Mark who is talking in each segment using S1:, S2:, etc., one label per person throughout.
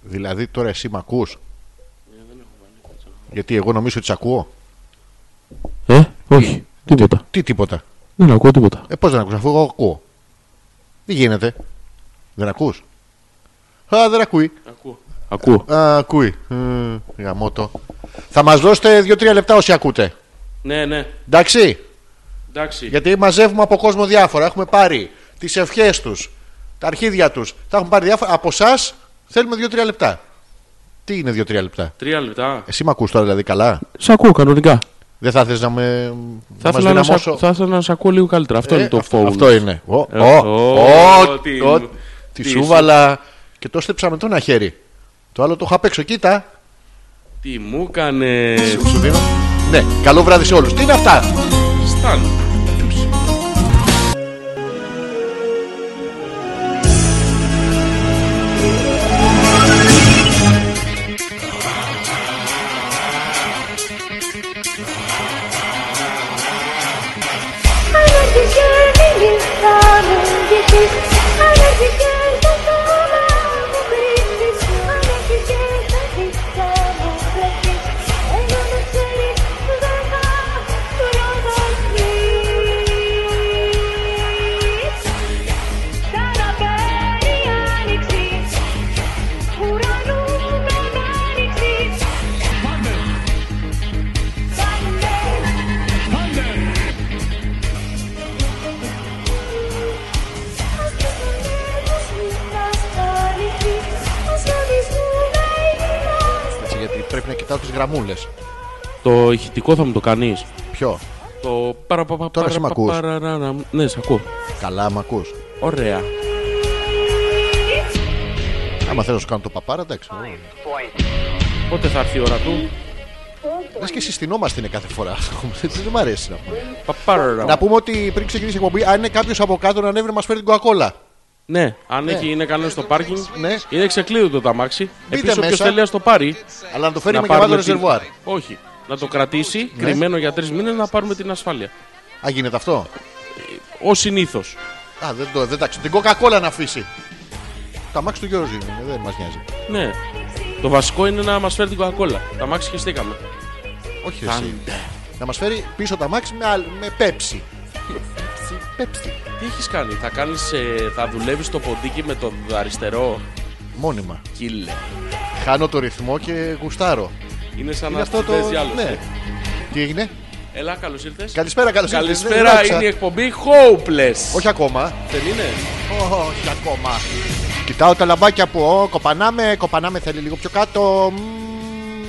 S1: Δηλαδή τώρα εσύ μ' ακούς.
S2: Ε, δεν έχω βάλει. κάτσε να-
S1: Γιατί εγώ νομίζω ότι σ' ακούω.
S2: Ε, όχι. Τίποτα.
S1: Τι τίποτα.
S2: Δεν ακούω τίποτα.
S1: Ε, πώς δεν ακούς αφού εγώ ακούω. Δεν γίνεται. Δεν ακούς. Α, δεν ακούει.
S2: Ακούω. Ακούω.
S1: Α, ακούει. Μμμ, Γαμότο. Θα μας δώσετε δύο-τρία λεπτά όσοι ακούτε.
S2: Ναι, ναι.
S1: Εντάξει.
S2: Εντάξει.
S1: Γιατί μαζεύουμε από κόσμο διάφορα. Έχουμε πάρει τις ευχές τους, τα αρχίδια τους. Τα έχουμε πάρει διάφορα. Από εσάς θέλουμε δύο-τρία λεπτά. Τι είναι δύο-τρία λεπτά.
S2: Τρία λεπτά.
S1: Εσύ με ακούς τώρα δηλαδή καλά.
S2: Σ' ακούω κανονικά.
S1: Δεν θα θες να με.
S2: Θα
S1: να μας
S2: ήθελα να, σ' ακ-
S1: δυναμώσω?
S2: θα ήθελα να σ' ακούω λίγο καλύτερα. Αυτό
S1: Ε,
S2: είναι το
S1: αυ-
S2: φόβο.
S1: Αυτό είναι. Ο,
S2: Ε,
S1: ο,
S2: ο,
S1: ο,
S2: τι-
S1: ο,
S2: τι
S1: τη
S2: σου-
S1: σούβαλα. Και το στέψα με το ένα χέρι. Το άλλο το είχα απ' έξω. Κοίτα. Ε,
S2: Τι μου έκανε.
S1: Σου δίνω. Ναι, καλό βράδυ σε όλους. Τι είναι αυτά.
S2: Σταν.
S3: I'm the girl that you found and kissed. I'm the girl that you love and kissed. I'm the girl that you found and kissed. And I'm the girl that loves, loves me. Σταραμπέρι άνοιξης, ουρανού μεγάλης. Sunday.
S1: Έτσι, γιατί πρέπει να κοιτάω τις γραμμούλες.
S2: Το ηχητικό θα μου το κάνεις.
S1: Ποιο.
S2: Το παραπαπα.
S1: Τώρα σε μ' ακούς.
S2: παραπαπαραραρα- Ναι, σε ακούω.
S1: Καλά, μ' ακούς.
S2: Ωραία.
S1: Άμα θέλω να σου κάνω το παπάρα, εντάξει.
S2: Πότε θα έρθει η ώρα του.
S1: Λες και συστηνόμαστε είναι κάθε φορά. Δεν μου αρέσει να πούμε.
S2: Παπαραρα.
S1: Να πούμε ότι πριν ξεκινήσει η εκπομπή, αν είναι κάποιος από κάτω να ανέβει να μας φέρει την κοκακόλα.
S2: Ναι, αν έχει, είναι κανένα στο πάρκινγκ.
S1: Ναι.
S2: Είναι ξεκλείδωτο το αμάξι. Επίσης, όποιος
S1: μέσα.
S2: θέλει να το πάρει.
S1: Αλλά να το φέρει με
S2: πάρουμε
S1: γεμάτο
S2: την-
S1: ρεζερβουάρ. Ναι.
S2: Όχι. Να το κρατήσει κρυμμένο για τρεις μήνες να πάρουμε την ασφάλεια.
S1: Α, γίνεται αυτό.
S2: Ως συνήθως.
S1: Α, δεν το. Δεν τα ξέρω. Την κοκακόλα να αφήσει. Τα μάξι του Γιώργου είναι, δεν μας νοιάζει.
S2: Ναι. Το βασικό είναι να μας φέρει την κοκακόλα. Τα μάξι χεστήκαμε.
S1: Όχι ρε, εσύ. Να μας φέρει πίσω τα μάξι με, αλ- με πέψη. πέψη.
S2: Τι έχεις κάνει, θα, κάνεις, ε, θα δουλεύεις το ποντίκι με το αριστερό.
S1: Μόνιμα.
S2: Κύλε.
S1: Χάνω το ρυθμό και γουστάρω.
S2: Είναι σαν
S1: Είναι
S2: να
S1: αυτό το.
S2: χτυπές διάλογο.
S1: Ναι. Τι έγινε.
S2: Έλα, καλώς ήρθες.
S1: Καλησπέρα, καλώς ήρθατε.
S2: Καλησπέρα, είναι η εκπομπή Hopeless.
S1: Όχι ακόμα.
S2: δεν είναι.
S1: Όχι ακόμα. Κοιτάω τα λαμπάκια που ο, κοπανάμε, κοπανάμε θέλει λίγο πιο κάτω. Μμμ,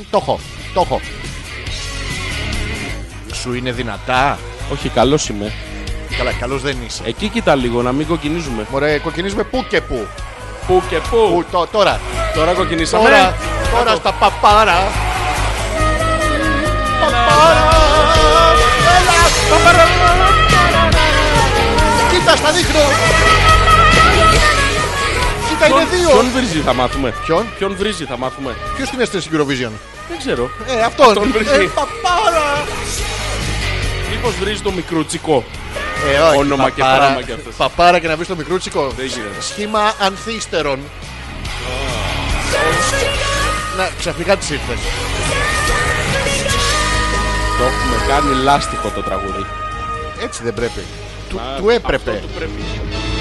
S1: το έχω, το έχω. Σου είναι δυνατά.
S2: Όχι, καλός είμαι.
S1: Καλά, καλός δεν είσαι.
S2: Εκεί κοίτα λίγο, να μην κοκκινίζουμε.
S1: Μωρέ, κοκκινίζουμε πού και πού.
S2: Πού και πού.
S1: Πού, το, τώρα,
S2: Τώρα κοκκινήσαμε.
S1: τώρα, τώρα στα παπάρα. Παπάρα. Έλα, παπάρα. Κοίτα, στα δείχνω. Κοίτα, είναι
S2: Ποιον, ποιον
S1: δύο.
S2: βρίζει θα μάθουμε.
S1: Ποιον?
S2: Ποιον βρίζει θα μάθουμε.
S1: Ποιος την έστειλε στην Eurovision.
S2: Δεν ξέρω.
S1: Ε, αυτόν.
S2: Αυτόν βρίσκει.
S1: Ε, παπάρα.
S2: Μήπως βρίζει το μικρούτσικο.
S1: Ε, όχι,
S2: Όνομα και
S1: παπάρα.
S2: πράγμα και αυτές.
S1: Παπάρα και να βρεις το μικρούτσικο.
S2: Δεν γίνεται.
S1: Σχήμα ανθίστερων. Να, ξαφνικά τη ήρθες.
S2: Το έχουμε κάνει λάστιχο το τραγούδι.
S1: Έτσι δεν πρέπει. Του, του έπρεπε.
S2: Αυτό του πρέπει.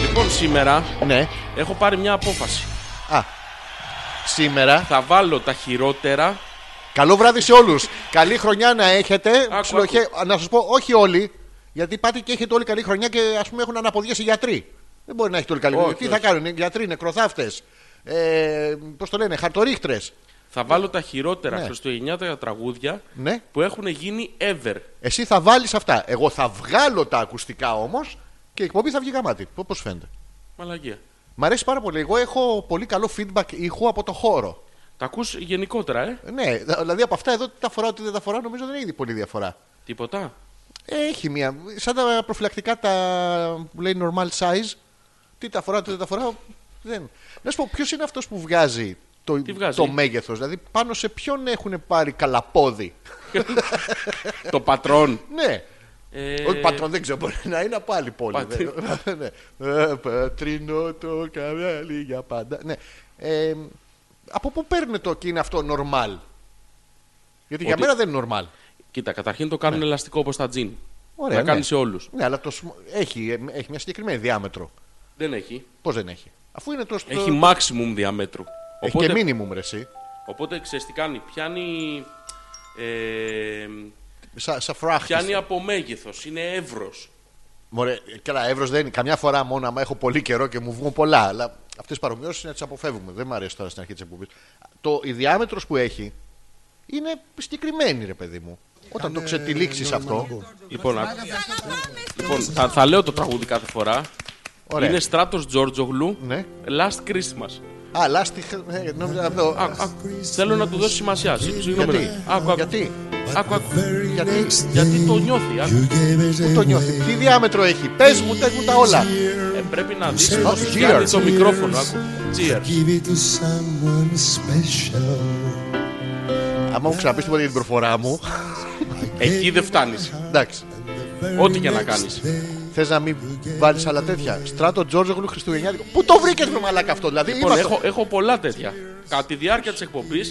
S2: Λοιπόν, σήμερα
S1: Ναι.
S2: έχω πάρει μια απόφαση.
S1: Α. Σήμερα.
S2: Θα βάλω τα χειρότερα.
S1: Καλό βράδυ σε όλους. Καλή χρονιά να έχετε.
S2: άκου.
S1: Ψιλοχέ- Να σας πω, όχι όλοι. Γιατί πάτε και έχετε όλοι καλή χρονιά και ας πούμε έχουν αναποδιάσει γιατροί. Δεν μπορεί να έχετε όλοι καλή χρονιά.
S2: Όχι,
S1: Τι θα
S2: όχι.
S1: κάνουν, γιατροί, νεκροθάφτες. Ε, Πώς το λένε, χαρτορίχτρες.
S2: Θα βάλω τα χειρότερα
S1: Ναι.
S2: χριστουγεννιάτικα τραγούδια
S1: Ναι.
S2: που έχουν γίνει ever.
S1: Εσύ θα βάλεις αυτά. Εγώ θα βγάλω τα ακουστικά όμως και η εκπομπή θα βγει γαμάτι. Πώς φαίνεται.
S2: Μαλαγία.
S1: Μ' αρέσει πάρα πολύ. Εγώ έχω πολύ καλό feedback ήχου από το χώρο.
S2: Τα ακούς γενικότερα, ε.
S1: Ναι, δηλαδή από αυτά εδώ τι τα φοράω, τι δεν τα φοράω, νομίζω δεν έχει πολύ διαφορά.
S2: Τίποτα.
S1: Έχει μία. Σαν τα προφυλακτικά τα που λέει normal size. Τι τα φοράω, τι δεν τα φοράω. Δεν. Να σου πω, ποιος είναι αυτός που βγάζει το,
S2: Τι βγάζει?
S1: το μέγεθος, δηλαδή πάνω σε ποιον έχουν πάρει καλαπόδι.
S2: το πατρόν.
S1: Ναι.
S2: Ε,
S1: Όχι πατρόν, δεν ξέρω, μπορεί να είναι από άλλη πόλη.
S2: Πατρί-
S1: ναι. Ε, Πατρινό το κανάλι για πάντα. Ναι. Ε, από πού παίρνει το και είναι αυτό normal. Γιατί για
S2: Ότι-
S1: μένα δεν είναι normal.
S2: Κοίτα, καταρχήν το κάνουν ελαστικό όπως τα τζιν.
S1: Ναι. Ωραία,
S2: να
S1: ναι.
S2: κάνει σε όλους.
S1: Ναι, αλλά το σμ- έχει, ε, έχει μια συγκεκριμένη διάμετρο.
S2: Δεν έχει.
S1: Πώς δεν έχει. Αφού είναι το. Ε, το-
S2: Έχει maximum διαμέτρου.
S1: έχει και minimum ρε, εσύ.
S2: οπότε ξέρεις τι κάνει. Πιάνει. Ε,
S1: Σα, σα φράχτη.
S2: πιάνει από μέγεθος. Είναι εύρος.
S1: Μωρέ, καλά, εύρος δεν είναι. Καμιά φορά μόνο άμα έχω πολύ καιρό και μου βγουν πολλά. Αλλά αυτές τις παρομοιώσεις να τις αποφεύγουμε. Δεν μου αρέσει τώρα στην αρχή της εκπομπής. Το, η διάμετρος που έχει είναι συγκεκριμένη, ρε παιδί μου. Όταν το ξετυλίξεις αυτό.
S2: Λοιπόν, α- λοιπόν θα, θα λέω το τραγούδι κάθε φορά.
S1: Ωραία.
S2: Είναι Στράτος Τζόρτζογλου.
S1: Ναι.
S2: Last Christmas.
S1: Α, λάστι. ε, νόμιζα αυτό.
S2: Α, α, θέλω να του δώσω σημασία. Συ- Συγγνώμη.
S1: Γιατί?
S2: ρε. Άκου, άκου.
S1: Γιατί?
S2: Άκου, άκου.
S1: Γιατί
S2: Γιατί το νιώθει. άκου.
S1: Πού το νιώθει, τι διάμετρο έχει, πες μου, πες μου τα όλα.
S2: Ε, πρέπει να δεις
S1: Not
S2: πώς
S1: cheers.
S2: κάνει το μικρόφωνο. Άκου. Cheers.
S4: Give it to someone special.
S1: Άμα μου ξαναπείς τίποτα για την προφορά μου,
S2: Εκεί δεν φτάνεις.
S1: εντάξει.
S2: Ό,τι και να κάνεις.
S1: Θες να μην βάλεις άλλα τέτοια. Στράτο Τζόρτζογλου Χριστουγεννιάτικο. Πού το βρήκες με μαλάκα αυτό, δηλαδή.
S2: Λοιπόν,
S1: είμαστε-
S2: έχω, έχω πολλά τέτοια. Κατά τη διάρκεια της εκπομπής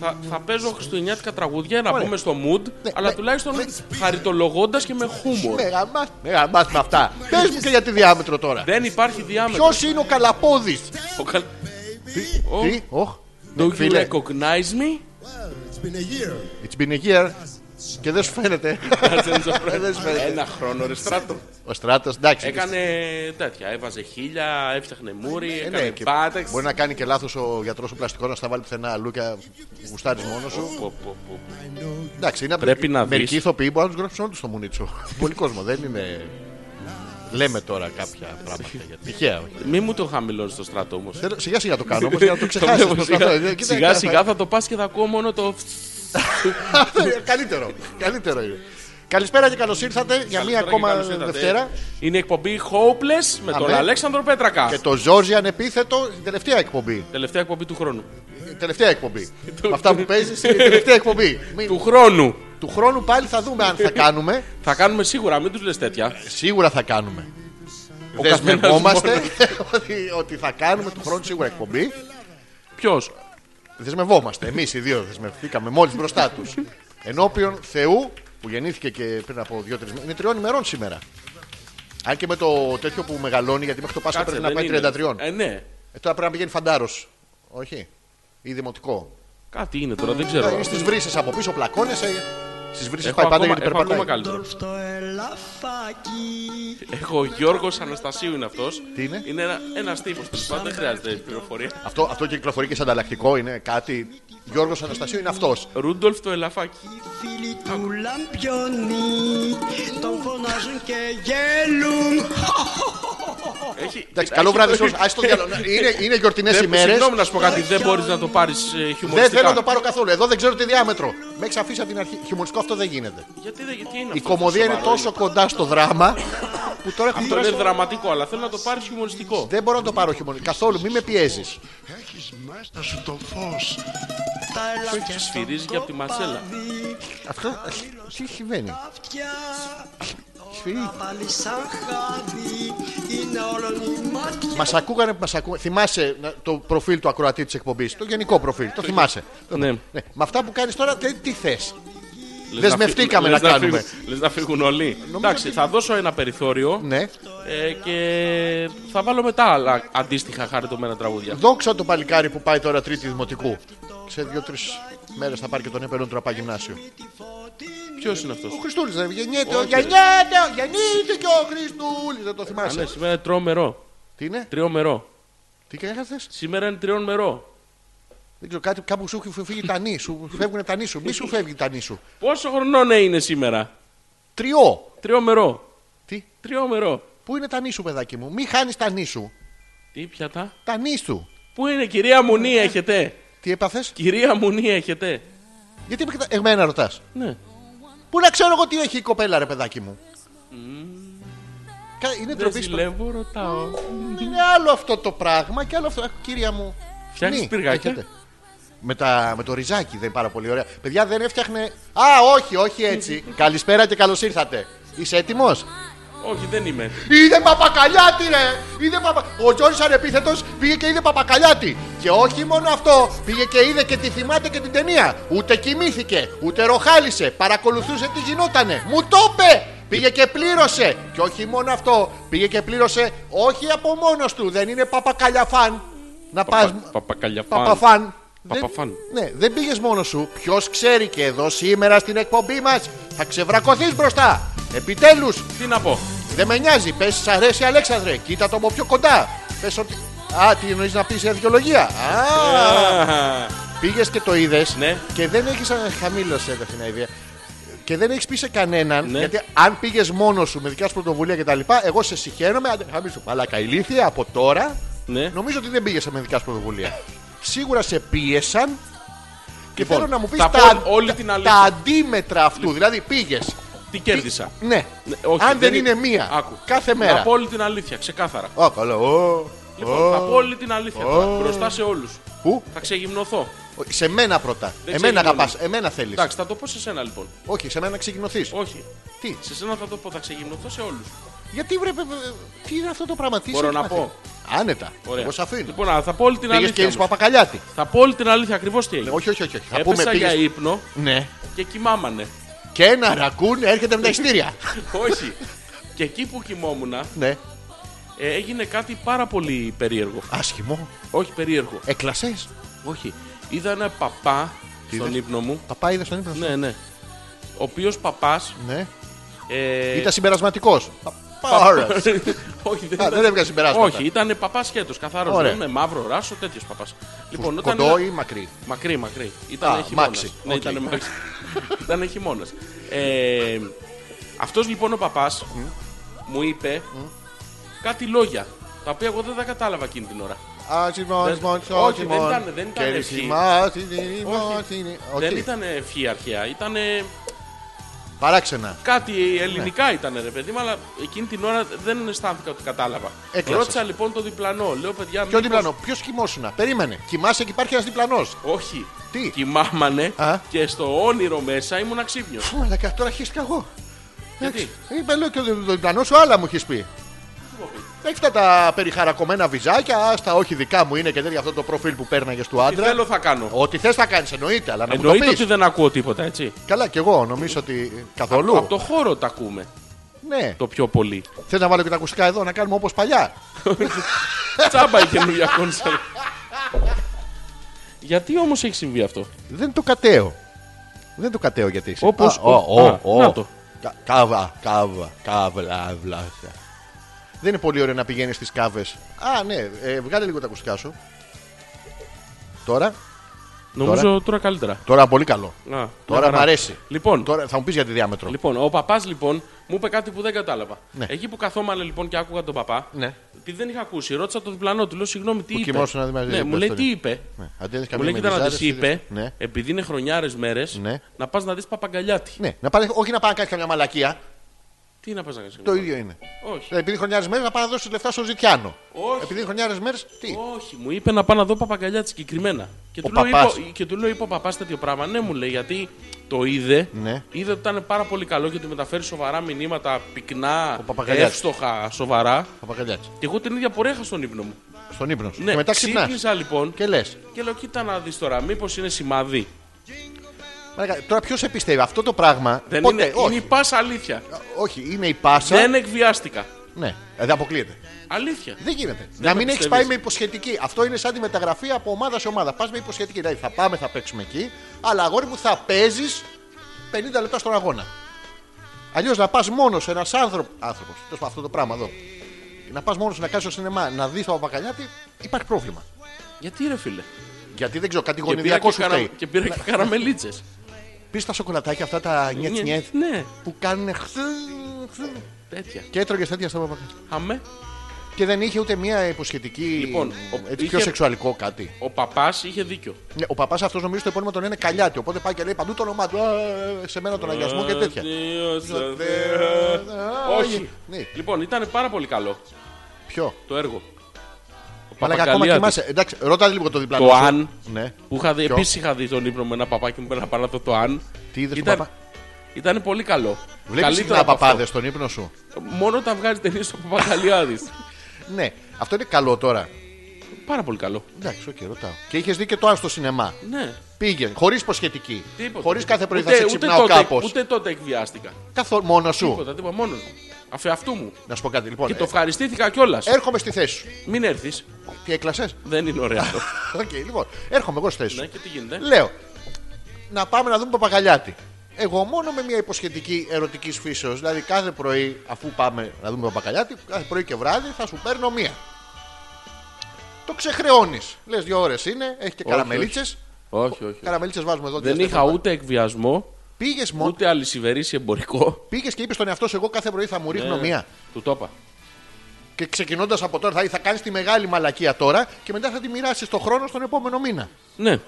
S2: θα, θα παίζω χριστουγεννιάτικα τραγούδια να
S1: Ωραία.
S2: πούμε στο mood, αλλά
S1: ναι.
S2: τουλάχιστον χαριτολογώντας και με χούμορ.
S1: Ναι, αμάς- ναι, αμάς με αυτά. Πες μου και για τη διάμετρο τώρα.
S2: Δεν υπάρχει διάμετρο.
S1: Ποιος είναι ο καλαπόδης.
S2: Ο καλ- Ο-
S1: Τι, οχ.
S2: Do you
S1: Φίλε,
S2: recognize me?
S4: It's been a year.
S1: it's been a year. Και δεν σου φαίνεται. Δεν σου φαίνεται.
S2: Ένα χρόνο ρε στράτο.
S1: Ο στράτος, εντάξει.
S2: Έκανε τέτοια. Έβαζε χίλια, έφτιαχνε μούρι,
S1: Ε, ναι,
S2: έκανε
S1: και
S2: πάταξ.
S1: Μπορεί να κάνει και λάθος ο γιατρός ο πλαστικός να στα βάλει πουθενά αλλού και γουστάρεις μόνος σου.
S2: Πω, πω, πω.
S1: Εντάξει, είναι
S2: Πρέπει να δεις.
S1: μερικοί ηθοποιοί που να του γράψουν όλους στο μουνί του. Πολύ κόσμο, δεν είναι. Λέμε τώρα κάποια πράγματα. γιατί- Τυχαία. όχι.
S2: Μη μου το χαμηλώνεις το στράτο όμως.
S1: Θέλω- Σιγά σιγά το κάνω όμως για να το ξεχάσεις.
S2: Σιγά σιγά θα το πας και θα ακούω μόνο το.
S1: Καλύτερο. Καλύτερο είναι. Καλησπέρα και καλώς ήρθατε για μία
S2: Καλησπέρα και
S1: ακόμα
S2: καλώς ήρθατε.
S1: Δευτέρα.
S2: Είναι η εκπομπή Hopeless με τον
S1: ναι.
S2: Αλέξανδρο Πέτρακα.
S1: Και το Ζόρζι ανεπίθετο, η τελευταία εκπομπή.
S2: Τελευταία εκπομπή του χρόνου.
S1: Η τελευταία εκπομπή. Με αυτά που παίζεις, η τελευταία εκπομπή. Μην-
S2: Του χρόνου.
S1: Του χρόνου πάλι θα δούμε αν θα κάνουμε.
S2: Θα κάνουμε σίγουρα, μην τους λες τέτοια.
S1: Σίγουρα θα κάνουμε.
S2: Ο
S1: Δεσμευόμαστε ότι, ότι θα κάνουμε του χρόνου σίγουρα εκπομπή.
S2: Ποιος.
S1: Δεσμευόμαστε. Εμείς οι δύο δεσμευτήκαμε μόλις μπροστά τους. Ενώπιον Θεού που γεννήθηκε και πριν από δύο-τρει μέρε. Είναι τριών ημερών σήμερα. Αν και με το τέτοιο που μεγαλώνει, γιατί μέχρι το Πάσχα πρέπει να πάει 33.
S2: Ε, ναι.
S1: Ε, τώρα πρέπει να πηγαίνει φαντάρος. Όχι. Ή δημοτικό.
S2: Κάτι είναι τώρα, δεν
S1: Ε,
S2: ξέρω.
S1: Ή στις βρύσες από πίσω, πλακώνεσαι. Στις βρύσες
S2: Έχω
S1: πάει πάντα
S2: ακόμα,
S1: γιατί
S2: έχω ακόμα
S1: περπατάει.
S2: καλύτερο.
S4: Στο ελαφάκι.
S2: Έχω Γιώργος Αναστασίου είναι αυτός.
S1: Τι είναι?
S2: Είναι ένα τύπο. Δεν χρειάζεται πληροφορία.
S1: Αυτό, αυτό κυκλοφορεί και σαν ανταλλακτικό είναι κάτι. Γιώργος Αναστασίου είναι αυτός.
S2: Ρούντολφ το ελαφάκι.
S5: Οι φίλοι του λαμπιονί τον φωνάζουν και γέλουν.
S2: Έχει.
S1: Εντάξει,
S2: Ε, έχει
S1: καλό βράδυ σε
S2: το-
S1: όλους. Ας το διάλογο. Είναι, είναι γιορτινές
S2: Δεν-
S1: ημέρες.
S2: Συγγνώμη να σου πω κάτι, δεν μπορείς να το πάρεις χιουμοριστικά.
S1: Δεν θέλω να το πάρω καθόλου. Εδώ δεν ξέρω τη διάμετρο. Με έχει αφήσει από την αρχή. Χιουμοριστικό αυτό δεν γίνεται.
S2: Γιατί, δεν- γιατί είναι
S1: Η
S2: αυτό,
S1: κομμωδία είναι
S2: σοβαρό ε.
S1: τόσο κοντά στο δράμα που τώρα έχω
S2: Αυτό είναι
S1: περάσει-
S2: δραματικό, αλλά θέλω να το πάρει χιουμοριστικό.
S1: Δεν μπορώ να το πάρω χιουμοριστικό. Καθόλου, μην με πιέζεις.
S4: Έχεις μέσα σου το φως.
S5: Τα ελαφιά στον
S2: Σφυρίζει και από τη Μασέλα.
S5: κοπάδι,
S1: Αυτό. Τι συμβαίνει.
S5: τα αυτιά
S1: Τι?
S5: όλα πάλι σαν χάδι είναι όλων οι μάτια.
S1: Μας ακούγανε που μα ακούγανε. Θυμάσαι να- το προφίλ του ακροατή της εκπομπής. Το γενικό προφίλ. Το θυμάσαι.
S2: Ναι.
S1: Ναι. Με αυτά που κάνεις τώρα, τι- τι θες.
S2: Λες
S1: Δεσμευτήκαμε
S2: φύ-
S1: να
S2: λες
S1: κάνουμε.
S2: φύγουν- Λες να φύγουν όλοι. Εντάξει, θα δώσω ένα περιθώριο
S1: Ναι.
S2: ε, και θα βάλω μετά άλλα αντίστοιχα χαριτωμένα τραγούδια.
S1: Δόξα το παλικάρι που πάει τώρα τρίτη δημοτικού. Σε δύο-τρει μέρες θα πάρει και τον επερόν του να πάει γυμνάσιο.
S2: Ποιος είναι αυτός.
S1: Ο Χριστούλης δεν γεννιέται. ο- Γεννιέται, ο- γεννιέται και ο Χριστούλης. Δεν το
S2: Α, ναι,
S1: θυμάσαι.
S2: σήμερα είναι τρόμερο.
S1: Τι είναι,
S2: Τριόμερο.
S1: τι έκανε χθες?
S2: Σήμερα είναι τριών μερό.
S1: Δεν ξέρω, κάτι, κάπου σου έχει φύγει τα νη σου. Φεύγουν τα νη σου. Μη σου φεύγει τα νη σου.
S2: Πόσο χρονών είναι σήμερα.
S1: Τριό.
S2: Τριόμερο.
S1: Τι,
S2: Τριόμερο.
S1: πού είναι τα νη σου, παιδάκι μου. Μη χάνεις τα νη σου.
S2: Τι πιάτα.
S1: Τα νη σου.
S2: Πού είναι, κυρία Μουνή έχετε.
S1: Τι έπαθες.
S2: Κυρία Μουνή έχετε.
S1: Γιατί με κοιτά- εμένα ρωτάς.
S2: Ναι.
S1: Πού να ξέρω εγώ τι έχει η κοπέλα, ρε παιδάκι μου. Κα- Είναι
S2: Δεν
S1: ντροπή. στο-
S2: ζηλεύω, ρωτάω.
S1: Είναι άλλο αυτό το πράγμα και άλλο αυτό. Αχ, Κυρία μου.
S2: Φτιάχνεις
S1: νη,
S2: πυργάκια?
S1: έχετε. Με, τα, με το ριζάκι δεν είναι πάρα πολύ ωραία. Παιδιά δεν έφτιαχνε. Α, όχι, όχι έτσι. Καλησπέρα και καλώς ήρθατε. Είσαι έτοιμος.
S2: Όχι, δεν είμαι.
S1: Είδε παπακαλιάτη, ρε! Είδε παπα... Ο Τζόνι ανεπίθετος πήγε και είδε παπακαλιάτη. Και όχι μόνο αυτό, πήγε και είδε και τη θυμάται και την ταινία. Ούτε κοιμήθηκε, ούτε ροχάλισε. Παρακολουθούσε τι γινότανε. Μου το είπε! Πήγε και πλήρωσε. Και όχι μόνο αυτό, πήγε και πλήρωσε όχι από μόνος του. Δεν είναι παπακαλιαφάν. Να πα.
S2: Πα- Παπακαλιαφάν.
S1: Παπαφάν.
S2: Παπαφάν.
S1: Δεν, ναι, δεν πήγες μόνος σου. Ποιος ξέρει και εδώ σήμερα στην εκπομπή μας θα ξεβρακωθείς μπροστά. Επιτέλους,
S2: Τι να πω.
S1: δεν με νοιάζει, πες σ' αρέσει Αλέξανδρε, κοίτα το από πιο κοντά. Πες ότι. Α, τι εννοείς να πεις αρχαιολογία. Α, πήγες και το είδες
S2: Ναι.
S1: και δεν έχεις. Χαμήλωσε το την ιδέα. Και δεν έχεις πει σε κανέναν,
S2: Ναι.
S1: γιατί αν πήγες μόνος σου με δικιά σου πρωτοβουλία κτλ., εγώ σε συχαίνομαι. Άντε, χαμίσου. Μαλάκα, ηλίθεια από τώρα.
S2: Ναι.
S1: Νομίζω ότι δεν πήγες με δικιά σου πρωτοβουλία. Σίγουρα σε πίεσαν και
S2: Λοιπόν,
S1: θέλω να μου πεις
S2: θα
S1: τα,
S2: πω όλη
S1: τα-
S2: την
S1: τα
S2: αλήθεια.
S1: αντίμετρα αυτού. Δηλαδή πήγες.
S2: Τι κέρδισα.
S1: Ναι.
S2: Ναι, όχι,
S1: αν δεν είναι
S2: είναι-
S1: μία.
S2: Άκου.
S1: Κάθε μέρα.
S2: Να πω όλη την αλήθεια, ξεκάθαρα.
S1: Α, καλά. Ω,
S2: Λοιπόν,
S1: ω.
S2: θα πω όλη την αλήθεια τώρα, μπροστά σε όλους.
S1: Πού?
S2: Θα ξεγυμνωθώ.
S1: Σε μένα πρώτα.
S2: Δεν
S1: εμένα
S2: ξεκινώ.
S1: αγαπάς, εμένα θέλεις.
S2: Εντάξει, θα το πω σε σένα λοιπόν.
S1: Όχι, σε μένα να ξεκινωθεί.
S2: Όχι.
S1: Τι,
S2: Σε σένα θα το πω, θα ξεγυμνωθώ σε όλους.
S1: γιατί βρε, ε, ε, τι είναι αυτό το πράγμα, τι
S2: Μπορώ
S1: σε
S2: να
S1: μαθαίνει?
S2: πω.
S1: Άνετα.
S2: Ωραία.
S1: Εγώ σε αφήνω.
S2: Λοιπόν, α, θα πω όλη την
S1: Πήγες και
S2: αλήθεια.
S1: είδε
S2: όμως.
S1: παπακαλιάτη.
S2: Θα πω όλη την αλήθεια ακριβώς τι έγινε.
S1: Όχι, όχι, όχι. όχι. Θα
S2: Έπεσα
S1: πούμε
S2: για
S1: πήγες.
S2: ύπνο
S1: Ναι.
S2: και κοιμάμανε.
S1: Και ένα ρακούν έρχεται με τα ειστήρια.
S2: όχι. Και εκεί που κοιμόμουν ε,
S1: ναι.
S2: έγινε κάτι πάρα πολύ περίεργο.
S1: Άσχημο.
S2: Όχι περίεργο.
S1: Εκλασέ.
S2: Όχι. Είδα ένα παπά
S1: Τι
S2: στον
S1: είδες?
S2: ύπνο μου.
S1: Παπά είδες στον ύπνο. σου.
S2: Ναι, ναι. Ο οποίος παπάς.
S1: ναι.
S2: Ε,
S1: Ήταν συμπερασματικός.
S2: πα-
S1: Πάρας.
S2: Όχι, δεν
S1: Α,
S2: ήταν.
S1: δεν έβγαλε συμπεράσματα.
S2: Όχι, ήταν παπά σχέτο, καθαρό.
S1: Ωραία.
S2: Ναι, με μαύρο ράσο, τέτοιος παπάς. Λοιπόν, όταν.
S1: Κοντό
S2: ήταν-
S1: ή μακρύ.
S2: Μακρύ, μακρύ. Ήταν
S1: Α,
S2: χειμώνας.
S1: μάξι.
S2: Ναι,
S1: Οκ.
S2: ήταν μάξι. ήταν χειμώνας. Ε, Αυτός λοιπόν ο παπάς μου είπε κάτι λόγια τα οποία εγώ δεν τα κατάλαβα εκείνη την ώρα.
S1: Άσχημος,
S2: Δεν-
S1: άσχημο,
S2: όχι, δεν
S1: άσχημο.
S2: ήταν- δεν ήταν
S1: Και
S2: ευχή.
S1: ρηχημά, τι, τι, τι,
S2: Όχι.
S1: τι, τι.
S2: Δεν
S1: Οκ.
S2: ήταν ευχή αρχαία, ήταν
S1: Παράξενα.
S2: κάτι ελληνικά
S1: Ναι.
S2: ήταν ρε παιδί μου, αλλά εκείνη την ώρα δεν αισθάνθηκα ότι κατάλαβα.
S1: Έκλαψες.
S2: Ρώτησα λοιπόν το διπλανό, λέω παιδιά.
S1: Ποιο
S2: μήπως-
S1: διπλανό, ποιος κοιμόσουνα. Περίμενε. Κοιμάσαι και υπάρχει ένας διπλανός.
S2: Όχι.
S1: Τι?
S2: Κοιμάμανε
S1: Α.
S2: και στο όνειρο μέσα ήμουν ξύπνιος.
S1: Φου, αλλά τώρα χύστηκα εγώ.
S2: Γιατί?
S1: Εντάξει. Είπε, λέω και το διπλανό σου, άλλα μου έχεις πει. Έχει τα, τα περιχαρακωμένα βυζάκια, άστα όχι δικά μου είναι και τέτοια αυτό το προφίλ που πέρναγε του
S2: Τι
S1: άντρα.
S2: θέλω θα κάνω.
S1: Ό,τι θες θα κάνεις, εννοείται, αλλά να μου
S2: Εννοείται
S1: το πεις.
S2: ότι δεν ακούω τίποτα, έτσι.
S1: Καλά, κι εγώ νομίζω ότι. Καθόλου.
S2: Από το χώρο τα ακούμε
S1: Ναι.
S2: το πιο πολύ.
S1: Θες να βάλω και τα ακουστικά εδώ να κάνουμε όπως παλιά.
S2: Τσάμπα η καινούργια κόνσολ. Γιατί όμως έχει συμβεί αυτό.
S1: Δεν το κατέω. Δεν το κατέω γιατί είσαι.
S2: Όπως-
S1: Α, ο, ο,
S2: Α,
S1: ο.
S2: να το.
S1: Κα- Κάβα, κάβα, κάβα, βλάχα. Δεν είναι πολύ ωραίο να πηγαίνεις στις κάβες. Α, ναι, ε, βγάλε λίγο τα ακουστικά σου. Τώρα,
S2: Νομίζω τώρα καλύτερα.
S1: τώρα πολύ καλό.
S2: Να, μια
S1: Τώρα
S2: χαρά.
S1: μ' αρέσει.
S2: Λοιπόν,
S1: Τώρα θα μου πεις για τη διάμετρο.
S2: λοιπόν ο παπάς λοιπόν μου είπε κάτι που δεν κατάλαβα.
S1: Ναι.
S2: Εκεί που καθόμανε λοιπόν και άκουγα τον παπά,
S1: Ναι.
S2: επειδή δεν είχα ακούσει, ρώτησα τον διπλανό του, λέω συγγνώμη τι
S1: Που
S2: είπε.
S1: κοιμόσουν, δηλαδή, μαζί,
S2: ναι, μου
S1: πες
S2: λέει
S1: το,
S2: τι
S1: λέει.
S2: είπε.
S1: Ναι. Αντί να έχεις
S2: Μου
S1: καμία
S2: λέει κοίτα να
S1: μελιζάρες,
S2: δει, είπε,
S1: Ναι.
S2: επειδή είναι χρονιάρες μέρες,
S1: Ναι.
S2: να πας να δεις παπαγκαλιάτη.
S1: ναι. Να πάρεις, όχι να πάει να κάνεις καμιά μαλακία.
S2: Τι να πας να κάνεις.
S1: Το ίδιο είναι.
S2: Όχι.
S1: Δηλαδή, επειδή χρονιάρε μέρες να πάει να δώσει λεφτά στο Ζητιάνο.
S2: Όχι.
S1: Επειδή χρονιάρε μέρες, τι.
S2: Όχι, μου είπε να πάω να δω παπαγκαλιά της συγκεκριμένα. Και
S1: Ο
S2: του, λέω,
S1: παπάς.
S2: είπα- και του λέω: Είπε ο παπάς τέτοιο πράγμα. Ναι, μου λέει, γιατί το είδε.
S1: Ναι.
S2: Είδε ότι ήταν πάρα πολύ καλό και του μεταφέρει σοβαρά μηνύματα, πυκνά,
S1: Παπαγκαλιάτης.
S2: εύστοχα, σοβαρά.
S1: Παπακαλιάτση.
S2: Και εγώ την ίδια πορεία είχα στον ύπνο μου.
S1: Στον ύπνο σου.
S2: Ναι,
S1: και μετά ξυπνάς.
S2: ξύπνησα λοιπόν και...
S1: Και λε.
S2: λέω: Κοίτα να δεις τώρα, μήπως είναι σημαδί.
S1: Τώρα ποιος σε πιστεύει αυτό το πράγμα.
S2: Δεν
S1: ποτέ,
S2: είναι,
S1: όχι.
S2: είναι η πάσα αλήθεια.
S1: όχι, είναι η πάσα.
S2: Δεν εκβιάστηκα.
S1: Ναι, ε, δεν αποκλείεται.
S2: Αλήθεια.
S1: Δεν γίνεται.
S2: το
S1: να μην έχεις
S2: πιστεύεις.
S1: πάει με υποσχετική. Αυτό είναι σαν τη μεταγραφή από ομάδα σε ομάδα. Πας με υποσχετική. Δηλαδή θα πάμε, θα παίξουμε εκεί, αλλά αγόρι μου θα παίζεις 50 λεπτά στον αγώνα. Αλλιώς να πας μόνος ένας άνθρωπο. Άνθρωπος, αυτό το πράγμα εδώ. Να πας μόνος να κάνεις στο σινεμά να δεις το παπακαλιάτι, υπάρχει πρόβλημα.
S2: Γιατί ρε φίλε.
S1: Γιατί δεν ξέρω, κάτι
S2: Και πήρα και,
S1: γονιδιακό σου
S2: καρα...
S1: φταίει.
S2: και πήρα και καραμελίτσες.
S1: Πεις τα σοκολατάκια αυτά τα νιέτ νιέτ
S2: Ναι,
S1: που κάνουν.
S2: τέτοια.
S1: Και έτρωγες τέτοια στα παπακαλιάτι.
S2: Αμέ.
S1: Και δεν είχε ούτε μία υποσχετική.
S2: Λοιπόν, ο-
S1: έτσι, πιο
S2: είχε-
S1: σεξουαλικό κάτι.
S2: Ο παπάς είχε δίκιο.
S1: Ναι, ο παπάς αυτός νομίζω το επώνυμο τον είναι Καλιάτη. Οπότε πάει και λέει παντού το όνομά του. «Α, Σε μένα τον αγιασμό
S2: Ε,
S1: και τέτοια.
S2: ναι. Θεός, ο
S1: Θεός.
S2: Θεός. Όχι.
S1: Ναι.
S2: Λοιπόν, ήταν πάρα πολύ καλό
S1: Ποιο.
S2: το έργο. Ο
S1: Αλλά ακόμα
S2: Παπακαλιάτης.
S1: κοιμάσαι. Εντάξει, ρώτα λίγο το διπλανό.
S2: Το
S1: σου.
S2: αν.
S1: Ναι.
S2: Που είχα δει,
S1: Ποιο?
S2: επίσης είχα δει τον ύπνο με ένα παπάκι μου πέρα παρά το, το αν.
S1: Τι είδες
S2: Ήταν-
S1: παπά.
S2: Ήταν πολύ καλό.
S1: Βλέπεις συχνά
S2: από αυτό.
S1: παπάδες στον ύπνο σου.
S2: Μόνο όταν βγάζει ταινίες στο Παπαγαλιάδη.
S1: Ναι, αυτό είναι καλό τώρα.
S2: Πάρα πολύ καλό.
S1: Εντάξει, οκ, ρωτάω. Και είχες δει και το άλλο στο σινεμά.
S2: Ναι.
S1: Πήγε, χωρίς προσχετική.
S2: Τίποτα.
S1: Χωρίς κάθε πρωί
S2: Ούτε-
S1: θα σε
S2: ούτε
S1: ξυπνάω
S2: τότε-
S1: κάπως.
S2: Ούτε τότε εκβιάστηκα.
S1: Καθόλου μόνος σου.
S2: Τίποτα, τίποτα. Μόνος. Αφού αυτού μου.
S1: Να σου πω κάτι λοιπόν.
S2: Και το
S1: ε,
S2: ευχαριστήθηκα κιόλας.
S1: Έρχομαι στη θέση σου.
S2: Μην έρθεις.
S1: Τι έκλασες.
S2: Δεν είναι ωραίο αυτό.
S1: Οκ, λοιπόν. Έρχομαι εγώ στη θέση
S2: ναι,
S1: σου.
S2: και τι γίνεται.
S1: Λέω. Να πάμε να δούμε παπαγαλιάτη. Εγώ μόνο με μια υποσχετική ερωτικής φύσεως. Δηλαδή κάθε πρωί, αφού πάμε να δούμε παπαγαλιάτη, κάθε πρωί και βράδυ θα σου παίρνω μία. Το ξεχρεώνεις. Λες δύο ώρες είναι, έχει και
S2: Όχι,
S1: καραμελίτσε.
S2: όχι, όχι.
S1: Καραμελίτσε βάζουμε εδώ.
S2: Δεν είχα ούτε εκβιασμό,
S1: Πήγες μόνο.
S2: ούτε αλυσιβερήσει εμπορικό.
S1: Πήγες και είπες στον εαυτό σου: Εγώ κάθε πρωί θα μου ρίχνω
S2: Ε,
S1: μία.
S2: Του το είπα.
S1: Και ξεκινώντας από τώρα, θα, θα κάνεις τη μεγάλη μαλακία τώρα και μετά θα τη μοιράσεις το χρόνο στον επόμενο μήνα.
S2: Ναι.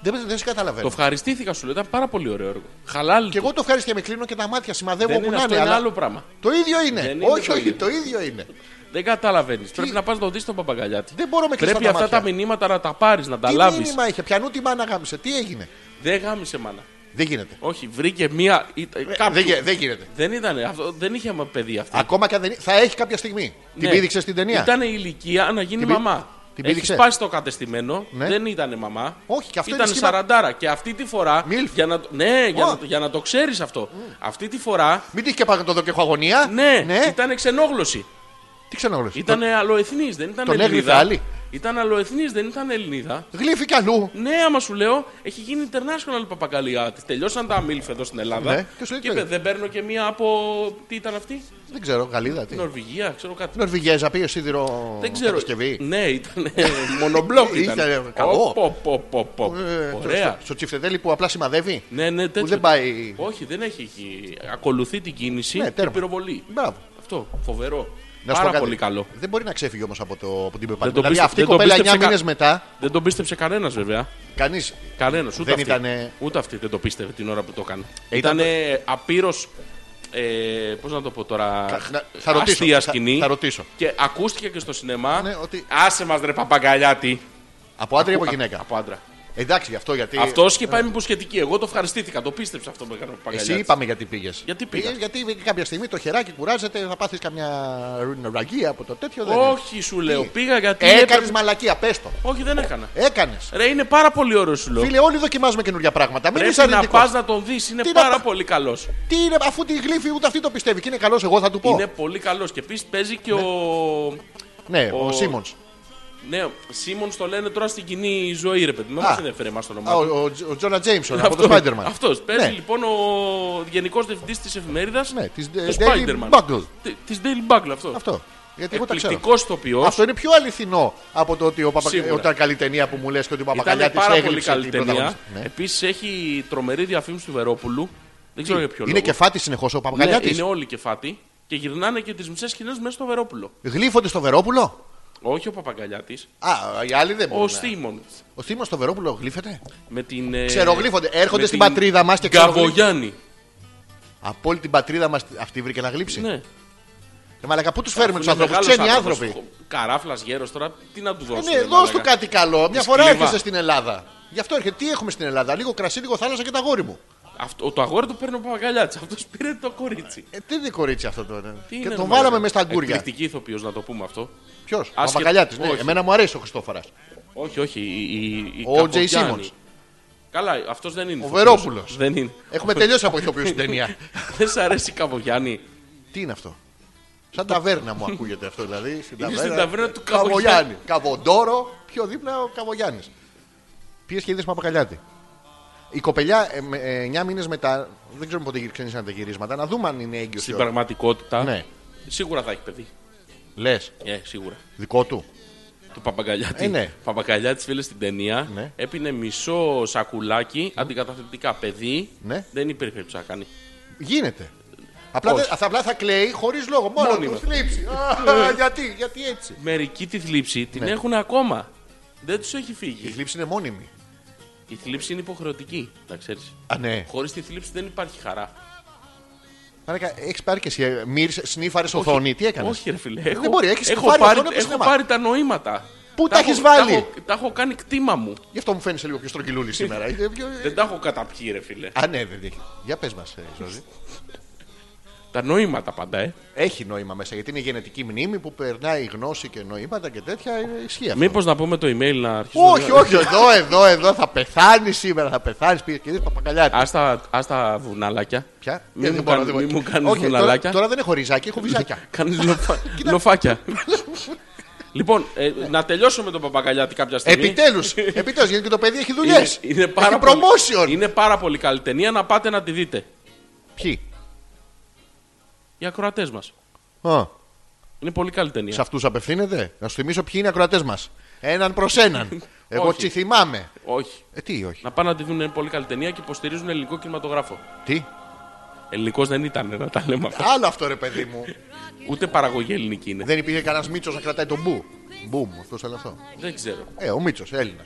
S1: Δεν, δεν σε
S2: Το
S1: καταλαβαίνω.
S2: ευχαριστήθηκα σου λέω. Ήταν πάρα πολύ ωραίο έργο. Χαλάλι.
S1: Και εγώ το ευχαριστώ και με κλείνω και τα μάτια σημαδεύω
S2: δεν
S1: όπου
S2: είναι
S1: να
S2: αυτό,
S1: είναι.
S2: είναι
S1: αλλά
S2: άλλο πράγμα.
S1: Το ίδιο είναι.
S2: Δεν είναι
S1: όχι,
S2: το
S1: όχι,
S2: ίδιο.
S1: το ίδιο είναι.
S2: Δεν καταλαβαίνεις. Πρέπει να πας να το δεις τον παπαγκαλιάτη.
S1: Δεν μπορώ με κλειστά
S2: Πρέπει
S1: τα
S2: αυτά τα
S1: μάτια.
S2: μηνύματα να τα πάρεις, να τα
S1: Τι
S2: λάβεις.
S1: μήνυμα είχε, πιανού τη μάνα γάμισε, τι έγινε.
S2: Δεν γάμισε μάνα.
S1: Δεν γίνεται.
S2: Όχι, βρήκε μία. ήταν- Ε, κάποιου.
S1: Δεν, γι- δεν γίνεται.
S2: Δεν ήταν. Αυτό, δεν είχε παιδί αυτή.
S1: Ακόμα και αν δεν. Θα έχει κάποια στιγμή. Την πήδηξε στην ταινία.
S2: Ναι. Ήταν η ηλικία να γίνει
S1: Την πή-
S2: μαμά.
S1: την
S2: Έχει
S1: πήδηξε.
S2: σπάσει το κατεστημένο.
S1: Ναι.
S2: Δεν ήταν μαμά.
S1: Όχι, και αυτό
S2: ήταν
S1: είναι σχήμα-
S2: σαραντάρα. Και αυτή τη φορά.
S1: Μιλφ.
S2: Για να... το- Ναι, για
S1: Ω.
S2: να, το- για να το ξέρεις αυτό. Αυτή τη φορά.
S1: Μην τύχει και πάνω το δω και έχω αγωνία.
S2: Ναι, ήταν ξενόγλωση.
S1: Τι ξαναγνωρίζει.
S2: Ήταν αλοεθνή, δεν ήταν
S1: τον έγλειφε
S2: Ελληνίδα.
S1: άλλη.
S2: Ήταν αλοεθνή, δεν ήταν Ελληνίδα.
S1: Γλύφει κι αλλού.
S2: Ναι, άμα σου λέω, έχει γίνει international παπαγκαλιά. Τελειώσαν τα μίλφ εδώ στην Ελλάδα.
S1: Ναι, και σου λέει τι
S2: είπε,
S1: λέει.
S2: δεν παίρνω και μία από. Τι ήταν αυτή,
S1: Δεν ξέρω, Γαλλίδα. Τι.
S2: Νορβηγία, ξέρω κάτι.
S1: Νορβηγέζα πήγε σίδηρο
S2: Δεν ξέρω.
S1: κατασκευή.
S2: Ναι, ήταν μονομπλοκ.
S1: Ήταν
S2: Ήταν
S1: καλό.
S2: Πω, πω, πω, πω.
S1: Ε,
S2: Ωραία.
S1: Στο, στο τσιφτετέλι που απλά σημαδεύει.
S2: Ναι, ναι, τέτοιο.
S1: δεν πάει-
S2: Όχι, δεν έχει. έχει- Ακολουθεί την κίνηση
S1: Ναι,
S2: και
S1: τέρμα.
S2: πυροβολεί.
S1: Μπράβο.
S2: Αυτό, φοβερό.
S1: Να σου πω
S2: Πάρα
S1: κάτι.
S2: πολύ καλό.
S1: Δεν μπορεί να ξέφυγε όμως από, το, από την
S2: το
S1: πεπατημένη. Δηλαδή
S2: πίστευ-
S1: αυτή η
S2: δεν το
S1: κοπέλα 9
S2: πίστεψε κα-
S1: μήνες μετά,
S2: Δεν τον πίστεψε κανένας βέβαια.
S1: κανείς.
S2: Κανένας. Ούτε,
S1: Δεν
S2: αυτή.
S1: ήτανε-
S2: ούτε αυτή δεν το πίστευε την ώρα που το έκανε.
S1: Ε, ήταν
S2: ήταν απείρο. Ε, Πώς να το πω τώρα.
S1: Θα ρωτήσω.
S2: αστεία
S1: θα-
S2: σκηνή.
S1: θα ρωτήσω.
S2: Και ακούστηκε και στο σινεμά.
S1: Ναι, ότι-
S2: Άσε μας ρε παπαγκαλιάτη.
S1: Από άντρα ή από
S2: Α-
S1: γυναίκα.
S2: Από άντρα.
S1: Εντάξει, γι' αυτό γιατί.
S2: Αυτός και πάει με υποσχετική. Εγώ το ευχαριστήθηκα. Το πίστεψα αυτό που έκανε ο
S1: ε, Εσύ
S2: Παπαγκαλιάτης.
S1: είπαμε γιατί πήγες.
S2: Γιατί πήγα.
S1: γιατί κάποια στιγμή το χεράκι κουράζεται, θα πάθεις καμιά ραγία από το τέτοιο. δεν είναι.
S2: Όχι, σου λέω.
S1: Τι?
S2: Πήγα γιατί.
S1: Έκανες
S2: έπρεπε-
S1: μαλακία, πες το.
S2: Όχι, δεν έκανα.
S1: Έκανες.
S2: Ρε, είναι πάρα πολύ ωραίο σου λέω.
S1: Φίλε, όλοι δοκιμάζουμε καινούργια πράγματα. Μην είσαι
S2: Πρέπει να
S1: αρνητικός.
S2: πας να τον δεις. Είναι
S1: Τι να
S2: πάρα
S1: πα-
S2: πολύ καλός.
S1: Τι είναι, αφού τη γλύφει ούτε αυτή το πιστεύει και είναι καλός, εγώ θα του πω.
S2: Είναι πολύ καλός. Και επίσης παίζει και ο.
S1: Ναι, ο,
S2: ο-
S1: Σίμονς.
S2: Ναι, Σίμον το λένε τώρα στην κοινή ζωή, ρε παιδί. μου. Μα
S1: Α.
S2: ενδιαφέρει εμάς το όνομά
S1: Α,
S2: του.
S1: ο, ο Τζόνα Τζέιμσον από το Spider-Man.
S2: Αυτός. Παίζει
S1: Ναι.
S2: λοιπόν ο γενικός διευθυντής της εφημερίδας.
S1: Ναι, της
S2: του
S1: Daily Bugle.
S2: Τη Daily Bugle αυτό.
S1: Αυτό. Γιατί εγώ τα ξέρω.
S2: Εκπληκτικός τοπίο.
S1: Αυτό είναι πιο αληθινό από το ότι ο Παπα...
S2: Σίγουρα.
S1: όταν καλή ταινία που μου λες και ότι ο
S2: Ήταν
S1: Παπακαλιάτης
S2: πάρα πολύ
S1: έγλειψε
S2: καλή
S1: την
S2: ταινία. Ε,
S1: πρωταγωνίστρια. Ναι.
S2: Επίσης έχει τρομερή διαφήμιση του Βερόπουλου. Δεν ξέρω για ποιο
S1: Ε, Είναι
S2: λόγο.
S1: κεφάτη συνεχώς ο
S2: Ναι,
S1: Παπακαλιάτης.
S2: είναι όλοι κεφάτι και γυρνάνε και τις μισές σκηνές μέσα στο Βερόπουλο.
S1: Γλύφονται στο Βερόπουλο.
S2: Όχι ο Παπαγκαλιάτης,
S1: Α, οι άλλοι δεν μπορούν.
S2: ο
S1: να-
S2: Στίμον.
S1: Ο Θήμο στο Βερόπουλο γλύφεται.
S2: Με την. ε,
S1: Ξερογλύφονται. Έρχονται
S2: με
S1: στην
S2: την
S1: πατρίδα μας και ξερογλύφ-
S2: Γκαβογιάννη.
S1: Από όλη την πατρίδα μας αυτή βρήκε να γλύψει.
S2: Ναι.
S1: Ε, μαλακα, πού τους φέρουμε τους
S2: Είναι
S1: ανθρώπους.
S2: μεγάλος
S1: Ξένοι
S2: άνθρωπος.
S1: άνθρωποι.
S2: Καράφλας γέρος τώρα, τι να τους
S1: Ε,
S2: δώσω.
S1: Ναι, δώσ' του κάτι καλό. Μια
S2: Της
S1: φορά
S2: κλέβα.
S1: έρχεσαι στην Ελλάδα. Γι' αυτό έρχεται. Τι έχουμε στην Ελλάδα. Λίγο κρασί, λίγο θάλασσα και τα γόρι μου.
S2: Αυτό, το αγόρι του παίρνει ο Παπαγκαλιάτη. Αυτός πήρε το κορίτσι.
S1: Ε, τι είναι κορίτσι αυτό τώρα.
S2: Τι
S1: και
S2: είναι,
S1: τον
S2: ρε,
S1: βάλαμε
S2: μαλάκα.
S1: μέσα στα αγκούρια.
S2: Εκπληκτική ηθοποιός, να το πούμε αυτό.
S1: Ποιος, ο
S2: Άσχε-
S1: Παπακαλιάτη. Ναι,
S2: όχι.
S1: εμένα μου αρέσει ο Χριστόφορας.
S2: Όχι, όχι. Η, η, η
S1: Ο Τζέι
S2: Καπογιάννη.
S1: Σίμονς.
S2: Καλά, αυτός δεν είναι.
S1: Ο
S2: ηθοποιός.
S1: Βερόπουλος.
S2: Δεν είναι.
S1: Έχουμε τελειώσει από ηθοποιού στην ταινία.
S2: δεν σ' αρέσει η Καβογιάννη.
S1: Τι είναι αυτό. Σαν ταβέρνα μου ακούγεται αυτό δηλαδή. Στην
S2: Είναι
S1: ταβέρνα,
S2: στην ταβέρνα του Καβογιάννη.
S1: Καβοντόρο, πιο δίπλα ο Καβογιάννης. Πήγε και είδες Παπακαλιάτη. Η κοπελιά ε, 9 μήνες μετά, δεν ξέρουμε πότε ξεκίνησαν τα γυρίσματα, να δούμε αν είναι έγκυος.
S2: Στην πραγματικότητα.
S1: Ναι.
S2: Σίγουρα θα έχει παιδί.
S1: Λες,
S2: Ε, σίγουρα.
S1: δικό του.
S2: Του Παπαγκαλιάτη.
S1: Ε, ναι.
S2: Παπαγκαλιάτη, φίλε, στην ταινία
S1: Ναι.
S2: έπινε μισό σακουλάκι αντικαταθλιπτικά. Παιδί
S1: Ναι.
S2: δεν υπήρχε περίπτωση να κάνει.
S1: Γίνεται. Απλά,
S2: Όχι.
S1: δεν- θα, απλά θα κλαίει χωρίς λόγο. Μόνο
S2: Μόνιμα. Ναι.
S1: του θλίψη. Α, γιατί, γιατί έτσι.
S2: Μερικοί τη θλίψη
S1: Ναι.
S2: την έχουν ακόμα. Δεν τους έχει
S1: Η
S2: φύγει.
S1: θλίψη είναι μόνιμη.
S2: Η θλίψη είναι υποχρεωτική, να ξέρεις.
S1: Α, ναι.
S2: Χωρίς τη θλίψη δεν υπάρχει χαρά.
S1: Μαρακα, έχεις πάρει και εσύ. Μύρισες, σνίφαρες οθόνη. Τι έκανες.
S2: Όχι, ρε φίλε. Έχω,
S1: μπορεί, έχεις
S2: έχω,
S1: κουφάρει
S2: πάρει,
S1: οθόνη από
S2: έχω
S1: σινεμά.
S2: πάρει τα νοήματα.
S1: Πού τα έχει
S2: έχω-
S1: βάλει.
S2: Τα έχω, τα έχω κάνει κτήμα μου.
S1: Γι' αυτό μου φαίνεσαι λίγο πιο στρογγυλούλη σήμερα. Είναι πιο-
S2: Δεν τα έχω καταπιεί, ρε φίλε.
S1: Α, ναι, δεν έχει. Για πες μας, Ζώζη.
S2: Τα νοήματα πάντα, ε.
S1: Έχει νόημα μέσα γιατί είναι γενετική μνήμη που περνάει γνώση και νοήματα και τέτοια. ε, Ισχύει αυτό.
S2: Μήπως να πούμε το email να αρχίσουμε.
S1: Όχι, όχι, εδώ, εδώ, εδώ θα πεθάνει σήμερα. Θα πεθάνεις, πήγε και δεις παπακαλιά.
S2: Ας τα, ας τα βουναλάκια.
S1: Πια. Ε,
S2: Μην
S1: δεν
S2: μου,
S1: μπορώ,
S2: κάν,
S1: δεν μπορώ.
S2: μη μου κάνεις
S1: Όχι, τώρα-
S2: βουναλάκια.
S1: Τώρα δεν έχω ριζάκι, έχω βυζάκια.
S2: Κάνεις λοφα- λοφάκια. λοιπόν, ε, να τελειώσω με τον Παπαγκαλιάτη κάποια στιγμή.
S1: Επιτέλους, επιτέλους, γιατί και το παιδί έχει δουλειές.
S2: Είναι, είναι, πάρα
S1: Ε, έχει promotion.
S2: πολύ, είναι πάρα πολύ καλή ταινία να πάτε να τη δείτε.
S1: Ποιοι.
S2: Οι ακροατές μας.
S1: Α,
S2: Είναι πολύ καλή
S1: σε
S2: ταινία.
S1: αυτούς απευθύνεται. Να σου θυμίσω ποιοι είναι οι ακροατές μας. Έναν προς έναν. Εγώ
S2: Όχι.
S1: τσι θυμάμαι.
S2: Όχι.
S1: Ε, τι, όχι.
S2: Να πάνε να τη δουν, είναι πολύ καλή ταινία και υποστηρίζουν ελληνικό κινηματογράφο.
S1: Τι.
S2: Ελληνικός δεν ήταν, να τα λέμε αυτά.
S1: Άλλο αυτό ρε παιδί μου.
S2: Ούτε παραγωγή ελληνική είναι.
S1: Ε, Δεν υπήρχε κανένας Μίτσος να κρατάει τον μπου. Μπουμ, αυτό ήταν αυτό.
S2: Δεν ξέρω.
S1: Ε, ο Μίτσος, Έλληνας.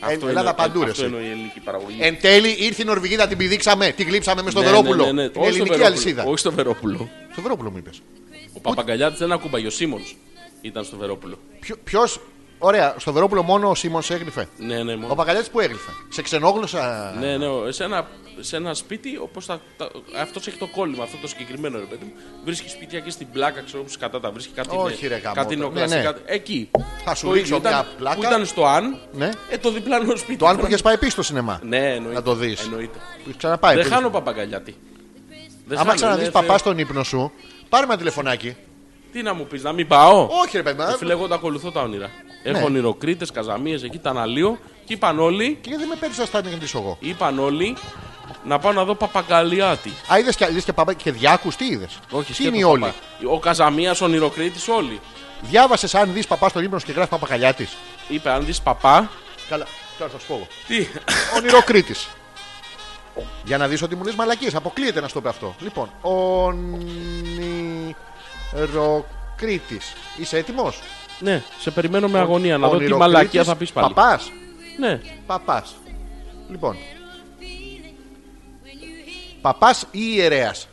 S2: Αυτό
S1: Ελλάδα
S2: εννοώ-
S1: παντού, ρε.
S2: Αυτό
S1: εσύ.
S2: εννοεί η ελληνική παραγωγή.
S1: Εν τέλει ήρθε η Νορβηγίδα, την πηδήξαμε, την γλύψαμε μες στο
S2: Ναι,
S1: Βερόπουλο.
S2: ναι, ναι, ναι.
S1: Την
S2: Όχι στο
S1: ελληνική
S2: Βερόπουλο.
S1: αλυσίδα.
S2: Όχι στο Βερόπουλο.
S1: Στο Βερόπουλο μου είπες.
S2: Ο Παπαγκαλιάτη δεν ακούμπαγε. Ο Σίμον ήταν στο Βερόπουλο.
S1: Ποιο. Ωραία, στο Βερόπουλο μόνο ο Σίμον σε έγλυφε.
S2: Ναι, ναι, μόνο.
S1: Ο Παπαγαλιάτη που έγλυφε. Σε ξενόγλωσσα.
S2: Ναι, ναι, ο- σε ένα, σε ένα σπίτι, όπως θα. Τα... Αυτός έχει το κόλλημα, αυτό το συγκεκριμένο ρε παιδί μου. Βρίσκει σπίτια και στην πλάκα, ξέρω όπως κατά τα βρίσκει. Κάτι
S1: Όχι,
S2: είναι,
S1: ρε, γαμώτο.
S2: κάτι είναι
S1: Ναι, ναι.
S2: Εκεί.
S1: Θα σου
S2: Το
S1: ρίξω
S2: ίδιο
S1: μια
S2: ήταν-
S1: πλάκα.
S2: Που ήταν στο αν,
S1: Ναι.
S2: ε, το διπλάνο σπίτι.
S1: Το αν που
S2: ήταν-
S1: είχες πάει πίσω στο σινεμά.
S2: Ναι, εννοείται.
S1: Να το δεις.
S2: Εννοείται.
S1: Ξαναπάει.
S2: Δεν
S1: πίσω.
S2: χάνω παπαγκαλιάτη.
S1: Άμα
S2: Δεν χάνω, ναι,
S1: ξαναδεί
S2: είναι
S1: παπά
S2: θεό.
S1: στον ύπνο σου, πάρε με ένα τηλεφωνάκι.
S2: Τι να μου πεις, να μην πάω.
S1: Όχι, ρε παιδί
S2: Ρε
S1: μου.
S2: Φίλε, εγώ τα ακολουθώ τα όνειρα.
S1: Ναι.
S2: Έχω ονειροκρίτες, καζαμίες, εκεί τα αναλύω και είπαν όλοι,
S1: Και γιατί με παίρνεις στο στάδιο να τη εγώ.
S2: είπαν όλοι να πάω να δω παπαγκαλιάτη.
S1: Α, είδες και, είδες και, παπά, και διάκους, τι είδες. τι
S2: σκέτο,
S1: είναι οι
S2: παπα.
S1: όλοι.
S2: Ο Καζαμίας, ονειροκρίτης, όλοι.
S1: Διάβασες αν δεις παπά στον ύπνο σου και γράφεις παπακαλιά τη.
S2: Είπε, αν δεις παπά.
S1: Καλά, τώρα θα σου πω. εγώ.
S2: Τι.
S1: Ονειροκρίτης. Για να δεις ότι μου λες μαλακίες. Αποκλείεται να σου το πει αυτό. Λοιπόν, ονειροκρίτης. Είσαι έτοιμος.
S2: ναι, σε περιμένω με αγωνία να δω τι
S1: Ονειροκρίτης,
S2: μαλακία θα πεις πάλι.
S1: Παπάς.
S2: Ναι,
S1: Παπάς. Λοιπόν. Παπάς ή ιερέας.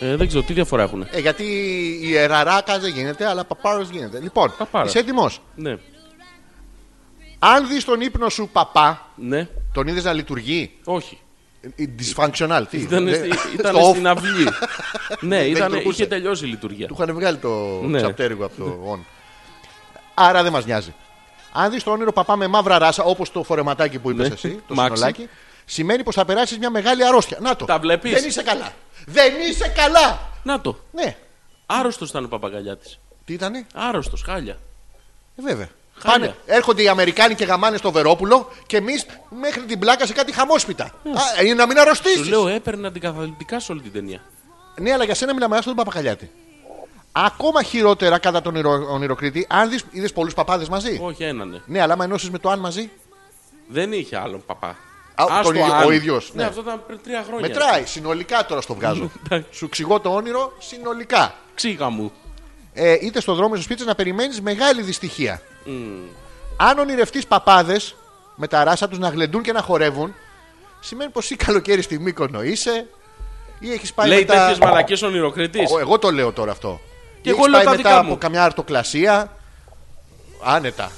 S2: ε, δεν ξέρω τι διαφορά έχουν.
S1: Ε, γιατί ιεραράκας δεν γίνεται, αλλά παπάρος γίνεται. Λοιπόν,
S2: Παπάρα.
S1: είσαι έτοιμος.
S2: Ναι,
S1: Αν δεις τον ύπνο σου παπά,
S2: ναι,
S1: τον είδες να λειτουργεί.
S2: όχι.
S1: Ε, Dysfunctional, τι.
S2: Ήταν,
S1: δεν-
S2: στη, ήταν
S1: Ναι, στο off.
S2: στην αυλή. ναι, ήταν,
S1: λειτουργούσε.
S2: είχε τελειώσει η λειτουργία.
S1: Του είχαν βγάλει το
S2: Ναι.
S1: ξαπτέρυγο από το on. Άρα δεν μας νοιάζει. Αν δεις το όνειρο παπά με μαύρα ράσα, όπως το φορεματάκι που είπες
S2: Ναι.
S1: εσύ, το
S2: Μάξι.
S1: συνολάκι, σημαίνει πως θα περάσεις μια μεγάλη αρρώστια. Να το.
S2: Τα βλέπεις.
S1: Δεν είσαι καλά. Δεν είσαι καλά.
S2: Να το.
S1: Ναι.
S2: Άρρωστος ήταν ο παπαγκαλιάτη.
S1: Τι ήτανε. Ε,
S2: Άρρωστος, χάλια.
S1: βέβαια.
S2: Χάλια.
S1: Πάνε, έρχονται οι Αμερικάνοι και γαμάνε στο Βερόπουλο και εμείς μέχρι την πλάκα σε κάτι χαμόσπιτα. Α, είναι να μην αρρωστήσεις.
S2: Του λέω έπαιρνε αντικαθαλυτικά σε όλη την ταινία.
S1: Ναι, αλλά για σένα μιλάμε άστον τον παπακαλιάτη. Ακόμα χειρότερα κατά τον ονειρο- ονειροκρίτη, αν δεις, είδες πολλούς παπάδες μαζί.
S2: Όχι, έναν. ναι.
S1: Ναι, αλλά άμα ενώσεις με το αν μαζί.
S2: Δεν είχε άλλον παπά.
S1: Α,
S2: Ας
S1: τον
S2: το
S1: ίδιο-
S2: αν.
S1: ο ίδιος,
S2: Ναι,
S1: ναι.
S2: αυτό ήταν πριν τρία χρόνια.
S1: Μετράει. Συνολικά τώρα στο βγάζω.
S2: Ναι, Εντάξει.
S1: Σου εξηγώ το όνειρο συνολικά.
S2: Ξύγα μου.
S1: Ε, είτε στο δρόμο είτε στο σπίτι σου να περιμένεις μεγάλη δυστυχία. Αν ονειρευτείς παπάδες με τα ράσα τους να γλεντούν και να χορεύουν, σημαίνει πως ή καλοκαίρι στη Μύκονο είσαι ή έχεις πάει
S2: Λέει
S1: μετά.
S2: τέτοιε μαλακίε ονειροκριτή.
S1: Ο- εγώ το λέω τώρα αυτό.
S2: Και
S1: Ή
S2: εγώ
S1: έχεις
S2: λέω
S1: πάει
S2: τα
S1: μετά
S2: δικά
S1: από
S2: μου.
S1: καμιά αρτοκλασία. Άνετα.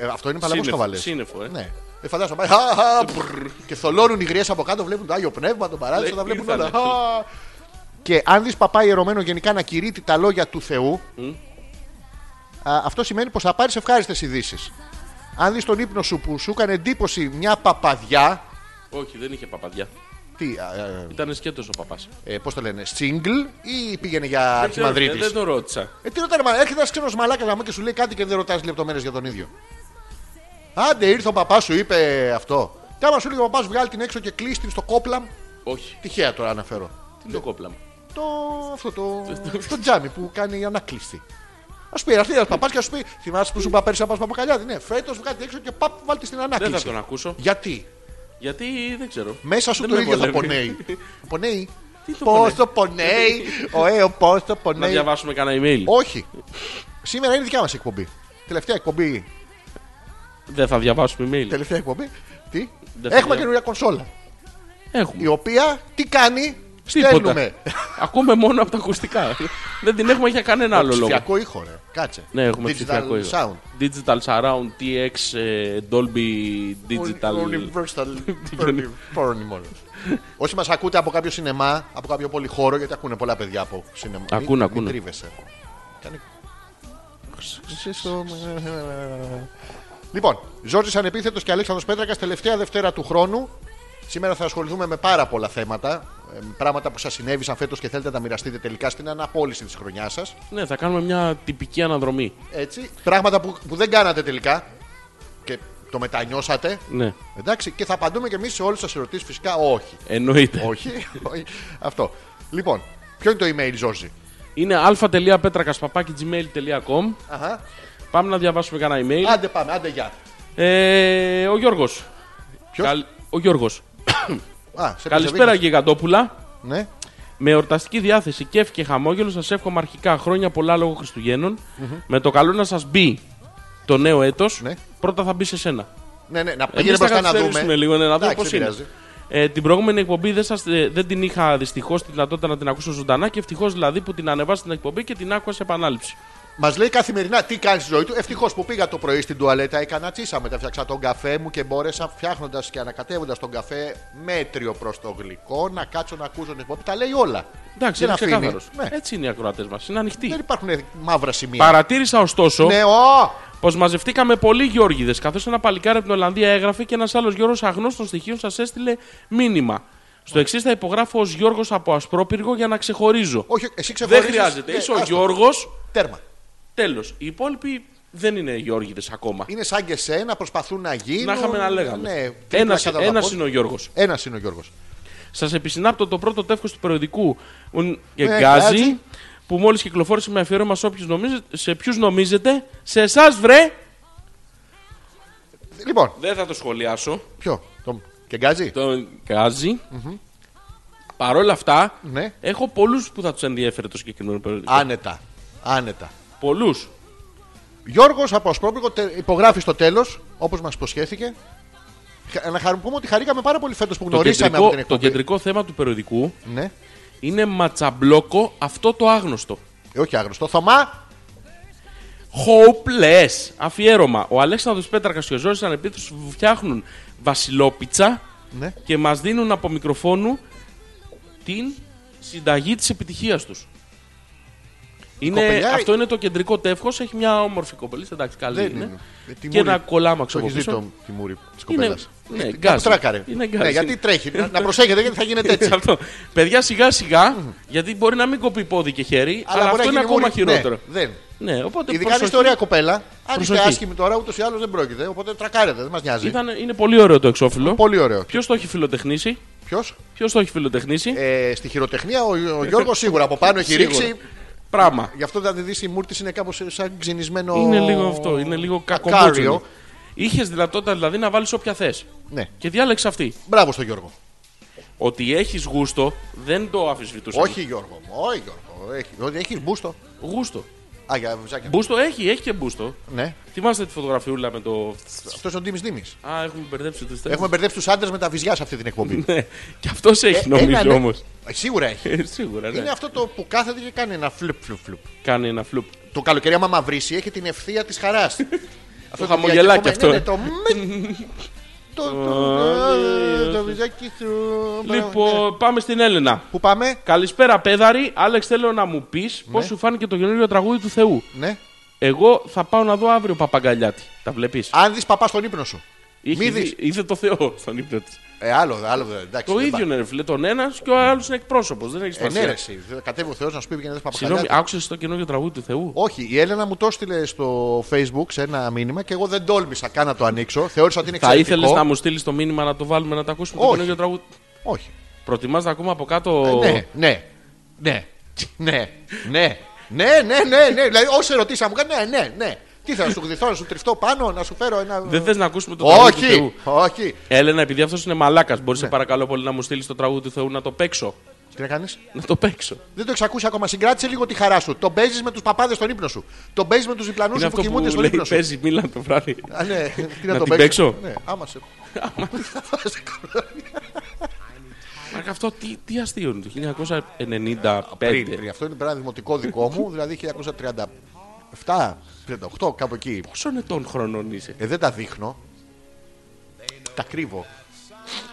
S1: Ε, αυτό είναι παλαβός
S2: Σύννεφο,
S1: καβαλέ.
S2: σύννεφο, ε.
S1: Ναι. Ε, φαντάζομαι. πάει, «Χα, χα, πρρρ». και θολώνουν οι γριές από κάτω, βλέπουν το άγιο πνεύμα, τον παράδεισο,
S2: Λέει,
S1: τα βλέπουν όλα.
S2: Ναι, ήρθανε.
S1: «Χα». Και αν δεις παπά ιερωμένο γενικά να κηρύττει τα λόγια του Θεού, α, αυτό σημαίνει πως θα πάρεις ευχάριστες ειδήσεις. Αν δεις τον ύπνο σου που σου έκανε εντύπωση μια παπαδιά.
S2: Όχι, δεν είχε παπαδιά.
S1: Τι, α, ε,
S2: Ήταν σκέτος ο παπάς.
S1: ε, πώς το λένε, σίγγλ ή πήγαινε για
S2: Δεν,
S1: αρχιμανδρίτης.
S2: δεν το ρώτησα.
S1: Ε, τι ρωτάνε, μα, έρχεται ένας ξένος μαλάκας να μου και σου λέει κάτι και δεν ρωτάς λεπτομέρειες για τον ίδιο. Άντε, ήρθε ο παπάς σου, είπε αυτό. Τι άμα σου λέει ο παπάς, βγάλει την έξω και κλείσει την στο κόπλαμ.
S2: Όχι.
S1: Τυχαία τώρα αναφέρω.
S2: Τι είναι το κόπλα μου.
S1: Το, αυτό το, το τζάμι που κάνει η ανάκληση. Ας πει, έρθει ένα παπάς και ας πει: Θυμάσαι που σου είπα πέρσι να πας παπακαλιάδι. Ναι, φέτος βγάλει την έξω και παπ, βάλτε στην
S2: Δεν
S1: ανάκληση.
S2: θα τον ακούσω.
S1: Γιατί
S2: Γιατί δεν ξέρω.
S1: μέσα σου
S2: Δεν
S1: το
S2: με
S1: ίδιο θα
S2: βολεύει.
S1: πονέει. πονέει.
S2: Τι το
S1: Πώς
S2: πονέει?
S1: το πονέει, ο ε, ο πώς το
S2: Να
S1: πονέει.
S2: διαβάσουμε κανένα email.
S1: Όχι. Σήμερα είναι δικιά μας εκπομπή. Τελευταία εκπομπή.
S2: Δεν θα διαβάσουμε email.
S1: Τελευταία εκπομπή. Τι.
S2: θα
S1: Έχουμε
S2: διαβάσω.
S1: καινούργια κονσόλα. Η
S2: Έχουμε.
S1: οποία τι κάνει. Στέλνουμε.
S2: Ακούμε μόνο από τα ακουστικά. Δεν την έχουμε για κανένα άλλο λόγο.
S1: Ψηφιακό ήχο, ρε. Κάτσε.
S2: Ναι, έχουμε
S1: Digital
S2: ψηφιακό ήχο.
S1: sound.
S2: Digital Surround TX ε, Dolby Digital.
S1: Universal Pornimol. Όσοι μας ακούτε από κάποιο σινεμά, από κάποιο πολύ χώρο, γιατί ακούνε πολλά παιδιά από σινεμά.
S2: Ακούνε,
S1: Μην-
S2: ακούνε.
S1: Μην κρύβεσαι. Κάνε- Είσαι στο- Λοιπόν, Ζόρζη Ανεπίθετος και Αλέξανδρος Πέτρακας, τελευταία Δευτέρα του χρόνου. Σήμερα θα ασχοληθούμε με πάρα πολλά θέματα. ε, Πράγματα που σας συνέβησαν φέτος και θέλετε να τα μοιραστείτε τελικά στην αναπόληση της χρονιάς σας.
S2: Ναι, θα κάνουμε μια τυπική αναδρομή.
S1: Έτσι. Πράγματα που, που δεν κάνατε τελικά και το μετανιώσατε.
S2: Ναι,
S1: Εντάξει, και θα απαντούμε και εμείς σε όλες τι ερωτήσεις. Φυσικά, όχι.
S2: εννοείται.
S1: όχι, όχι. Αυτό. Λοιπόν, ποιο είναι το email, Ζόρζη.
S2: Είναι α.πέτρακα.gmail.com
S1: Αχα.
S2: Πάμε να διαβάσουμε κανένα email.
S1: Άντε, πάμε, άντε, γεια.
S2: Ε, ο Γιώργος.
S1: Ποιος? Ε,
S2: Καλ- Ο Γιώργος.
S1: Α, σε
S2: Καλησπέρα
S1: πεζεβήκες.
S2: γιγαντόπουλα.
S1: Ναι.
S2: Με εορταστική διάθεση, κέφ και χαμόγελο, σας εύχομαι αρχικά χρόνια πολλά λόγω Χριστουγέννων. Με το καλό να σας μπει το νέο έτος,
S1: Ναι.
S2: πρώτα θα μπει σε σένα.
S1: ναι, ναι, να
S2: Εμείς
S1: πήγαινε μπροστά να
S2: καθυστερήσουμε
S1: δούμε.
S2: λίγο, ναι, να δούμε
S1: Εντάξει,
S2: πώς
S1: δεν
S2: είναι.
S1: πειράζει.
S2: Ε, την προηγούμενη εκπομπή δεν, σας, ε, δεν την είχα δυστυχώς τη δυνατότητα να την ακούσω ζωντανά και ευτυχώς δηλαδή που την ανεβάσει την εκπομπή και την άκουσα σε επανάληψη.
S1: Μας λέει καθημερινά τι κάνει στη ζωή του. Ευτυχώς που πήγα το πρωί στην τουαλέτα, έκανα τσίσα. Μετά φτιάξα τον καφέ μου και μπόρεσα φτιάχνοντας και ανακατεύοντας τον καφέ μέτριο προς το γλυκό να κάτσω να ακούσω την εκπομπή. Τα λέει όλα.
S2: Εντάξει, Ε,
S1: Δεν
S2: είναι
S1: αφήνει.
S2: ξεκάθαρος.
S1: Ναι.
S2: Έτσι είναι οι ακροατές μας. Είναι ανοιχτοί.
S1: Δεν υπάρχουν μαύρα σημεία.
S2: Παρατήρησα ωστόσο
S1: Ναι, ω!
S2: πως μαζευτήκαμε πολλοί Γιώργιδε, καθώς ένα παλικάρι από την Ολλανδία έγραφε και ένας άλλος Γιώργος αγνώστων στοιχείων σας έστειλε μήνυμα. Στο εξής θα υπογράφω ως Γιώργος από Ασπρόπυργο για να ξεχωρίζω.
S1: Όχι, εσύ
S2: δεν
S1: ξεχωρίζεις.
S2: χρειάζεται.
S1: Ναι,
S2: Είσαι ο
S1: άστο.
S2: Γιώργος,
S1: Τέρμα.
S2: τέλος. Οι υπόλοιποι δεν είναι Γιώργιδε ακόμα.
S1: Είναι σαν και σένα, προσπαθούν να γίνουν.
S2: Να είχαμε να λέγαμε.
S1: Ναι,
S2: ένας, ένας είναι ο Γιώργος.
S1: Ένας είναι ο Γιώργος.
S2: Σας επισυνάπτω το πρώτο τεύχος του περιοδικού Ουν και
S1: Ναι,
S2: Γκάζι,
S1: Γκάζι.
S2: που μόλις κυκλοφόρησε με αφιέρωμα σε όποιους νομίζετε- σε ποιους νομίζετε. Σε εσάς, βρε!
S1: Λοιπόν,
S2: Δεν θα το σχολιάσω.
S1: ποιο. Το... Και γκάζι.
S2: Τον γκαζι Παρ' όλα αυτά,
S1: Ναι.
S2: έχω πολλούς που θα τους ενδιέφερε το συγκεκριμένο περιοδικό.
S1: Άνετα. Άνετα.
S2: Πολλούς.
S1: Γιώργος από Ασπρόπυργο τε- υπογράφει στο τέλος, όπως μας υποσχέθηκε. Χα- Να χαρ- πούμε ότι χαρήκαμε πάρα πολύ φέτος που
S2: Το,
S1: γνωρίσαμε από
S2: κεντρικό,
S1: την
S2: το
S1: εκπομπή.
S2: κεντρικό θέμα του περιοδικού
S1: Ναι.
S2: είναι ματσαμπλόκο αυτό το άγνωστο.
S1: Ε, όχι άγνωστο. Θωμά,
S2: Hopeless. Αφιέρωμα. Ο Αλέξανδρος Πέτρακας και ο Ζώρης Ανεπίθους φτιάχνουν βασιλόπιτσα
S1: Ναι.
S2: και μας δίνουν από μικροφόνου την συνταγή της επιτυχίας τους. Είναι,
S1: Κοπελιά, ε-
S2: αυτό είναι το κεντρικό τεύχος. Έχει μια όμορφη κοπελής. Εντάξει, καλή
S1: Δεν
S2: είναι.
S1: είναι. Ε, τη
S2: Και
S1: μούρη.
S2: ένα κολάμαξο
S1: το
S2: από
S1: έχεις δει
S2: πίσω.
S1: το τη μούρη τη κοπέλας.
S2: ναι,
S1: Ε, κάπου
S2: γκάζι.
S1: τράκαρε.
S2: Είναι γκάζι,
S1: ναι, γιατί
S2: είναι.
S1: τρέχει. να, να προσέχετε γιατί θα γίνεται έτσι.
S2: Αυτό. Παιδιά, σιγά σιγά, γιατί μπορεί να μην κοπεί πόδι και χέρι, αλλά,
S1: μπορεί
S2: αυτό
S1: να
S2: είναι
S1: γίνει
S2: ακόμα
S1: μούρη. Ναι,
S2: χειρότερο.
S1: δεν.
S2: Ναι, οπότε
S1: Ειδικά αν
S2: προσοχή.
S1: είστε ωραία κοπέλα, αν είστε
S2: Προσοχή.
S1: άσχημοι τώρα, ούτως ή άλλως δεν πρόκειται. Οπότε τρακάρετε, δεν μας νοιάζει.
S2: Ήταν, είναι πολύ ωραίο το εξώφυλλο.
S1: Πολύ ωραίο.
S2: Ποιος το έχει φιλοτεχνήσει,
S1: Ποιος?
S2: Ποιος το έχει φιλοτεχνήσει,
S1: Ε, στη χειροτεχνία ο, ο Γιώργος σίγουρα από πάνω έχει
S2: Σίγουρα.
S1: ρίξει.
S2: Πράγμα.
S1: Γι' αυτό θα τη δεις η μούρτης είναι κάπως σαν ξυνισμένο.
S2: Είναι λίγο αυτό, είναι λίγο
S1: κακάριο.
S2: κακό. Είχες δυνατότητα δηλαδή να βάλεις όποια θες.
S1: Ναι.
S2: Και διάλεξε αυτή.
S1: Μπράβο στον Γιώργο.
S2: Ότι έχεις γούστο δεν το αφισβητούσε.
S1: Όχι Γιώργο, μου, όχι Γιώργο. Έχει, ότι έχεις μπούστο.
S2: Γούστο.
S1: Α, για βυζάκια.
S2: Μπούστο έχει, έχει και μπούστο.
S1: Ναι.
S2: Θυμάστε τη φωτογραφιούλα με το.
S1: Αυτός είναι ο Ντίμης Ντίμη.
S2: Α, έχουμε μπερδέψει τους
S1: Έχουμε μπερδέψει τους άντρες με τα βυζιά σε αυτή την εκπομπή.
S2: Ναι, και αυτός έχει νομίζω
S1: ένα, ναι.
S2: όμως.
S1: Ε, Σίγουρα έχει.
S2: Σίγουρα, ναι.
S1: Είναι αυτό το που κάθεται και κάνει ένα φλουπ φλουπ φλουπ.
S2: Κάνει ένα φλουπ.
S1: Το καλοκαίρι, άμα μαυρίσει, έχει την ευθεία της χαράς. αυτό
S2: χαμογελάκι
S1: διακόπτουμε, ναι,
S2: αυτό.
S1: ναι, Το. το- το- Το βυζάκι σου. Ναι.
S2: Λοιπόν, πάμε στην Έλενα.
S1: Πού πάμε,
S2: Καλησπέρα, πέδαρη. Άλεξ, θέλω να μου πεις πώ
S1: Ναι.
S2: σου φάνηκε το καινούριο τραγούδι του Θεού.
S1: ναι.
S2: Εγώ θα πάω να δω αύριο παπαγκαλιάτη. Τα βλέπεις.
S1: Αν δεις παπά στον ύπνο σου. μη δεις.
S2: Είδε το Θεό στον ύπνο της.
S1: Ε, άλλο, άλλο, εντάξει.
S2: Το
S1: δεν
S2: ίδιο είναι, ρε φίλε. Τον ένας και ο άλλος είναι εκπρόσωπος. Δεν έχεις
S1: πάει. Ε, ναι, ρε,
S2: σημασία.
S1: εσύ. Κατέβει ο Θεός να σου πει πήγαινε παπά.
S2: Συγγνώμη, άκουσες το καινούριο τραγούδι του Θεού.
S1: Όχι, η Έλενα μου το έστειλε στο Facebook σε ένα μήνυμα και εγώ δεν τόλμησα καν να το ανοίξω. Θεώρησα ότι είναι
S2: Θα
S1: εξαιρετικό.
S2: ήθελες να μου στείλεις το μήνυμα να το βάλουμε να το ακούσουμε το
S1: Όχι.
S2: καινούριο τραγούδι.
S1: Όχι.
S2: Προτιμάς να ακούμε από κάτω.
S1: Ε, ναι, ναι, ναι, ναι, ναι, ναι, ναι, ναι, ναι. Δηλαδή, όσε ερωτήσει μου κάνει, ναι, ναι, ναι. Τι θέλω, να σου γδυθώ, να σου τριφτώ πάνω, να σου φέρω ένα.
S2: Δεν θες να ακούσουμε το τραγούδι του
S1: όχι, Ναι.
S2: Θεού.
S1: όχι.
S2: Έλενα, επειδή αυτός είναι μαλάκας, μπορείς σε παρακαλώ πολύ να μου στείλεις το τραγούδι του Θεού να το παίξω.
S1: Τι να κάνεις.
S2: Να το παίξω.
S1: Δεν το έχει ακούσει ακόμα. Συγκράτησε λίγο τη χαρά σου. Τον παίζεις με τους παπάδες στον ύπνο σου. Τον παίζεις με τους διπλανούς
S2: είναι
S1: σου που
S2: αυτό που,
S1: κοιμούνται στον
S2: λέει
S1: ύπνο σου.
S2: παίζει μίλα το βράδυ.
S1: Α, ναι, τι
S2: Να
S1: να τον παίξω.
S2: την παίξω?
S1: Ναι, άμα σε.
S2: Μαλάκα αυτό τι, τι αστείο είναι το 1995.
S1: Πριν, πριν. Αυτό είναι ένα δημοτικό δικό μου, δηλαδή 1937, 38, κάπου εκεί.
S2: Πόσων ετών χρονών είσαι.
S1: Ε, δεν τα δείχνω. Τα κρύβω.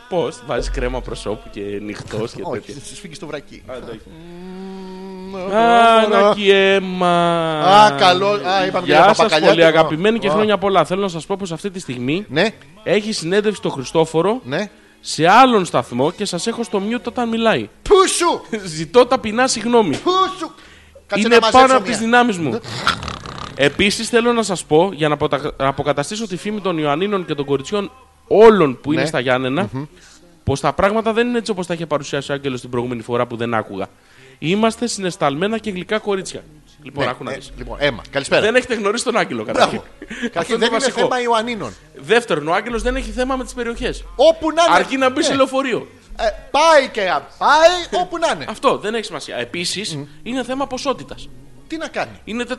S2: Πώς, βάζεις κρέμα προσώπου και νυχτός και
S1: Όχι,
S2: τέτοια.
S1: στη σφίγγει στο βρακί.
S2: Α, εντάξει. Ανακιέμα.
S1: Α, καλό. Α, είπαμε και
S2: Γεια
S1: για
S2: σας,
S1: παπακαλιά.
S2: πολύ αγαπημένοι και
S1: Α.
S2: χρόνια πολλά. Θέλω να σας πω πως αυτή τη στιγμή
S1: Ναι,
S2: έχει συνέντευξη το Χριστόφορο
S1: ναι.
S2: σε άλλον σταθμό και σας έχω στο mute όταν μιλάει.
S1: Πού σου!
S2: Ζητώ ταπεινά συγγνώμη.
S1: Πού σου! Κάτσε
S2: Είναι
S1: να μαζέψω
S2: πάνω από τι
S1: μία.
S2: δυνάμεις μου. Επίσης θέλω να σας πω για να αποτα- να αποκαταστήσω τη φήμη των Ιωαννίνων και των κοριτσιών όλων που είναι
S1: Ναι.
S2: στα Γιάννενα πως τα πράγματα δεν είναι έτσι όπως τα είχε παρουσιάσει ο Άγγελος την προηγούμενη φορά που δεν άκουγα. Είμαστε συναισταλμένα και γλυκά κορίτσια. Λοιπόν,
S1: Ναι,
S2: άκου να
S1: ναι,
S2: δεις.
S1: Λοιπόν, έμα. Καλησπέρα.
S2: Δεν έχετε γνωρίσει τον Άγγελο καταρχήν.
S1: Μπράβο.
S2: Αυτό
S1: Καταρχήν
S2: είναι
S1: δεν
S2: το
S1: είναι
S2: βασικό.
S1: θέμα Ιωαννίνων.
S2: Δεύτερον, ο Άγγελος δεν έχει θέμα με τις περιοχές.
S1: Όπου να είναι.
S2: Αρκεί να μπει
S1: Ναι.
S2: σε λεωφορείο.
S1: Ε, Πάει και α- πάει όπου να είναι.
S2: Αυτό δεν έχει σημασία. Επίσης, είναι θέμα ποσότητας.
S1: Τι να κάνει.
S2: Είναι 400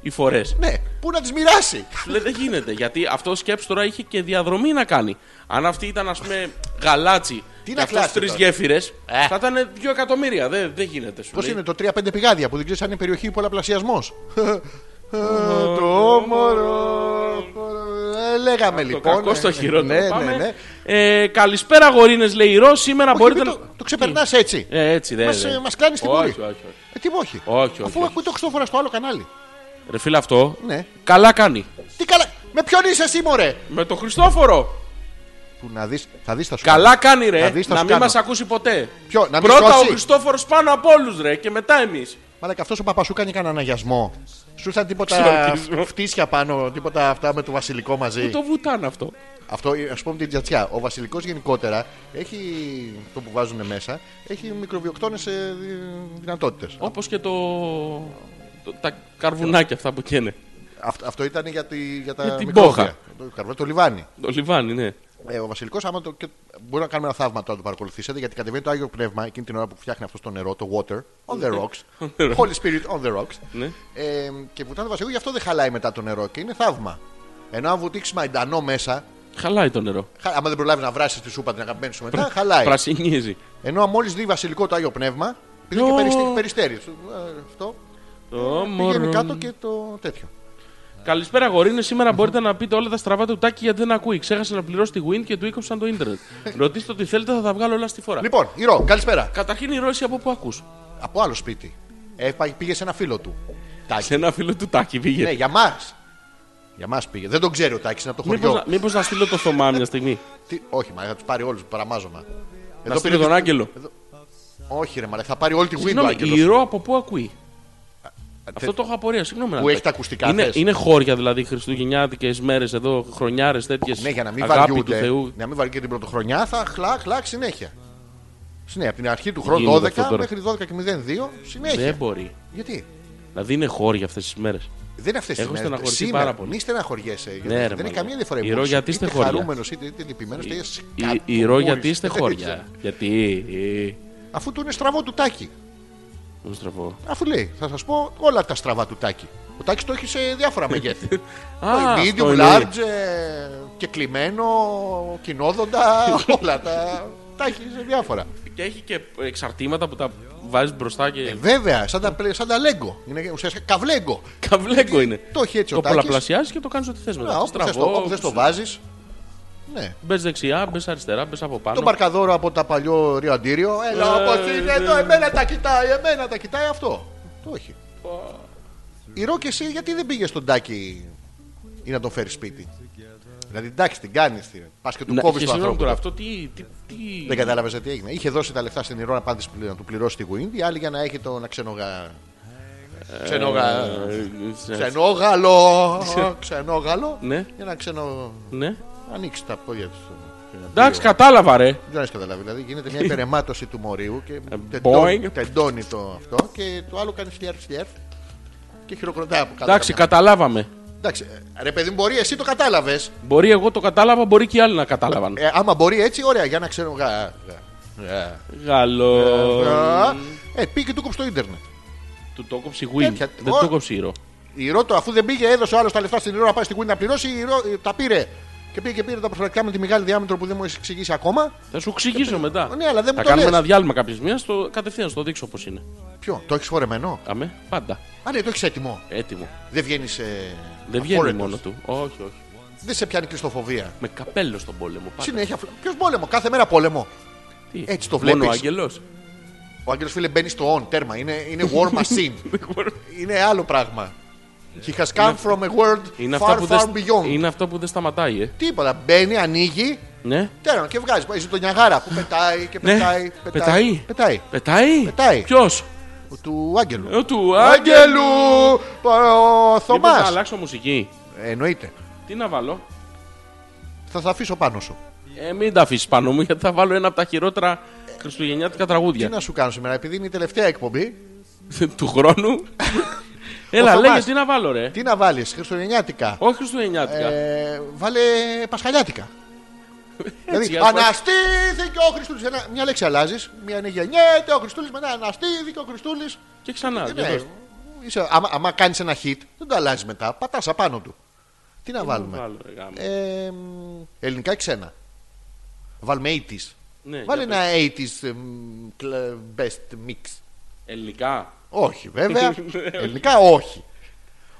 S2: οι φορές.
S1: Ναι, πού να τις μοιράσει.
S2: Λέει δεν γίνεται. Γιατί αυτό σκέψη τώρα είχε και διαδρομή να κάνει. Αν αυτή ήταν, ας πούμε, γαλάτσι.
S1: Τι
S2: και
S1: να
S2: αυτός
S1: κλάσει
S2: τρεις
S1: τώρα.
S2: γέφυρες. Θα ήταν δύο εκατομμύρια. Δεν, δεν γίνεται. Σου
S1: Πώς
S2: λέει.
S1: είναι το 3-5 πηγάδια που δεν ξέρεις αν είναι περιοχή ή πολλαπλασιασμός. Το μωρό. Ε, Λέγαμε
S2: Το
S1: λοιπόν.
S2: κακό
S1: ε,
S2: στο χειρότερο.
S1: Ναι, ναι,
S2: Πάμε.
S1: ναι.
S2: Ε, καλησπέρα, γορίνες, λέει η Ρο. Σήμερα
S1: Όχι,
S2: μπορείτε
S1: μην Ε, το-
S2: να.
S1: Το ξεπερνάς έτσι.
S2: Ε, έτσι δεν
S1: Μας,
S2: δεν.
S1: ε, μας κάνεις την
S2: Όχι,
S1: πόλη.
S2: όχι, όχι.
S1: Ε, τι μου όχι.
S2: Όχι, όχι,
S1: Αφού
S2: όχι.
S1: ακούει το Χριστόφορα στο άλλο κανάλι.
S2: Ρε φίλε, αυτό
S1: Ναι.
S2: καλά κάνει.
S1: Τι καλά. Με ποιον είσαι εσύ, μωρέ.
S2: Με τον Χριστόφορο.
S1: Που να δεις, θα δεις τα σου
S2: Καλά κάνει,
S1: Θα
S2: ρε.
S1: δεις, θα
S2: Να
S1: σου
S2: μην
S1: κάνω.
S2: μας ακούσει ποτέ.
S1: Ποιο, να μην
S2: Πρώτα ο
S1: σώσει?
S2: Χριστόφορος πάνω από όλους, ρε. Και μετά εμείς.
S1: Μαλά και αυτός ο παπάς σου κάνει κανένα αναγιασμό. Σου ήρθαν τίποτα
S2: Ξυλοκισμό.
S1: φτύσια πάνω, τίποτα αυτά με το βασιλικό μαζί.
S2: Το βουτάν αυτό.
S1: Αυτό ας πούμε την τζατσιά. Ο βασιλικός γενικότερα έχει το που βάζουν μέσα, έχει ε, μικροβιοκτώνε δυνατότητες.
S2: Όπως και το... το- τα καρβουνάκια αυτά που καίνε.
S1: Αυτό, αυτό ήταν για, τη, για τα
S2: Για την
S1: μικρόβια.
S2: πόχα.
S1: Το, καρβέ- το λιβάνι.
S2: Το λιβάνι, ναι.
S1: Ε, ο βασιλικός, άμα το. Και, μπορεί να κάνουμε ένα θαύμα τώρα να το παρακολουθήσετε, γιατί κατεβαίνει το άγιο πνεύμα εκείνη την ώρα που φτιάχνει αυτό το νερό, το water, on the rocks. Holy Spirit on the rocks.
S2: Ναι.
S1: Ε, και βουτάνε το βασιλικό, γι' αυτό δεν χαλάει μετά το νερό και είναι θαύμα. Ενώ αν βουτήξει μαϊντανό μέσα,
S2: Χαλάει το νερό.
S1: χα- άμα δεν προλάβει να βράσει τη σούπα την αγαπημένη σου μετά, χαλάει.
S2: Πρασινίζει.
S1: Ενώ μόλις δει βασιλικό το Άγιο Πνεύμα, πήρε και
S2: Ω.
S1: περιστέρι. περιστέρι. Σου, ε, Αυτό
S2: Το
S1: πηγαίνει
S2: μωρό.
S1: κάτω και το τέτοιο.
S2: Καλησπέρα, γορίνε. Σήμερα μπορείτε να πείτε όλα τα στραβά του τάκι γιατί δεν ακούει. Ξέχασε να πληρώσει τη Win και του ήκοψαν το ίντερνετ. Ρωτήστε ό,τι θέλετε, θα τα βγάλω όλα στη φορά.
S1: Λοιπόν, Ηρώ, καλησπέρα.
S2: Καταρχήν η Ρώση από πού ακούς.
S1: Από άλλο σπίτι. Ε, πα- πήγε σε ένα φίλο του. Τάκη.
S2: Σε ένα φίλο του τάκι πήγε.
S1: Ναι, για μας. Για μας πήγε. Δεν τον ξέρει ο Τάκης, είναι από το χωριό.
S2: Μήπω να, μήπως να στείλω το Θωμά μια στιγμή.
S1: Τι... Όχι, μα θα τους πάρει όλους, παραμάζωμα.
S2: να στείλω τον Άγγελο.
S1: Όχι, ρε, μα θα πάρει όλη τη Ε, Wii του
S2: Συγγνώμη, η
S1: Άγγελο.
S2: Ρο από πού ακούει. Αυτό το έχω απορία, συγγνώμη. να
S1: Που
S2: το
S1: έχει τα ακουστικά
S2: Είναι,
S1: θες.
S2: είναι χώρια δηλαδή χριστουγεννιάτικες μέρες εδώ, χρονιάρες τέτοιες.
S1: Ναι, για να μην
S2: αγάπη του
S1: βαριούνται. Ναι.
S2: Θεού.
S1: Να μην βαριούνται την πρωτοχρονιά, θα χλακ, χλακ συνέχεια. Συνέχεια, από την αρχή του χρόνου
S2: Γίνεται
S1: 12
S2: αυτό τώρα.
S1: μέχρι 12 και 02 συνέχεια.
S2: Δεν μπορεί.
S1: Γιατί.
S2: Δηλαδή είναι χώρια αυτές τις μέρες.
S1: Δεν είναι αυτές τις
S2: Έχω
S1: μέρες.
S2: στεναχωρηθεί
S1: Σήμερα,
S2: πάρα πολύ. Ναι,
S1: Μη στεναχωριέσαι. γιατί
S2: ρε,
S1: δεν
S2: μαλάκα.
S1: έχει καμία διαφορά.
S2: Ηρώ,
S1: emotion.
S2: γιατί είστε
S1: είτε
S2: χώρια.
S1: χαρούμενος είτε, είτε λυπημένος είτε
S2: Η, η Ρο, γιατί είστε χώρια. γιατί. ε,
S1: Αφού του είναι στραβό του τάκι.
S2: Πού στραβώ.
S1: Αφού λέει, θα σας πω όλα τα στραβά του τάκι. Ο τάκι το έχει σε διάφορα μεγέθη.
S2: Α, αυτό
S1: medium,
S2: είναι.
S1: large, ε, κεκλειμένο, κοινόδοντα, όλα τα. Τα έχει σε διάφορα.
S2: Και έχει και εξαρτήματα που τα βάζεις μπροστά και.
S1: Ε, βέβαια, σαν τα, πλε- σαν τα λέγκο. Είναι ουσιαστικά καβλέγκο.
S2: Καβλέγκο είναι.
S1: Το έχει έτσι ο
S2: Το
S1: Τάκης.
S2: πολλαπλασιάζεις και το κάνεις ό,τι θες
S1: Να,
S2: μετά.
S1: Όπου θες το- όπου θες το βάζεις. Ναι.
S2: Μπες δεξιά, μπες αριστερά, μπες από πάνω. Ε, ναι.
S1: Τον παρκαδόρο από τα παλιό Ριαντήριο. Έλα, όπω είναι εδώ, εμένα τα κοιτάει, εμένα τα κοιτάει αυτό. Το όχι. Η Ρο και εσύ γιατί δεν πήγες στον Τάκη ή να τον φέρεις σπίτι. Δηλαδή εντάξει, την κάνεις. Πας και του
S2: Να-
S1: κόβεις
S2: και
S1: το
S2: συγγνώμη
S1: ανθρώπου.
S2: τώρα, αυτό τι. τι, τι...
S1: Δεν κατάλαβες τι έγινε. Είχε δώσει τα λεφτά στην Ρο να, πάνε της- να του πληρώσει τη Wind, η άλλη για να έχει τον ξενογα. Ξενογα.
S2: Ε, σε-
S1: Ξενόγαλο. Ξενόγαλο.
S2: Ναι.
S1: Για να ξενο.
S2: Ναι.
S1: ανοίξει τα πόδια του.
S2: Εντάξει, κατάλαβα ρε.
S1: Δεν έχεις καταλάβει. Δηλαδή γίνεται μια υπερεμάτωση του μορίου και
S2: Boing.
S1: τεντώνει, τεντώνει το αυτό και το άλλο κάνει σλιάρ σλιάρ και χειροκροτάει από κάτω.
S2: Εντάξει,
S1: καμιά.
S2: καταλάβαμε.
S1: Εντάξει, ε, ρε παιδί μου, μπορεί εσύ το κατάλαβες.
S2: Μπορεί εγώ το κατάλαβα, μπορεί και οι άλλοι να κατάλαβαν.
S1: Ε, άμα μπορεί έτσι, ωραία, για να ξέρω. Γα, γα, γα.
S2: Γαλλό.
S1: Ε, πήγε και του κόψει το ίντερνετ.
S2: Του το κόψει η Win.
S1: Τέτοια-
S2: Δεν
S1: Ω.
S2: το κόψει η Ρο.
S1: Η Ρότο, αφού δεν πήγε, έδωσε ο άλλος τα λεφτά στην Ρο να πάει στην Queen να πληρώσει. Η Ρο, ε, τα πήρε και πήγε και πήρε τα προφορικά με τη μεγάλη διάμετρο που δεν μου έχει εξηγήσει ακόμα.
S2: Θα σου εξηγήσω μετά.
S1: Ναι, αλλά δεν μου
S2: θα
S1: το
S2: κάνουμε
S1: λες.
S2: ένα διάλειμμα κάποια στιγμή, στο... κατευθείαν στο δείξω πώς είναι.
S1: Ποιο, το έχεις φορεμένο.
S2: Αμέ, πάντα.
S1: Α, ναι, το έχεις έτοιμο.
S2: Έτοιμο.
S1: Δεν βγαίνεις σε.
S2: Δεν βγαίνει μόνο του. Όχι, όχι.
S1: Δεν σε πιάνει κλειστοφοβία.
S2: Με καπέλο στον πόλεμο. Πάντα.
S1: Συνέχεια. Ποιος πόλεμο, κάθε μέρα πόλεμο.
S2: Τι?
S1: έτσι το
S2: Μόνο ο
S1: βλέπεις.
S2: Άγγελος.
S1: Ο Άγγελος φίλε μπαίνει στο on, τέρμα. Είναι, είναι war machine. είναι άλλο πράγμα. He has come from a world
S2: Είναι, αυτά
S1: far,
S2: που
S1: far
S2: δεν-
S1: beyond.
S2: είναι αυτό που δεν σταματάει, ε.
S1: Τίποτα. Μπαίνει, ανοίγει,
S2: Ναι.
S1: τέρμα και βγάζει. Πάει τον Νιαγάρα που πετάει και
S2: Ναι.
S1: πετάει.
S2: Πετάει.
S1: πετάει.
S2: Πετάει.
S1: Πετάει.
S2: Ποιος.
S1: Ο Του Άγγελου.
S2: Ε, Ο του Άγγελου.
S1: Άγγελου! Ο
S2: Λοιπόν, θα
S1: Θωμά.
S2: αλλάξω μουσική.
S1: Εννοείται.
S2: Τι να βάλω.
S1: Θα τα αφήσω πάνω σου.
S2: Ε, μην τα αφήσεις πάνω μου γιατί θα βάλω ένα από τα χειρότερα χριστουγεννιάτικα
S1: Τι
S2: τραγούδια
S1: να σου κάνω σήμερα, επειδή είναι η τελευταία εκπομπή,
S2: του χρόνου. Έλα,
S1: Θωμάς.
S2: λέγε τι να βάλω, ρε.
S1: τι να βάλεις, Χριστουγεννιάτικα.
S2: Όχι χριστουγεννιάτικα.
S1: Ε, βάλε Πασχαλιάτικα. δηλαδή,
S2: για να
S1: αναστήθηκε ο Χριστούλης. Μια λέξη αλλάζεις. Μια είναι γεννιέται ο Χριστούλης, μετά αναστήθηκε ο Χριστούλης.
S2: Και ξανά. για
S1: Ναι,
S2: δώστε.
S1: είσαι, άμα, άμα κάνεις ένα hit, δεν το αλλάζεις μετά. Πατάς απάνω του. Τι να
S2: Να
S1: βάλουμε.
S2: Ε, βάλω, ρε, γάμο.
S1: Ε, μ, ελληνικά ή ξένα. Βάλουμε 80s.
S2: Ναι,
S1: Βάλε
S2: για
S1: ένα 80s μ, κλε- best mix.
S2: ναι. Ελληνικά.
S1: Όχι,
S2: Ναι,
S1: βέβαια. Ελληνικά όχι.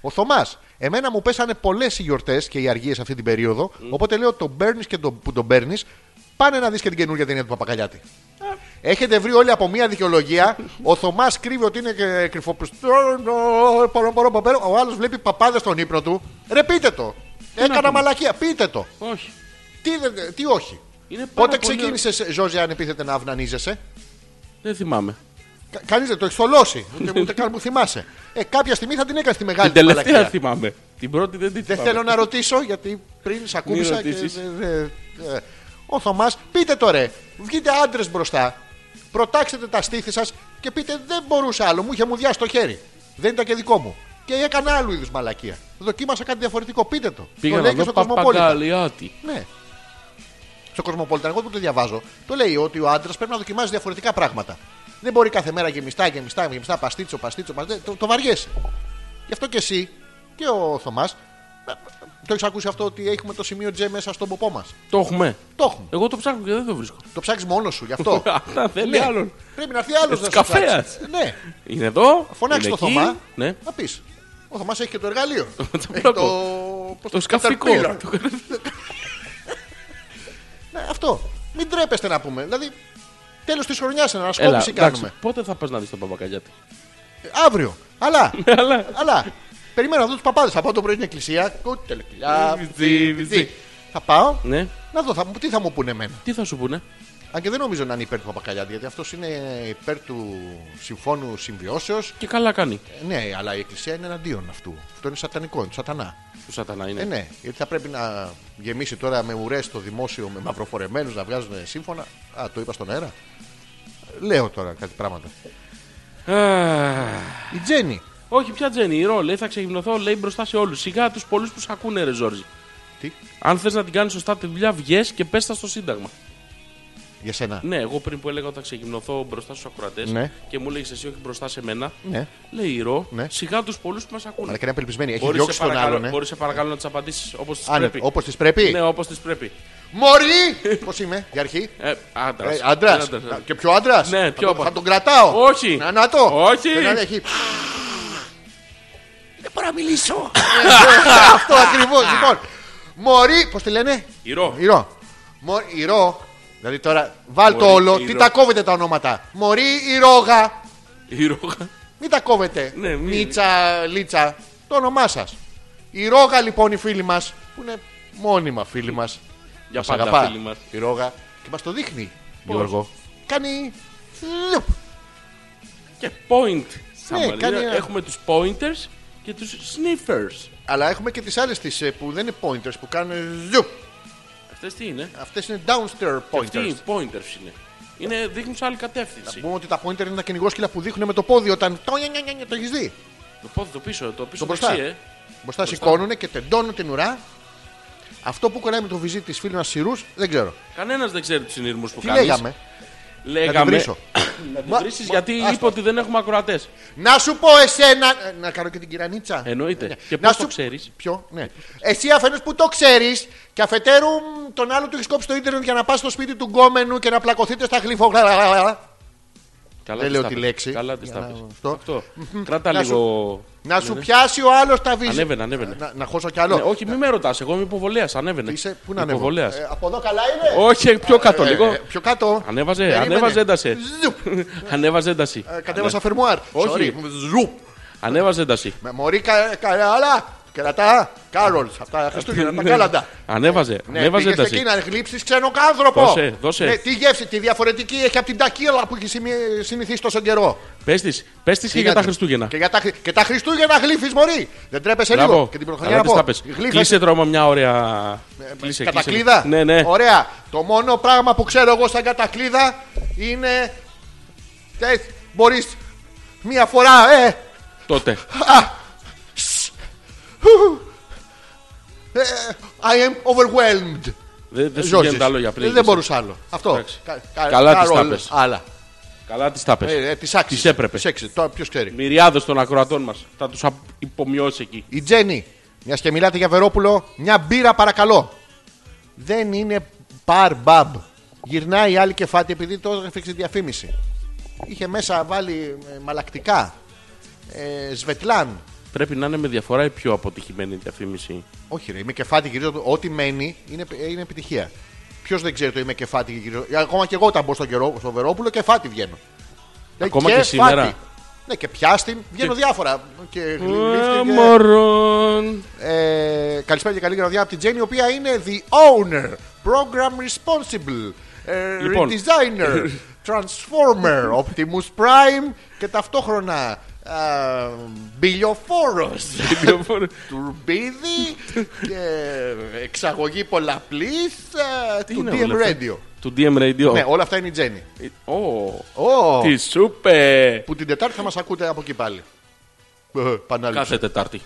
S1: Ο Θωμάς. Εμένα μου πέσανε πολλές οι γιορτές και οι αργίες αυτή την περίοδο. Οπότε λέω τον παίρνει και τον, που τον παίρνει, πάνε να δεις και την καινούργια ταινία του Παπακαλιάτη.
S2: Ε.
S1: Έχετε βρει όλοι από μία δικαιολογία. Ο Θωμάς κρύβει ότι είναι ε, κρυφοπροσπιστρώνο, παρο, παρο, παπέρο. Ο άλλος βλέπει παπάδες στον ύπνο του. Ρε πείτε το. Έκανα μαλακία. Πείτε το.
S2: Όχι.
S1: Τι, δεν- τι όχι.
S2: Είναι πάρα
S1: Πότε
S2: πολύ ωραίο.
S1: ξεκίνησες, Ζόζια, αν επίθετε να αυνανίζεσαι.
S2: Δεν θυμάμαι.
S1: Κανείς δεν το έχει θολώσει. Ούτε, ούτε καν που θυμάσαι. Ε, κάποια στιγμή θα την έκανες τη μεγάλη
S2: Την
S1: την
S2: τελευταία
S1: μαλακία.
S2: θυμάμαι. Την πρώτη δεν την
S1: Δεν
S2: θυμάμαι.
S1: θέλω να ρωτήσω γιατί πριν σε ακούμπησα και.
S2: ρωτήσεις.
S1: δε- δε- δε- Ο Θωμάς, πείτε το ρε. Βγείτε άντρες μπροστά. Προτάξετε τα στήθη σας και πείτε δεν μπορούσα άλλο. Μου είχε μου διάσει το χέρι. Δεν ήταν και δικό μου. Και έκανα άλλου είδους μαλακία. Δοκίμασα κάτι διαφορετικό. Πείτε το.
S2: Πήγα
S1: το
S2: να
S1: λέει και
S2: δω
S1: στο Κοσμοπόλιτα.
S2: Παπαγκαλιάτη.
S1: Ναι. Στο Κοσμοπόλιτα, εγώ που το διαβάζω, το λέει ότι ο άντρας πρέπει να δοκιμάζει διαφορετικά πράγματα. Δεν μπορεί κάθε μέρα γεμιστά, γεμιστά, γεμιστά, παστίτσο, παστίτσο, παστίτσο. Το, το βαριέσαι. Γι' αυτό και εσύ και ο Θωμάς. Το έχεις ακούσει αυτό ότι έχουμε το σημείο J μέσα στον ποπό μας.
S2: Το έχουμε.
S1: Το έχουμε.
S2: Εγώ το ψάχνω και δεν το βρίσκω.
S1: Το ψάξεις μόνος σου γι' αυτό.
S2: Αυτά θέλει
S1: Ναι.
S2: άλλον.
S1: Πρέπει να έρθει άλλος
S2: Έτσι,
S1: να σου
S2: καφέας.
S1: ψάξει. Ναι.
S2: Είναι εδώ.
S1: Φωνάξει
S2: είναι
S1: το
S2: εκεί.
S1: Θωμά.
S2: Ναι.
S1: Να πεις. Ο Θωμάς έχει και το εργαλείο. Έχει
S2: βλέπω.
S1: πώς
S2: Το σκαφικό.
S1: Caterpillar. Ναι, αυτό. Μην τρέπεστε να πούμε. Δηλαδή, τέλος της χρονιάς είναι
S2: Έλα,
S1: ανασκόπηση κάνουμε.
S2: εντάξει, πότε θα πας να δεις τον Παπακαλιάτη.
S1: Ε, Αύριο. Αλλά.
S2: Αλλά
S1: αλλά. Περιμένω να δω τους παπάδες. Θα πάω το πρωί στην εκκλησία. Κουτελκυλιά.
S2: Βυζί, βυζί.
S1: Θα πάω.
S2: Ναι.
S1: Να δω θα, μου- τι θα μου πούνε εμένα.
S2: Τι θα σου πούνε.
S1: Αν και δεν νομίζω να είναι υπέρ του Παπακαλιάτη, γιατί αυτός είναι υπέρ του συμφώνου συμβιώσεως.
S2: Και καλά κάνει.
S1: Ναι, αλλά η Εκκλησία είναι εναντίον αυτού. Αυτό είναι σατανικό, είναι του σατανά.
S2: Του σατανά είναι.
S1: Ε, ναι, γιατί θα πρέπει να γεμίσει τώρα με ουρές το δημόσιο με μαυροφορεμένους να βγάζουν σύμφωνα. Α, το είπα στον αέρα. Λέω τώρα κάτι πράγματα. ναι.
S2: Α,
S1: Η Τζέννη.
S2: όχι πια Τζένι, η Ρο λέει θα ξεγυμνωθώ λέει μπροστά σε όλους. Σιγά τους πολλούς που σ' ακούνε, ρε Ζόρζι.
S1: Τι,
S2: Αν θες να την κάνεις σωστά τη δουλειά, βγες και πες τα στο Σύνταγμα.
S1: για σένα.
S2: Ναι, εγώ πριν που έλεγα ότι θα ξεγυμνωθώ μπροστά στους ακροατές
S1: Ναι.
S2: και μου λέγε εσύ όχι μπροστά σε μένα,
S1: Ναι.
S2: λέει η Ρο,
S1: Ναι.
S2: σιγά τους πολλούς που μας
S1: Αλλά
S2: ακούνε.
S1: και είναι απελπισμένη. Έχει
S2: Μπορείς,
S1: διώξει
S2: σε
S1: τον
S2: παρακαλώ,
S1: άλλον. Ε.
S2: μπορείς, σε παρακαλώ να τις απαντήσεις όπως τις
S1: Άνετα,
S2: πρέπει.
S1: όπως της πρέπει.
S2: Ναι, όπως τις πρέπει.
S1: Μωρή! Πώς είμαι, για αρχή.
S2: Ε, άντρας.
S1: Άντρα. Και πιο άντρας.
S2: Ναι, πιο
S1: Θα
S2: άντρας.
S1: τον κρατάω.
S2: Όχι.
S1: Να, να το.
S2: Όχι.
S1: Δεν να έχει. Ε,
S5: Δεν μπορώ να μιλήσω.
S1: Αυτό ακριβώς. Λοιπόν. Μωρή. Πώς τη λένε.
S2: Η Ρο.
S1: Ηρώ. Μω- Ηρώ. Δηλαδή τώρα βάλ το
S2: Μωρή,
S1: όλο.
S2: Ηρώ.
S1: Τι τα κόβετε τα ονόματα. Μωρή Ηρόγα. Ε,
S2: Η Ρο.
S1: Μην τα κόβετε.
S2: Ναι, μη-
S1: Μίτσα, Λίτσα. Το όνομά σας. Η Ρόγα λοιπόν οι φίλοι μας που είναι μόνιμα φίλοι μας.
S2: Για
S1: μας
S2: πάντα
S1: αγαπά
S2: φίλοι μας.
S1: Η Ρόγα και μας το δείχνει. Γιώργο. Κάνει. Λουπ.
S2: Και point. Σαμαρία.
S1: Ναι, κάνει ένα-
S2: Έχουμε τους pointers και τους sniffers.
S1: Αλλά έχουμε και τις άλλες τις ε, που δεν είναι pointers που κάνουν. Λουπ.
S2: Αυτές τι είναι.
S1: Αυτές είναι downstairs
S2: Αυτοί
S1: pointers.
S2: οι pointers είναι. είναι δείχνουν σε άλλη κατεύθυνση.
S1: Πούμε ότι τα pointer είναι τα κυνηγόσκυλα που δείχνουν με το πόδι όταν. Το, το έχεις δει.
S2: Το πόδι το πίσω, το πίσω
S1: Το μπροστά.
S2: δεξί, ε.
S1: Μπροστά σηκώνουν και τεντώνουν την ουρά. Αυτό που κολλάει με το βυζί της φίλης μας Σιρούς δεν ξέρω.
S2: Κανένας δεν ξέρει τους συνειρμούς που
S1: Τι
S2: κάνεις.
S1: λέγαμε. Να την
S2: Λέγαμε,
S1: βρίσω.
S2: Να την
S1: Μα-
S2: βρίσεις,
S1: μα-
S2: γιατί
S1: άσπα.
S2: είπε ότι δεν έχουμε ακροατές.
S1: Να σου πω εσένα. Ε, Να κάνω και την κυρανίτσα.
S2: Εννοείται.
S1: Ναι.
S2: Ε, Και
S1: Να
S2: πώς
S1: σου-
S2: το ξέρεις.
S1: Ποιο, ναι. Εσύ αφενός που το ξέρεις και αφετέρου μ, τον άλλο του έχεις κόψει το ίντερνετ για να πας στο σπίτι του γκόμενου και να πλακωθείτε στα γλυφόγλα.
S2: Καλά
S1: Δεν
S2: τις
S1: λέω
S2: τα
S1: τη
S2: πες.
S1: λέξη.
S2: Καλά τι
S1: Για
S2: τα
S1: να-
S2: πες.
S1: αυτό.
S2: Αυτό. Κράτα
S1: Να
S2: λίγο.
S1: Να σου πιάσει ο άλλος τα βίζα.
S2: Ανέβαινε, ανέβαινε.
S1: Να, να χώσω κι άλλο.
S2: Ναι, όχι, μη με ρωτάς. Εγώ είμαι υποβολέας. Ανέβαινε.
S1: Είσαι, πού να ανέβω.
S2: Υποβολέας.
S1: Ε, από εδώ καλά είναι.
S2: Όχι, πιο κάτω
S1: Ε,
S2: λίγο.
S1: ε, πιο κάτω.
S2: Ανέβαζε,
S1: Περίμενε.
S2: ανέβαζε ένταση.
S1: Ζουπ.
S2: Ανέβαζε ένταση.
S1: Ε, Κατέβασα φερμουάρ.
S2: Ναι. Όχι.
S1: Sorry. Ζουπ.
S2: Ανέβαζε ένταση.
S1: Με μωρή κα- καλά. Κερατά. Κάρολ. Αυτά
S2: Ναι.
S1: τα Χριστούγεννα. Τα κάλαντα.
S2: Ανέβαζε.
S1: Ναι,
S2: Ανέβαζε
S1: πήγες εκεί
S2: ένταση.
S1: να γλύψεις ξένο άνθρωπο.
S2: Δώσε, δώσε.
S1: Ναι, τη γεύση, τη διαφορετική έχει από την τακίλα που έχει συμι- συνηθίσει τόσο καιρό.
S2: Πες της πες της και για τα Χριστούγεννα.
S1: Και, για τα, Χρι- και τα Χριστούγεννα γλύφεις, Μωρή. Δεν τρέπεσαι λίγο.
S2: Μπράβο.
S1: Και την
S2: Καλά
S1: προχωριά
S2: τι τα πες.
S1: Γλύφες. Ε,
S2: Κλείσε τρώμα μια ωραία. Κλείσε, κλείσε.
S1: Κατακλίδα.
S2: Ναι, ναι.
S1: Ωραία. Το μόνο πράγμα που ξέρω εγώ σαν κατακλίδα είναι. Μπορείς μία φορά, ε,
S2: Τότε.
S1: ε, I am overwhelmed.
S2: Δεν δεν σου
S1: Ζόρζης.
S2: βγαίνουν τα λόγια
S1: Ε, Δεν-
S2: πριν.
S1: δεν μπορούσα άλλο. Αυτό.
S2: Εντάξει.
S1: Κα- κα-
S2: Καλά τις
S1: Carol,
S2: τα πες.
S1: Άλλα.
S2: Καλά τις τα πες.
S1: Ε, ε, τις άξιζε.
S2: Τις έπρεπε.
S1: Τις άξιζε. Τώρα ποιος ξέρει.
S2: Μυριάδε των ακροατών μας. Θα τους υπομειώσει εκεί.
S1: Η Τζέννη, μιας και μιλάτε για Βερόπουλο, μια μπύρα παρακαλώ. Δεν είναι παρ μπαμπ. Γυρνάει η άλλη κεφάτη επειδή το έγραφε στη διαφήμιση. Είχε μέσα βάλει ε, μαλακτικά. Ε, Σβετλάν.
S2: Πρέπει να είναι με διαφορά η πιο αποτυχημένη διαφήμιση.
S1: Όχι, ρε, είμαι κεφάτη γυρίζω. Ό,τι μένει είναι, ε, είναι επιτυχία. Ποιος δεν ξέρει το είμαι κεφάτη γυρίζω. Ακόμα και εγώ όταν μπω στον καιρό, στο Βερόπουλο, κεφάτη βγαίνω. Λέει,
S2: Ακόμα και
S1: κεφάτη.
S2: σήμερα.
S1: Ναι, και πιάστην. Βγαίνω διάφορα. Και
S2: Ε,
S1: γλύφτην και-
S2: Μωρόν.
S1: Ε, καλησπέρα και καλή γραδιά από την Τζέννη, η οποία είναι the owner, program responsible, ε,
S2: Λοιπόν.
S1: redesigner, transformer, Optimus Prime και ταυτόχρονα ε, μπιλιοφόρος, τουρμπίδι και εξαγωγή πολλαπλής ε, του
S2: είναι
S1: DM
S2: όλα αυτά?
S1: Radio.
S2: Του DM
S1: Ναι,
S2: Radio. Ε,
S1: όλα αυτά είναι η Τζέννη.
S2: Ω,
S1: Ω,
S2: Τι σούπε.
S1: Που την Τετάρτη θα μας ακούτε από εκεί πάλι. Ε, Επανάληψη.
S2: Κάθε Τετάρτη.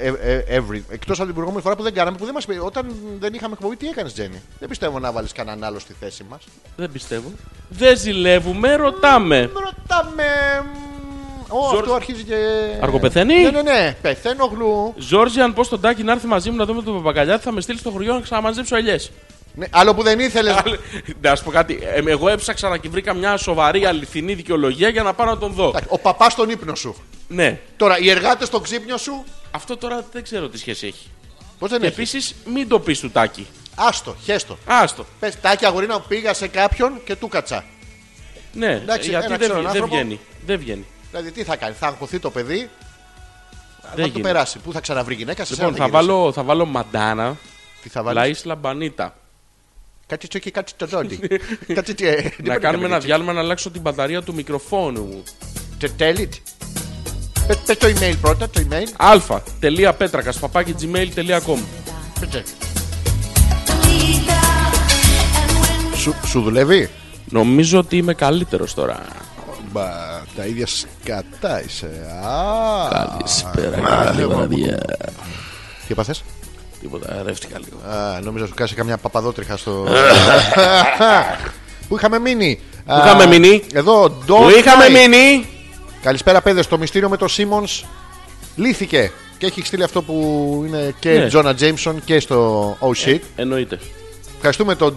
S1: Ε, ε, every. Εκτός από την προηγούμενη φορά που δεν κάναμε, που δεν μας πει. Όταν δεν είχαμε εκπομπή, τι έκανες, Τζέννη. Δεν πιστεύω να βάλεις κανέναν άλλο στη θέση μας.
S2: Δεν πιστεύω. Δεν ζηλεύουμε, ρωτάμε.
S1: Ρωτάμε. μ, Ω,
S2: Ζορ-
S1: αυτό αρχίζει και.
S2: Αργοπεθαίνει?
S1: Ναι, ναι, ναι. Πεθαίνω γλου.
S2: Ζόρζι, αν πω στον Τάκη να έρθει μαζί μου να δούμε τον παπαγκαλιάτη, θα με στείλει στο χωριό να ξαναμαζέψω ελιές.
S1: Ναι, άλλο που δεν ήθελες.
S2: Να σου πω κάτι. Ε, Εγώ έψαξα να και βρήκα μια σοβαρή αληθινή δικαιολογία για να πάω να τον δω.
S1: Ο παπάς στον ύπνο σου.
S2: Ναι.
S1: Τώρα, οι εργάτες στον ξύπνιο σου.
S2: Αυτό τώρα δεν ξέρω τι σχέση Ναι, έχει.
S1: Πώς δεν έχει.
S2: Επίσης, μην το πεις του Τάκη.
S1: Άστο, χέστο.
S2: Άστο.
S1: Πες τάκι αγορίνα, πήγα σε κάποιον και του κατσά.
S2: Ναι,
S1: Εντάξει,
S2: γιατί
S1: ένα
S2: δεν,
S1: ξένον
S2: δεν
S1: άνθρωπο.
S2: βγαίνει. Δεν βγαίνει.
S1: Δηλαδή, τι θα κάνει, θα αγχωθεί το παιδί.
S2: Δεν
S1: θα του
S2: γίνεται.
S1: περάσει. Πού θα ξαναβρει γυναίκα, σε
S2: Λοιπόν,
S1: σένα
S2: θα
S1: γυρίσει.
S2: βάλω, θα βάλω Μαντάνα,
S1: Τι θα
S2: La
S1: βάλεις.
S2: Isla Bonita.
S1: Κάτι τσόκι, κάτι τσοντόντι. Κάτι τσι- ε,
S2: Ναι. Να
S1: τίποτα
S2: κάνουμε
S1: καμία
S2: ένα διάλειμμα να αλλάξω την μπαταρία του μικροφόνου μου.
S1: Τε- Tell it. Πες, πες το email πρώτα, το email.
S2: α.πέτρακα παπάκι gmail.com
S1: Πες. ε. Σου, σου δουλεύει.
S2: Νομίζω ότι είμαι καλύτερος τώρα.
S1: Μπα, τα ίδια σκατά είσαι. Α, ναι,
S2: Καλησπέρα, καλή βραδιά.
S1: Τι έπαθες?
S2: Τίποτα, ε, ρεύτηκα λίγο.
S1: Α, νόμιζα σου κάσει καμιά παπαδότριχα στο... Πού είχαμε μείνει. Πού
S2: είχαμε μείνει.
S1: Εδώ,
S2: Που
S1: Don't
S2: είχαμε
S1: Cry.
S2: μείνει!
S1: Καλησπέρα παιδες, το μυστήριο με το Simmons λύθηκε. Και έχει στείλει αυτό που είναι
S2: Ναι. Ε.
S1: και Τζόνα Τζέιμσον και στο Oh Shit.
S2: Εννοείται.
S1: Ευχαριστούμε τον.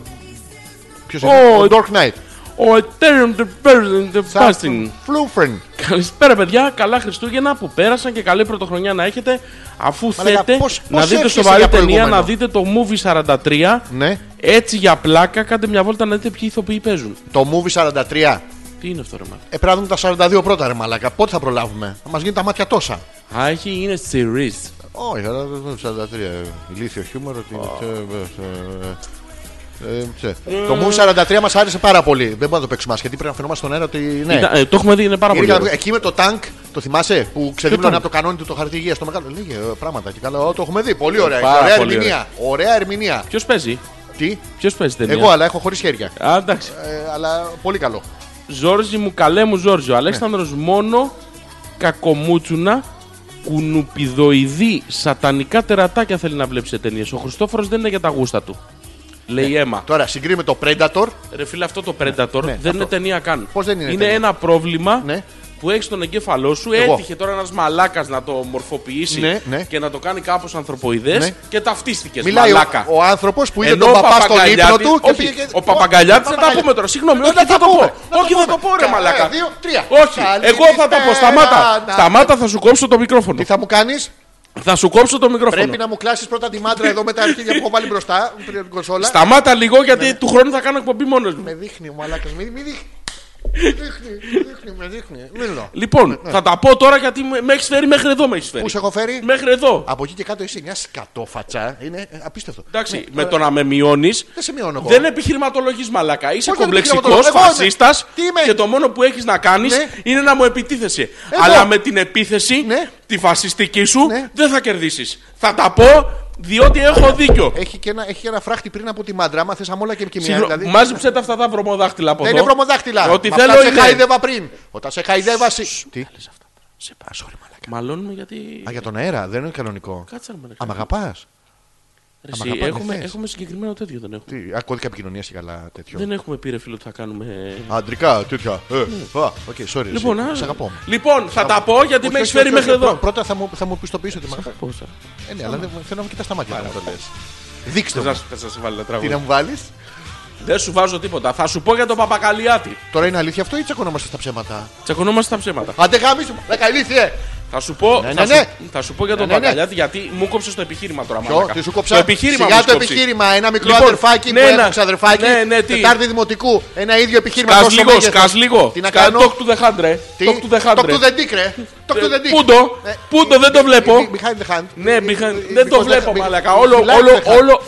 S1: Ποιο
S2: Ο-
S1: είναι, ο Dork Knight.
S2: Ο Ethereum the Person the Fasting.
S1: Φλούφρεν.
S2: Καλησπέρα, παιδιά. Καλά Χριστούγεννα που πέρασαν και καλή πρωτοχρονιά να έχετε. Αφού
S1: Μαλάκα,
S2: θέτε
S1: πώς-
S2: να
S1: πώς
S2: δείτε
S1: εύχεσαι
S2: σοβαρή
S1: για
S2: ταινία,
S1: προηγούμενο?
S2: να δείτε το Movie 43.
S1: Ναι.
S2: Έτσι για πλάκα, κάντε μια βόλτα να δείτε ποιοι ηθοποιοί παίζουν.
S1: Το movie 43.
S2: Τι είναι αυτό, ρε μάτι.
S1: Ε, πρέπει να δούμε τα 42 πρώτα, ρε Μαλάκα. Πότε θα προλάβουμε. Θα μας γίνουν τα μάτια τόσα.
S2: Α, έχει, είναι series.
S1: Όχι, αλλά δεν είναι 43. Ηλίθιο χιούμορ. ότι- Ε, ε, τσε. Το movie 43 μας άρεσε πάρα πολύ. Δεν μπορούμε να το παίξουμε γιατί πρέπει να φαινόμαστε στον αέρα ότι. Ναι.
S2: Ήταν- ε, το έχουμε δει, είναι πάρα πολύ.
S1: Ήρθε-
S2: ωραίο.
S1: Εκεί με το τάγκ, το θυμάσαι, που ξεδίπλωνε
S2: tank?
S1: από το κανόνι του το χαρτί υγείας. Το μεγάλο. Λέγε ε, πράγματα και καλά. Ω, Το έχουμε δει. Πολύ ωραία.
S2: Πάρα
S1: Ωραία
S2: πολύ
S1: ερμηνεία. Ωραία ερμηνεία.
S2: Ποιος παίζει,
S1: Τι.
S2: ποιος παίζει ταινία.
S1: Εγώ, αλλά έχω χωρίς χέρια.
S2: Α, εντάξει.
S1: Ε, αλλά πολύ καλό.
S2: Ζόρζι μου, καλέ μου Ζόρζι. Ο Αλέξανδρος
S1: Ναι.
S2: μόνο κακομούτσουνα κουνουπιδοειδή σατανικά τερατάκια θέλει να βλέπει σε ταινίες. Ο Χριστόφορος δεν είναι για τα γούστα του. λέει η αίμα.
S1: Τώρα συγκρίνει με Ναι. το Predator.
S2: Ρε φίλε, αυτό το
S1: Ναι,
S2: Predator δεν
S1: αυτό.
S2: είναι ταινία καν.
S1: Πώς δεν είναι ταινία?
S2: ένα πρόβλημα
S1: Ναι.
S2: που έχει στον εγκέφαλό σου.
S1: Εγώ.
S2: Έτυχε τώρα ένας μαλάκας να το μορφοποιήσει
S1: Ναι, ναι.
S2: και να το κάνει κάπως ανθρωποειδές
S1: Ναι.
S2: και ταυτίστηκες.
S1: Μιλάει ο,
S2: μαλάκα.
S1: ο άνθρωπος που είδε
S2: Ενώ
S1: τον παπά στον ύπνο
S2: Παπαγκαλιάτης-
S1: του και
S2: όχι,
S1: πήγε και.
S2: Ο Παπαγκαλιάτης θα τα πούμε τώρα. Συγγνώμη, όχι, Ε,
S1: Ε,
S2: δεν θα το πω. Όχι, δεν το πω, ρε
S1: Καλά,
S2: μαλάκα.
S1: Ε, δύο, τρία.
S2: Όχι,
S1: Καλή
S2: εγώ θα το πω.
S1: μέρα,
S2: Σταμάτα.
S1: να-
S2: Σταμάτα, θα σου κόψω το μικρόφωνο.
S1: Τι θα μου κάνεις,
S2: Θα σου κόψω το μικρόφωνο.
S1: Πρέπει να μου κλάσεις πρώτα τη μάντρα εδώ με τα αρχίδια που έχω βάλει μπροστά. Πριν την κονσόλα.
S2: Σταμάτα λίγο
S1: Ναι.
S2: γιατί του χρόνου θα κάνω εκπομπή μόνος μου.
S1: Με δείχνει ο μαλάκας. Μη μη δείχνει. Μη δείχνει, μη δείχνει, με δείχνει. Μίλω.
S2: Λοιπόν, θα τα πω τώρα γιατί με με έχεις φέρει μέχρι εδώ. Ε, Με έχεις φέρει.
S1: Ναι. Πού σε έχω φέρει.
S2: Μέχρι εδώ.
S1: Από εκεί και κάτω είσαι μια σκατόφατσα. Είναι ε, απίστευτο.
S2: Εντάξει, με το να με μειώνεις.
S1: Δεν σε μειώνω εγώ.
S2: Δεν επιχειρηματολογείς μαλακά. Είσαι
S1: Πώς δεν
S2: κομπλεξικός,
S1: επιχειρηματολογώ. Εγώ είμαι.
S2: φασίστας
S1: Τι είμαι?
S2: και το μόνο που έχεις να κάνεις
S1: Ναι.
S2: είναι να μου επιτίθεσαι.
S1: Εγώ.
S2: Αλλά με την επίθεση,
S1: Ναι.
S2: τη φασιστική σου,
S1: Ναι.
S2: δεν θα κερδίσεις. Θα τα πω διότι έχω δίκιο.
S1: Έχει και, ένα, έχει και ένα φράχτη πριν από τη μάντρα. Μα θες αμόλα και μια.
S2: Συγγνώ-
S1: Δηλαδή,
S2: Μάζεψε τα αυτά τα βρωμοδάχτυλα από
S1: δεν
S2: εδώ.
S1: είναι βρωμοδάχτυλα.
S2: Ότι
S1: Μα
S2: θέλω
S1: Όταν σε
S2: είναι.
S1: χάιδευα πριν. Όταν σε χάιδευα. συ- Τι.
S2: Σε πάω, sorry, μαλακά. Μαλώνουμε γιατί.
S1: Α, για τον αέρα, δεν είναι κανονικό.
S2: Κάτσε να με
S1: Α, μ' αγαπά.
S2: Εσύ,
S1: αγαπάνε,
S2: έχουμε,
S1: θες.
S2: έχουμε συγκεκριμένο τέτοιο, δεν έχουμε.
S1: Τι, α, κώδικα επικοινωνία και καλά τέτοιο.
S2: Δεν έχουμε πει ρε φίλο ότι θα κάνουμε.
S1: Αντρικά, τέτοια. Ε, α, οκ, sorry.
S2: Ναι. Λοιπόν,
S1: εσύ.
S2: α,
S1: Σ' αγαπώ.
S2: λοιπόν, θα τα πω γιατί
S1: Όχι,
S2: με έχεις
S1: όχι,
S2: φέρει
S1: όχι,
S2: μέχρι
S1: όχι.
S2: εδώ.
S1: Πρώτα θα μου, θα μου πιστοποιήσει ότι μ' αγαπάς.
S2: Πόσα.
S1: Ε, ναι, αλλά δεν θέλω να μου κοιτά τα μάτια όταν μου το λες. Δείξτε
S2: Θα
S1: μου.
S2: σου- θα σας βάλω ένα
S1: Τι
S2: τραγούδι.
S1: να μου βάλεις.
S2: Δεν σου βάζω τίποτα. Θα σου πω για τον Παπακαλιάτη.
S1: Τώρα είναι αλήθεια αυτό ή τσακωνόμαστε στα ψέματα.
S2: Τσακωνόμαστε τα ψέματα.
S1: Άντε γάμισου, ρε καλήθιε.
S2: Θα σου πω,
S1: Ναι,
S2: θα
S1: ναι,
S2: σου,
S1: ναι.
S2: θα σου πω για τον
S1: Ναι, ναι, ναι.
S2: Παπακαλιάτη γιατί μου κόψε το επιχείρημα τώρα.
S1: Ποιο,
S2: μαλάκα.
S1: τι σου κόψα.
S2: Το επιχείρημα
S1: Σιγά
S2: μου
S1: το
S2: κόψει.
S1: επιχείρημα. Ένα μικρό
S2: Λοιπόν,
S1: αδερφάκι
S2: ναι,
S1: που
S2: ένα-
S1: έφτιαξε αδερφάκι.
S2: ναι, ναι, τι.
S1: Τετάρτη δημοτικού. Ένα ίδιο επιχείρημα.
S2: Σκάς
S1: τόσο
S2: λίγο,
S1: μέγεθος.
S2: σκάς λίγο.
S1: Τι να
S2: Σκάς-
S1: κάνω.
S2: Talk to the hand, ρε.
S1: Τι?
S2: Talk to the hand,
S1: Talk
S2: ρε.
S1: to the dick, ρε. Talk to the dick.
S2: Πού το,
S1: Ε,
S2: πού το, δεν το βλέπω.
S1: Behind the hand.
S2: Ναι,
S1: Behind-
S2: behind- δεν το
S1: because
S2: βλέπω,
S1: the-
S2: μαλακά. Όλο,
S1: behind
S2: όλο,
S1: the hand.
S2: όλο.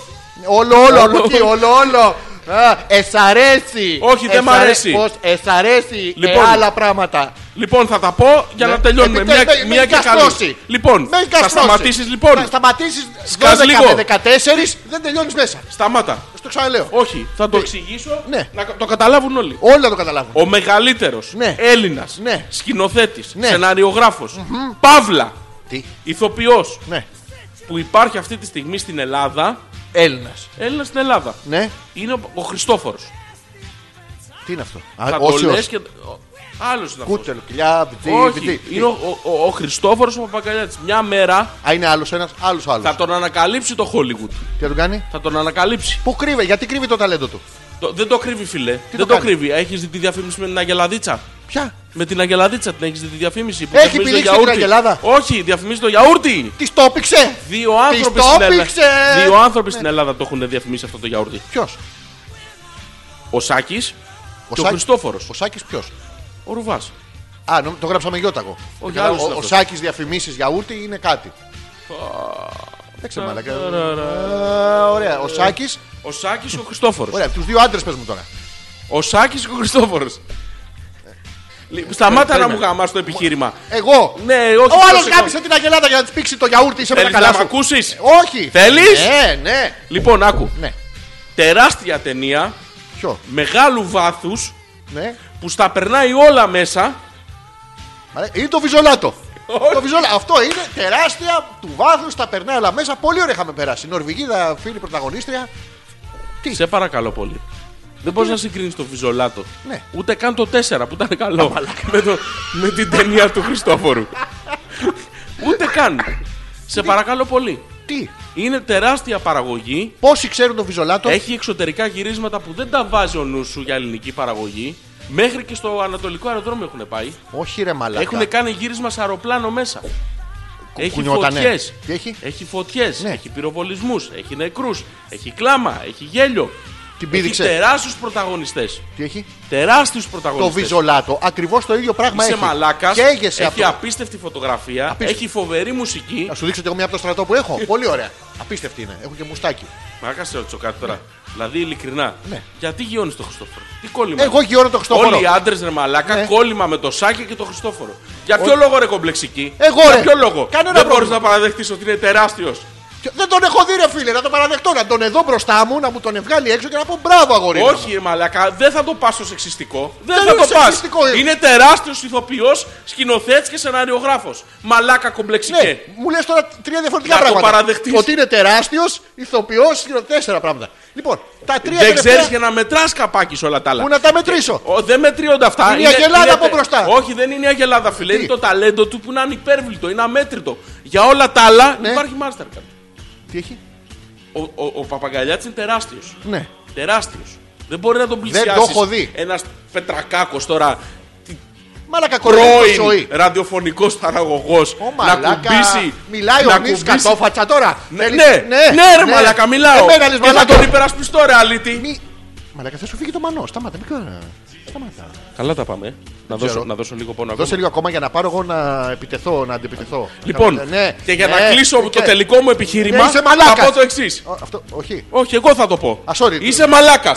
S1: Όλο, όλο,
S2: Όλο.
S1: από εκεί, όλο, όλο. Α, Εσ' αρέσει.
S2: Όχι, δεν μ'
S1: Εσ' αρέ-
S2: αρέσει.
S1: Πώς, εσ' αρέσει ε,
S2: Λοιπόν.
S1: άλλα πράγματα.
S2: Λοιπόν, θα τα πω για
S1: Ναι.
S2: να τελειώνουμε.
S1: Επιτέλους,
S2: Μια,
S1: με- με
S2: μια και
S1: έχεις
S2: καλή.
S1: καστρώσει.
S2: Λοιπόν,
S1: Με έχει
S2: θα
S1: καστρώσει.
S2: σταματήσεις λοιπόν.
S1: Θα σταματήσεις
S2: Σκάς
S1: 12
S2: λίγο.
S1: με 14, δεν τελειώνεις μέσα.
S2: Σταμάτα.
S1: Στο ξαναλέω.
S2: Όχι, θα το εξηγήσω
S1: Ναι.
S2: να το καταλάβουν όλοι.
S1: Όλοι να το καταλάβουν.
S2: Ο μεγαλύτερος
S1: Ναι.
S2: Έλληνας
S1: Ναι.
S2: σκηνοθέτης,
S1: Ναι.
S2: σεναριογράφος, παύλα,
S1: Τι.
S2: ηθοποιός
S1: Ναι.
S2: που υπάρχει αυτή τη στιγμή στην Ελλάδα.
S1: Έλληνας.
S2: Έλληνας στην Ελλάδα.
S1: Ναι.
S2: Είναι ο, ο Χριστόφορος.
S1: Τι είναι αυτό.
S2: Θα το λε και. Άλλος είναι αυτός.
S1: Κούτελ, κοιλιά, βιτζί,
S2: Όχι,
S1: βιτζί.
S2: είναι ο, ο, ο Χριστόφορος ο Παπαγκαλιάτης. Μια μέρα
S1: Α, είναι άλλος ένας, άλλος
S2: θα
S1: άλλο.
S2: τον ανακαλύψει το Hollywood.
S1: Τι θα τον κάνει.
S2: Θα τον ανακαλύψει.
S1: Πού κρύβε, γιατί κρύβει το ταλέντο του.
S2: Το- δεν το κρύβει, φίλε.
S1: το
S2: δεν το,
S1: κάνει?
S2: κρύβει. Έχεις δει τη διαφήμιση με την Αγελαδίτσα.
S1: Ποια.
S2: Με την Αγελαδίτσα την έχεις δει τη διαφήμιση. Που
S1: Έχει
S2: διαφημίζει το
S1: πηδήξει την
S2: γιαούρτι.
S1: Αγελάδα.
S2: Όχι, διαφημίζει το γιαούρτι.
S1: Της το έπηξε.
S2: Δύο άνθρωποι,
S1: το
S2: στην Ελλάδα,
S1: έπιξε!
S2: δύο άνθρωποι στην Ελλάδα το έχουν διαφημίσει αυτό το γιαούρτι.
S1: Ποιος.
S2: Ο Σάκης και ο
S1: Σάκης-
S2: Χριστόφορος.
S1: Ο Σάκης ποιος.
S2: Ο Ρουβάς.
S1: Α, νο- το γράψαμε Γιώταγο.
S2: Όχι,
S1: Καλά,
S2: άλλος
S1: ο,
S2: είναι
S1: ο
S2: αυτός.
S1: Σάκης διαφημίσεις γιαούρτι είναι κάτι. Δεν ξέρω, μαλακά. Ε, Ωραία. Ο Σάκης.
S2: Ο Σάκης και ο Χριστόφορος.
S1: Ωραία, τους δύο άντρες πες μου τώρα.
S2: Ο Σάκης και ο Χριστόφορος. Σταμάτα να μου γαμάς το επιχείρημα.
S1: Εγώ.
S2: Ναι, όχι.
S1: Ο άλλο
S2: προσεκώ.
S1: γάμισε την αγελάδα για να της πήξει το γιαούρτι, είσαι με τα
S2: Θέλεις
S1: καλά
S2: να με
S1: σου. Ε,
S2: ακούσεις.
S1: Όχι.
S2: Θέλεις?
S1: Ναι, ναι.
S2: Λοιπόν, άκου.
S1: Ναι.
S2: Τεράστια ταινία
S1: Ποιο.
S2: μεγάλου βάθους
S1: Ναι.
S2: που στα περνάει όλα μέσα.
S1: Μα, Είναι το βιζολάτο.
S2: Όχι.
S1: το βιζολά... Αυτό είναι τεράστια του βάθους, τα περνάει όλα μέσα. Πολύ ωραία είχαμε περάσει. Η Νορβηγίδα, φίλη πρωταγωνίστρια.
S2: Σε παρακαλώ πολύ. Δεν μπορείς να συγκρίνεις το Βιζολάτο.
S1: Ναι.
S2: Ούτε καν το 4 που ήταν καλό. με, το, με την ταινία του Χριστόφορου. Ούτε καν. Σε παρακαλώ πολύ.
S1: Τι.
S2: Είναι τεράστια παραγωγή.
S1: Πόσοι ξέρουν το βιζολάτο.
S2: Έχει εξωτερικά γυρίσματα που δεν τα βάζει ο νους σου για ελληνική παραγωγή. Μέχρι και στο Ανατολικό Αεροδρόμιο έχουν πάει.
S1: Όχι ρε μαλάκα.
S2: Έχουν κάνει γύρισμα σε αεροπλάνο μέσα. Έχει
S1: κουνιότανε.
S2: φωτιές.
S1: Τι έχει?
S2: φωτιές.
S1: Ναι.
S2: Έχει πυροβολισμούς. Έχει νεκρούς. Έχει κλάμα. Έχει γέλιο.
S1: Την
S2: έχει
S1: πήδηξε.
S2: τεράστιους πρωταγωνιστές.
S1: Τι έχει.
S2: Τεράστιους
S1: Το
S2: πρωταγωνιστές.
S1: βιζολάτο. Ακριβώς το ίδιο πράγμα
S2: Είσαι
S1: έχει.
S2: μαλάκας.
S1: Καίγεσαι
S2: Έχει
S1: αυτό.
S2: απίστευτη φωτογραφία.
S1: Απίστευτη.
S2: Έχει φοβερή μουσική.
S1: Να σου δείξω και εγώ μια από το στρατό που έχω. Πολύ ωραία. Απίστευτη είναι. Έχω και μουστάκι.
S2: Μαλάκα σε ρωτήσω κάτι τώρα. Δηλαδή ειλικρινά.
S1: Ναι.
S2: Γιατί γιώνεις το Χριστόφορο. Τι κόλλημα.
S1: Εγώ γιώνω το Χριστόφορο.
S2: Ναι. Όλοι οι άντρες ρε μαλάκα
S1: Ναι.
S2: κόλλημα με το Σάκη και το Χριστόφορο. Για ποιο λόγο ρε κομπλεξική.
S1: Εγώ,
S2: Για
S1: ρε.
S2: ποιο λόγο.
S1: Κανένα
S2: Δεν μπορείς
S1: πρόβλημα.
S2: να παραδεχτείς ότι είναι τεράστιος.
S1: Και Δεν τον έχω δει, ρε φίλε, να το παραδεχτώ. Να τον εδώ μπροστά μου, να μου τον βγάλει έξω και να πω μπράβο, αγόρι. μου».
S2: Όχι, ρε μαλακά, δεν θα το πας στο σεξιστικό. Δεν,
S1: Δεν
S2: θα
S1: είναι
S2: το
S1: σεξιστικό,
S2: πα.
S1: ε.
S2: Είναι τεράστιος ηθοποιός, σκηνοθέτης και σεναριογράφος. Μαλάκα κομπλεξικέ.
S1: Ναι, μου λες τώρα τρία διαφορετικά
S2: Να το
S1: πράγματα.
S2: παραδεχτείς.
S1: Ότι είναι τεράστιος, ηθοποιός, τέσσερα πράγματα. Λοιπόν, τα τρία
S2: δεν
S1: τελευταία
S2: ξέρεις για να μετράς καπάκις σε όλα τα άλλα. Ε,
S1: που να τα μετρήσω.
S2: Ο, δεν μετρίονται αυτά.
S1: Είναι η αγελάδα από μπροστά.
S2: Όχι, δεν είναι η αγελάδα, φίλε.
S1: Τι?
S2: Είναι το ταλέντο του που είναι ανυπέρβλητο, είναι αμέτρητο. Για όλα τα άλλα
S1: Ναι.
S2: υπάρχει Mastercard.
S1: Τι έχει,
S2: Ο, ο, ο Παπαγκαλιάτης είναι τεράστιος.
S1: ναι.
S2: Τεράστιος. Δεν μπορεί να τον πλησιάσεις.
S1: το έχω δει.
S2: Ένας πετρακάκος τώρα.
S1: Μαλάκα κοροϊδεύει το
S2: Πρώην
S1: ζωή.
S2: ραδιοφωνικός παραγωγό.
S1: Ω,
S2: Να
S1: μαλάκα,
S2: κουμπίσει.
S1: Μιλάει
S2: να
S1: ο Νίτς
S2: κουμπίσει-
S1: κατόφατσα τώρα.
S2: Ναι,
S1: Θέλει-
S2: ναι, ναι, ρε μαλάκα, μιλάω.
S1: Εμένα λες
S2: Και θα
S1: μαλάκα.
S2: τον υπερασπιστώ, ρε αλήτη.
S1: Μη... Μαλάκα, θα σου φύγει το μανό. Σταμάτα, μην κάνω. Σταμάτα.
S2: Καλά τα πάμε. ε. Να
S1: ξέρω.
S2: δώσω, να δώσω λίγο πόνο ακόμα.
S1: Δώσε λίγο ακόμα για να πάρω εγώ να επιτεθώ, να αντιπιτεθώ.
S2: Λοιπόν,
S1: Ναι,
S2: και για
S1: ναι,
S2: να κλείσω
S1: και-
S2: το τελικό μου επιχείρημα,
S1: Ναι, είσαι μαλάκας.
S2: θα πω το εξής.
S1: Ω, Αυτό, όχι.
S2: Όχι, εγώ θα το πω.
S1: Α, sorry.
S2: Είσαι μαλάκας.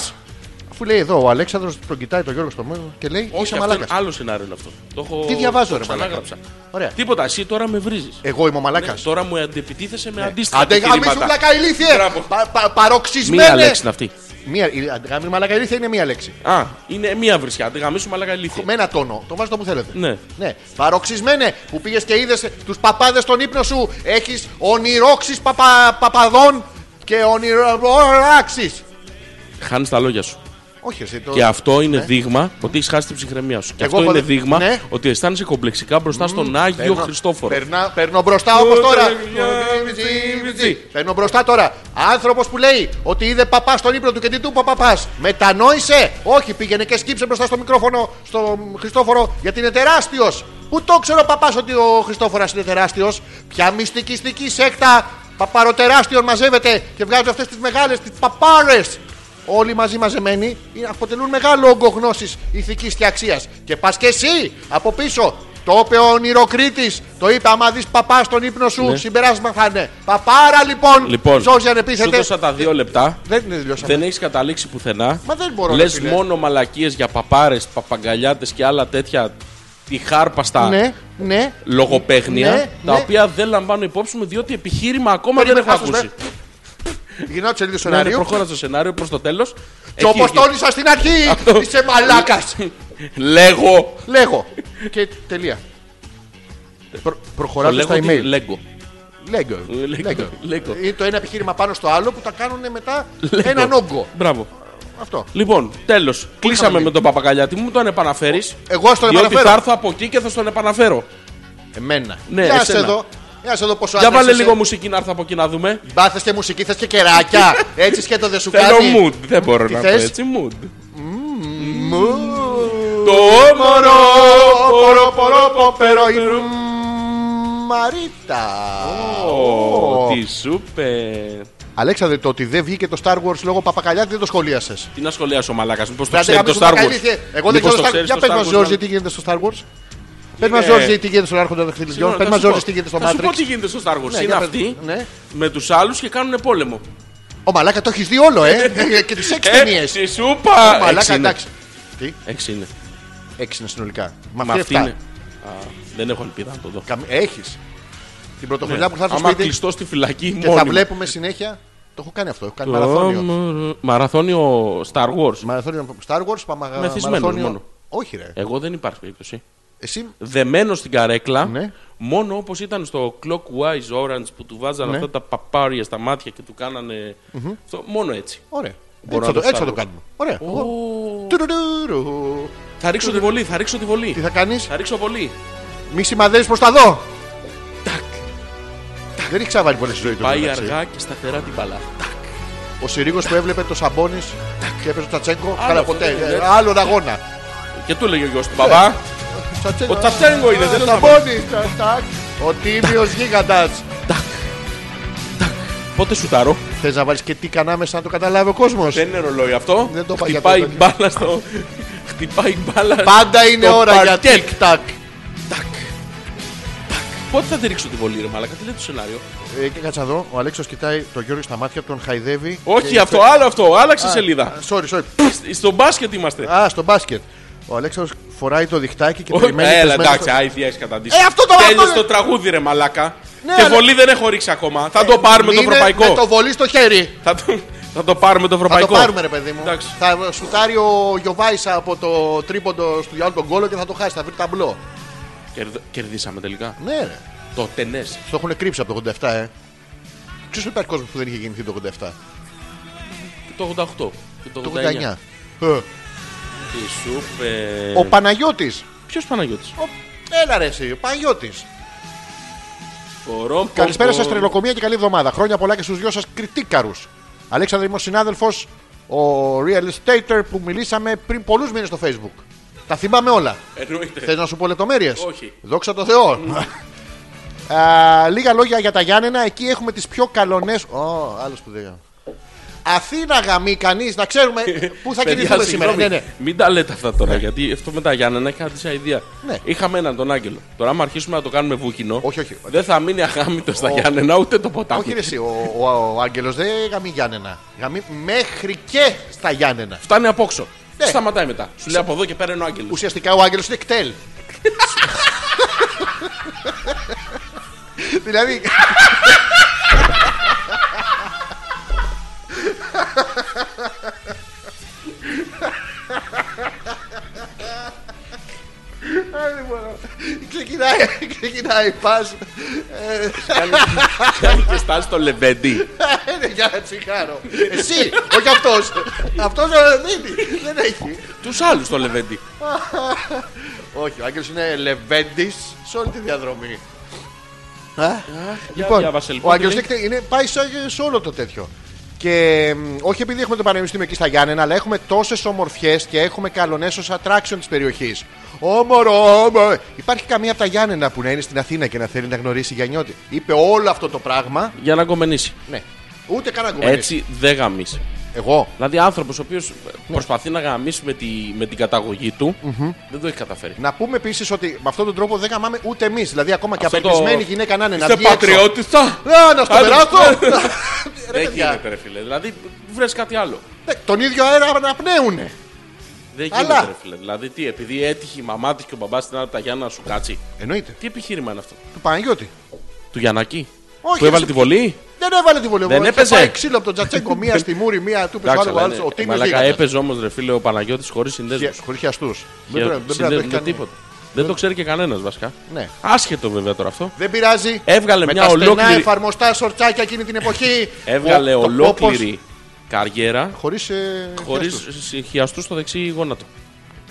S1: Αφού λέει εδώ ο Αλέξανδρος τον κοιτάει τον Γιώργο στο μέλλον και λέει
S2: Όχι,
S1: Είσαι
S2: αυτό είναι
S1: μαλάκα.
S2: άλλο σενάριο είναι αυτό. Το έχω...
S1: Τι διαβάζω,
S2: το
S1: ρε μαλάκα.
S2: ξανάγραψα.
S1: Ωραία.
S2: Τίποτα, εσύ τώρα με βρίζεις.
S1: Εγώ είμαι ο μαλάκας.
S2: τώρα μου αντεπιτίθεσαι
S1: Ναι.
S2: με Ναι, αντίστοιχα.
S1: Αντέ γάμι σου
S2: επιχειρήματα.
S1: μαλάκα ηλίθιε!
S2: Μπράβο.
S1: Πα- πα- Παροξισμένε!
S2: Μία λέξη είναι αυτή.
S1: Μία, η- άντε γάμι μαλάκα ηλίθια είναι μία λέξη.
S2: Α, είναι μία βρισιά. Αντεγαμίσου μαλάκα ηλίθεια.
S1: Με ένα τόνο. Το βάζετε όπου θέλετε.
S2: Ε. Ναι.
S1: ναι. Παροξισμένε που πήγες και είδες τους παπάδες στον ύπνο σου. Έχεις ονειρώξει παπα, παπαδών και ονειράξει.
S2: Χάνεις τα λόγια σου.
S1: Όχι, εσύ το.
S2: Και αυτό είναι
S1: Ναι.
S2: δείγμα ότι έχεις χάσει την ψυχραιμία σου. Και
S1: Εγώ
S2: αυτό είναι
S1: πάντα-
S2: δείγμα
S1: Ναι.
S2: ότι αισθάνεσαι κομπλεξικά μπροστά στον Άγιο
S1: Παίρνω-
S2: Χριστόφορο.
S1: Περνά, παίρνω μπροστά όπως τώρα.
S2: Μιτζι.
S1: παίρνω μπροστά τώρα. Άνθρωπος που λέει ότι είδε παπά στον ύπνο του και τι του είπε ο παπάς. Μετανόησε. Όχι, πήγαινε και σκύψε μπροστά στο μικρόφωνο στον Χριστόφορο γιατί είναι τεράστιος. Πού το ξέρω παπάς ότι ο Χριστόφορας είναι τεράστιος. Ποια μυστικιστική σέκτα παπαροτεράστιων μαζεύεται και βγάζει αυτές τις μεγάλες τις παπάρες. Όλοι μαζί μαζεμένοι ε, αποτελούν μεγάλο όγκο γνώσης ηθικής και αξίας. Και πας και εσύ από πίσω. Το είπε ο Ονειροκρίτη. Το είπε: Άμα δεις παπά στον ύπνο σου,
S2: Ναι.
S1: συμπεράσμα θα είναι. Παπάρα λοιπόν.
S2: Λοιπόν,
S1: Ζόζι
S2: σου
S1: ανεπίθετε.
S2: δώσα τα δύο λεπτά.
S1: Δεν είναι τελειώσαμε.
S2: Δεν έχεις καταλήξει πουθενά.
S1: Μα δεν μπορώ, ρε
S2: Λες
S1: φίλε.
S2: μόνο μαλακίες για παπάρες, παπαγκαλιάτες και άλλα τέτοια τυχάρπαστα
S1: Ναι, ναι.
S2: λογοπαίγνια.
S1: Ναι,
S2: τα
S1: ναι.
S2: οποία δεν λαμβάνω υπόψη μου διότι επιχείρημα ακόμα δεν
S1: Περίμενε,
S2: έχω
S1: άστος,
S2: ακούσει.
S1: Γυρνάω τη σελίδα του
S2: Ναι, ναι,
S1: σενάριου.
S2: προχώρα στο σενάριο προς το τέλος.
S1: Και όπω τόνισα στην αρχή,
S2: Αυτό.
S1: είσαι μαλάκας.
S2: Λέγω.
S1: Λέγω. Και τελεία. Προ-
S2: Το
S1: προχωράτε
S2: λέγω
S1: στα
S2: τι-
S1: email.
S2: Λέγω.
S1: Λέγω.
S2: Λέγω.
S1: Λέγω.
S2: Λέγω.
S1: Είναι Ε, το ένα επιχείρημα πάνω στο άλλο που τα κάνουν μετά
S2: Λέγω.
S1: έναν όγκο.
S2: Μπράβο.
S1: Αυτό.
S2: Λοιπόν, τέλος. Κλείσαμε
S1: πει?
S2: με τον Παπαγκαλιάτη. Μου τον επαναφέρεις.
S1: Εγώ στον
S2: Διότι θα
S1: επαναφέρω.
S2: έρθω από εκεί και θα στον επαναφέρω.
S1: Εμένα.
S2: Ναι,
S1: Για σε
S2: εσένα.
S1: εδώ. Για σε εδώ πόσο
S2: Για
S1: άντρας
S2: βάλε
S1: είσαι.
S2: λίγο μουσική να έρθω από εκεί να δούμε.
S1: Μπάθες και μουσική, θες και κεράκια. Έτσι σκέτο δεν σου
S2: Θέλω
S1: κάνει.
S2: mood. Δεν μπορώ
S1: Τι
S2: να
S1: θες?
S2: πω έτσι mood.
S1: Μου.
S2: Το όμορφο.
S1: Πορο, πορο, πο, περο, η Μαρίτα. Ω.
S2: Τι σούπε.
S1: Αλέξανδρε, το ότι δεν βγήκε το Star Wars λόγω παπακαλιάτη δεν το σχολίασες.
S2: Τι να σχολιάσω, μαλάκας. Μήπως το
S1: Άντε,
S2: ξέρει Ε, το
S1: γαμίσου,
S2: Star
S1: παπακαλίθε.
S2: Wars.
S1: Εγώ δεν
S2: Μήπως
S1: ξέρω
S2: το
S1: Star Wars.
S2: ξέρεις
S1: Για
S2: το
S1: πες
S2: Star
S1: μας,
S2: Wars,
S1: Ζόρζι,
S2: να-
S1: τι γίνεται στο Star Wars. Πες μας,
S2: Είναι-
S1: Ζόρζι, τι γίνεται στον Άρχοντα των Δαχτυλιδιών.
S2: Συγγνώμη,
S1: Πες
S2: θα
S1: μας,
S2: σου πω.
S1: Ζόρζι, τι γίνεται στο
S2: Θα σου πω
S1: Matrix.
S2: τι γίνεται στο Star
S1: Ναι,
S2: Wars. Είναι
S1: για πες.
S2: αυτοί
S1: Ναι.
S2: με τους άλλους και κάνουν πόλεμο.
S1: Ο Μαλάκα το έχεις δει όλο, ε! Και τις έξι ταινίε.
S2: Έξι σούπα!
S1: Μαλάκα,
S2: ε, Έξι είναι.
S1: εντάξει. Τι,
S2: Έξι είναι.
S1: έξι είναι συνολικά.
S2: Μα
S1: Μα
S2: αυτή
S1: αυτή
S2: είναι. Α, Δεν έχω ελπίδα να το δω.
S1: Έχεις. Την πρωτοχρονιά που θα έρθω
S2: Ναι. Άμα
S1: σπίτι
S2: κλειστώ στη φυλακή
S1: και θα
S2: μόνιμα.
S1: βλέπουμε συνέχεια. Το έχω κάνει αυτό. Έχω κάνει
S2: Το
S1: μαραθώνιο.
S2: μαρα- Μαραθώνιο Star Wars.
S1: Μαραθώνιο Star Wars, παμαγα...
S2: Μεθυσμένος
S1: μαραθώνιο-
S2: μόνο. Ε.
S1: Όχι, ρε.
S2: Εγώ δεν υπάρχει περίπτωση.
S1: Εσύ.
S2: Δεμένο στην καρέκλα,
S1: Ναι.
S2: μόνο όπως ήταν στο Clockwise Orange που του βάζανε
S1: Ναι.
S2: αυτά τα παπάρια στα μάτια και του κάνανε. αυτό, μόνο έτσι.
S1: Ωραία.
S2: Μπορώ
S1: έτσι,
S2: να
S1: θα το,
S2: το
S1: έτσι θα το
S2: Star Wars.
S1: κάνουμε. Ωραία.
S2: Ω,
S1: Εγώ- Τουρουρουρου.
S2: Θα ρίξω τη βολή, θα ρίξω τη βολή.
S1: Τι θα κάνεις,
S2: Θα ρίξω βολή.
S1: μη σημαδεύεις προ τα δω. Τακ. Δεν έχει ξαναβάλει πολλέ στη ζωή του.
S2: Πάει
S1: μεταξύ.
S2: αργά και σταθερά την μπαλά.
S1: Ο Συρίγο που έβλεπε το Σαμπόνις και έπαιζε το Τσατσέγκο. Καλά,
S2: αυτό
S1: ποτέ.
S2: είναι,
S1: Ε,
S2: ναι.
S1: Άλλον αγώνα. Ε,
S2: Και του έλεγε ο γιος του μπαμπά.
S1: Τσατσέγκο.
S2: Ο Τσατσέγκο είναι,
S1: Α,
S2: δεν είναι ο
S1: Σαμπόνι. Τα- τακ. Ο τίμιος γίγαντας.
S2: Πότε σουτάρω.
S1: Θες να βάλεις και τι κανάμεσα να το καταλάβει ο κόσμος.
S2: Δεν είναι ρολόι αυτό.
S1: Δεν το είπα για το
S2: Χτυπάει
S1: τέτοιο.
S2: μπάλα στο. Χτυπάει μπάλα.
S1: Πάντα είναι
S2: το
S1: ώρα για
S2: παρκέτ.
S1: τικ-τακ.
S2: Πότε θα τη ρίξω τη βολή, ρε Μαλάκα, τι λέει το σενάριο.
S1: Ε, και κάτσα εδώ, ο Αλέξο κοιτάει τον Γιώργο στα μάτια, τον χαϊδεύει.
S2: Όχι
S1: Ε,
S2: αυτό, άλλο αυτό, άλλαξε σελίδα.
S1: Α, Sorry, sorry.
S2: Σ- Στο μπάσκετ είμαστε.
S1: Α, στο μπάσκετ. Ο Αλέξανδρος φοράει το διχτάκι και
S2: Όχι,
S1: περιμένει.
S2: Έλα,
S1: πεσμένο
S2: εντάξει,
S1: στο-
S2: άιδια έχεις καταντήσει.
S1: Ε, αυτό το-
S2: Τέλειωσε
S1: αυτό-
S2: το τραγούδι, ρε Μαλάκα.
S1: Ναι,
S2: και
S1: αλλά-
S2: βολή δεν έχω ρίξει ακόμα. Θα το πάρουμε το
S1: Είναι
S2: ευρωπαϊκό.
S1: Με το βολί στο χέρι.
S2: Θα, το... θα το πάρουμε το
S1: Θα το
S2: ευρωπαϊκό.
S1: πάρουμε, ρε παιδί μου.
S2: Εντάξει.
S1: Θα σουτάρει ο Γιωβάησα από το τρίποντο του Γιάννου τον κόλο και θα το χάσει. Θα βρει ταμπλό.
S2: Κερδ- Κερδίσαμε τελικά.
S1: Ναι, ρε.
S2: Το τενές.
S1: Στο έχουν κρύψει από το 87, ε. Ξέρεις ότι υπάρχει κόσμος που δεν είχε γεννηθεί το 87.
S2: Το 88. και Το
S1: Το
S2: 89.
S1: 89. Ε.
S2: Τι σου πε-
S1: Ο Παναγιώτης.
S2: Ποιος Παναγιώτης.
S1: Ο... Έλα ρε εσύ, ο Παναγιώτης. Καλησπέρα
S2: Καλησπέρα
S1: σας, τρελοκομεία και καλή εβδομάδα. Χρόνια πολλά και στους δυο σας κριτήκαρους. Αλέξανδρος, είμαι ο συνάδελφος, ο real estater που μιλήσαμε πριν πολλούς μήνες στο facebook. Τα θυμάμαι όλα. Θε
S2: Εννοείται.
S1: να σου πω λεπτομέρειες.
S2: Ε, Όχι.
S1: Δόξα τω Θεώ. Α, λίγα λόγια για τα Γιάννενα. Εκεί έχουμε τις πιο καλονές. Ω, άλλος που δεν. Αθήνα γαμή, κανείς να ξέρουμε πού θα
S2: Παιδιά,
S1: κινηθούμε σήμερα.
S2: συγγνώμη,
S1: Ναι, ναι.
S2: Μην τα λέτε αυτά τώρα, γιατί αυτό με τα Γιάννενα είχα αντίσα ιδέα.
S1: Ναι.
S2: Είχαμε έναν τον Άγγελο. Τώρα, άμα αρχίσουμε να το κάνουμε βούκινο,
S1: Όχι, όχι.
S2: δεν θα μείνει αγάμητο στα
S1: Ο-
S2: Γιάννενα ούτε το ποτάμι.
S1: Όχι, ρε, εσύ, ο, ο, ο Άγγελος δεν γαμεί Γιάννενα. Γαμεί μέχρι και στα Γιάννενα.
S2: Φτάνει απόξω.
S1: Ναι.
S2: Σταματάει μετά. Σου λέει από εδώ και πέρα είναι ο Άγγελος.
S1: Ουσιαστικά ο Άγγελος είναι εκτέλ. δηλαδή. Άντε, μωρό. Ξεκινάει, ξεκινάει, πας ε,
S2: Κάνει και στάσει στο λεβέντι.
S1: είναι για να τσιγάρο Εσύ, όχι αυτός Αυτός ε, δίνει, δεν έχει
S2: Τους άλλους το λεβέντι.
S1: Όχι, ο Άγγελος είναι λεβέντης σε όλη τη διαδρομή.
S2: Για
S1: Λοιπόν,
S2: διάβασε, λοιπόν,
S1: ο
S2: τι
S1: Άγγελος
S2: λέει.
S1: Νίκτη είναι, πάει σε, σε όλο το τέτοιο. Και μ, όχι επειδή έχουμε το Πανεπιστήμιο εκεί στα Γιάννενα, αλλά έχουμε τόσες ομορφιές και έχουμε καλονές ως attraction της περιοχής. Όμορο, όμορο. Υπάρχει καμία από τα Γιάννενα που να είναι στην Αθήνα και να θέλει να γνωρίσει Γιαννιώτη. Είπε όλο αυτό το πράγμα.
S2: Για να κομμενήσει.
S1: Ναι. Ούτε καν ακόμα.
S2: Έτσι δεν γαμίσει.
S1: Εγώ.
S2: Δηλαδή, άνθρωπος ο οποίος προσπαθεί να γαμίσει με, τη, με την καταγωγή του, δεν το έχει καταφέρει.
S1: Να πούμε επίσης ότι με αυτόν τον τρόπο δεν γαμάμε ούτε εμείς. Δηλαδή, ακόμα και
S2: Αυτό το-
S1: απελπισμένη γυναίκα να είναι να
S2: Είστε
S1: βγει έξω. Ναι,
S2: πατριώτιστα!
S1: Ε, Να, να στο
S2: Άντε.
S1: περάσω. Ναι, Ε,
S2: Δεν
S1: παιδιά.
S2: γίνεται, ρε φίλε. Δηλαδή, βρες κάτι άλλο.
S1: Ναι, Τον ίδιο αέρα να πνέουνε.
S2: Δεν
S1: Αλλά.
S2: γίνεται, ρε φίλε. Δηλαδή, τι, επειδή έτυχε η μαμά της και ο μπαμπάς την άλλη τα Γιάννα να σου κάτσει.
S1: Εννοείται.
S2: Τι επιχείρημα είναι αυτό.
S1: Του Παναγιώτη.
S2: Του Γιαννακή.
S1: Όχι,
S2: που έβαλε
S1: ρε,
S2: τη βολή.
S1: Δεν έβαλε τη βολή.
S2: Δεν
S1: Είχε
S2: έπαιζε.
S1: Πάει ξύλο από τον Τζατσέκο. Μία στη μούρη, μία του πεσάλου.
S2: αλλά είναι-
S1: Ο
S2: ε,
S1: Τίμιος
S2: Μαλάκα έπαιζε όμως, ρε φίλε, ο Παναγιώτης χωρίς συνδέσμους.
S1: Χωρίς χιαστούς. Δεν πρέπει- δεν πρέπει να το έχει κάνει.
S2: τίποτα. Δεν το ξέρει και κανένας βασικά.
S1: Ναι.
S2: Άσχετο βέβαια τώρα αυτό.
S1: Δεν πειράζει.
S2: Έβγαλε
S1: Με
S2: μια
S1: τα στενά
S2: ολόκληρη-
S1: εφαρμοστά σορτσάκια εκείνη την εποχή.
S2: Έβγαλε ολόκληρη καριέρα
S1: Χωρίς.
S2: χωρί συγχιαστού στο δεξί γόνατο.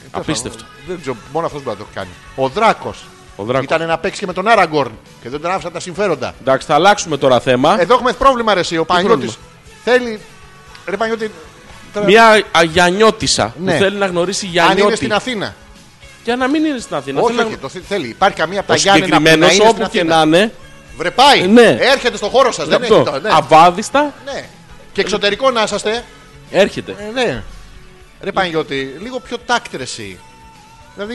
S1: Ε,
S2: Απίστευτο.
S1: Δεν ξέρω, μόνο αυτός μπορεί να το έχει κάνει. Ο Δράκος.
S2: Ο Δράκος.
S1: Ήταν να παίξει και με τον Άραγκορν και δεν τον άφησαν τα συμφέροντα.
S2: Εντάξει, θα αλλάξουμε τώρα θέμα.
S1: Εδώ έχουμε πρόβλημα, ρε, εσύ. Ο Παναγιώτη
S2: πρόβλημα?
S1: θέλει. Ρε Παναγιώτη, τώρα-
S2: Μια αγιανιώτησα που
S1: Ναι.
S2: θέλει να γνωρίσει
S1: αν είναι
S2: Γιαννιώτη.
S1: στην Αθήνα.
S2: Για να μην είναι στην Αθήνα.
S1: Όχι,
S2: Θέλει
S1: όχι,
S2: να-
S1: το θε- θέλει. Υπάρχει καμία από τα
S2: Ο
S1: Γιάννενα που να
S2: συγκεκριμένος
S1: είναι στην
S2: όπου και
S1: Αθήνα.
S2: να είναι.
S1: Βρε πάει.
S2: Ε, ναι.
S1: Έρχεται στο χώρο σας. Δεν έχει
S2: αυτό,
S1: το. Ναι.
S2: Αβάδιστα
S1: ναι. Και εξωτερικό να είσαστε.
S2: έρχεται.
S1: Ε, ναι. Ρε Παναγιώτη, λίγο πιο τάκτρεση. Δηλαδή.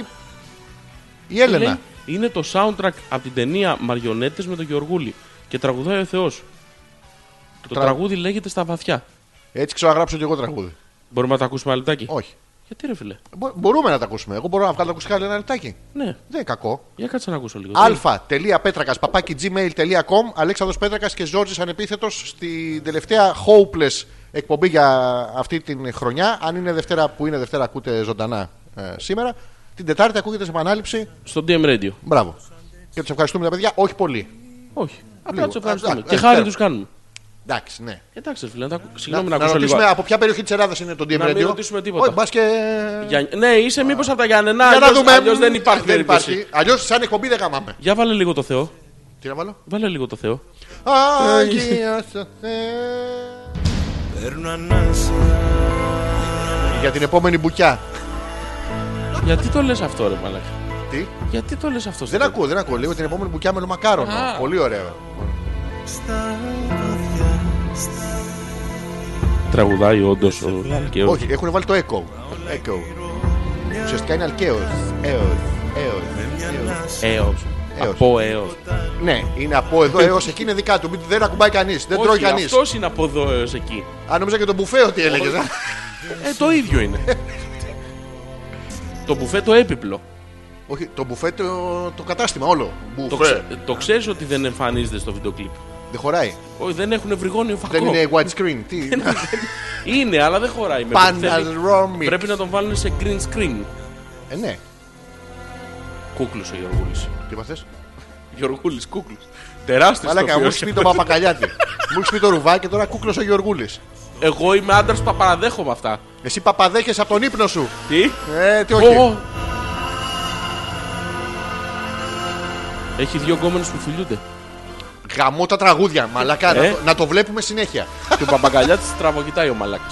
S1: Η
S2: Λέει,
S1: Έλενα.
S2: είναι το soundtrack από την ταινία Μαριονέτες με τον Γεωργούλη. Και τραγουδάει ο Θεός. Το
S1: τρα-
S2: τραγούδι λέγεται Στα βαθιά.
S1: Έτσι ξέρω να γράψω και εγώ τραγούδι.
S2: Μπορούμε να τα ακούσουμε ένα λεπτάκι.
S1: Όχι.
S2: Γιατί ρε φίλε.
S1: Μπο- μπορούμε να τα ακούσουμε. Εγώ μπορώ να βγάλω τα ακουστικά λέει, ένα λεπτάκι.
S2: Ναι,
S1: Δεν είναι κακό.
S2: για κάτσε να ακούσω λίγο.
S1: αλφα.πέτρακα παπάκι gmail.com Αλέξανδρος Πέτρακας και Ζόρτζης Ανεπίθετος στην τελευταία Hopeless εκπομπή για αυτή την χρονιά. Αν είναι Δευτέρα που είναι Δευτέρα, ακούτε ζωντανά ε, σήμερα. Την Τετάρτη ακούγεται σε επανάληψη.
S2: Στο DM Radio.
S1: Μπράβο. Και τους ευχαριστούμε τα παιδιά, όχι πολύ.
S2: Όχι. Απλά
S1: Λίγο.
S2: τους ευχαριστούμε.
S1: Α, α,
S2: και
S1: α,
S2: χάρη
S1: ξέρω.
S2: τους κάνουμε.
S1: Εντάξει, ναι.
S2: Εντάξει, ρε φίλε, να τα ακού- συγγνώμη να,
S1: να
S2: ακούσω
S1: ρωτήσουμε
S2: λίγο.
S1: από ποια περιοχή της Ελλάδας είναι το DM
S2: Να μην
S1: Radio.
S2: ρωτήσουμε τίποτα.
S1: Όχι, μπας και.
S2: Για... Ναι, είσαι μήπως από τα Γιάννενα.
S1: Για να
S2: αλλιώς-
S1: δούμε.
S2: αλλιώς δεν υπάρχει περίπτωση.
S1: Αλλιώς σαν εκπομπή δεν γαμάμε.
S2: Για βάλε λίγο το Θεό.
S1: Τι να βάλω.
S2: Βάλε λίγο το Θεό.
S1: Άγιας σε Θεέ. Για την επόμενη μπουκιά.
S2: Γιατί το λες αυτό, ρε Μαλάκα.
S1: Τι.
S2: Γιατί το λες αυτό,
S1: Δεν
S2: στο-
S1: ακούω, δεν ακούω. Λίγο την επόμενη μπουκιά με το μακάρονο.
S2: Α.
S1: Πολύ ωραίο.
S2: Τραγουδάει όντως ο και ο-
S1: Όχι, έχουν βάλει το echo. Echo. Ουσιαστικά είναι αλκαίος. Έως.
S2: έως.
S1: Έως.
S2: Από έως.
S1: Ναι, είναι από εδώ έως εκεί είναι δικά του. Μην- Δεν ακουμπάει κανείς. Δεν τρώει
S2: Όχι,
S1: κανείς.
S2: αυτός είναι από εδώ έως εκεί.
S1: Αν νόμιζα και τον μπουφέ ότι έλεγες.
S2: Ε, το ίδιο είναι. το μπουφέ το έπιπλο.
S1: Όχι, το μπουφέ το, το κατάστημα όλο. Μπουφέ.
S2: Το, ξε... το ξέρεις ότι δεν εμφανίζεται στο βίντεο κλιπ.
S1: Δεν χωράει.
S2: Όχι, δεν έχουν βρυγόνιο φακό.
S1: Δεν είναι white screen. Τι.
S2: Είναι, αλλά δεν χωράει. με το που θέλει.
S1: Παναλρόμι.
S2: Πρέπει να τον βάλουν σε green screen.
S1: Ε, ναι.
S2: Κούκλος ο Γιωργούλη.
S1: Τι είπα θες?
S2: Γιωργούλη, κούκλος. Τεράστιος
S1: Μαλάκα, μου έχεις πει το παπακαλιάτι. μου έχεις πει το ρουβά και τώρα κούκλος ο Γιωργούλη.
S2: Εγώ είμαι άντρας που τα παραδέχομαι αυτά.
S1: Εσύ παπαδέχεσαι από τον ύπνο σου.
S2: Τι.
S1: Ε, τι όχι.
S2: Ω. Έχει δύο γκόμενες που φιλιούνται.
S1: Γαμώ τα τραγούδια, μαλακά. Να,
S2: Ε.
S1: το, να το βλέπουμε συνέχεια.
S2: Και ο παπαγκαλιά τη τραβοκοιτάει ο μαλάκα.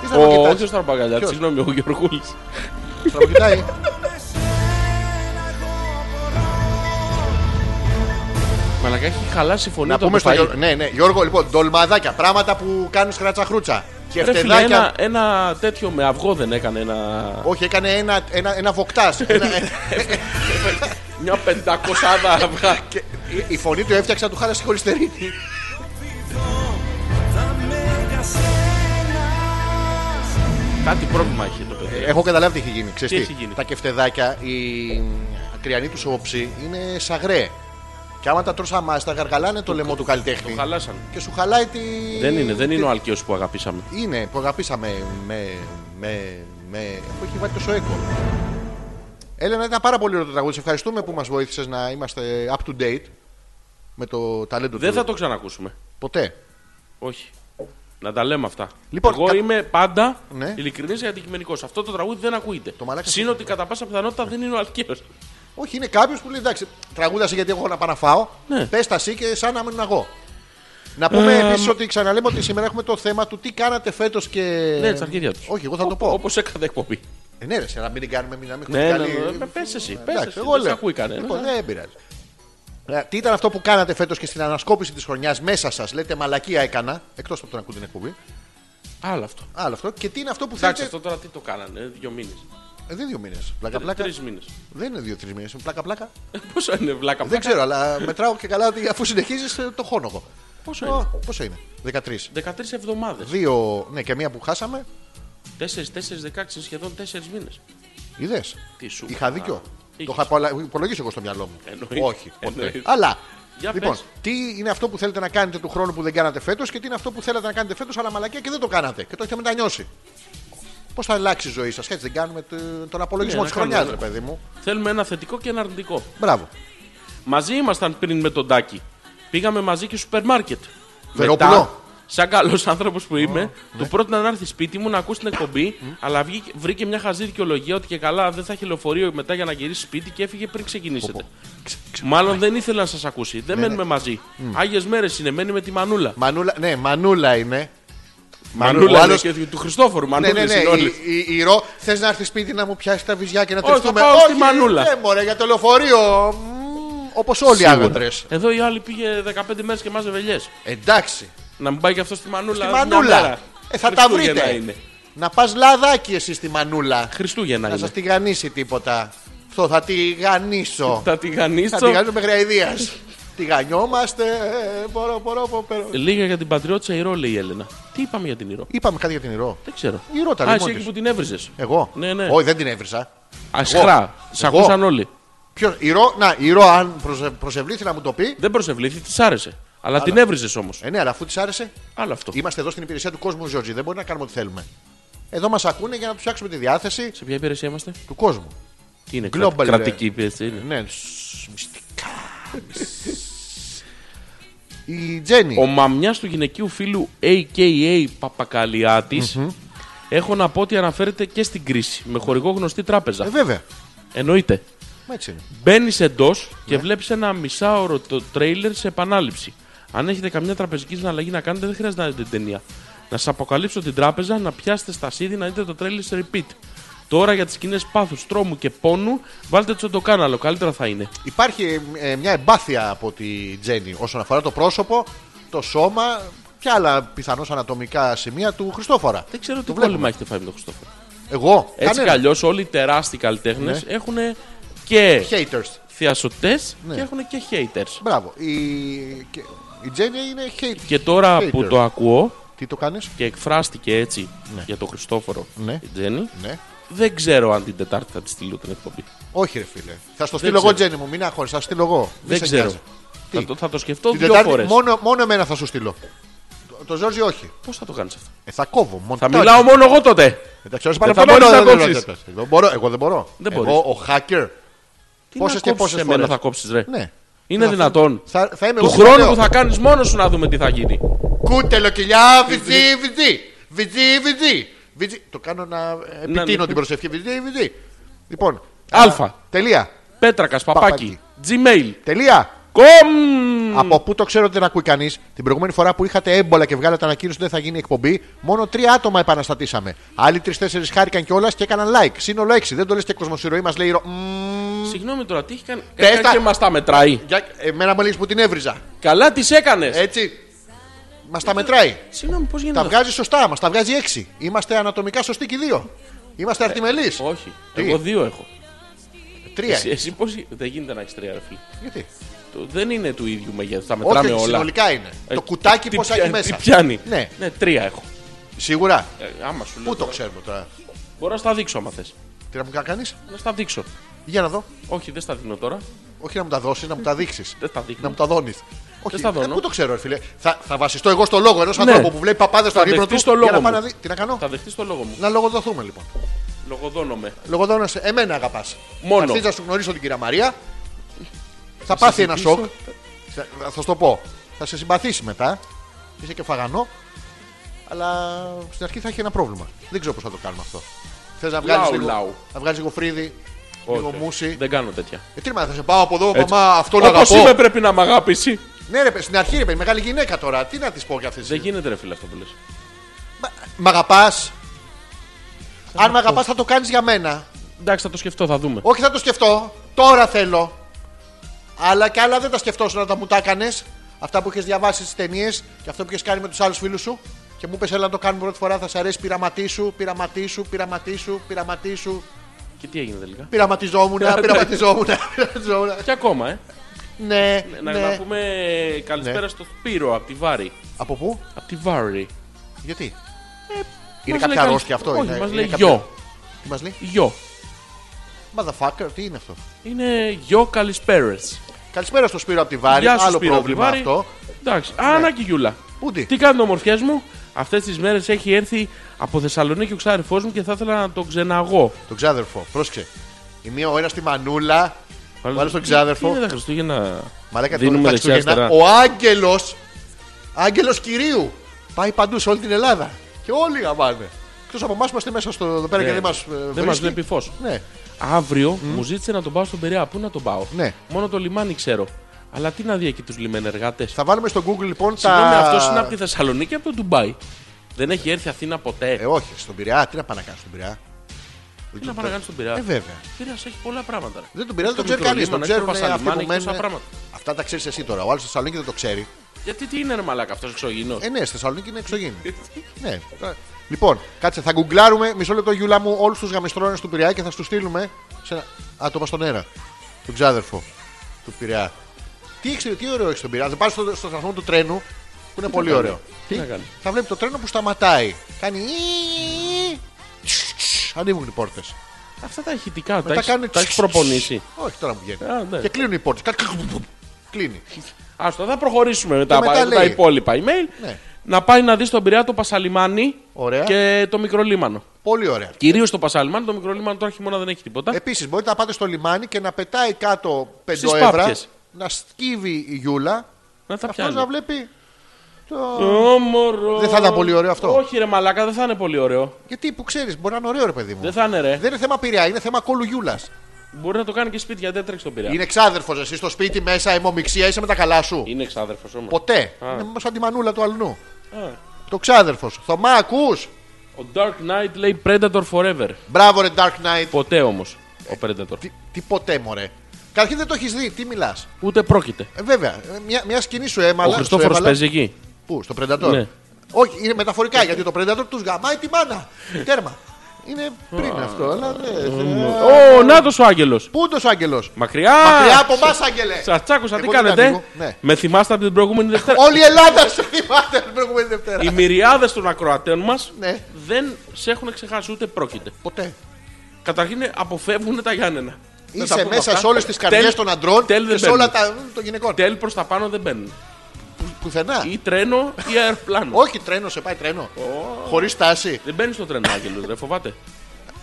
S1: Τι θα
S2: Ο,
S1: το κοιτάξεις?
S2: όχι ο Στραμπαγκαλιάτη,
S1: Ποιος?
S2: συγγνώμη, ο Γιωργούλη.
S1: Στραβοκοιτάει.
S2: Μαλακά έχει χαλάσει η φωνή
S1: Να
S2: του.
S1: πούμε στο
S2: από το φαΐ.
S1: Γιώργο. Ναι, ναι. Γιώργο, λοιπόν, ντολμαδάκια. Πράγματα που κάνουν χράτσα-χρούτσα. Και
S2: Ρε φίλε,
S1: φτεδάκια.
S2: ένα, ένα τέτοιο με αυγό δεν έκανε. Ένα,
S1: Όχι, έκανε ένα, ένα, ένα βοκτάζ. Ένα- ένα-
S2: μια πεντακοσάδα αυγά.
S1: και η- η φωνή του έφτιαξε να του χάλασε η χολυστερίνη.
S2: Κάτι πρόβλημα έχει το παιδί.
S1: Έχω καταλάβει τι έχει γίνει. Ξέρεις
S2: Τι έχει γίνει?
S1: Τα κεφτεδάκια, η ακριανή του όψη είναι σαγρέ. Και άμα τα τρως αμάς, τα γαργαλάνε το λαιμό του καλλιτέχνη.
S2: Χαλάσαν.
S1: Και σου χαλάει τη.
S2: Δεν είναι, δεν είναι
S1: τη-
S2: ο Αλκαίος που αγαπήσαμε.
S1: Είναι που αγαπήσαμε με. με. με. που έχει βάλει το Σοέκο. Έλενα, ήταν πάρα πολύ ωραίο το τραγούδι. Σε ευχαριστούμε που μας βοήθησες να είμαστε up to date με το ταλέντο
S2: Δεν
S1: του.
S2: θα το ξανακούσουμε.
S1: Ποτέ.
S2: Όχι. Να τα λέμε αυτά.
S1: Λοιπόν,
S2: Εγώ
S1: κα-
S2: είμαι πάντα
S1: Ναι.
S2: ειλικρινής και αντικειμενικός. Αυτό το τραγούδι δεν ακούγεται.
S1: Το μαλάκα-
S2: Συν ότι κατά πάσα πιθανότητα δεν είναι ο Αλκαίος.
S1: Όχι, είναι κάποιος που λέει εντάξει, τραγούδασε γιατί έχω να πάω να φάω.
S2: Ναι.
S1: Πες τα εσύ και σαν να ήμουν εγώ. Να πούμε
S2: Ε,
S1: επίσης ότι ξαναλέμε ότι σήμερα έχουμε το θέμα του τι κάνατε φέτος και.
S2: Ναι, της αρχίδια τους.
S1: Όχι, εγώ θα το πω.
S2: Όπως έκανε εκπομπή.
S1: Ε, ναι, ρε, σε να μην την κάνουμε, μην να μην
S2: Ναι,
S1: έχουμε
S2: ναι,
S1: καλή-
S2: ναι, ναι, πες εσύ,
S1: Ε,
S2: πες
S1: εντάξει,
S2: εσύ,
S1: εγώ
S2: δεν σε
S1: λέω.
S2: ακούει ε. κανένας.
S1: Λοιπόν, δεν πειράζει. Ε, Τι ήταν αυτό που κάνατε φέτος και στην ανασκόπηση της χρονιάς μέσα σας, λέτε μαλακία έκανα, εκτός από τον ακούν την εκπομπή.
S2: Άλλο αυτό.
S1: Άλλο αυτό. Ναι, Και τι είναι αυτό που θέλετε.
S2: Εντάξει, αυτό τώρα τι το κάνανε, ε, δύο μήνες.
S1: Ε, δεν είναι δύο μήνες. Πλάκα-πλάκα.
S2: Τρεις μήνες.
S1: Δεν είναι δύο-τρει μήνε. Πλάκα-πλάκα.
S2: Ε, Πόσο είναι, βλάκα
S1: Δεν
S2: βλάκα.
S1: ξέρω, αλλά μετράω και καλά ότι αφού συνεχίζεις το χώνω εγώ.
S2: Πόσο
S1: Ω,
S2: είναι.
S1: Πόσο είναι, 13.
S2: 13 εβδομάδες.
S1: Δύο, ναι, και μία που χάσαμε.
S2: 4-4-16 σχεδόν 4 μήνες.
S1: Είδες.
S2: Τι σου.
S1: Είχα δίκιο.
S2: Α,
S1: Το
S2: είχες.
S1: είχα απολα- υπολογίσει εγώ στο μυαλό μου.
S2: Εννοείται.
S1: Όχι, ποτέ.
S2: Εννοείται.
S1: Αλλά.
S2: Για
S1: λοιπόν,
S2: πες.
S1: τι είναι αυτό που θέλετε να κάνετε του χρόνου που δεν κάνατε φέτος και τι είναι αυτό που θέλατε να κάνετε φέτος αλλά μαλακία και δεν το κάνατε και το έχετε μετανιώσει. Πώς θα αλλάξει η ζωή σας, έτσι δεν κάνουμε τε- τον απολογισμό
S2: Ναι,
S1: της τη
S2: να
S1: χρονιά, ρε
S2: κάνουμε.
S1: παιδί μου.
S2: Θέλουμε ένα θετικό και ένα αρνητικό.
S1: Μπράβο.
S2: Μαζί ήμασταν πριν με τον Τάκη. Πήγαμε μαζί και σούπερ μάρκετ.
S1: Βερόπουλο. ναι.
S2: Μετά, σαν καλός άνθρωπος που είμαι, του πρότεινα να έρθει σπίτι μου να ακούσει την εκπομπή, αλλά βγήκε- βρήκε μια χαζή δικαιολογία ότι και καλά δεν θα έχει λεωφορείο μετά για να γυρίσει σπίτι και έφυγε πριν ξεκινήσετε. Μάλλον δεν ήθελε να σας ακούσει.
S1: Ναι,
S2: Δεν μένουμε μαζί. Άγιες μέρες είναι, μένει με τη Μανούλα.
S1: Μανούλα, ναι, μανούλα είναι.
S2: Μανούλα
S1: ο
S2: είναι
S1: άλλος-
S2: και του Χριστόφορου.
S1: Ναι,
S2: Μανούλα
S1: ναι, ναι.
S2: είναι όλες.
S1: Η, η, η ρο, θες να έρθει σπίτι να μου πιάσει τα βυζιά και να
S2: Όχι, θα
S1: τρεχτούμε.
S2: πάω στη Μανούλα.
S1: Ναι, μωρέ, για το λεωφορείο. Όπως όλοι οι
S2: Σίγουρα.
S1: άγοντρε.
S2: Εδώ η άλλη πήγε 15 μέρες και μάζευε ελιές.
S1: Εντάξει.
S2: Να μην πάει και αυτός στη Μανούλα.
S1: Στη
S2: μια
S1: μανούλα.
S2: μέρα.
S1: Ε, θα τα
S2: Χριστούγεννα
S1: βρείτε.
S2: είναι.
S1: Να πας λαδάκι εσύ στη μανούλα.
S2: Χριστούγεννα
S1: Να
S2: είναι.
S1: σας τηγανίσει τίποτα. Αυτό θα τηγανίσω.
S2: Θα τη γανίσω.
S1: θα τηγανίσω μέχρι αηδίας. Τηγανιόμαστε. ε, Μπορώ, μπορώ, μπορώ, μπορώ.
S2: Λίγα για την πατριώτησα Ηρώ, λέει η Έλενα. Τι είπαμε για την Ηρώ.
S1: Είπαμε κάτι για την Ηρώ.
S2: Δεν ξέρω.
S1: Η Ηρώ τα
S2: Α,
S1: λέει
S2: εσύ
S1: μόνη
S2: εκεί
S1: της.
S2: που την έβριζες.
S1: Εγώ.
S2: Ναι, ναι.
S1: Όχι, δεν την έβρισα. Εγώ.
S2: Ασχρά. Σ'
S1: Εγώ.
S2: ακούσαν όλοι.
S1: Ποιος, Ηρώ, να, Ηρώ, αν προσε, προσευλήθη να μου το πει.
S2: Δεν προσευλήθη, της άρεσε. Αλλά την έβριζες όμως.
S1: Ε, ναι, αλλά αφού της άρεσε.
S2: Άλλο αυτό.
S1: Είμαστε εδώ στην υπηρεσία του κόσμου, Ζιόρτζι. Δεν μπορεί να κάνουμε ό,τι θέλουμε. Εδώ μας ακούνε για να τους φτιάξουμε τη διάθεση
S2: Σε ποια υπηρεσία είμαστε.
S1: του κόσμου.
S2: Τι είναι,
S1: Global, ε. ρε.
S2: κρα- κρατική υπηρεσία. είναι.
S1: Ναι, σ- μυστικά. Η Τζένι.
S2: Ο μαμιάς του γυναικείου φίλου AKA Παπακαλιάτης. Έχω να πω ότι αναφέρεται και στην κρίση με χορηγό γνωστή τράπεζα.
S1: Ε, βέβαια.
S2: Εννοείται.
S1: Μα έτσι είναι.
S2: Μπαίνεις εντός
S1: Ναι.
S2: και βλέπεις ένα μισάωρο το τρέιλερ σε επανάληψη. Αν έχετε καμιά τραπεζική συναλλαγή να κάνετε, δεν χρειάζεται να δείτε την ταινία. Να σας αποκαλύψω την τράπεζα, να πιάσετε στα σίδη, να δείτε το τρέιλερ σε repeat. Τώρα για τις σκηνές πάθους, τρόμου και πόνου, βάλτε τσοντοκάναλο. Καλύτερα θα είναι.
S1: Υπάρχει ε, μια εμπάθεια από τη Τζένι όσον αφορά το πρόσωπο, το σώμα και άλλα πιθανώς ανατομικά σημεία του Χριστόφορα.
S2: Δεν ξέρω τι
S1: Το βλέπουμε.
S2: πρόβλημα έχετε φάει με τον Χριστόφορο.
S1: Εγώ,
S2: Έτσι κι
S1: κανένα.
S2: αλλιώς όλοι οι τεράστιοι καλλιτέχνες
S1: Ναι.
S2: έχουν και
S1: Haters.
S2: θεασωτέ
S1: Ναι.
S2: και έχουν και haters.
S1: Μπράβο. Η, και- η Τζένι είναι hate.
S2: Και τώρα
S1: Haters.
S2: που το ακούω
S1: Τι το κάνεις.
S2: και εκφράστηκε έτσι για τον Χριστόφορο
S1: Ναι.
S2: η Τζέννη,
S1: Ναι.
S2: Δεν ξέρω αν την Τετάρτη θα τη στείλω την εκπομπή.
S1: Όχι, ρε φίλε. Θα στο στείλω εγώ,
S2: ξέρω.
S1: Τζένι μου, μην αγχώνει. Θα στο στείλω εγώ. Μη
S2: Δεν
S1: σε
S2: ξέρω.
S1: νοιάζει.
S2: Θα
S1: Τι?
S2: το, θα το σκεφτώ
S1: Την
S2: δύο
S1: Τετάρτη
S2: φορές.
S1: μόνο, μόνο εμένα θα σου στείλω. Το, το Ζόρζι όχι.
S2: Πώς θα το κάνεις αυτό.
S1: Ε, θα κόβω. Μόνο
S2: Θα μιλάω μόνο εγώ τότε.
S1: Εντάξει, όχι πάνω
S2: Δεν θα
S1: από
S2: μπορείς
S1: όλα,
S2: να
S1: δεν
S2: κόψεις.
S1: μπορώ. Δεν μπορώ. Εγώ δεν μπορώ.
S2: Δεν
S1: εγώ, ο hacker.
S2: Τι
S1: Πόσες
S2: να
S1: και
S2: κόψεις
S1: πόσες
S2: εμένα
S1: φορές.
S2: θα κόψεις, ρε.
S1: Ναι.
S2: Είναι
S1: Θα-
S2: δυνατόν.
S1: Θα, θα είμαι
S2: Του
S1: εγώ
S2: χρόνου
S1: λέω.
S2: που θα κάνεις μόνος σου να δούμε τι θα γίνει.
S1: Κούτελο κοιλιά, βυζί, βυζί. Βυζί, βυζί. βυζί. Το κάνω να επιτείνω
S2: ναι.
S1: την προσευχή. Βυζί, βυζί. Λοιπόν.
S2: Αλφα.
S1: α, Τελεία.
S2: Πέτρακας, παπάκι. Gmail.
S1: Τελεία.
S2: Κομ.
S1: Από πού το ξέρω ότι δεν ακούει κανείς. Την προηγούμενη φορά που είχατε έμπολα και βγάλατε ανακοίνωση ότι δεν θα γίνει εκπομπή, μόνο τρία άτομα επαναστατήσαμε. Άλλοι τρει-τέσσερι χάρηκαν κιόλας και έκαναν like. Σύνολο έξι. Δεν το λες και κοσμοσυρωή μας λέει. ρο- Μμμ.
S2: Συγγνώμη τώρα, τι έχει κάνει.
S1: Πες
S2: Κάτι
S1: τα.
S2: και μας τα μετράει.
S1: Για- Εμένα μου έλεγες που την έβριζα.
S2: Καλά τις έκανες.
S1: Έτσι. Μας τα μετράει.
S2: Συγγνώμη, πώς γίνεται.
S1: Ε, Τα
S2: αυτό.
S1: βγάζει σωστά, μας τα βγάζει έξι. Είμαστε ανατομικά σωστοί και οι δύο. Είμαστε αρτιμελεί.
S2: Ε, Όχι.
S1: Τι?
S2: Εγώ δύο έχω.
S1: Τρία.
S2: Εσύ, εσύ πώς... Δεν γίνεται να έχεις τρία, ρε φίλε.
S1: Γιατί.
S2: Το- Δεν είναι του ίδιου μεγέθους. Τα
S1: Όχι,
S2: μετράμε
S1: όχι,
S2: όλα.
S1: συνολικά είναι.
S2: Ε,
S1: Το κουτάκι
S2: τι
S1: πώς
S2: πιάνει-
S1: έχει μέσα.
S2: Τι πιάνει.
S1: Ναι,
S2: τρία έχω.
S1: σίγουρα.
S2: Ε, άμα σου λέω.
S1: Πού το
S2: τώρα.
S1: ξέρουμε τώρα.
S2: Μπορώ να στα δείξω άμα θες.
S1: Τι να μου κάνεις.
S2: Να στα δείξω.
S1: Για να δω.
S2: Όχι, δεν στα δίνω τώρα.
S1: Όχι να μου τα δώσεις, να μου τα δείξεις.
S2: Δεν τα δείχνω.
S1: Να μου τα δώνεις. Όχι,
S2: στα δώνω.
S1: ε, πού το ξέρω, ρε φίλε. Θα, θα βασιστώ εγώ στο λόγο ενός
S2: Ναι.
S1: ανθρώπου που βλέπει παπάδες στον
S2: Θα
S1: ύπνο του.
S2: δεχτείς το λόγο
S1: για να πάω
S2: μου.
S1: να δει. Τι να κάνω.
S2: Θα δεχτείς το λόγο μου.
S1: Να λογοδοθούμε λοιπόν.
S2: Λογοδόνομαι.
S1: Λογοδόνασε. Εμένα αγαπάς.
S2: Μόνο.
S1: Αυτή να σου γνωρίσω την κυρία Μαρία. Θα πάθει ένα σοκ. Θα, θα σου το πω. Θα σε συμπαθήσει μετά. Είσαι και φαγανό. Αλλά στην αρχή θα έχει ένα πρόβλημα. Δεν ξέρω πώς θα το κάνουμε αυτό. Θες να βγάλεις
S2: Λάου,
S1: λίγο,
S2: λάου.
S1: να βγάλεις λίγο φρύδι, λίγο
S2: Όχι.
S1: μουσι.
S2: Δεν κάνω τέτοια.
S1: Ε, τι να θα σε πάω από εδώ,
S2: Έτσι.
S1: μαμά, αυτό να
S2: Όπως
S1: αγαπώ.
S2: είμαι πρέπει να μ' αγάπησει.
S1: Ναι, ρε, στην αρχή ρε, παιδί, μεγάλη γυναίκα τώρα. Τι να της πω για αυτή.
S2: Δεν γίνεται, ρε φίλε, αυτό που λες.
S1: Μ' αγαπάς. Αν μ' αγαπάς, θα το κάνεις για μένα.
S2: Εντάξει, θα το σκεφτώ, θα δούμε.
S1: Όχι, θα το σκεφτώ. Τώρα θέλω. Αλλά και άλλα δεν τα σκεφτόσουν να τα μου τα έκανες. Αυτά που είχε διαβάσει στις ταινίες και αυτό που είχε κάνει με τους άλλους φίλους σου. Και μου είπε, έλα να το κάνουμε πρώτη φορά, θα σε αρέσει. Πειραματίσου, πειραματίσου, πειραματίσου, πειραματίσου.
S2: Και τι έγινε τελικά.
S1: Πειραματιζόμουν,
S2: Ναι,
S1: πειραματιζόμουν, πειραματιζόμουν.
S2: Και ακόμα, ε.
S1: ναι,
S2: Να,
S1: ναι.
S2: να πούμε ε, καλησπέρα
S1: Ναι.
S2: στο Σπύρο από τη Βάρη.
S1: Από πού,
S2: Από τη Βάρη.
S1: γιατί. Είναι
S2: Ε, Μας
S1: κάποια
S2: λέει καλη-
S1: αρρώστια αυτό,
S2: Όχι,
S1: είναι-
S2: μας
S1: είναι
S2: λέει
S1: κάποια-
S2: γιο.
S1: Τι μας λέει,
S2: Γιο.
S1: Motherfucker, τι είναι αυτό.
S2: Είναι γιο καλησπέρες.
S1: Καλησπέρα στο Σπύρο από τη Βάρη.
S2: Γεια σου,
S1: Άλλο
S2: Σπύρο,
S1: πρόβλημα
S2: Βάρη.
S1: αυτό. Ναι.
S2: Εντάξει. Άννα και Γιούλα.
S1: Πού τι?
S2: Τι κάνουν ομορφιές μου. Αυτές τις μέρες έχει έρθει από Θεσσαλονίκη ο ξάδερφός μου και θα ήθελα να τον ξεναγώ.
S1: Τον ξάδερφο, πρόσεξε. Η μία ο ένας στη μανούλα, ο άλλος τον
S2: Τι-
S1: ξάδερφο.
S2: Τι είναι τα Χριστούγεννα.
S1: Μαλάκα τώρα
S2: Δίνουμε
S1: τα
S2: δεξιά αριστερά.
S1: Χριστούγεννα. Ο Άγγελος. Άγγελος κυρίου. Πάει παντού σε όλη την Ελλάδα. Και όλοι γαμάνε. Εκτός από εμάς που είμαστε μέσα στο εδώ πέρα
S2: Ναι.
S1: και δεν μας
S2: Δεν μας βλέπει φως.
S1: Ναι.
S2: Αύριο μου ζήτησε να τον πάω στον Περιά. Πού να τον πάω.
S1: Ναι.
S2: Μόνο το λιμάνι ξέρω. Αλλά τι να δει εκεί τους λιμενεργάτε.
S1: Θα βάλουμε στο Google λοιπόν τα.
S2: Συγγνώμη, αυτός είναι από τη Θεσσαλονίκη από το Ντουμπάι. Δεν έχει έρθει Αθήνα ποτέ.
S1: Ε, όχι, στον Πειραιά. Τι να πάνε να κάνουν στον Πειραιά.
S2: Τι να πάνε να κάνει στον Πειραιά.
S1: Ε, βέβαια.
S2: Ο Πειραιάς έχει πολλά πράγματα. ρε.
S1: Δεν τον Πειραιά δεν
S2: Το
S1: τον ξέρει
S2: μικρό
S1: κανείς. Τον
S2: λίμανο, έχει το
S1: ξέρουν αυτοί
S2: Πασαλιμάνι,
S1: που
S2: έχει τόσα
S1: μένουν.
S2: πράγματα.
S1: Αυτά τα ξέρεις εσύ τώρα. Ο άλλος στη Θεσσαλονίκη δεν το ξέρει.
S2: Γιατί τι είναι ρε μαλάκα αυτός εξωγήινος.
S1: Ε, ναι, στη Θεσσαλονίκη είναι εξωγήινη. ναι. Λοιπόν, κάτσε, θα γκουγκλάρουμε μισό λεπτό γιούλα μου όλους τους γαμιστρώνες του Πειραιά και θα τους στείλουμε σε ένα άτομα στον αέρα. Τον ξάδερφο του Πειραιά. Τι, έχεις, τι ωραίο έχεις τον Πειραιά. Θα πάρει στο, στο σταθμό του τρένου που είναι πολύ ωραίο.
S2: Τι να κάνει.
S1: Θα βλέπει το τρένο που σταματάει. Κάνει. Ανοίγουν οι πόρτες.
S2: Αυτά τα ηχητικά τα έχεις- τα έχεις προπονήσει.
S1: Όχι, τώρα μου βγαίνει.
S2: Α, ναι.
S1: Και κλείνουν οι πόρτες. Κλείνει.
S2: Άστο, θα προχωρήσουμε μετά,
S1: μετά
S2: μετά τα
S1: λέει.
S2: υπόλοιπα email.
S1: Ναι.
S2: Να πάει να δει στον Πειραιά το Πασαλιμάνι
S1: Ωραία.
S2: και το Μικρολίμανο.
S1: Πολύ ωραία.
S2: Κυρίως το Πασαλιμάνι, το Μικρολίμανο τώρα χειμώνα δεν έχει τίποτα.
S1: Επίσης, μπορείτε να πάτε στο λιμάνι και να πετάει κάτω
S2: Στις
S1: πεντοεύρα,
S2: πάπιες.
S1: να σκύβει η Γιούλα,
S2: να
S1: αυτό
S2: τα πιάνει. Ε.
S1: να βλέπει. Το...
S2: Όμορο.
S1: Δεν θα ήταν πολύ ωραίο αυτό.
S2: Όχι, ρε Μαλάκα, δεν θα είναι πολύ ωραίο.
S1: Γιατί που ξέρεις, μπορεί να είναι ωραίο ρε παιδί μου.
S2: Δεν θα είναι, ρε.
S1: Δεν είναι θέμα πειραία, είναι θέμα κόλου Γιούλας.
S2: Μπορεί να το κάνει και σπίτι γιατί δεν τρέξει τον Πειραιά. Είναι,
S1: Είναι ξάδερφο εσύ στο σπίτι μέσα, αιμομηξία, είσαι με τα καλά σου.
S2: εξάδερφος όμως.
S1: Ποτέ.
S2: Α.
S1: Είναι σαν τη μανούλα του αλλού. Το ξάδερφο. Θωμά, ακούς.
S2: Ο Dark Knight λέει Predator Forever.
S1: Μπράβο, ρε Dark Knight.
S2: Ποτέ όμως ο Predator.
S1: Ε, Τι, τι ποτέ, μωρέ. Καταρχήν δεν το έχεις δει, τι μιλάς.
S2: Ούτε πρόκειται.
S1: Ε, βέβαια, ε, μια, μια σκηνή σου έμαλα.
S2: Ο
S1: σου
S2: Χριστόφορο
S1: έβαλα.
S2: παίζει εκεί.
S1: Πού, στο Predator.
S2: Ναι.
S1: Όχι, είναι μεταφορικά γιατί το Predator τους γαμάει τη μάνα. Τέρμα. Είναι πριν αυτό, αλλά δεν.
S2: Ω, νάτος ο Άγγελος.
S1: Πού είναι ο Άγγελος.
S2: Μακριά!
S1: Ε, Μακριά από εμάς, Άγγελε.
S2: Σας τσάκωσα, τι
S1: Εγώ δεν
S2: κάνετε. ε?
S1: ανοίγω. Ναι.
S2: Με θυμάστε από την προηγούμενη Δευτέρα.
S1: Όλη η Ελλάδα σε θυμάται την προηγούμενη Δευτέρα.
S2: Οι μυριάδες των ακροατέων μας
S1: Ναι.
S2: δεν σε έχουν ξεχάσει ούτε πρόκειται.
S1: Ποτέ.
S2: Καταρχήν αποφεύγουν τα Γιάννενα. Να τα
S1: Είσαι
S2: πούμε
S1: μέσα
S2: αυτά.
S1: σε όλες τις
S2: Τέλ-
S1: καρδιέ των αντρών
S2: τέλ
S1: και
S2: δεν
S1: σε όλα τα
S2: μπαίνουν.
S1: των γυναικών.
S2: Τέλ προς τα πάνω δεν μπαίνουν.
S1: Πουθενά.
S2: Ή τρένο ή αεροπλάνο.
S1: Όχι τρένο, σε πάει τρένο. Χωρίς τάση.
S2: Δεν μπαίνεις στο τρένο, Άγγελο, ρε φοβάται.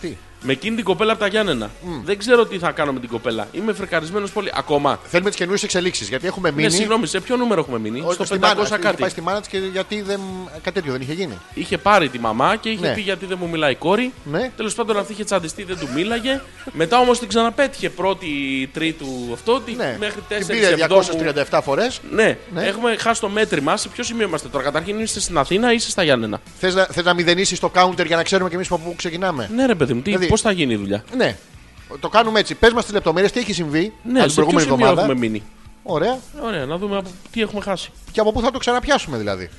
S1: Τι.
S2: Με εκείνη την κοπέλα από τα Γιάννενα. Δεν ξέρω τι θα κάνω με την κοπέλα. Είμαι φρεκαρισμένο πολύ. Ακόμα.
S1: Θέλουμε τις καινούριες εξελίξεις γιατί έχουμε
S2: Ναι,
S1: μείνει.
S2: συγγνώμη, σε ποιο νούμερο έχουμε μείνει.
S1: όχι,
S2: στο
S1: στη
S2: 500
S1: μάνα. Είχε
S2: κάτι.
S1: πάει στη μάνα της και γιατί δεν... κάτι τέτοιο δεν είχε γίνει.
S2: Είχε πάρει τη μαμά και είχε
S1: Ναι.
S2: πει γιατί δεν μου μιλάει η κόρη.
S1: Ναι.
S2: Τέλος πάντων, αυτή είχε τσαντιστεί, δεν του μίλαγε. Μετά όμως την ξαναπέτυχε πρώτη Τρίτου αυτό. τη-
S1: Ναι.
S2: Μέχρι
S1: Την
S2: 4
S1: πήρε
S2: Εβδόμου.
S1: 237 φορές.
S2: Ναι.
S1: Ναι.
S2: έχουμε χάσει το μέτρη μας. Σε ποιο σημείο είμαστε τώρα, Καταρχήν είστε στην Αθήνα ή είστε στα Γιάννενα.
S1: Θες να, θες να μηδενίσεις το counter για να ξέρουμε κι εμείς από πού ξεκινάμε.
S2: Ναι, ρε παιδί μου,
S1: Δηλαδή-
S2: πώς θα γίνει η δουλειά.
S1: Ναι. Το κάνουμε έτσι. Πες μας τις λεπτομέρειες, τι έχει συμβεί
S2: Ναι,
S1: από την
S2: σε ποιο
S1: προηγούμενη
S2: σημείο
S1: εβδομάδα.
S2: έχουμε μείνει.
S1: Ωραία.
S2: Ωραία, να δούμε από... τι έχουμε χάσει.
S1: Και από πού θα το ξαναπιάσουμε δηλαδή.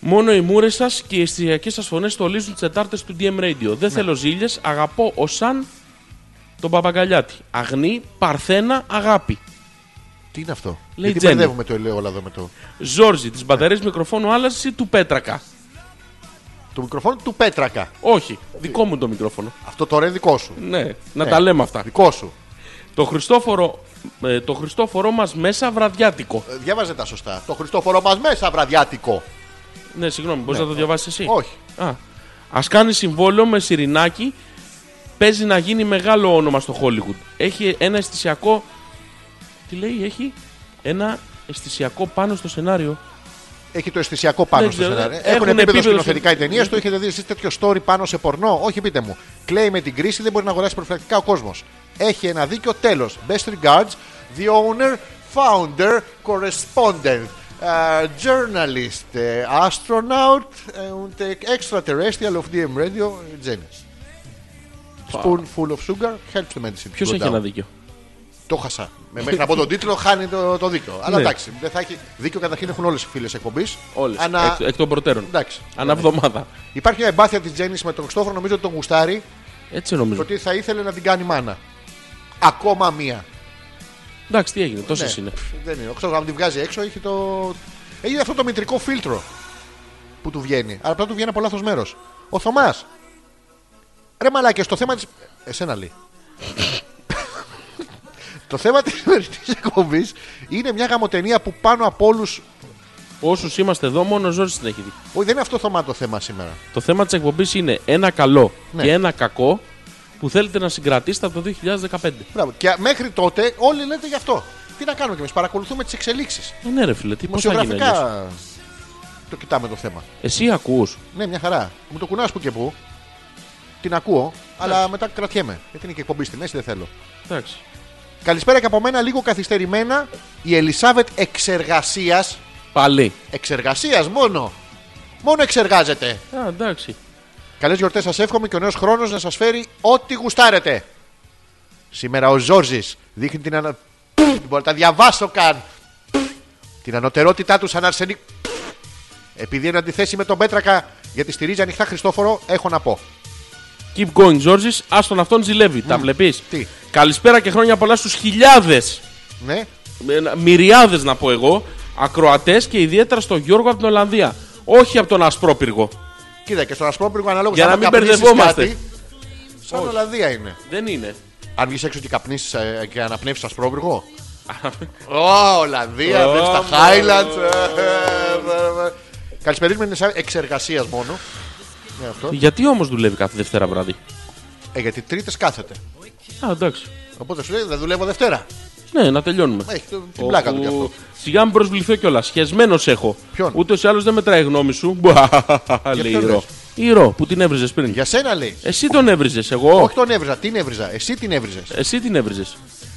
S2: Μόνο οι μούρες σας και οι εστιακέ σας φωνές στολίζουν τι Τετάρτε του DM Radio. Δεν
S1: Ναι.
S2: θέλω ζήλιες, αγαπώ ο Σαν τον Παπαγκαλιάτη. Αγνή, παρθένα, αγάπη.
S1: Τι είναι αυτό.
S2: Λέει
S1: γιατί
S2: Τζέννη.
S1: μπερδεύουμε το ελαιόλαδο με το.
S2: Ζόρζι, τις μπαταρίες μικροφόνου άλλαζε ή του Πέτρακα.
S1: Το μικροφόνο του Πέτρακα.
S2: Όχι, δικό μου το μικρόφωνο.
S1: Αυτό τώρα είναι δικό σου.
S2: Ναι, να
S1: Ναι.
S2: τα λέμε αυτά.
S1: Δικό σου.
S2: Το Χριστόφορο, ε, το Χριστόφορο μας μέσα βραδιάτικο.
S1: Ε, Διάβαζε τα σωστά. Το Χριστόφορο μας μέσα βραδιάτικο.
S2: Ναι, συγγνώμη, μπορείς να το διαβάσεις εσύ.
S1: Όχι.
S2: Α ας κάνει συμβόλαιο με Σιρινάκι. Παίζει να γίνει μεγάλο όνομα στο Hollywood. Έχει ένα αισθησιακό. Τι λέει, έχει ένα αισθησιακό πάνω στο σενάριο.
S1: Έχει το αισθησιακό πάνω
S2: Δεν
S1: στο
S2: ξέρω,
S1: σενάριο.
S2: έχουν
S1: Έχουν, επίπεδο
S2: επίπεδο
S1: σκηνοθετικά οι
S2: στην-
S1: ταινίε του. Έχετε δει εσείς τέτοιο story πάνω σε πορνό. Όχι, πείτε μου. Κλαίει με την κρίση, δεν μπορεί να αγοράσει προφυλακτικά ο κόσμος. Έχει ένα δίκιο τέλο. Best regards, the owner, founder, correspondent, uh, journalist, uh, astronaut, and extraterrestrial of DM radio, Jenny. Spoonful of sugar helps the medicine. to
S2: Ποιος
S1: go
S2: έχει
S1: down.
S2: ένα δίκιο.
S1: Το χασά. Με- Μέχρι να πω τον τίτλο, χάνει το, το δίκιο. Αλλά
S2: Ναι.
S1: εντάξει, δεν θα έχει. Δίκιο καταρχήν έχουν όλες οι φίλες εκπομπής.
S2: Όλες. Εκ, εκ, των προτέρων.
S1: Εντάξει.
S2: Ανά εβδομάδα.
S1: Υπάρχει μια εμπάθεια της Τζέννης με τον Χριστόφορο, νομίζω ότι τον γουστάρει
S2: Έτσι νομίζω.
S1: ότι θα ήθελε να την κάνει μάνα. Ακόμα μία.
S2: Εντάξει, τι έγινε, τόσες είναι.
S1: Πφ, Δεν είναι. Ο Χριστόφορο, αν τη βγάζει έξω, έχει το. Έχει αυτό το μητρικό φίλτρο που του βγαίνει. Αλλά απλά του βγαίνει από λάθος μέρος. Ο Θωμάς. Ρε μαλάκες, το θέμα της. Εσένα λέει. το θέμα της σημερινής εκπομπής είναι μια γαμοτενία που πάνω από όλους.
S2: Όσους είμαστε εδώ, μόνο Ζόρζι την έχει δει.
S1: Όχι, δεν είναι αυτό Θωμά το θέμα σήμερα.
S2: Το θέμα της εκπομπής είναι ένα καλό
S1: Ναι.
S2: και ένα κακό που θέλετε να συγκρατήσετε από το 2015.
S1: Μπράβο. Και μέχρι τότε όλοι λέτε γι' αυτό. Τι να κάνουμε κι εμείς, παρακολουθούμε τις εξελίξεις.
S2: Ε, ναι, ρε φίλε, τι πώς θα γίνει. αλλιώς.
S1: Δημοσιογραφικά το κοιτάμε το θέμα.
S2: Εσύ ακούς.
S1: Ναι, μια χαρά. Μου το κουνάς που και που. Την ακούω, αλλά μετά κρατιέμαι. Γιατί είναι και εκπομπή στη μέση, δεν θέλω.
S2: Εντάξει.
S1: Καλησπέρα και από μένα, λίγο καθυστερημένα, η Ελισάβετ εξεργασίας.
S2: Πάλι.
S1: Εξεργασίας μόνο. Μόνο εξεργάζεται.
S2: Α, εντάξει.
S1: Καλές γιορτές σας εύχομαι και ο νέος χρόνος να σας φέρει ό,τι γουστάρετε. Σήμερα ο Ζόρζης δείχνει την ανα... Δεν μπορώ να τα διαβάσω καν. την ανωτερότητά του σαν αρσενή. Επειδή είναι αντιθέσει με τον Πέτρακα γιατί στηρίζει ανοιχτά Χριστόφορο, έχω να πω.
S2: Keep going, Georges. Άστον αυτόν ζηλεύει. Τα βλέπει.
S1: Ναι. Τι?
S2: Καλησπέρα και χρόνια πολλά στους χιλιάδες,
S1: Ναι,
S2: μυριάδες να πω εγώ, ακροατές και ιδιαίτερα στο Γιώργο από την Ολλανδία. Όχι από τον Ασπρόπυργο.
S1: κοίτα και στον Ασπρόπυργο αναλόγω
S2: Για να μην μπερδευόμαστε.
S1: σαν
S2: Όχι.
S1: Ολλανδία είναι.
S2: Δεν είναι.
S1: Αν βγεις έξω και καπνίσεις και αναπνεύσεις Ασπρόπυργο. Ω, Ολλανδία,
S2: Ω, ναι.
S1: βλέπει τα ε,
S2: μωρό.
S1: Highlands. ε, Καλησπέριζουμε είναι σαν εξεργασίας μόνο. Ναι, αυτό.
S2: Γιατί όμως δουλεύει κάθε Δευτέρα βράδυ.
S1: Ε, γιατί τρίτες κάθεται.
S2: Α, εντάξει.
S1: Οπότε σου λέει δεν δουλεύω Δευτέρα.
S2: Ναι, να τελειώνουμε.
S1: Έχει το- την πλάκα του κι αυτό.
S2: Σιγά μην προσβληθώ κιόλας. Σχεσμένος έχω.
S1: Ποιον?
S2: Ούτε ή άλλως δεν μετράει η γνώμη σου. Μπουαχαχαχα, λέει η
S1: ποιον
S2: Ρο.
S1: λες?
S2: Η Ρο που την έβριζες πριν.
S1: Για σένα λέει.
S2: Εσύ τον έβριζες, εγώ.
S1: Όχι τον έβριζα, την έβριζα. Εσύ την έβριζες.
S2: Εσύ την έβριζες.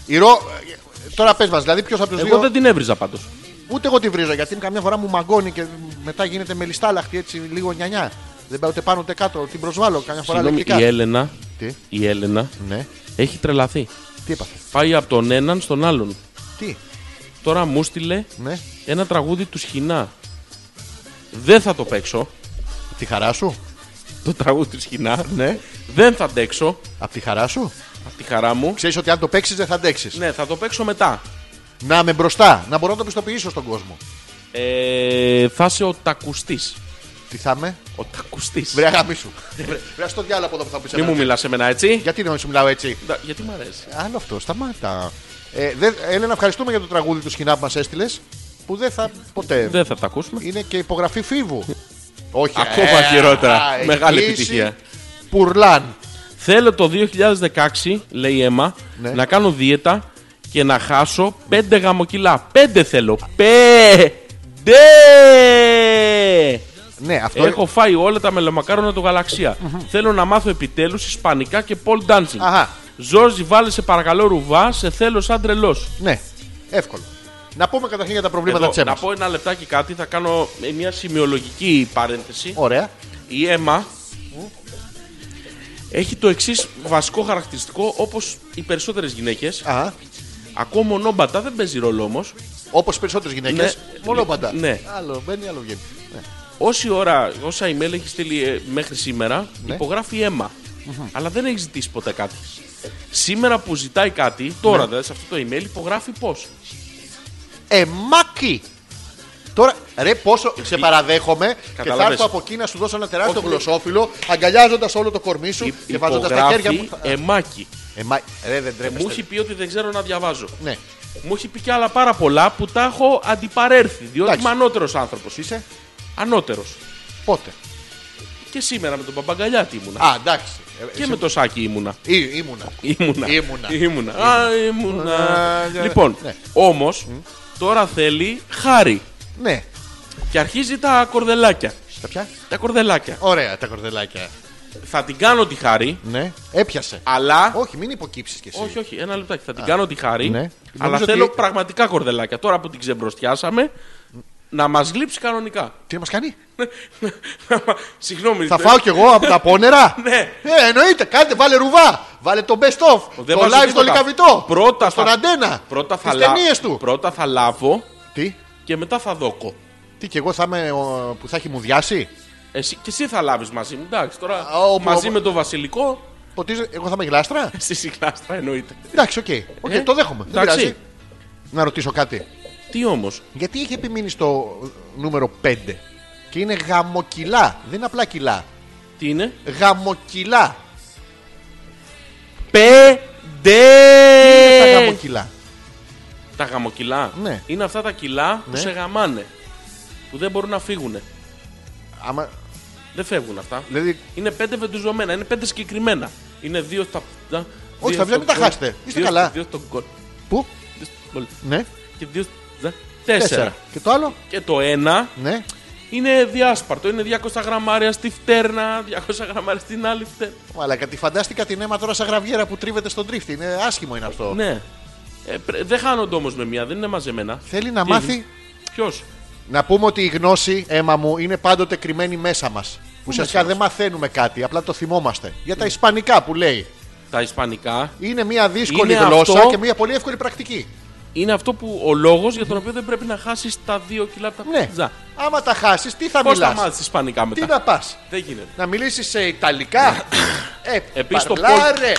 S1: Η Ρο. ε, Τώρα πες μας, δηλαδή ποιος από τους
S2: Εγώ
S1: δύο.
S2: δεν την έβριζα πάντως.
S1: Ούτε εγώ τη βρίζω γιατί καμιά φορά μου μαγκώνει και μετά γίνεται μελιστάλαχτη έτσι λίγο νιανιά. Δεν πάει ούτε πάνω ούτε κάτω. Την προσβάλλω καμιά φορά
S2: Συγγνώμη,
S1: λεκτικά.
S2: η Έλενα,
S1: Τι,
S2: η Έλενα
S1: ναι,
S2: έχει τρελαθεί.
S1: τι έπαθε.
S2: Πάει από τον έναν στον άλλον.
S1: Τι,
S2: Τώρα μου στείλε
S1: ναι,
S2: ένα τραγούδι του Σχοινά. Δεν θα το παίξω.
S1: τη χαρά σου.
S2: Το τραγούδι του Σχοινά.
S1: Ναι.
S2: Δεν θα αντέξω.
S1: Απ' τη χαρά σου.
S2: Απ' τη χαρά μου.
S1: Ξέρεις ότι αν το παίξεις δεν θα αντέξεις.
S2: Ναι, θα το παίξω μετά.
S1: Να είμαι μπροστά, να μπορώ να το πιστοποιήσω στον κόσμο.
S2: Ε, θα είσαι ο τακουστής.
S1: Τι θα είμαι,
S2: Ο τακουστής.
S1: βρε αγάπη σου. Βρε- βρε στο διάλογο από εδώ που θα πεις
S2: Μην Ναι, μου μιλάς εμένα έτσι.
S1: Γιατί να σου μιλάω έτσι.
S2: Ντα- Γιατί μου αρέσει.
S1: Άλλο αυτό, σταμάτα. Ε, δεν- Έλενα, ευχαριστούμε για το τραγούδι του σκηνά που μας έστειλες. Που δεν θα ποτέ.
S2: Δεν θα τα ακούσουμε.
S1: Είναι και υπογραφή φίβου. Όχι, ε,
S2: Ακόμα χειρότερα.
S1: α,
S2: Μεγάλη
S1: εγγύηση
S2: επιτυχία.
S1: Πουρλάν.
S2: Θέλω το 2016, λέει η Έμα,
S1: Ναι.
S2: να κάνω δίαιτα και να χάσω 5 γαμοκιλά. Πέντε θέλω. Πέντε!
S1: Ναι, αυτό
S2: Έχω φάει όλα τα μελομακάρονα του γαλαξια Θέλω να μάθω επιτέλους Ισπανικά και pole dancing.
S1: Αχα.
S2: Ζόρζι, βάλε σε παρακαλώ ρουβά, σε θέλω σαν τρελός.
S1: Ναι, εύκολο. Να πούμε καταρχήν για τα προβλήματα τη
S2: να
S1: Έμα.
S2: πω ένα λεπτάκι κάτι, θα κάνω μια σημειολογική παρένθεση.
S1: Ωραία.
S2: Η αίμα έχει το εξής βασικό χαρακτηριστικό όπως οι περισσότερες γυναίκες.
S1: Α,
S2: Ακούω μονόμπατα, δεν παίζει ρόλο όμως.
S1: Όπως περισσότερες γυναίκες.
S2: Ναι.
S1: Μόνο παντά.
S2: Ναι.
S1: Άλλο μπαίνει, άλλο βγαίνει. Ναι.
S2: Όση ώρα, όσα email έχεις στείλει ε, μέχρι σήμερα,
S1: Ναι.
S2: υπογράφει αίμα. Αλλά δεν έχεις ζητήσει ποτέ κάτι. Σήμερα που ζητάει κάτι, τώρα
S1: Ναι.
S2: δηλαδή σε αυτό το email, υπογράφει πώς.
S1: Ε, μάκι! Τώρα, ρε, πόσο σε παραδέχομαι και θα
S2: Καταλάβες.
S1: έρθω από εκεί να σου δώσω ένα τεράστιο
S2: Όχι,
S1: γλωσσόφυλλο, αγκαλιάζοντας όλο το κορμί σου και βάζοντας τα χέρια μου.
S2: υπογράφει αιμάκι.
S1: Ε, μα, ρε, δεν τρέπεστε.
S2: Μου έχει πει ότι δεν ξέρω να διαβάζω.
S1: Ναι,
S2: Μου έχει πει και άλλα πάρα πολλά που τα έχω αντιπαρέρθει. Διότι
S1: Εντάξει.
S2: είμαι ανώτερος άνθρωπος.
S1: είσαι.
S2: Ανώτερος.
S1: Πότε.
S2: Και σήμερα με τον Παπαγκαλιάτη ήμουνα.
S1: Α, εντάξει. Ε,
S2: και
S1: εσύ-
S2: με το Σάκη ήμουνα.
S1: Ή- ήμουνα.
S2: Ήμουνα.
S1: Ήμουνα.
S2: Ήμουνα. Α, ήμουνα.
S1: Α, για-
S2: Λοιπόν,
S1: ναι.
S2: όμως, τώρα θέλει χάρη.
S1: Ναι.
S2: Και αρχίζει τα κορδελάκια.
S1: Τα πια.
S2: Τα κορδελάκια.
S1: Ωραία τα κορδελάκια.
S2: Θα την κάνω τη χάρη,
S1: Ναι. Έπιασε.
S2: αλλά.
S1: Όχι, μην υποκύψεις κι εσύ.
S2: Όχι, όχι, ένα λεπτάκι. Θα την κάνω τη χάρη,
S1: ναι.
S2: αλλά
S1: Νομίζω
S2: θέλω
S1: ότι-
S2: πραγματικά κορδελάκια. Τώρα που την ξεμπροστιάσαμε, να μας γλύψει κανονικά.
S1: Τι μας κάνει.
S2: Συγγνώμη.
S1: Θα
S2: δε-
S1: φάω κι εγώ από τα πόνερα.
S2: Ναι.
S1: Ε, εννοείται. Κάντε, βάλε ρουβά. Βάλε το best of.
S2: δεν
S1: το
S2: βάζω
S1: live στο
S2: τίποτα.
S1: λικαβιτό.
S2: Πρώτα
S1: Στον
S2: θα-
S1: αντένα.
S2: Πρώτα θα,
S1: Τις
S2: λα-
S1: ταινίες του.
S2: πρώτα θα λάβω
S1: Τι.
S2: και μετά θα δόκω.
S1: Τι κι εγώ θα είμαι ο, που θα έχει μουδιάσει.
S2: Εσύ, και εσύ θα λάβεις μαζί μου. Εντάξει, τώρα
S1: Α, όπου-
S2: μαζί
S1: όπου-
S2: με το Βασιλικό
S1: Ποτίζω, εγώ θα είμαι γλάστρα.
S2: στη συχνάστρα εννοείται.
S1: Εντάξει, οκ. Οκ,
S2: Ε,
S1: το δέχομαι. Δεν
S2: εντάξει.
S1: πειράζει. Να ρωτήσω κάτι.
S2: Τι όμως.
S1: Γιατί έχει επιμείνει στο ε, νούμερο 5 και είναι γαμοκυλά. Δεν είναι απλά κιλά.
S2: Τι είναι.
S1: Γαμοκυλά. Τα
S2: Πέντε!
S1: γαμοκυλά.
S2: Τα γαμοκυλά.
S1: Ναι.
S2: Είναι αυτά τα κιλά που
S1: Ναι.
S2: σε γαμάνε. Που δεν μπορούν να φύγουν.
S1: Άμα,
S2: Δεν φεύγουν αυτά.
S1: δηλαδή,
S2: Είναι πέντε βεντουζωμένα, είναι πέντε συγκεκριμένα. Είναι δύο στα. τα-
S1: Όχι, τα παιδιά
S2: δύο στο
S1: μην τα
S2: γκολ,
S1: χάσετε. Είστε
S2: δύο
S1: καλά.
S2: στο- Δύο στον γκολ,
S1: πού,
S2: δύο στο γκολ
S1: ναι,
S2: Και δύο. στα-
S1: τέσσερα.
S2: Τέσσερα.
S1: Και το άλλο,
S2: Και το ένα
S1: ναι,
S2: είναι διάσπαρτο. Είναι 200 γραμμάρια στη φτέρνα, 200 γραμμάρια στην άλλη φτέρνα.
S1: αλλά τη φαντάστηκα την αίμα τώρα σαν γραβιέρα που τρίβεται στον τρίφτη. Είναι άσχημο είναι αυτό.
S2: Ναι. Ε, πρε- δεν χάνονται όμως με μία, δεν είναι μαζεμένα.
S1: Θέλει να μάθει.
S2: Ποιος.
S1: Να πούμε ότι η γνώση, αίμα μου, είναι πάντοτε κρυμμένη μέσα μας.
S2: Ναι,
S1: Ουσιαστικά δεν μαθαίνουμε κάτι, απλά το θυμόμαστε. Για τα ισπανικά που λέει.
S2: Τα ισπανικά
S1: Είναι μια δύσκολη
S2: Είναι
S1: γλώσσα
S2: αυτό-
S1: και μια πολύ εύκολη πρακτική.
S2: είναι αυτό που ο λόγος για τον οποίο δεν πρέπει να χάσεις τα δύο κιλά από τα
S1: Ναι.
S2: πιτζά.
S1: Άμα τα χάσεις, τι θα
S2: Πώς θα
S1: μιλά.
S2: μάθει ισπανικά
S1: Τι
S2: μετά.
S1: να πας.
S2: Δεν γίνεται.
S1: Να μιλήσεις σε Ιταλικά. ε,
S2: Ναι. Επίσης το
S1: παρλάρε.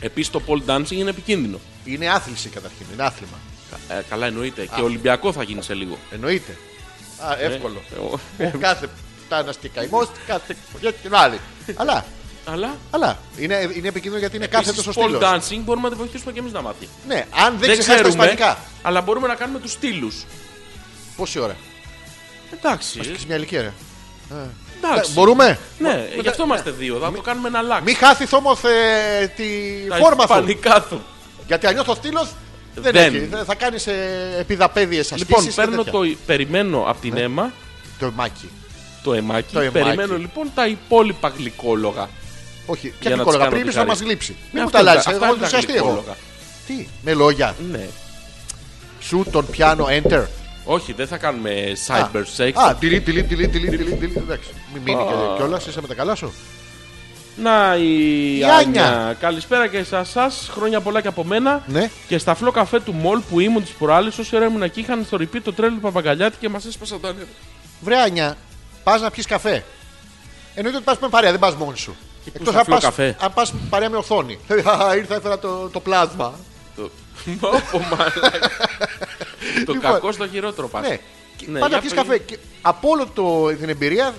S2: Επίσης το pole dancing είναι επικίνδυνο.
S1: Είναι άθληση καταρχήν. Είναι άθλημα.
S2: Κα- ε, καλά, εννοείται. Και Ολυμπιακό θα γίνει σε λίγο.
S1: Εννοείται. Α, εύκολο.
S2: Ε, ο-
S1: Ο κάθε φτάνα και καημός, κάθε φωτιά και την άλλη. αλλά,
S2: Αλλά
S1: αλλά είναι, είναι επικίνδυνο γιατί είναι κάθε
S2: επίσης
S1: ο
S2: pole
S1: στήλος.
S2: dancing μπορούμε να τη βοηθήσουμε και εμείς να μάθει.
S1: Ναι, αν δεν, ξεχάσει τα ισπανικά.
S2: αλλά μπορούμε να κάνουμε τους στήλους.
S1: Πόση ώρα.
S2: Εντάξει.
S1: Έχει μια ηλικία, ρε. Ε,
S2: εντάξει.
S1: Μπορούμε.
S2: Ναι,
S1: Μπο-
S2: γι' αυτό είμαστε δύο. Θα το κάνουμε να αλλάξει.
S1: Μη χάθει θόμοθ ε, τη
S2: Τα
S1: φόρμα σου.
S2: ισπανικά του.
S1: Γιατί αλλιώ το στήλος δεν,
S2: Δεν.
S1: έχει. Θα- Θα κάνεις ε, επιδαπέδιες ασκήσεις.
S2: Λοιπόν, παίρνω το, περιμένω από την αίμα
S1: το μάκι.
S2: το αιμάκι.
S1: Ναι. Το αιμάκι.
S2: Περιμένω λοιπόν τα υπόλοιπα γλυκόλογα.
S1: Όχι, και
S2: Για να
S1: γλυκόλογα.
S2: τις κάνω
S1: Πρέπει
S2: τη
S1: να μα
S2: χάρη.
S1: γλύψει.
S2: Ναι,
S1: Μην μου
S2: αυτά
S1: τα
S2: είναι
S1: αλλάζεις.
S2: τα-
S1: Εγώ
S2: αυτά είναι τα
S1: ενθουσιαστεί εγώ.
S2: γλυκόλογα.
S1: Τι, με λόγια.
S2: Ναι.
S1: Σου τον πιάνω, enter.
S2: Όχι, δεν θα κάνουμε cyber sex.
S1: Α, τυλί, τυλί, τυλί, τυλί, τυλί, τυλί. Εντάξει, μην μείνει και κιόλας, είσαι με τα καλά σου.
S2: Να η,
S1: Η
S2: Άνια.
S1: Άνια.
S2: Καλησπέρα και σε εσάς. Χρόνια πολλά και από μένα.
S1: Ναι.
S2: Και στα φλό καφέ του Μολ που ήμουν της προάλλη, όση ώρα ήμουν εκεί, είχαν στο repeat το τρέλο του Παπαγκαλιάτη και μας έσπασαν τα νεύρα.
S1: Βρε Άνια, πας να πιεις καφέ. Εννοείται ότι πας με παρέα, δεν πας μόνη σου.
S2: πού
S1: Εκτό
S2: στο
S1: αν
S2: φλό
S1: πας-
S2: καφέ?
S1: αν πας παρέα με οθόνη. Α, Ήρθα, έφερα το, το πλάσμα.
S2: Το- Μα, Όπο, μαλάκα. Το
S1: Λοιπόν,
S2: κακό στο χειρότερο Ναι, πα.
S1: Ναι, πάντα πιει καφέ. Και από όλο το, την εμπειρία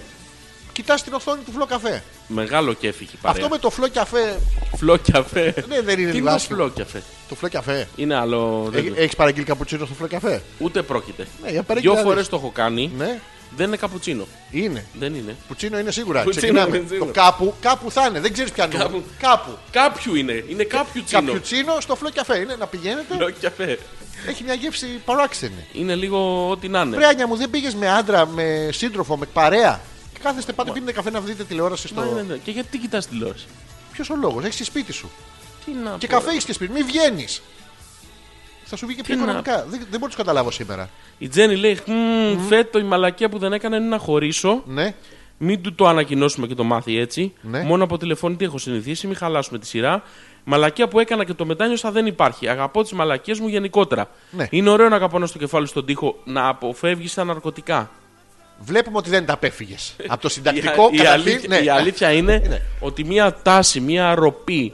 S1: κοιτάς την οθόνη του φλό καφέ.
S2: Μεγάλο κέφι εκεί παρέα.
S1: Αυτό με το φλό καφέ.
S2: Φλό καφέ.
S1: Ναι, δεν είναι
S2: Τι
S1: λίγο
S2: είναι το
S1: άσχημο.
S2: φλό καφέ.
S1: Το φλό καφέ.
S2: Είναι άλλο. δεν το-
S1: Έχεις παραγγείλει καπουτσίνο στο φλό καφέ.
S2: Ούτε πρόκειται.
S1: Ε, Ναι, για πάρε
S2: Δύο
S1: και να
S2: φορέ
S1: δεις.
S2: το έχω κάνει.
S1: Ναι,
S2: Δεν είναι καπουτσίνο.
S1: είναι.
S2: Δεν είναι.
S1: Πουτσίνο είναι σίγουρα.
S2: Πουτσίνο,
S1: Ξεκινάμε.
S2: πουτσίνο.
S1: Το κάπου, κάπου θα είναι. Δεν ξέρεις ποια είναι.
S2: Κάπου.
S1: κάπου.
S2: Κάποιου είναι. Είναι κάποιου τσίνο. Ναι.
S1: Καπιουτσίνο στο φλό καφέ. Είναι να πηγαίνετε.
S2: Φλό καφέ.
S1: Έχει μια γεύση παράξενη.
S2: Είναι λίγο ό,τι να είναι.
S1: Πρένια μου, δεν πήγες με άντρα, με σύντροφο, με παρέα. Και Κάθεστε πάντα πίνετε καφέ να δείτε τηλεόραση
S2: Μα, ναι,
S1: στο.
S2: ναι. Και γιατί κοιτάς τηλεόραση.
S1: Ποιος ο λόγος, έχεις στη σπίτι σου.
S2: Τι να
S1: Και
S2: πω,
S1: καφέ
S2: ρε.
S1: έχεις και σπίτι, μην βγαίνεις. Θα σου βγει και πιο
S2: Τι να-
S1: οικονομικά. Δεν, δεν μπορώ να τους καταλάβω σήμερα.
S2: Η Τζέννη λέει: «Μμμ, Φέτο η μαλακία που δεν έκανε είναι να χωρίσω.
S1: Ναι,
S2: Μην του το ανακοινώσουμε και το μάθει έτσι.
S1: Ναι.
S2: Μόνο από τηλεφωνητή έχω συνηθίσει, μην χαλάσουμε τη σειρά. Μαλακία που έκανα και το μετάνιωσα δεν υπάρχει. Αγαπώ τις μαλακίες μου γενικότερα.
S1: Ναι.
S2: Είναι ωραίο να καπώνω στο κεφάλι στον τοίχο να αποφεύγεις τα ναρκωτικά.
S1: βλέπουμε ότι δεν τα απέφυγες. Από το
S2: η,
S1: συντακτικό
S2: Ε, η αλήθεια,
S1: καταρχήν. Ναι,
S2: η αλήθεια είναι
S1: Ναι.
S2: ότι μία τάση, μία ροπή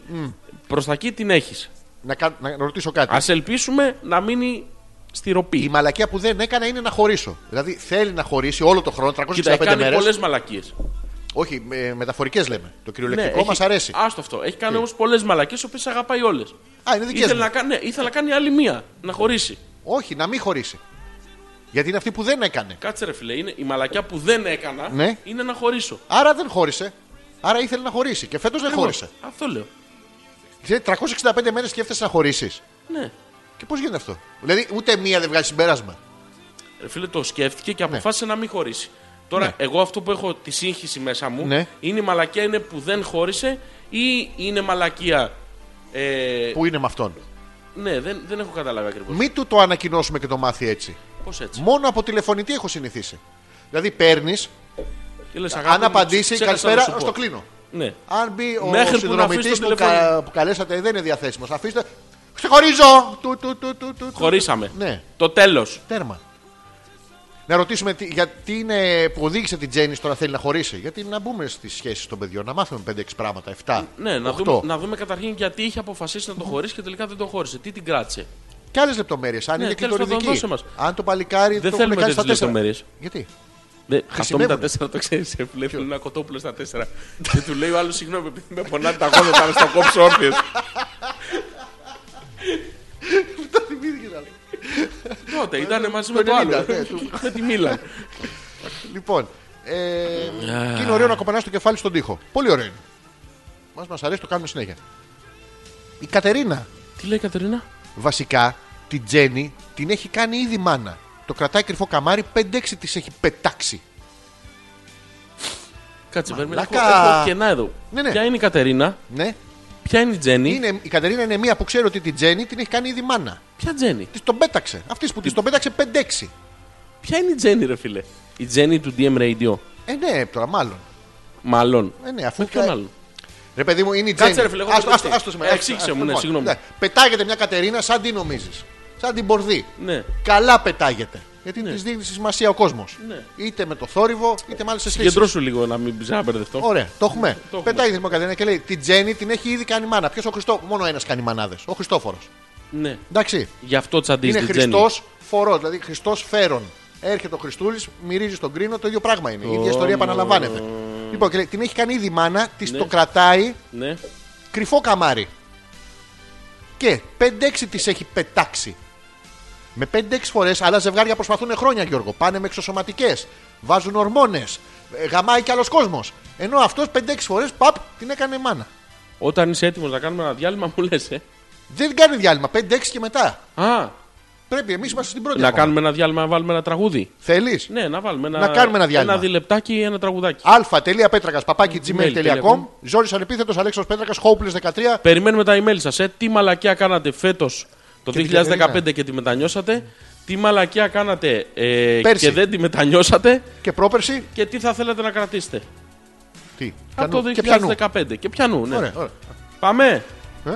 S2: προς τα εκεί την έχεις.
S1: Να, κα- να ρωτήσω κάτι.
S2: Ας ελπίσουμε να μείνει στη ροπή.
S1: Η μαλακία που δεν έκανα είναι να χωρίσω. Δηλαδή θέλει να χωρίσει όλο το χρόνο, 365
S2: Κοίτα, έχει κάνει
S1: μέρες.
S2: πολλές μαλακίες.
S1: Όχι, με, μεταφορικές λέμε. Το κυριολεκτικό μα αρέσει.
S2: Ναι, Άστο αυτό. Έχει κάνει όμως πολλές μαλακίες, τι οποίες αγαπάει όλες.
S1: Α, είναι δικές
S2: Ήθελε,
S1: μου.
S2: να κάνει- ναι, ήθελε να κάνει άλλη μία, να χωρίσει.
S1: Όχι, να μην χωρίσει. Γιατί είναι αυτή που δεν έκανε.
S2: Κάτσε ρε φίλε, είναι η μαλακιά που δεν έκανα
S1: Ναι.
S2: είναι να χωρίσω.
S1: Άρα δεν χώρισε. Άρα ήθελε να χωρίσει. Και φέτος δεν χώρισε. Δηλαδή,
S2: Εγώ, Αυτό λέω.
S1: Ξέρετε, 365 μέρες σκέφτεσαι να χωρίσεις.
S2: Ναι.
S1: Και πώς γίνεται αυτό. Δηλαδή, ούτε μία δεν βγάζει συμπέρασμα.
S2: Ρε φίλε, το σκέφτηκε και αποφάσισε να μην χωρίσει. Τώρα,
S1: Ναι.
S2: εγώ αυτό που έχω τη σύγχυση μέσα μου
S1: Ναι.
S2: είναι η μαλακιά είναι που δεν χώρισε ή είναι μαλακιά. Ε,
S1: Πού είναι με αυτόν.
S2: Ναι, δεν, δεν έχω καταλάβει ακριβώς.
S1: Μην του το ανακοινώσουμε και το μάθει έτσι.
S2: Πώς έτσι.
S1: Μόνο από τηλεφωνητή έχω συνηθίσει. Δηλαδή, παίρνεις,
S2: Και λες, αγάπη
S1: αν
S2: μου,
S1: απαντήσει,
S2: ξέχασα να σου
S1: καλησπέρα,
S2: πω.
S1: στο κλείνω.
S2: Ναι.
S1: Αν μπει ο
S2: Μέχρι που να
S1: συνδρομητής
S2: αφήσει το
S1: που, κα...
S2: τηλέφωνο.
S1: που καλέσατε δεν είναι διαθέσιμος, αφήστε. Ξεχωρίζω! Του, του, του, του, του, του.
S2: Χωρίσαμε.
S1: Ναι,
S2: Το τέλος.
S1: τέρμα. Να ρωτήσουμε τι, γιατί είναι που οδήγησε την Τζέννη στο να θέλει να χωρίσει. Γιατί να μπούμε στις σχέσεις των παιδιών, να μάθουμε 5-6 πράγματα, 7.
S2: Ναι, να
S1: 8.
S2: δούμε, να δούμε καταρχήν γιατί είχε αποφασίσει να το χωρίσει και τελικά δεν το χώρισε. Τι την κράτησε.
S1: Και άλλες λεπτομέρειες. Αν
S2: Ναι,
S1: είναι
S2: τέλος πάντων,
S1: κλειτοριδική.
S2: δώσε μας.
S1: Αν το παλικάρι
S2: Δεν
S1: το
S2: θέλουμε
S1: έχουν κάνει στα
S2: τέτοιες
S1: 4.
S2: λεπτομέρειες.
S1: Γιατί.
S2: Ναι, αυτό με τα
S1: Χρησιμεύουνε.
S2: τέσσερα το ξέρεις. Φίλε, θέλω ένα κοτόπουλος στα τέσσερα. και του λέει ο άλλος, συγγνώμη, επειδή με πονάει τα γόνατα, να στο κόψω όρθιο.
S1: Το θυμήθηκες, Άλεξ.
S2: Τότε ήταν μαζί
S1: Το
S2: με το
S1: 90,
S2: άλλο.
S1: ναι, του-
S2: με τη Μίλαν.
S1: Λοιπόν. Ε, και είναι ωραίο να κοπανάς το κεφάλι στον τοίχο. Πολύ ωραίο είναι. Μας μας αρέσει, το κάνουμε συνέχεια. Η Κατερίνα
S2: Τι λέει η Κατερίνα.
S1: βασικά την Τζέννη την έχει κάνει ήδη μάνα. Το κρατάει κρυφό καμάρι, 5-6 τη έχει πετάξει.
S2: Κάτσε, περίμενα. Έχω,
S1: Μαλάκα.
S2: έχω κενά εδώ.
S1: Ναι, ναι.
S2: Ποια είναι η Κατερίνα,
S1: Ναι.
S2: ποια είναι η Τζέννη,
S1: Είναι, η Κατερίνα είναι μία που ξέρει ότι την Τζέννη την έχει κάνει ήδη μάνα.
S2: ποια Τζέννη.
S1: Της τον πέταξε. Αυτής που της τον πέταξε 5-6.
S2: Ποια είναι η Τζέννη, ρε φίλε. Η Τζέννη του DM Radio.
S1: Ε, ναι, τώρα μάλλον.
S2: Μάλλον.
S1: Ε, ναι, αφού
S2: Με ποιον
S1: κα-
S2: άλλον.
S1: Ρε παιδί μου, είναι η Τζέννη.
S2: Κάτσε, ρε φίλε, εγώ
S1: Άστο-
S2: έχω
S1: άστο-
S2: μπερδευτεί.
S1: άστο σήμερα,
S2: Ε,
S1: άστο-
S2: εξήγησε μου,
S1: άστο-
S2: ναι, συγγνώμη.
S1: ναι. Πετάγεται μια Κατερίνα σαν την νομίζεις. Σαν την μπορδί.
S2: Ναι.
S1: Καλά πετάγεται. Γιατί της δείχνει σημασία ο κόσμος.
S2: Ναι.
S1: Είτε με το θόρυβο, είτε με άλλες αισθήσει.
S2: Συγκεντρώσου λίγο να μην ξαναμπερδευτώ.
S1: Ωραία, το έχουμε.
S2: το έχουμε.
S1: Πετάει η Δημοκρατία και λέει: Την Τζέννη την έχει ήδη κάνει μάνα. Ποιος ο Χριστό. Μόνο ένας κάνει μανάδε. Ο Χριστόφορος.
S2: Ναι.
S1: Εντάξει.
S2: Γι' αυτό τσαντίζει
S1: είναι
S2: την Τζέννη.
S1: Χριστό φορός, δηλαδή Χριστός φέρον. Έρχεται ο Χριστούλης, μυρίζει στον κρίνο, το ίδιο πράγμα είναι. Η ίδια ιστορία επαναλαμβάνεται. Λοιπόν, και λέει, την έχει κάνει ήδη μάνα, της
S2: Ναι.
S1: το κρατάει
S2: Ναι.
S1: κρυφό καμάρι. Και 5-6 τι έχει πετάξει. Με 5-6 φορές άλλα ζευγάρια προσπαθούν χρόνια, Γιώργο. Πάνε με εξωσωματικές, βάζουν ορμόνες, γαμάει κι άλλος κόσμος. Ενώ αυτός 5-6 φορές παπ την έκανε μάνα.
S2: Όταν είσαι έτοιμος να κάνουμε ένα διάλειμμα, μου λες. Ε.
S1: Δεν κάνει διάλειμμα, 5-6 και μετά.
S2: Α,
S1: Πρέπει, εμείς είμαστε στην πρώτη.
S2: να κάνουμε ένα διάλειμμα, να βάλουμε ένα τραγούδι.
S1: Θέλεις.
S2: Ναι, να βάλουμε ένα,
S1: Να κάνουμε ένα διάλειμμα.
S2: Ένα διλεπτάκι ή ένα τραγουδάκι.
S1: αλφα.πέτρακα
S2: Ε,
S1: παπάκι gmail.com
S2: gmail.com.
S1: Ζόρις ανεπίθετος Αλέξο Πέτρακα, Hopeless 13.
S2: Περιμένουμε τα email σας. Ε. Τι μαλακιά κάνατε φέτος το
S1: Και την
S2: 2015
S1: Κατερίνα.
S2: και τη μετανιώσατε. Τι μαλακιά κάνατε ε,
S1: Πέρσι.
S2: και δεν τη μετανιώσατε.
S1: Και πρόπερση.
S2: Και τι θα θέλετε να κρατήσετε.
S1: Τι.
S2: Από
S1: πιανού,
S2: το
S1: και πιανού.
S2: 2015. Και πιανού, ναι.
S1: Ωραία, ωραία.
S2: Πάμε.
S1: Ε,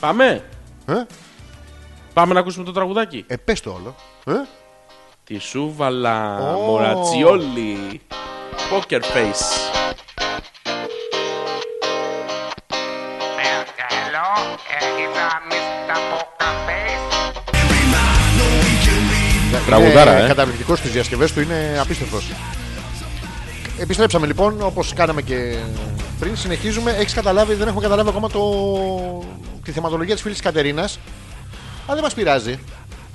S2: Πάμε.
S1: ε,
S2: Πάμε να ακούσουμε το τραγουδάκι.
S1: ε, πες το όλο. Ε,
S2: Τη σούβαλα
S1: Ω.
S2: μορατσιόλι. Poker face.
S6: Hello, eh, it's uh, Mr. Poker Face.
S1: είναι
S2: Τραγουδάρα, ε.
S1: Ε, Καταπληκτικός στις διασκευές του είναι απίστευτος. Επιστρέψαμε λοιπόν, όπως κάναμε και πριν. Συνεχίζουμε. Έχεις καταλάβει, δεν έχουμε καταλάβει ακόμα το... τη θεματολογία της φίλης Κατερίνας. Αλλά δεν μας πειράζει.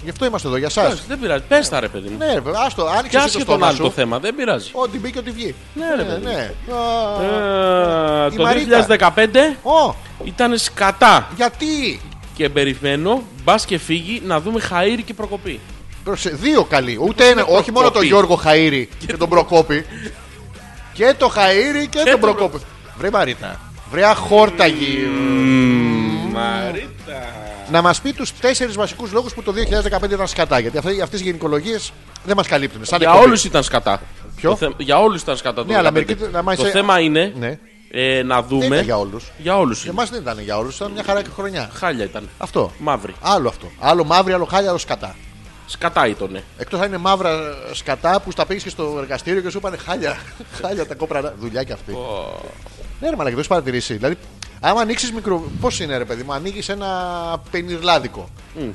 S1: Γι' αυτό είμαστε εδώ, για εσά.
S2: Εντάξει, Δεν πειράζει. Πες τα ρε παιδί μου.
S1: Ναι, ρε, άστο,
S2: Και
S1: άνοιξε εσύ το
S2: άσκε τον
S1: στόμα
S2: άλλο το
S1: σου.
S2: θέμα. Δεν πειράζει.
S1: Ό,τι μπει και ό,τι βγει.
S2: Ναι, ρε, παιδί.
S1: ναι. Α,
S2: Ε,
S1: Η
S2: Το
S1: Μαρίτα.
S2: 2015
S1: Ω,
S2: ήταν σκατά
S1: γιατί.
S2: και περιμένω μπας και φύγει να δούμε χαΐρι και προκοπή.
S1: Πρόσεξε, δύο καλοί. Ούτε ένα.
S2: Προκοπή.
S1: Όχι μόνο τον Γιώργο Χαΐρη και τον Προκόπη. Και το Χαΐρη και τον
S2: τον
S1: Προκόπη. Βρε Μαρίτα. Βρε αχόρταγη. Να μας πει τους τέσσερις βασικούς λόγους που το 2015 ήταν σκατά. Γιατί αυτές οι γενικολογίε δεν μας καλύπτουν. Σαν
S2: Για
S1: εκπομπή.
S2: όλους ήταν σκατά.
S1: Ποιο?
S2: Το θε- Για όλους ήταν σκατά. το
S1: Ναι, αλλά
S2: 15.
S1: μερικοί- να μάθεις-
S2: Το θέμα είναι
S1: Ναι.
S2: ε, να
S1: Δεν ήταν
S2: δούμε.
S1: για όλους.
S2: Για όλους.
S1: Για εμά δεν ήταν για όλους. Ήταν μια χαρά και χρονιά.
S2: Χάλια ήταν.
S1: Αυτό.
S2: Μαύρη.
S1: Άλλο αυτό. Άλλο μαύρη, άλλο χάλια, άλλο σκατά.
S2: Σκατά ήτονε.
S1: Εκτός αν είναι μαύρα σκατά που στα πήγες και στο εργαστήριο και σου είπανε χάλια, χάλια τα κόπρανα. Δουλειά κι αυτή. Ναι, ρε μαλακή, το έχει παρατηρήσει. Δηλαδή, άμα ανοίξεις μικρο. Πώς είναι, ρε παιδί μου, ανοίγεις ένα πενιρλάδικο.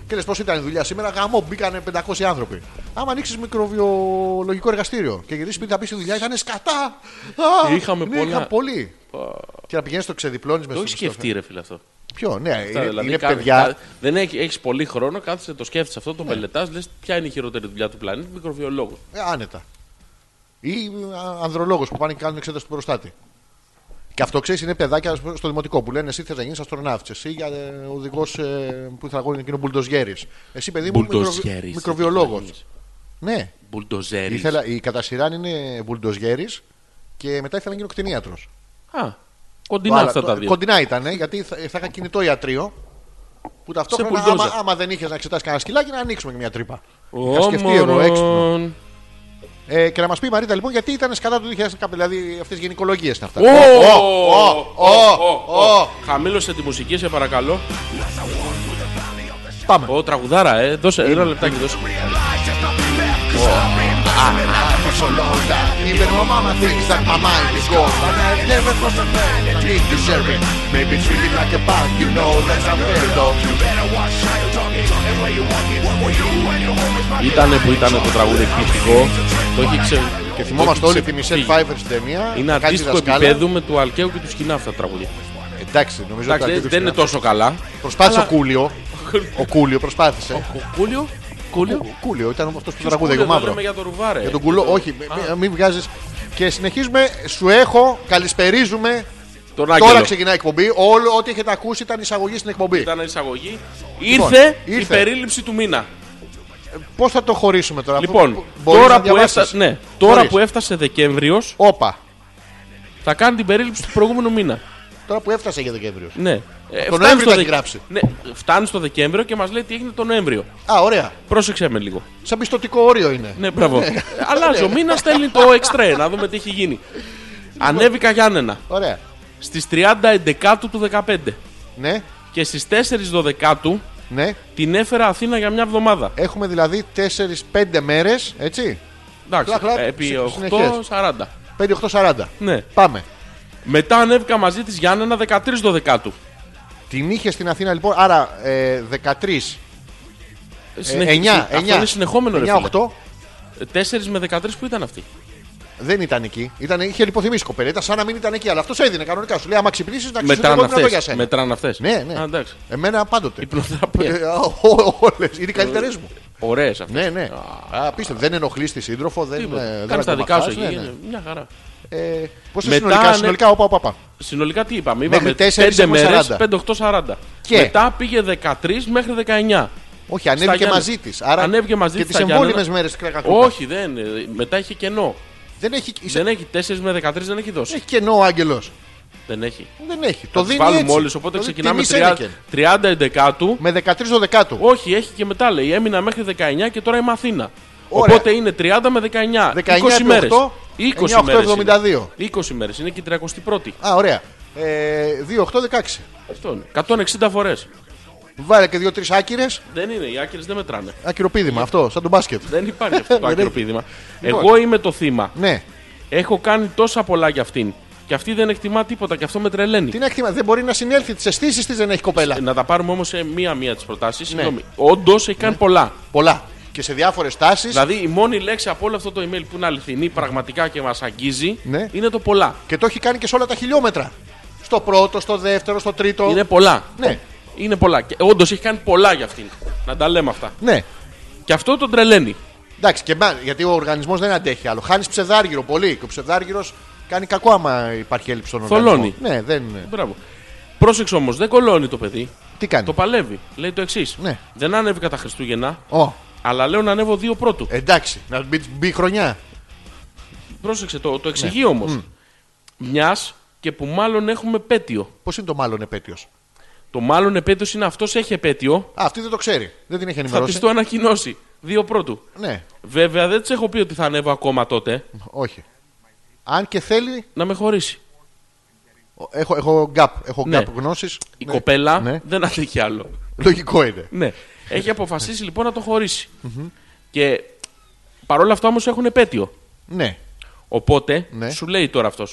S1: Και λες πώς ήταν η δουλειά σήμερα, γαμό μπήκανε 500 άνθρωποι. Άμα ανοίξεις μικροβιολογικό εργαστήριο και γυρίσεις σπίτι θα πεις τη δουλειά, ήταν σκατά. Α,
S2: Είχαμε
S1: ναι,
S2: πολλά.
S1: Είχα πολύ. Και να πηγαίνεις το ξεδιπλώνει με
S2: Το έχει σκεφτεί, ρε φίλε αυτό.
S1: Ποιο, ναι,
S2: Αυτά,
S1: είναι,
S2: δηλαδή,
S1: είναι
S2: κάθε-
S1: παιδιά.
S2: κα- δεν έχει έχεις πολύ χρόνο, κάθεσαι, το σκέφτεσαι αυτό, το μελετάς, λες ποια είναι η χειρότερη δουλειά του πλανήτη, μικροβιολόγος.
S1: Ε, άνετα. Ή ανδρολόγος που πάνε και κάνουν εξέταση του προστάτη. Και αυτό ξέρεις είναι παιδάκια ας πούμε, στο δημοτικό που λένε Εσύ θες να γίνεις αστροναύτης, εσύ για ε, οδηγό που ήθελα να γίνει εκείνο μπουλντοζιέρης. Εσύ παιδί μου
S2: Μπουλντοζιέρης.
S1: μικροβιολόγο. Ναι,
S2: Μπουλντοζέρι.
S1: ήθελα, η κατά σειράν είναι μπουλντοζιέρης και μετά ήθελα να γίνω κτηνίατρος.
S2: Α, κοντινά αυτά τα δύο.
S1: Κοντινά ήταν, ε, γιατί θα, θα είχα κινητό ιατρείο που ταυτόχρονα άμα,
S2: μπουλντόζα.
S1: άμα, δεν είχες να εξετάσει κανένα σκυλάκι να ανοίξουμε και μια τρύπα.
S2: Ο
S1: Είχα σκεφτεί εγώ έξυπνο.
S2: Όμορον.
S1: Ε, και να μας πει η Μαρίτα λοιπόν γιατί ήταν σκατά του 2015, δηλαδή αυτές οι γενικολογίες είναι αυτά.
S2: Ω,
S1: Ω,
S2: ω,
S1: ω,
S2: ω,
S1: ω,
S2: ω. Χαμήλωσε τη μουσική, σε παρακαλώ.
S1: Πάμε.
S2: Ω, τραγουδάρα, ε. Δώσε ένα λεπτάκι, δώσε.
S1: Even my mama thinks that my mind is gone But I never was a man that need to share it Maybe it's really like a bug, you know that's unfair though
S2: Ήτανε που ήτανε το τραγούδι εκπληκτικό. Το έχει ξε...
S1: Και θυμόμαστε όλοι τη Μισελ
S2: Μισελ
S1: Pfeiffer στην ταινία
S2: Είναι
S1: κάτι
S2: αντίστοιχο
S1: δασκάλα.
S2: επίπεδο με του Αλκαίου και του Σκινά αυτά τα τραγούδια.
S1: Εντάξει, νομίζω ότι
S2: Εντάξει,
S1: το
S2: δεν- δεν είναι τόσο καλά.
S1: Προσπάθησε ο
S2: αλλά-
S1: Κούλιο Ο Κούλιο προσπάθησε
S2: Ο Κούλιο. Κούλιο.
S1: Ο Κούλιο ήταν αυτός που
S2: Ποιος
S1: τραγούδαγε
S2: Κούλιο,
S1: ο Μαύρο
S2: εδώ λέμε Για τον Ρουβάρε.
S1: Για τον κουλό, όχι, μη- μην βγάζεις. Και συνεχίζουμε. Σου έχω, καλησπερίζουμε.
S2: Τον
S1: Τώρα
S2: Άγγελο.
S1: ξεκινάει η εκπομπή. Όλο ό,τι έχετε ακούσει ήταν εισαγωγή στην εκπομπή.
S2: Ήταν εισαγωγή.
S1: Λοιπόν,
S2: Ήρθε, η
S1: ήρθε.
S2: περίληψη του μήνα.
S1: Πώς θα το χωρίσουμε τώρα,
S2: Λοιπόν,
S1: μπορείς να
S2: τώρα, που,
S1: διαβάσεις?
S2: έφτα... ναι, τώρα
S1: Μπορείς.
S2: που έφτασε Δεκέμβριος,
S1: Όπα.
S2: θα κάνει την περίληψη του προηγούμενου μήνα.
S1: Τώρα που έφτασε για Δεκέμβριος.
S2: Ναι. Ε,
S1: Το
S2: φτάνει
S1: Νοέμβριο
S2: στο
S1: θα
S2: Δε-
S1: έχει γράψει.
S2: Ναι, φτάνει στο Δεκέμβριο και μας λέει τι έγινε τον Νοέμβριο.
S1: Α, ωραία.
S2: Πρόσεξε με λίγο.
S1: Σαν πιστοτικό όριο είναι.
S2: Ναι, μπράβο. Ε, Αλλάζει ο μήνα, στέλνει το εξτρέ να δούμε τι έχει γίνει.
S1: Λοιπόν.
S2: Ανέβηκα Γιάννενα
S1: Ωραία.
S2: στις 30 Εντεκάτου του 15
S1: Ναι,
S2: και στις 4 Δωδεκάτου
S1: ναι.
S2: την έφερα Αθήνα για μια εβδομάδα.
S1: Έχουμε δηλαδή 4-5 μέρες, έτσι.
S2: Εντάξει, ε,
S1: Κλακ, κλακ,
S2: επί
S1: συ- 5-8-40.
S2: 8.40. Ναι.
S1: Πάμε.
S2: Μετά ανέβηκα μαζί της Γιάννενα 13 Δωδεκάτου.
S1: Την είχε στην Αθήνα λοιπόν, άρα ε, 13. Ε,
S2: Συνεχι-
S1: 9,
S2: συ- Αυτό είναι συνεχόμενο ρε φίλε.
S1: 9-8.
S2: 4 με 13 που ήταν αυτή.
S1: Δεν ήταν εκεί. Ήταν, είχε λιποθυμήσει η κοπέλα. Ήταν σαν να μην ήταν εκεί, αλλά αυτός έδινε κανονικά. Σου λέει: Άμα ξυπνήσεις, να ξυπνήσεις.
S2: Μετράνε
S1: Δεν αυτό για
S2: αυτέ.
S1: σένα.
S2: Μετράνε αυτές.
S1: Ναι, ναι.
S2: εντάξει. Ε.
S1: Εμένα πάντοτε.
S2: Υπνοθεραπεία.
S1: Όλες. Είναι οι καλύτερες μου.
S2: Ωραίες αυτές.
S1: Ναι, ναι. Απίστευτο. Δεν ενοχλείς τη σύντροφο. Δεν, ε, δεν
S2: Κάνεις τα δικά σου
S1: ακολουθάς,
S2: εκεί.
S1: ναι, ναι.
S2: είναι Μια χαρά.
S1: Ε, Πόσα
S2: Μετά,
S1: συνολικά,
S2: ναι.
S1: συνολικά, όπα, όπα, όπα.
S2: Συνολικά τι είπαμε,
S1: Μέχρι
S2: είπαμε
S1: τέσσερις
S2: 5
S1: έχουμε
S2: μέρες,
S1: 40.
S2: 5-8-40.
S1: Και?
S2: Μετά πήγε 13 μέχρι 19.
S1: Όχι, ανέβηκε
S2: Γιάννενα.
S1: μαζί της. Άρα
S2: Ανέβηκε μαζί
S1: και
S2: της
S1: τις
S2: στα
S1: εμβόλυμε
S2: Γιάννενα.
S1: μέρε κρακατούτα.
S2: Όχι, δεν. ε, Μετά είχε κενό.
S1: Δεν έχει, είσαι-
S2: Δεν έχει 4 με 13 δεν έχει
S1: δεν
S2: δώσει.
S1: έχει κενό ο Άγγελος.
S2: Δεν έχει.
S1: Δεν έχει. Το
S2: Θα τις
S1: δίνει.
S2: βάλουμε
S1: έτσι.
S2: όλε, οπότε
S1: Το δίνει
S2: ξεκινάμε
S1: τιμή Σένεκεν.
S2: 30 εντεκάτου.
S1: Με 13 δεκάτου.
S2: Όχι, έχει και μετά λέει. Έμεινα μέχρι 19 και τώρα είμαι Αθήνα.
S1: Ωραία.
S2: Οπότε είναι 30 με 19.
S1: 19 επί
S2: 20 μέρες.
S1: 8,
S2: 20 μέρε.
S1: 9,872.
S2: 20 μέρες. Είναι και η 31η.
S1: Α, ωραία. Ε, 2-8-16.
S2: Αυτό είναι. 160 φορέ.
S1: Βάλε και δύο-τρει άκυρες.
S2: Δεν είναι. Οι άκυρες δεν μετράνε.
S1: Ακυροπίδημα αυτό, σαν τον μπάσκετ.
S2: Δεν υπάρχει αυτό το
S1: Δεν
S2: άκυρο
S1: έχει.
S2: πείδημα.
S1: Λοιπόν.
S2: Εγώ είμαι το θύμα.
S1: Ναι.
S2: Έχω κάνει τόσα πολλά για αυτήν. Και αυτή δεν εκτιμά τίποτα και αυτό με τρελαίνει.
S1: Τι να εκτιμά, δεν μπορεί να συνέλθει. Τις αισθήσεις της δεν έχει κοπέλα. Ναι.
S2: Ε, Να τα πάρουμε όμως μία-μία τις προτάσεις. Συγγνώμη. Όντως έχει κάνει πολλά.
S1: Πολλά.
S2: Και
S1: και σε διάφορες τάσεις.
S2: Δηλαδή η μόνη λέξη από όλο αυτό το email που είναι αληθινή πραγματικά και μας αγγίζει
S1: Ναι.
S2: είναι το πολλά.
S1: Και το έχει κάνει και σε όλα τα χιλιόμετρα. Στο πρώτο, στο δεύτερο, στο τρίτο.
S2: Είναι πολλά.
S1: Ναι.
S2: Είναι πολλά. Και όντως έχει κάνει πολλά για αυτήν. Να τα λέμε αυτά.
S1: Ναι.
S2: Και αυτό τον τρελαίνει.
S1: Εντάξει, και μπα- γιατί ο οργανισμός δεν αντέχει άλλο. Χάνεις ψευδάργυρο πολύ. Και ο ψευδάργυρος κάνει κακό άμα υπάρχει έλλειψη στον οργανισμό.
S2: Θολώνει.
S1: Ναι, δεν.
S2: Μπράβο. Πρόσεξε όμως, δεν κολώνει το παιδί.
S1: Τι κάνει.
S2: Το παλεύει. Λέει το εξής.
S1: Ναι.
S2: Δεν άνευε κατά Χριστούγεννα,
S1: Ω,
S2: αλλά λέω να ανέβω δύο πρώτου.
S1: Ε. εντάξει, να μπει, μπει χρονιά.
S2: Πρόσεξε, το, το
S1: Ναι.
S2: εξηγεί όμως. Μιας και που μάλλον έχουμε επέτειο.
S1: Πώς είναι το μάλλον επέτειος.
S2: Το μάλλον επέτειος είναι αυτός έχει επέτειο.
S1: Α, αυτή δεν το ξέρει. Δεν την έχει
S2: Θα
S1: ενημερώσει.
S2: της το ανακοινώσει. Δύο πρώτου.
S1: Ναι,
S2: Βέβαια δεν τη έχω πει ότι θα ανέβω ακόμα τότε.
S1: όχι. Αν και θέλει.
S2: Να με χωρίσει.
S1: ο- Έχω, έχω gap, έχω
S2: Ναι.
S1: gap γνώσης.
S2: Η κοπέλα
S1: Ναι.
S2: δεν αντέχει άλλο.
S1: Λογικό είναι.
S2: Ναι. Έχει αποφασίσει λοιπόν να το χωρίσει. Και παρόλα αυτά όμως έχουν επέτειο.
S1: Ναι,
S2: Οπότε
S1: Ναι.
S2: σου λέει τώρα αυτός.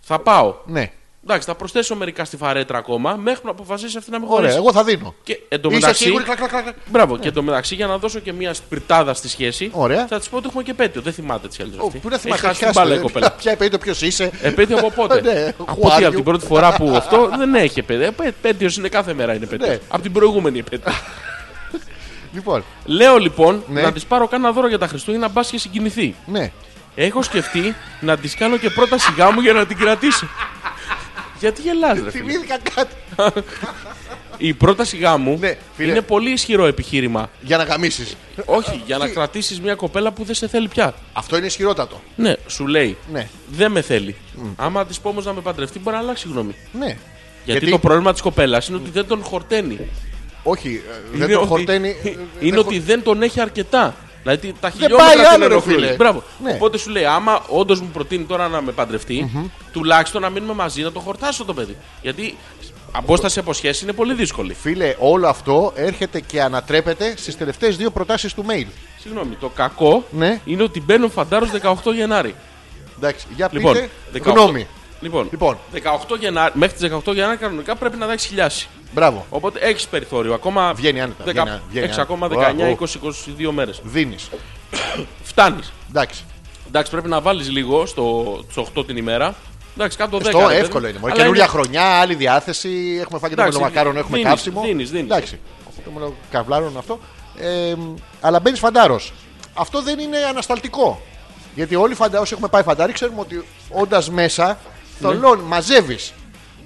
S2: Θα πάω.
S1: ναι.
S2: Εντάξει, θα προσθέσω μερικά στη φαρέτρα ακόμα μέχρι να αποφασίσει αυτή να με χωρίσει.
S1: Ωραία, εγώ θα δίνω.
S2: Και εντωμεταξύ.
S1: Είσαι σίγουρη, κλακ, κλακ, κλακ.
S2: Μπράβο, και εντωμεταξύ για να δώσω και μια σπιρτάδα στη σχέση.
S1: Ωραία.
S2: Θα της πω ότι έχουμε και επέτειο. Δεν θυμάται τις άλλε.
S1: Ω, Πού να θυμάσαι,
S2: Έχει χάσει την
S1: χάστε,
S2: μπάλα η
S1: ρε.
S2: κοπέλα.
S1: Ποια επέτειο, ποιος είσαι.
S2: Επέτειο από πότε.
S1: Ναι,
S2: από ό,τι
S1: who
S2: από
S1: are
S2: την
S1: you?
S2: πρώτη φορά που αυτό δεν έχει επέτειο. Επέτειος είναι κάθε μέρα είναι επέτειο.
S1: Ναι.
S2: Από την προηγούμενη επέτειο.
S1: Λοιπόν,
S2: Λέω λοιπόν
S1: Ναι.
S2: να της πάρω κάνα δώρο για τα Χριστούγεννα, μπας και συγκινηθεί.
S1: ναι.
S2: Έχω σκεφτεί να της κάνω και πρώτα σιγά μου για να την κρατήσω. Γιατί γελάς ρε φίλε.
S1: Θυμήθηκα κάτι.
S2: Η πρόταση γάμου
S1: Ναι, φίλε.
S2: είναι πολύ ισχυρό επιχείρημα.
S1: Για να γαμίσεις.
S2: Όχι, για να κρατήσεις μια κοπέλα που δεν σε θέλει πια.
S1: Αυτό είναι ισχυρότατο.
S2: Ναι, σου λέει.
S1: Ναι.
S2: Δεν με θέλει. Άμα της πω όμως να με παντρευτεί, μπορεί να αλλάξει γνώμη.
S1: Ναι.
S2: Γιατί, το πρόβλημα της κοπέλας είναι ότι δεν τον χορταίνει.
S1: Όχι, ε,
S2: Είναι
S1: δεν το
S2: ότι-
S1: χορταίνει. ε,
S2: Είναι
S1: δεν
S2: ότι δεν τον έχει αρκετά. Δηλαδή τα
S1: πάει
S2: χιλιόμετρα
S1: άλλο,
S2: την
S1: ρε
S2: ενοχλούν.
S1: φίλε.
S2: Μπράβο.
S1: Ναι.
S2: Οπότε σου λέει, άμα όντως μου προτείνει τώρα να με παντρευτεί, τουλάχιστον να μείνουμε μαζί να το χορτάσω το παιδί. Γιατί απόσταση από σχέση είναι πολύ δύσκολη.
S1: Φίλε, όλο αυτό έρχεται και ανατρέπεται στις τελευταίες δύο προτάσεις του mail.
S2: Συγγνώμη, το κακό
S1: Ναι.
S2: είναι ότι μπαίνουν φαντάρος 18 Γενάρη.
S1: Εντάξει, για
S2: Λοιπόν,
S1: πείτε
S2: 18.
S1: γνώμη.
S2: Λοιπόν,
S1: Λοιπόν.
S2: 18 Γενάρη, μέχρι τις 18 Γενάρη κανονικά πρέπει να τα έχεις χιλιάσει.
S1: Μπράβο.
S2: Οπότε έχεις περιθώριο. Ακόμα
S1: Βγαίνει άνετα,
S2: δεκα-
S1: βγαίνει άνετα, βγαίνει
S2: έχεις
S1: άνετα.
S2: ακόμα
S1: Ω,
S2: 19,
S1: ω.
S2: 20, 22 μέρες.
S1: Δίνεις.
S2: Φτάνεις.
S1: Εντάξει.
S2: Εντάξει, πρέπει να βάλεις λίγο στο, στο 8 την ημέρα. Εντάξει, κάτω 10.
S1: Αυτό Ε, εύκολο είναι. Μωρέ, καινούργια χρονιά, άλλη διάθεση. Έχουμε φάει και το
S2: Εντάξει,
S1: μελομακάρον, έχουμε
S2: δίνεις,
S1: καύσιμο.
S2: δίνεις, δίνεις.
S1: Εντάξει. Το μελοκαβλάρον αυτό. Ε, μ, αλλά μπαίνεις φαντάρος. Αυτό δεν είναι ανασταλτικό. Γιατί όλοι φαντα... όσοι έχουμε πάει φαντάρι ξέρουμε ότι όντας
S2: Ναι.
S1: μέσα θολών, μαζεύεις.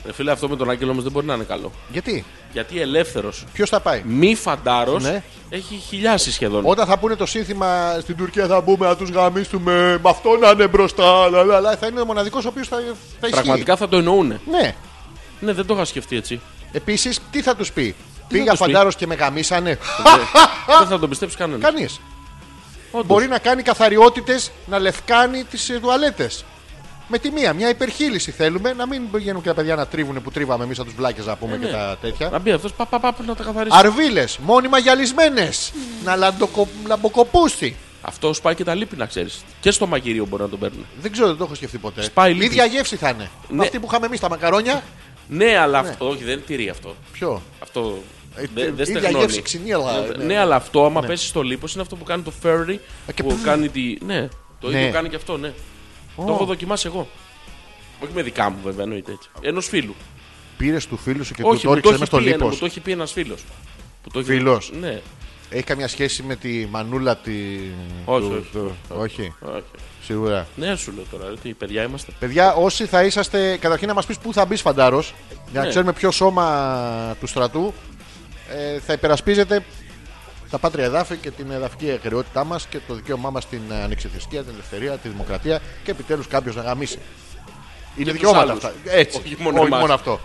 S2: Ρε Ε, φίλε, αυτό με τον Άγγελο όμως δεν μπορεί να είναι καλό.
S1: Γιατί,
S2: Γιατί ελεύθερος,
S1: ποιος θα πάει.
S2: μη φαντάρος,
S1: Ναι.
S2: έχει χιλιάσεις σχεδόν.
S1: Όταν θα πούνε το σύνθημα στην Τουρκία θα μπούμε να τους γαμίσουμε, με αυτό να είναι μπροστά, λα, λα, λα, θα είναι ο μοναδικός ο οποίος θα, θα ισχύει.
S2: Πραγματικά θα το εννοούνε.
S1: Ναι.
S2: Ναι, δεν το είχα σκεφτεί έτσι.
S1: Επίσης, τι θα τους πει.
S2: θα
S1: Πήγα
S2: τους πει? Ναι.
S1: φαντάρος και με γαμίσανε.
S2: δεν θα τον πιστέψει κανένας.
S1: Κανείς.
S2: Όντως.
S1: Μπορεί να κάνει καθαριότητες να λευκάνει τις τουαλέτες. Με τη μία, μια υπερχείληση θέλουμε να μην πηγαίνουν και τα παιδιά να τρίβουν που τρίβαμε εμείς από τους βλάκες να πούμε και
S2: ναι.
S1: τα τέτοια.
S2: Να μπει αυτός, πα, πα, πα, να τα καθαρίσει.
S1: Αρβίλες, μόνιμα γυαλισμένες. να λαντοκο... λαμποκοπούσει.
S2: Αυτό σπάει και τα λίπη, να ξέρεις. Και στο μαγειρίο μπορεί να τον παίρνουν.
S1: Δεν ξέρω, δεν το έχω σκεφτεί ποτέ.
S2: Σπάει
S1: Η
S2: λίπη.
S1: ίδια γεύση θα είναι.
S2: Ναι.
S1: Αυτή που είχαμε εμείς τα μακαρόνια.
S2: Ναι, αλλά αυτό. Όχι, δεν τηρεί αυτό.
S1: Ποιο.
S2: Αυτό.
S1: Ε,
S2: δε-
S1: τε-
S2: Δεν
S1: ίδια
S2: στεγνώνει.
S1: γεύση ξυνή, αλλά,
S2: Ναι,
S1: ναι.
S2: Ναι, αλλά αυτό, άμα πέσει στο λίπος, είναι αυτό που κάνει το furry.
S1: και
S2: Που
S1: πφ.
S2: κάνει τη. Ναι, το
S1: Ναι.
S2: ίδιο κάνει και αυτό, ναι. Το έχω δοκιμάσει εγώ. Όχι με δικά μου, βέβαια, εννοείται έτσι. Ενός φίλου.
S1: Πήρες του φίλου σου και του
S2: Όχι,
S1: το
S2: μου το,
S1: έριξε
S2: έχει
S1: μέσα στο
S2: πει, ένα,
S1: λίπος.
S2: μου το έχει πει ένας φίλος.
S1: Φίλος.
S2: Ναι.
S1: Έχει καμιά σχέση με τη μανούλα τη.
S2: Όχι,
S1: του-
S2: όχι,
S1: του- όχι,
S2: όχι.
S1: σίγουρα.
S2: Ναι, σου λέω τώρα, ότι παιδιά είμαστε.
S1: Παιδιά, όσοι θα είσαστε, καταρχήν να μας πεις πού θα μπεις φαντάρος, για να
S2: Ναι.
S1: ξέρουμε ποιο σώμα του στρατού ε, θα υπερασπίζεται τα πάτρια εδάφη και την εδαφική ακαιρεότητά μας και το δικαίωμά μας στην ανεξιθρησκεία, την ελευθερία, τη δημοκρατία και επιτέλους κάποιος να γαμίσει. Είναι
S2: τους
S1: δικαιώματα
S2: άλλους.
S1: αυτά. Έτσι.
S2: Όχι μόνο εμάς.
S1: αυτό.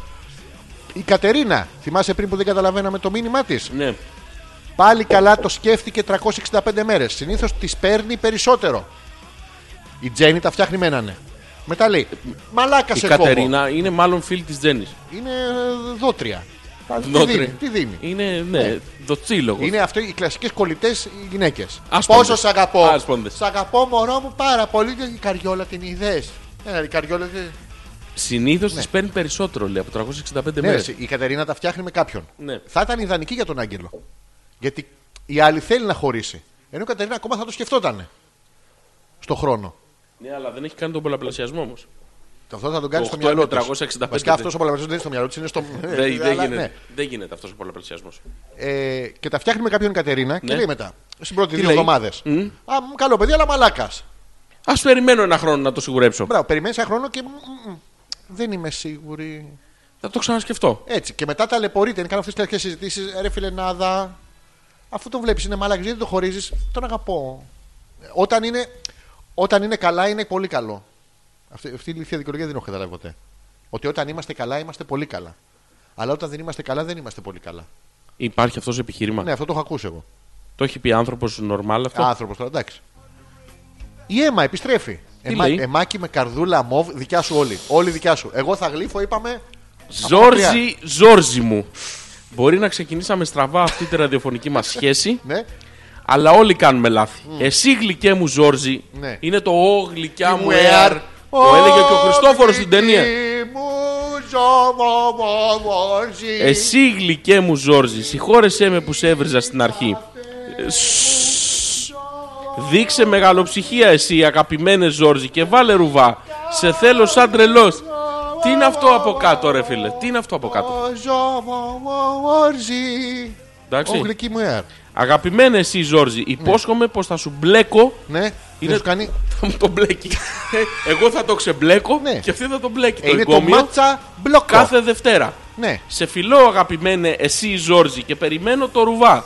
S1: Η Κατερίνα, θυμάσαι πριν που δεν καταλαβαίναμε το μήνυμά της.
S2: Ναι.
S1: Πάλι καλά το σκέφτηκε 365 μέρες. Συνήθως τις παίρνει περισσότερο. Η Τζέννη τα φτιάχνει με έναν. ναι. Μετά λέει: Μαλάκας
S2: Η
S1: σε κόβω.
S2: Κατερίνα είναι μάλλον φίλη της Τζέννη.
S1: Είναι ε, δότρια. Τι
S2: Δότρια.
S1: δίνει. Τι δίνει.
S2: Είναι, ναι, δοτσίλογο.
S1: Είναι αυτοί οι κλασικές κολλητές γυναίκε.
S2: Άσπονδες.
S1: Πόσο σ' αγαπώ.
S2: Άσπονδες.
S1: Σ' αγαπώ, μωρό μου πάρα πολύ. Και η καριόλα την είδες. Ε, η καριόλα. δεν-
S2: Συνήθω τις τη παίρνει περισσότερο, λέει, από 365
S1: Ναι,
S2: μέρες.
S1: ρε, η Κατερίνα τα φτιάχνει με κάποιον.
S2: Ναι.
S1: Θα ήταν ιδανική για τον Άγγελο. Γιατί η άλλη θέλει να χωρίσει. Ενώ η Κατερίνα ακόμα θα το σκεφτόταν στο χρόνο.
S2: Ναι, αλλά δεν έχει κάνει τον πολλαπλασιασμό όμως.
S1: Αυτό θα τον κάνει
S2: Το
S1: στο
S2: 8
S1: μυαλό τη.
S2: 365.
S1: Βασικά αυτός ο πολλαπλασιασμός δεν είναι στο μυαλό τη, είναι στο.
S2: Δεν, δεν
S1: Αλλά,
S2: γίνεται,
S1: ναι.
S2: δεν γίνεται αυτός ο πολλαπλασιασμός.
S1: Ε, και τα φτιάχνει με κάποιον η Κατερίνα και
S2: Ναι.
S1: λέει μετά. Στην πρώτη
S2: Τι
S1: δύο
S2: λέει?
S1: εβδομάδες. Α, μ, καλό παιδί, αλλά μαλάκας.
S2: Ας περιμένω ένα χρόνο να το σιγουρέψω.
S1: Μπράβο, περιμένεις ένα χρόνο και. μ, μ, μ, δεν είμαι σίγουρη.
S2: Θα το ξανασκεφτώ.
S1: Έτσι. Και μετά ταλαιπωρείται. Είναι κάνω αυτές τις αρχέ συζητήσει. «Ε, Ρε φιλενάδα, αφού τον βλέπεις είναι μαλάκας, γιατί το χωρίζεις, τον αγαπώ. Ε, Όταν είναι, όταν είναι καλά, είναι πολύ καλό. Αυτή, αυτή η ηλικία δικαιολογία δεν έχω καταλάβει ποτέ. Ότι όταν είμαστε καλά, είμαστε πολύ καλά. Αλλά όταν δεν είμαστε καλά, δεν είμαστε πολύ καλά.
S2: Υπάρχει αυτός επιχείρημα.
S1: Ναι, αυτό το έχω ακούσει εγώ.
S2: Το έχει πει άνθρωπος νορμάλ αυτό.
S1: Άνθρωπος τώρα, εντάξει. Η αίμα επιστρέφει.
S2: λέει?
S1: εμάκι με καρδούλα μοβ, δικιά σου όλη. Όλη δικιά σου. Εγώ θα γλύφω, είπαμε.
S2: Ζόρζι, Ζόρζι μου. Μπορεί να ξεκινήσαμε στραβά αυτή τη ραδιοφωνική μας σχέση,
S1: Ναι.
S2: αλλά όλοι κάνουμε λάθη. Εσύ γλυκέ μου, Ζόρζι,
S1: Ναι.
S2: είναι το ο γλυκιά μου
S1: Where
S2: εαρ. Το έλεγε και ο Χριστόφορος στην ταινία.
S1: όλοι μου ζωμομόζι.
S2: Εσύ γλυκέ μου, Ζόρζι, συγχώρεσέ με που σε έβριζα στην αρχή. Ε, σσσ. Δείξε μεγαλοψυχία εσύ αγαπημένε Ζόρζι και βάλε ρουβά. Σε θέλω σαν τρελό. Τι είναι αυτό από κάτω ρε φίλε, τι είναι αυτό από κάτω.
S1: Ο ζωμομόζι. Ο
S2: Εντάξει.
S1: γλυκή μου έρ.
S2: Αγαπημένε εσύ Ζόρζι, υπόσχομαι πως θα σου μπλέκω
S1: Ναι,
S2: Είναι-
S1: είναι... σου κάνει.
S2: θα μου τον μπλέκει. Εγώ θα το ξεμπλέκω
S1: Ναι.
S2: και αυτή θα τον μπλέκει.
S1: Ε, είναι το
S2: εγκόμιο
S1: μάτσα μπλοκ.
S2: κάθε Δευτέρα.
S1: Ναι.
S2: Σε φιλώ αγαπημένε εσύ Ζόρζι και περιμένω το ρουβά.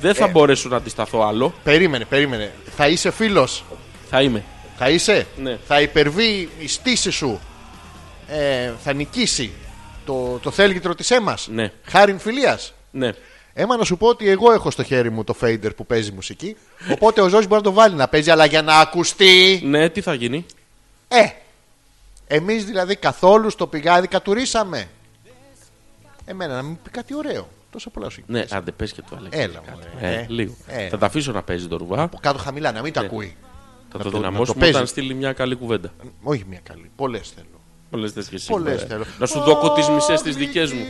S2: Δεν θα μπορέσω να αντισταθώ άλλο.
S1: Περίμενε, περίμενε. Θα είσαι φίλος.
S2: Θα είμαι.
S1: Θα είσαι.
S2: Ναι.
S1: Θα υπερβεί η στήση σου. Ε, θα νικήσει το, το θέλγητρο της έμας.
S2: Ναι.
S1: Χάριν φιλίας.
S2: Ναι.
S1: Έμα να σου πω ότι εγώ έχω στο χέρι μου το fader που παίζει μουσική. Οπότε ο Ζώσης μπορεί να το βάλει να παίζει, αλλά για να ακουστεί.
S2: Ναι, τι θα γίνει.
S1: Ε! Εμείς δηλαδή καθόλου στο πηγάδι κατουρίσαμε. Εμένα να μην πει κάτι ωραίο. Τόσο πολλά σου
S2: Ναι, άντε πες και το Αλέξη.
S1: Έλα μου.
S2: Ε,
S1: ε.
S2: λίγο.
S1: Ε.
S2: Θα τα αφήσω να παίζει το ρουβά.
S1: Από κάτω χαμηλά, να μην
S2: Ναι.
S1: τα ακούει.
S2: Θα
S1: να
S2: το
S1: το- να
S2: δυναμώσουμε
S1: το
S2: όταν
S1: παίζει.
S2: στείλει μια καλή κουβέντα.
S1: Όχι μια καλή. Πολλές θέλω.
S2: Πολλές θες και εσύ.
S1: Πολλές
S2: βέβαια.
S1: θέλω.
S2: Να σου δώκω τις μισές τις δικές μου.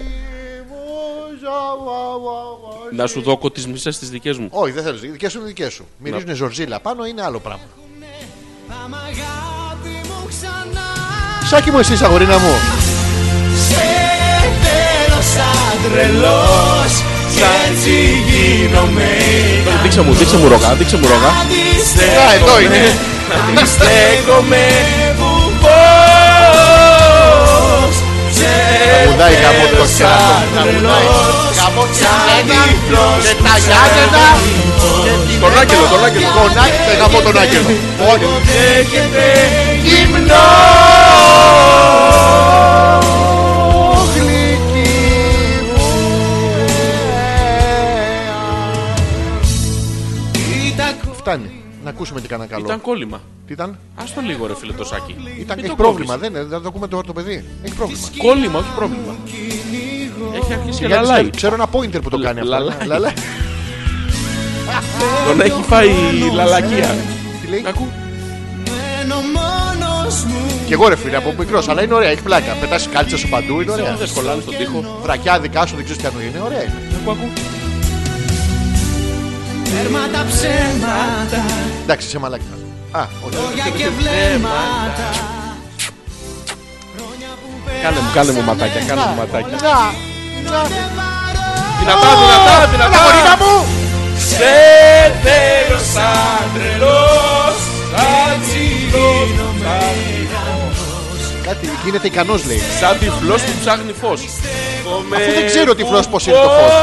S2: Να σου δώκω τις μισές τις δικές μου.
S1: Όχι, δεν θέλω. Δικές σου είναι δικές σου. Μυρίζουν ζορζίλα πάνω, είναι άλλο πράγμα.
S5: Πάμε αγάπη μου ξανά
S1: Σάκι μου, εσύ, αγορίνα μου.
S5: Σε θέλω σαν τρελός Κι έτσι γίνομαι
S2: Δείξε μου, δείξε μου ρόγα, δείξε μου ρόγα.
S1: Α, εδώ είναι.
S2: Στέκομαι που πω.
S1: Τραγουδάει κάπου το κράτο. Τραγουδάει κάπου Και τα Γιάννενα.
S2: Τον Άκελο, τον Άκελο.
S1: Τον Άκη- δεν γαμώ τον Άκελο. Όχι. Γυμνό. Γλυκή μου αιά. Φτάνει. Να ακούσουμε και κανένα καλό.
S2: Ήταν κόλλημα.
S1: Τι ήταν?
S2: Άστο λίγο ρε φίλε το σάκι. Μην
S1: Ήταν έχει
S2: το κόβεις.
S1: πρόβλημα. Δεν είναι. Δεν το ακούμε τώρα το παιδί. Έχει πρόβλημα.
S2: Κόλλημα, όχι πρόβλημα. Έχει αρχίσει και
S1: Γιατί
S2: λαλάει.
S1: ξέρω- Ξέρω ένα pointer που το
S2: Λα-
S1: κάνει
S2: λαλάει.
S1: αυτό. Λαλάει.
S2: Τον έχει φάει η λαλακία.
S1: Τι λέει?
S2: Ακού.
S5: Μένω μόνος μου
S1: Κι εγώ ρε φίλε από μικρός, αλλά είναι ωραία, έχει πλάκα. Πετάς κάλτσα σου παντού, είναι ωραία.
S2: Δεν σχολάνε στον τοίχο.
S1: Βρακιά δικά σου, δεν ξέρεις ποιανού είναι, ωραία. είναι.
S2: Ακού, ακού.
S5: Τέρμα τα ψέματα
S1: Εντάξει, σε μαλάκα. Α, όχι.
S5: Λόγια και βλέμματα Χρόνια που
S2: Κάνε μου, κάνε μου ματάκια, κάνε μου
S1: Να,
S2: ματάκια.
S5: περνάνε βαρώ
S2: Δυνατά, δυνατά, δυνατά.
S1: αγορίνα μου!
S2: Σε θέλω σαν τρελός, σαν τσιγκλός,
S1: Κάτι γίνεται ικανός λέει.
S2: σαν τυφλός που ψάχνει φως.
S1: Αφού δεν ξέρω τυφλός πώς είναι το φως.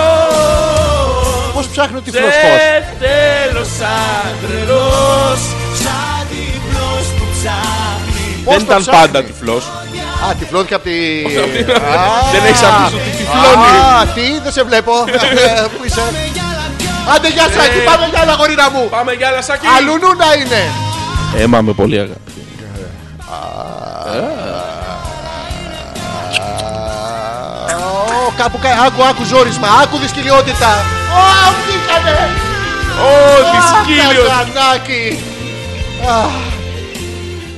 S1: Πώ ψάχνει ο τυφλό φω.
S2: Σε θέλω σαν τρελός.
S5: Σαν τυφλός που ψάχνει
S2: Δεν ήταν πάντα τυφλός.
S1: Α, τυφλώθηκε από τη.
S2: Δεν έχεις ακούσει ότι τυφλώνει.
S1: Α, τι, δεν σε βλέπω. Ε, Πού είσαι. Άντε, γεια σα, εκεί πάμε για άλλα, αγορίνα μου.
S2: Πάμε για άλλα σάκι.
S1: Αλλουνού να είναι.
S2: Έμα με πολύ αγάπη.
S1: Ω, Κάπου κα- άκου, άκου ζόρισμα, άκου δυσκολιότητα. Ω, βγήκανε.
S2: Ω,
S1: Αχ,
S2: δυσκύλιος.
S1: Καζανάκι. Αχ.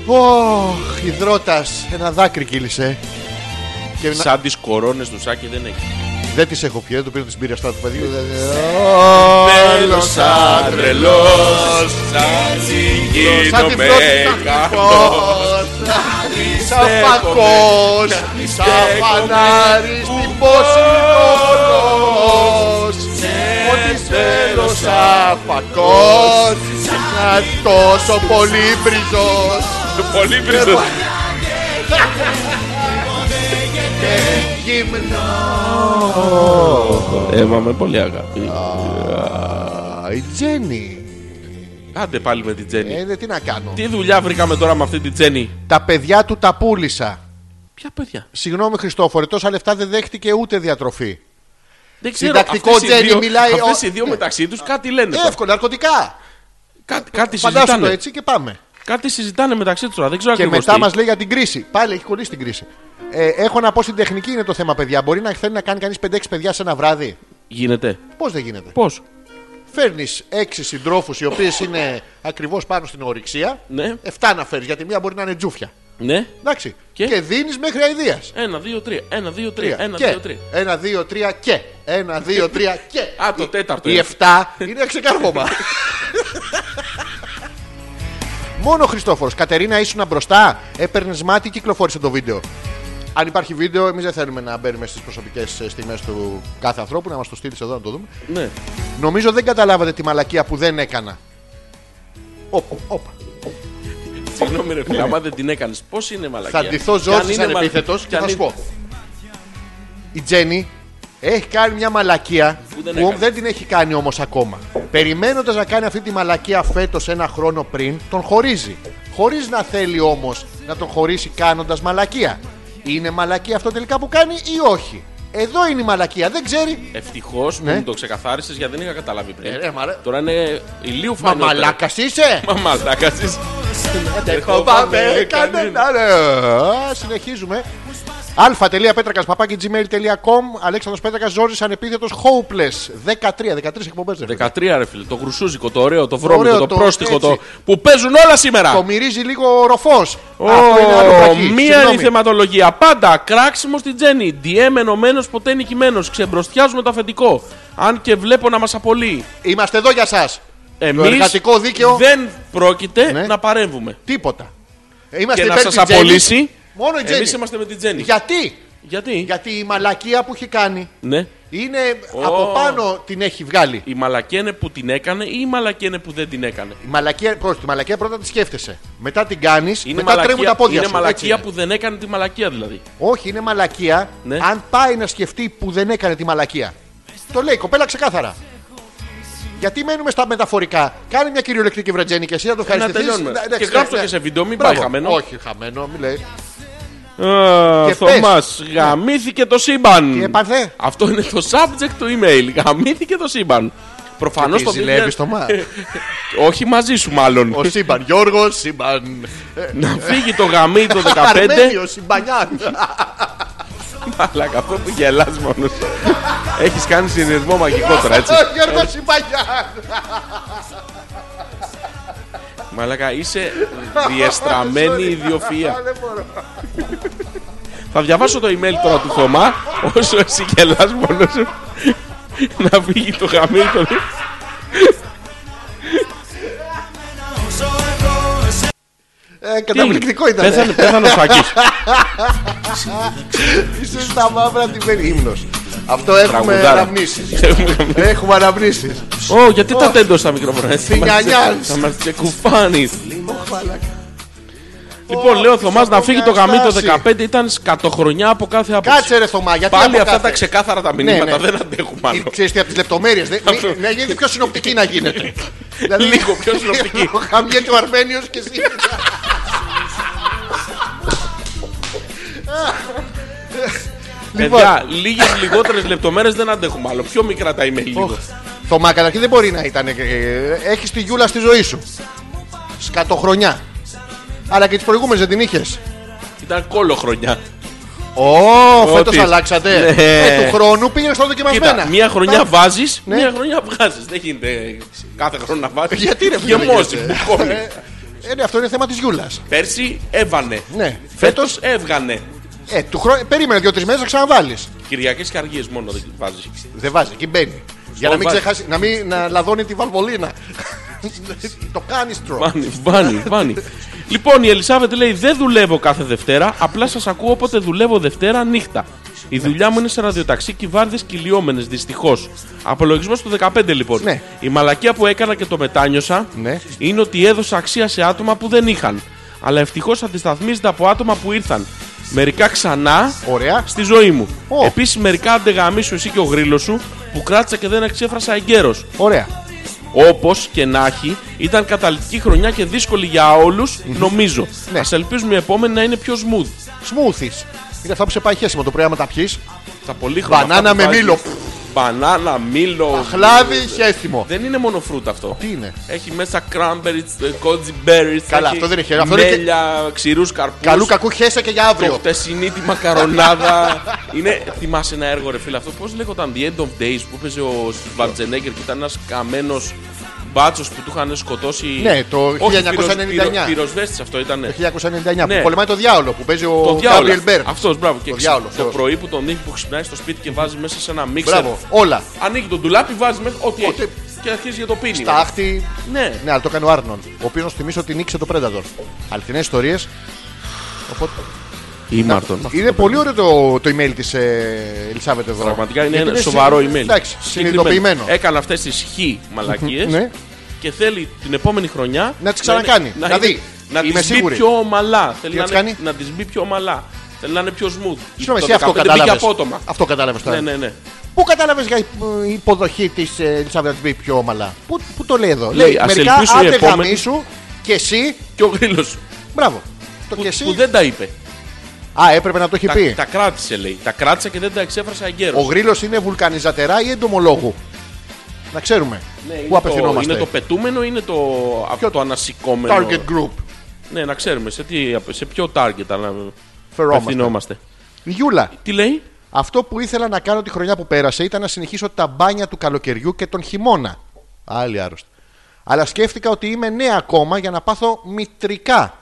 S1: Ωχ, υδρότας, ένα δάκρυ κύλησε. Και να-
S2: Σαν τις κορώνες του Σάκη δεν έχει.
S1: Δεν τις έχω πιει, δεν το πίνω τις μπύρες αυτά του παιδιού. δεν-
S2: Θέλω σαν τρελός Σαν
S1: Σαν την
S2: συγκίνομαι
S1: πρώτη Σαν φακός Σαν φανάρι στην Ποσειδώνος Ότι θέλω σαν φακός Σαν τόσο πολύ μπριζός
S2: Πολύ πριν
S1: Γυμνά
S2: Έμα Ε, με πολύ αγάπη
S1: Η Τζέννη
S2: Άντε πάλι με την Τζέννη
S1: Ε, δε, τι να κάνω
S2: Τι δουλειά βρήκαμε τώρα με αυτή την Τζέννη
S1: Τα παιδιά του τα πούλησα
S2: Ποια παιδιά
S1: Συγγνώμη Χριστόφορε, τόσα λεφτά δεν δέχτηκε ούτε διατροφή.
S2: Δεν ξέρω
S1: Συντακτικό
S2: αυτές οι
S1: Τζέννη,
S2: δύο-
S1: μιλάει ο- Ε,
S2: Αυτές οι δύο μεταξύ τους κάτι λένε τώρα.
S1: Εύκολα, ναρκωτικά.
S2: Κάτι, κάτι
S1: Φαντάσου ε, το
S2: συζητάνε
S1: έτσι και πάμε.
S2: Κάτι συζητάνε μεταξύ τους τώρα Δεν ξέρω
S1: Και
S2: ακριβώς
S1: μετά
S2: τι.
S1: μας λέει για την κρίση. Πάλι έχει κολλήσει την κρίση. Ε, έχω να πω στην τεχνική είναι το θέμα, παιδιά. Μπορεί να θέλει να κάνει κανείς 5-6 παιδιά σε ένα βράδυ.
S2: Γίνεται
S1: Πώς δεν γίνεται.
S2: Πώς
S1: Φέρνεις 6 συντρόφους οι οποίες είναι ακριβώς πάνω στην ορυξία.
S2: Ναι.
S1: 7 να φέρεις γιατί μία μπορεί να είναι τζούφια.
S2: Ναι
S1: Εντάξει.
S2: Και?
S1: Και, δίνεις μέχρι αηδίας.
S2: ένα, δύο, τρία, ένα, δύο, τρία, ένα,
S1: και.
S2: δύο, τρία.
S1: Ένα, δύο, τρία και. Ένα, δύο, τρία και.
S2: Α, το τέταρτο.
S1: Οι 7 είναι ξεκάρβωμα. Μόνο ο Χριστόφορος. Κατερίνα, ήσουν μπροστά. Έπαιρνες μάτι, κυκλοφόρησε το βίντεο. Αν υπάρχει βίντεο, εμείς δεν θέλουμε να μπαίνουμε στις προσωπικές στιγμές του κάθε ανθρώπου, να μας το στείλεις εδώ να το δούμε.
S2: Ναι.
S1: Νομίζω δεν καταλάβατε τη μαλακία που δεν έκανα. Όπα, όπα.
S2: Συγγνώμη, ρε φίλε, άμα δεν την έκανες, πώς είναι μαλακία.
S1: Θα ντυθώ
S2: Και αν
S1: ζώδη
S2: είναι
S1: σαν
S2: μαλα-
S1: επίθετο και
S2: κι αν
S1: θα σου
S2: είναι-
S1: πω. Η Τζέννη έχει κάνει μια μαλακία
S2: Που δεν
S1: που
S2: έκανε.
S1: δεν την έχει κάνει όμως ακόμα. Περιμένοντας να κάνει αυτή τη μαλακία φέτος ένα χρόνο πριν, τον χωρίζει. Χωρίς να θέλει όμως να τον χωρίσει κάνοντας μαλακία. Είναι μαλακία αυτό τελικά που κάνει ή όχι. Εδώ είναι η μαλακία, δεν ξέρει.
S2: Ευτυχώς που
S1: Ναι.
S2: μου το ξεκαθάρισες γιατί δεν είχα καταλάβει πριν.
S1: Ε, ρε, μα ρε.
S2: Τώρα είναι ηλίου
S1: Μα
S2: φανερό.
S1: μαλάκας είσαι!
S2: Μα μαλάκας είσαι.
S1: Δεν φοβάμαι κανένα. ρε. Α, Συνεχίζουμε. α.πέτρακα.gmail.com Αλέξανδρος Πέτρακας, Ζόρις Ανεπίθετος Hopeless 13, 13 εκπομπές ρε. φίλε.
S2: 13 ρε φίλε, το γρουσούζικο, το ωραίο, το βρώμικο,
S1: Ωραίο,
S2: το,
S1: το-
S2: πρόστιχο, το...
S1: έτσι.
S2: που παίζουν όλα σήμερα.
S1: Το μυρίζει λίγο ο ροφός
S2: Ω,
S1: Αυτό είναι άλλο βρακί.
S2: μία είναι η
S1: Συγγνώμη.
S2: θεματολογία. Πάντα κράξιμος στην Τζέννη. DM ενωμένος, ποτέ νικημένος. Ξεμπροστιάζουμε το αφεντικό. Αν και βλέπω να μας απολύει.
S1: Είμαστε εδώ για σας
S2: Εμείς
S1: εργατικό δίκαιο-
S2: δεν πρόκειται
S1: Ναι.
S2: να παρέμβουμε.
S1: Τίποτα Ε, Είμαστε
S2: και να
S1: υπέρ της
S2: σα
S1: Τζέννης.
S2: απολύσει.
S1: Μόνο η
S2: Εμείς
S1: Τζέννη
S2: είμαστε με την Τζέννη.
S1: Γιατί
S2: Γιατί?
S1: Γιατί η μαλακία που έχει κάνει
S2: Ναι.
S1: Είναι από πάνω την έχει βγάλει
S2: Η μαλακία είναι που την έκανε ή η μαλακία είναι που δεν την έκανε.
S1: η μαλακία, πρόσεχε, τη μαλακία πρώτα τη σκέφτεσαι. Μετά την κάνεις, μετά
S2: Είναι μαλακία,
S1: τρέμουν τα πόδια
S2: είναι
S1: σου. Έτσι
S2: μαλακία
S1: είναι.
S2: που δεν έκανε τη μαλακία δηλαδή.
S1: Όχι, είναι μαλακία.
S2: Ναι.
S1: Αν πάει να σκεφτεί που δεν έκανε τη μαλακία. Το λέει η κοπέλα ξεκάθαρα. Γιατί μένουμε στα μεταφορικά. Κάνει μια κυριολεκτική βρετζένη και εσύ να το
S2: Ε, να
S1: ευχαριστηθείς.
S2: τελειώνουμε.
S1: Να- εντάξει,
S2: Και γράψτε
S1: ναι,
S2: και
S1: ναι.
S2: σε βίντεο, μην
S1: Μπράβο.
S2: πάει χαμένο.
S1: Όχι, χαμένο, μην λέει.
S2: Ε,
S1: Και
S2: Θωμάς, γαμήθηκε το σύμπαν.
S1: Τι έπαθε?
S2: Αυτό είναι το subject του email. Γαμήθηκε το σύμπαν. Προφανώς
S1: Τι ζηλεύεις το μα.
S2: Όχι μαζί σου, μάλλον.
S1: Ο Σύμπαν, Γιώργος Σύμπαν.
S2: να φύγει το γαμί το 15.
S1: Αρμένιος Συμπανιάς.
S2: Αλλά αυτό που γελάς μόνος Έχεις κάνει συνειδημό μαγικό τώρα, έτσι.
S1: Γιώργος Συμπανιάς.
S2: Μαλάκα, είσαι διεστραμμένη ιδιοφυΐα. Θα διαβάσω το email τώρα του Θωμά, όσο εσύ γελάς μόνος σου. Να φύγει το χαμί το δι-
S1: Ε, Καταπληκτικό ήταν. ε.
S2: Πέθανε, πέθανε ο Σάκης.
S1: Είσαι στα μαύρα τη βέρη. Ύμνος. Αυτό έχουμε
S2: Τραγουδάρα.
S1: αναμνήσεις. Έχουμε αναμνήσεις.
S2: Ω, γιατί τα τέντωσε τα μικρόφωνα. έτσι, θα μας
S1: Φινιανιάς.
S2: τσε- Θα μας τσεκουφάνεις. Λοιπόν, λέω ο Θωμάς να φύγει το γαμί το
S1: κατάσταση.
S2: 15 ήταν σκατοχρονιά από κάθε άποψη.
S1: Κάτσε ρε Θωμά, γιατί
S2: Πάλι
S1: από
S2: αυτά
S1: κάθε-
S2: τα ξεκάθαρα τα
S1: Ναι,
S2: μηνύματα
S1: ναι.
S2: δεν αντέχουμε άλλο.
S1: Ξέρεις τι από τις λεπτομέρειες δε- μη- Να γίνεται πιο συνοπτική να γίνεται Δηλαδή,
S2: Λίγο πιο συνοπτική.
S1: Ο Χαμιέτη ο Αρμένιος και εσύ Λοιπόν,
S2: Παιδιά, λίγες λιγότερες λεπτομέρειες δεν αντέχουμε άλλο. Πιο μικρά τα email λίγο.
S1: Θωμά καταρχήν δεν μπορεί να ήταν ε, ε, Έχεις τη γιούλα στη ζωή σου Σκατοχρονιά Αλλά και τις προηγούμενες δεν την είχες
S2: Ήταν κόλλο χρονιά.
S1: Ω, φέτος
S2: Ότι-
S1: αλλάξατε
S2: Ναι.
S1: Ε, Του χρόνου πήγαινε στο
S2: Κοίτα,
S1: δοκιμασμένα
S2: μία χρονιά βάζεις,
S1: Ναι. Ε,
S2: μία χρονιά βγάζεις. Δεν γίνεται κάθε χρόνο να βάζεις.
S1: Γιατί ρε φίλε,
S2: Γεμόζει,
S1: δεν γίνεται.
S2: μπουκώνει.
S1: Ε, ε, ναι, αυτό είναι θέμα της γιούλας
S2: Πέρσι έβανε.
S1: Ναι.
S2: Φέτος έβγανε.
S1: Ε, του χρόνου- περίμενε δύο-τρει μέρες να ξαναβάλεις.
S2: Κυριακές καργίε μόνο δεν βάζεις.
S1: Δεν βάζει, εκεί μπαίνει. Για να μην
S2: βάζει.
S1: ξεχάσει, να μην να λαδώνει τη βαλβολίνα. το κάνιστρο.
S2: Βάνει, βάνει, βάνει. λοιπόν, η Ελισάβετ λέει: Δεν δουλεύω κάθε Δευτέρα, απλά σας ακούω όποτε δουλεύω Δευτέρα νύχτα. Η
S1: Ναι.
S2: δουλειά μου είναι σε ραδιοταξί και οι βάρδες κυλιόμενες, δυστυχώς. Απολογισμός του 15 λοιπόν.
S1: Ναι.
S2: Η μαλακία που έκανα και το μετάνιωσα
S1: Ναι.
S2: είναι ότι έδωσα αξία σε άτομα που δεν είχαν. Αλλά ευτυχώς αντισταθμίζεται από άτομα που ήρθαν. Μερικά ξανά
S1: Ωραία.
S2: στη ζωή μου.
S1: Ω.
S2: Επίσης, μερικά αντεγαμίσου εσύ και ο γρίλο σου που κράτησα και δεν εξέφρασα εγκαίρως.
S1: Ωραία.
S2: Όπως και να έχει, ήταν καταληκτική χρονιά και δύσκολη για όλους, νομίζω.
S1: Ναι.
S2: Ας ελπίζουμε η επόμενη να είναι πιο smooth.
S1: Σμούθις. Είναι αυτά που σε πάει χέσιμο το πρωί άμα τα πιεις.
S2: Τα πολύ χρόνια.
S1: Μπανάνα
S2: αυτά που
S1: με
S2: βάζεις.
S1: μήλο.
S2: Μπανάνα, μήλος.
S1: Χλάδι χέσιμο.
S2: Δεν είναι μόνο φρούτα αυτό.
S1: Τι είναι.
S2: Έχει μέσα cranberries, ε, κότζι berries.
S1: Καλά,
S2: έχει
S1: αυτό δεν έχει, αυτό είναι και-
S2: Μέλια, ξηρούς καρπούς.
S1: Καλού κακού χέσα και για αύριο.
S2: Προχτεσινή τη μακαρονάδα. είναι, θυμάσαι ένα έργο, ρε φίλε, αυτό πώς λέγονταν The End of Days που έπαιζε ο Σβαρτζενέγκερ και ήταν ένας καμένος μπάτσος που του είχαν σκοτώσει.
S1: Ναι, το
S2: Όχι,
S1: 1999.
S2: Πυροσβέστης αυτό ήταν.
S1: 1999
S2: Ναι.
S1: που πολεμάει το διάολο που παίζει
S2: Το
S1: ο
S2: διάολο.
S1: Γκάμπριελ Μπέρν.
S2: Αυτός, μπράβο. Και
S1: Το
S2: ξε-
S1: διάολο,
S2: το
S1: Θεός.
S2: πρωί που τον δείχνει που ξυπνάει στο σπίτι και βάζει μέσα σε ένα μίξερ.
S1: Μπράβο. Όλα.
S2: Ανοίγει τον ντουλάπι, βάζει μέσα ό,τι
S1: Ό,τι-
S2: έχει. Και αρχίζει για το πίνει.
S1: Τα άχτη.
S2: Ναι.
S1: Ναι, αλλά το έκανε ο Άρνον. Ο οποίος θυμίσω ότι νίκησε το Predator. Αληθινές ιστορίες.
S2: Ή Μάρτον.
S1: Είναι πολύ ωραίο το, το email της ε, Ελισάβετ εδώ.
S2: Πραγματικά είναι
S1: Γιατί
S2: ένα σοβαρό
S1: συν-
S2: email.
S1: Εντάξει,
S2: Συγκεκριμένο.
S1: συνειδητοποιημένο.
S2: Έκανε αυτές τις χ
S1: Ναι.
S2: μαλακίε και θέλει την επόμενη χρονιά
S1: Να τις ξανακάνει.
S2: είναι-
S1: Να
S2: είναι-
S1: δει.
S2: Να
S1: Είμαι
S2: τις μπει
S1: σίγουρη.
S2: πιο ομαλά. Θέλει
S1: να
S2: να,
S1: τις
S2: είναι-
S1: κάνει?
S2: να τις μπει πιο ομαλά. Θέλει να είναι πιο smooth.
S1: Συγγνώμη,
S2: Το
S1: εσύ αυτό
S2: 15
S1: κατάλαβε.
S2: Μπήκε απότομα.
S1: Αυτό κατάλαβες τώρα.
S2: Ναι, ναι, ναι.
S1: Πού κατάλαβες για υπο- υποδοχή της Ελισάβετ Μπι πιο ομαλά. Πού, πού το λέει εδώ.
S2: Λέει,
S1: Λέει,
S2: ας
S1: μερικά
S2: ελπίσω η
S1: άντε
S2: επόμενη-
S1: γαμίσου και εσύ.
S2: Και ο γρήλος
S1: Μπράβο. Το
S2: που,
S1: και εσύ.
S2: που δεν τα είπε.
S1: Α, έπρεπε να το έχει
S2: Τα,
S1: πει.
S2: τα κράτησε, λέει. Τα κράτησα και δεν τα εξέφρασα εγκαίρω.
S1: Ο γρίλο είναι βουλκανιζατερά ή εντομολόγου. Να ξέρουμε. Πού απευθυνόμαστε.
S2: Ναι, Είναι το πετούμενο ή είναι το, αυτό το ανασηκόμενο.
S1: Target group.
S2: Ναι, να ξέρουμε σε, τι, σε ποιο target ανα...
S1: Φερόμαστε.
S2: απευθυνόμαστε.
S1: Γιούλα,
S2: Τι λέει,
S1: αυτό που ήθελα να κάνω τη χρονιά που πέρασε ήταν να συνεχίσω τα μπάνια του καλοκαιριού και τον χειμώνα. Άλλη άρρωστη. Αλλά σκέφτηκα ότι είμαι νέα ακόμα για να πάθω μητρικά.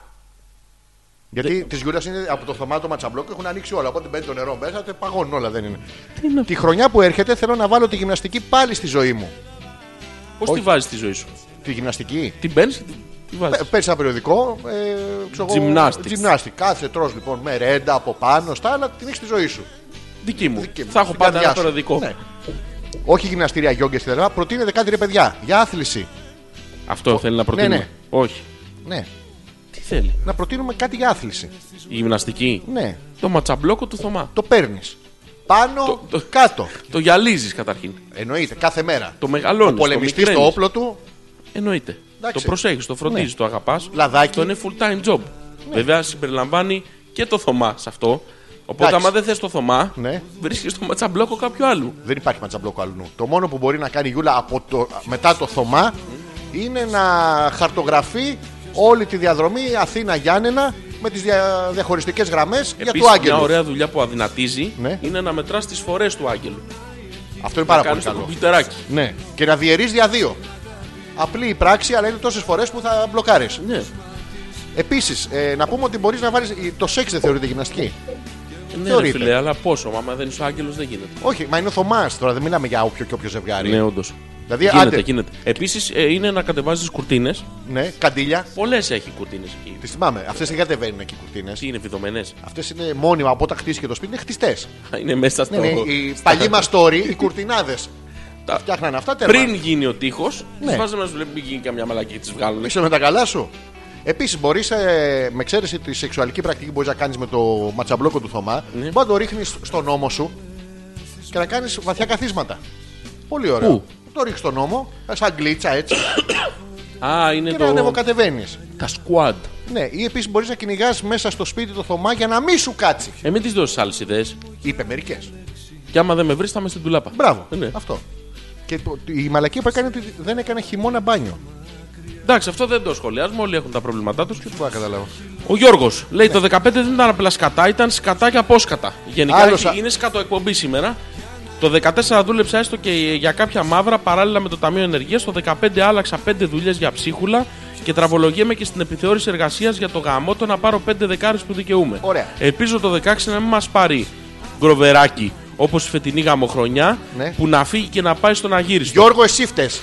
S2: Ναι.
S1: Γιατί της Γιούλας είναι από το θωμάτωμα τσαμπλόκ έχουν ανοίξει όλα. Οπότε μπαίνει το νερό μέσα, τε παγώνουν όλα δεν είναι. Τη χρονιά που έρχεται θέλω να βάλω τη γυμναστική πάλι στη ζωή μου.
S2: πώς τη βάζει τη ζωή σου.
S1: Τη γυμναστική.
S2: Την παίρνεις και τη- τη βάζεις.
S1: Ε, Παίρνεις ένα περιοδικό. Ε, ξέρω εγώ,
S2: Gymnastics.
S1: Gymnastics. Κάθε τρώ λοιπόν με ρέντα από πάνω στα άλλα την έχεις τη ζωή σου.
S2: Δική μου.
S1: Δική μου.
S2: Θα έχω
S1: Στην
S2: πάντα
S1: καρδιά
S2: ένα
S1: σου.
S2: περιοδικό.
S1: Ναι. Όχι γυμναστήρια, γιόγκες και τα λοιπά. Προτείνεται κάτι ρε παιδιά. Για άθληση.
S2: Αυτό θέλει να προτείνουμε.
S1: ναι.
S2: Όχι.
S1: Ναι.
S2: Τι θέλει.
S1: Να προτείνουμε κάτι για άθληση.
S2: Η γυμναστική.
S1: Ναι.
S2: Το ματσαμπλόκο του Θωμά.
S1: Το παίρνεις. Πάνω,
S2: το-
S1: κάτω.
S2: Το γυαλίζεις καταρχήν.
S1: Εννοείται, κάθε μέρα.
S2: Το μεγαλώνεις.
S1: Πολεμιστή στο όπλο του.
S2: Εννοείται.
S1: Εντάξει.
S2: Το προσέχεις, το φροντίζεις,
S1: Ναι.
S2: το αγαπάς.
S1: Λαδάκι. Ναι.
S2: Αυτό είναι full time job. Βέβαια συμπεριλαμβάνει και το Θωμά σε αυτό. Οπότε,
S1: Εντάξει.
S2: άμα δεν θες το Θωμά,
S1: Ναι.
S2: βρίσκεις το ματσαμπλόκο κάποιου άλλου.
S1: Δεν υπάρχει ματσαμπλόκο αλλού. Το μόνο που μπορεί να κάνει η Γιούλα από το, μετά το Θωμά είναι να χαρτογραφεί όλη τη διαδρομή Αθήνα-Γιάννενα με τις δια, διαχωριστικές γραμμές για
S2: Επίσης,
S1: του Άγγελου.
S2: μια ωραία δουλειά που αδυνατίζει
S1: Ναι.
S2: είναι να μετράς τις φορές του Άγγελου.
S1: Αυτό είναι πάρα
S2: Κάνεις
S1: πολύ
S2: το
S1: καλό.
S2: κουμπιουτεράκι.
S1: Ναι. Και να διαιρείς δια δύο. Απλή η πράξη, αλλά είναι τόσες φορές που θα μπλοκάρεις.
S2: Ναι.
S1: Επίσης, ε, να πούμε ότι μπορείς να βάλεις. Το σεξ δεν θεωρείται γυμναστική.
S2: Ναι, ρε
S1: Θεωρείται.
S2: φίλε, αλλά πόσο. Άμα δεν είσαι ο Άγγελος, δεν γίνεται.
S1: Όχι, μα είναι ο Θωμάς τώρα, δεν μιλάμε για όποιο και όποιο ζευγάρι.
S2: Ναι, όντως.
S1: Δηλαδή,
S2: γίνεται,
S1: άντε.
S2: γίνεται. Επίσης είναι να κατεβάζεις τι κουρτίνες.
S1: Ναι, καντήλια.
S2: Πολλές έχει κουρτίνες εκεί.
S1: Τις θυμάμαι. Αυτές δεν κατεβαίνουν εκεί οι κουρτίνες.
S2: Τι είναι βιδωμένες.
S1: Αυτές είναι μόνιμα από όταν χτίστηκε το σπίτι, είναι χτιστές.
S2: Είναι μέσα στο.
S1: Ναι, ναι, οι παλιοί μας τόροι, οι κουρτινάδες.
S2: Τα-
S1: Φτιάχναν αυτά τέρμα.
S2: Πριν γίνει ο τείχος,
S1: Ναι.
S2: τι βάζουν να σου λέει μην γίνει καμιά μαλακή και τι βγάλουν.
S1: Είσαι με τα καλά σου. Επίσης, μπορείς ε, με εξαίρεση τη σεξουαλική πρακτική που μπορείς να κάνεις με το ματσαμπλόκο του Θωμά,
S2: Ναι.
S1: μπορεί να το ρίχνεις στον ώμο σου και να κάνεις βαθιά καθίσματα. Πολύ ωραίο.
S2: Πού?
S1: Το ρίχνει στον ώμο, ε, σαν γκλίτσα έτσι,
S2: Α, είναι
S1: και να
S2: Ε, το.
S1: ανεβοκατεβαίνεις.
S2: Τα squad.
S1: Ναι, ή επίσης μπορείς να κυνηγάς μέσα στο σπίτι το Θωμά για να μη σου κάτσει.
S2: Ε, μην της δώσεις άλλες ιδέες.
S1: Είπε μερικές.
S2: Και άμα δεν με βρεις, θα είμαι στην τουλάπα.
S1: Μπράβο.
S2: Ε, Ναι.
S1: Αυτό. Και το- η μαλακία που έκανε ότι δεν έκανε χειμώνα μπάνιο.
S2: Εντάξει, αυτό δεν το σχολιάζουμε. Όλοι έχουν τα προβλήματά τους.
S1: Τι μπορώ να καταλάβω.
S2: Ο Γιώργος λέει το 15 δεν ήταν απλά σκατά, ήταν σκατά και απόσκατα. Γενικά
S1: Άλλος
S2: έχει-
S1: α-
S2: είναι σκατό εκπομπή σήμερα. Το 14 δούλεψα έστω και για κάποια μαύρα παράλληλα με το Ταμείο Ενεργείας. Το 15 άλλαξα 5 δουλειές για ψίχουλα και τραβολογέμαι και στην επιθεώρηση εργασίας για το γαμό το να πάρω 5 δεκάρες που δικαιούμαι.
S1: Ωραία.
S2: Ελπίζω το 16 να μην μας πάρει γκροβεράκι Όπως φετινή γαμοχρονιά
S1: Ναι.
S2: που να φύγει και να πάει στον αγύριστο.
S1: Γιώργο, εσύ φταίς.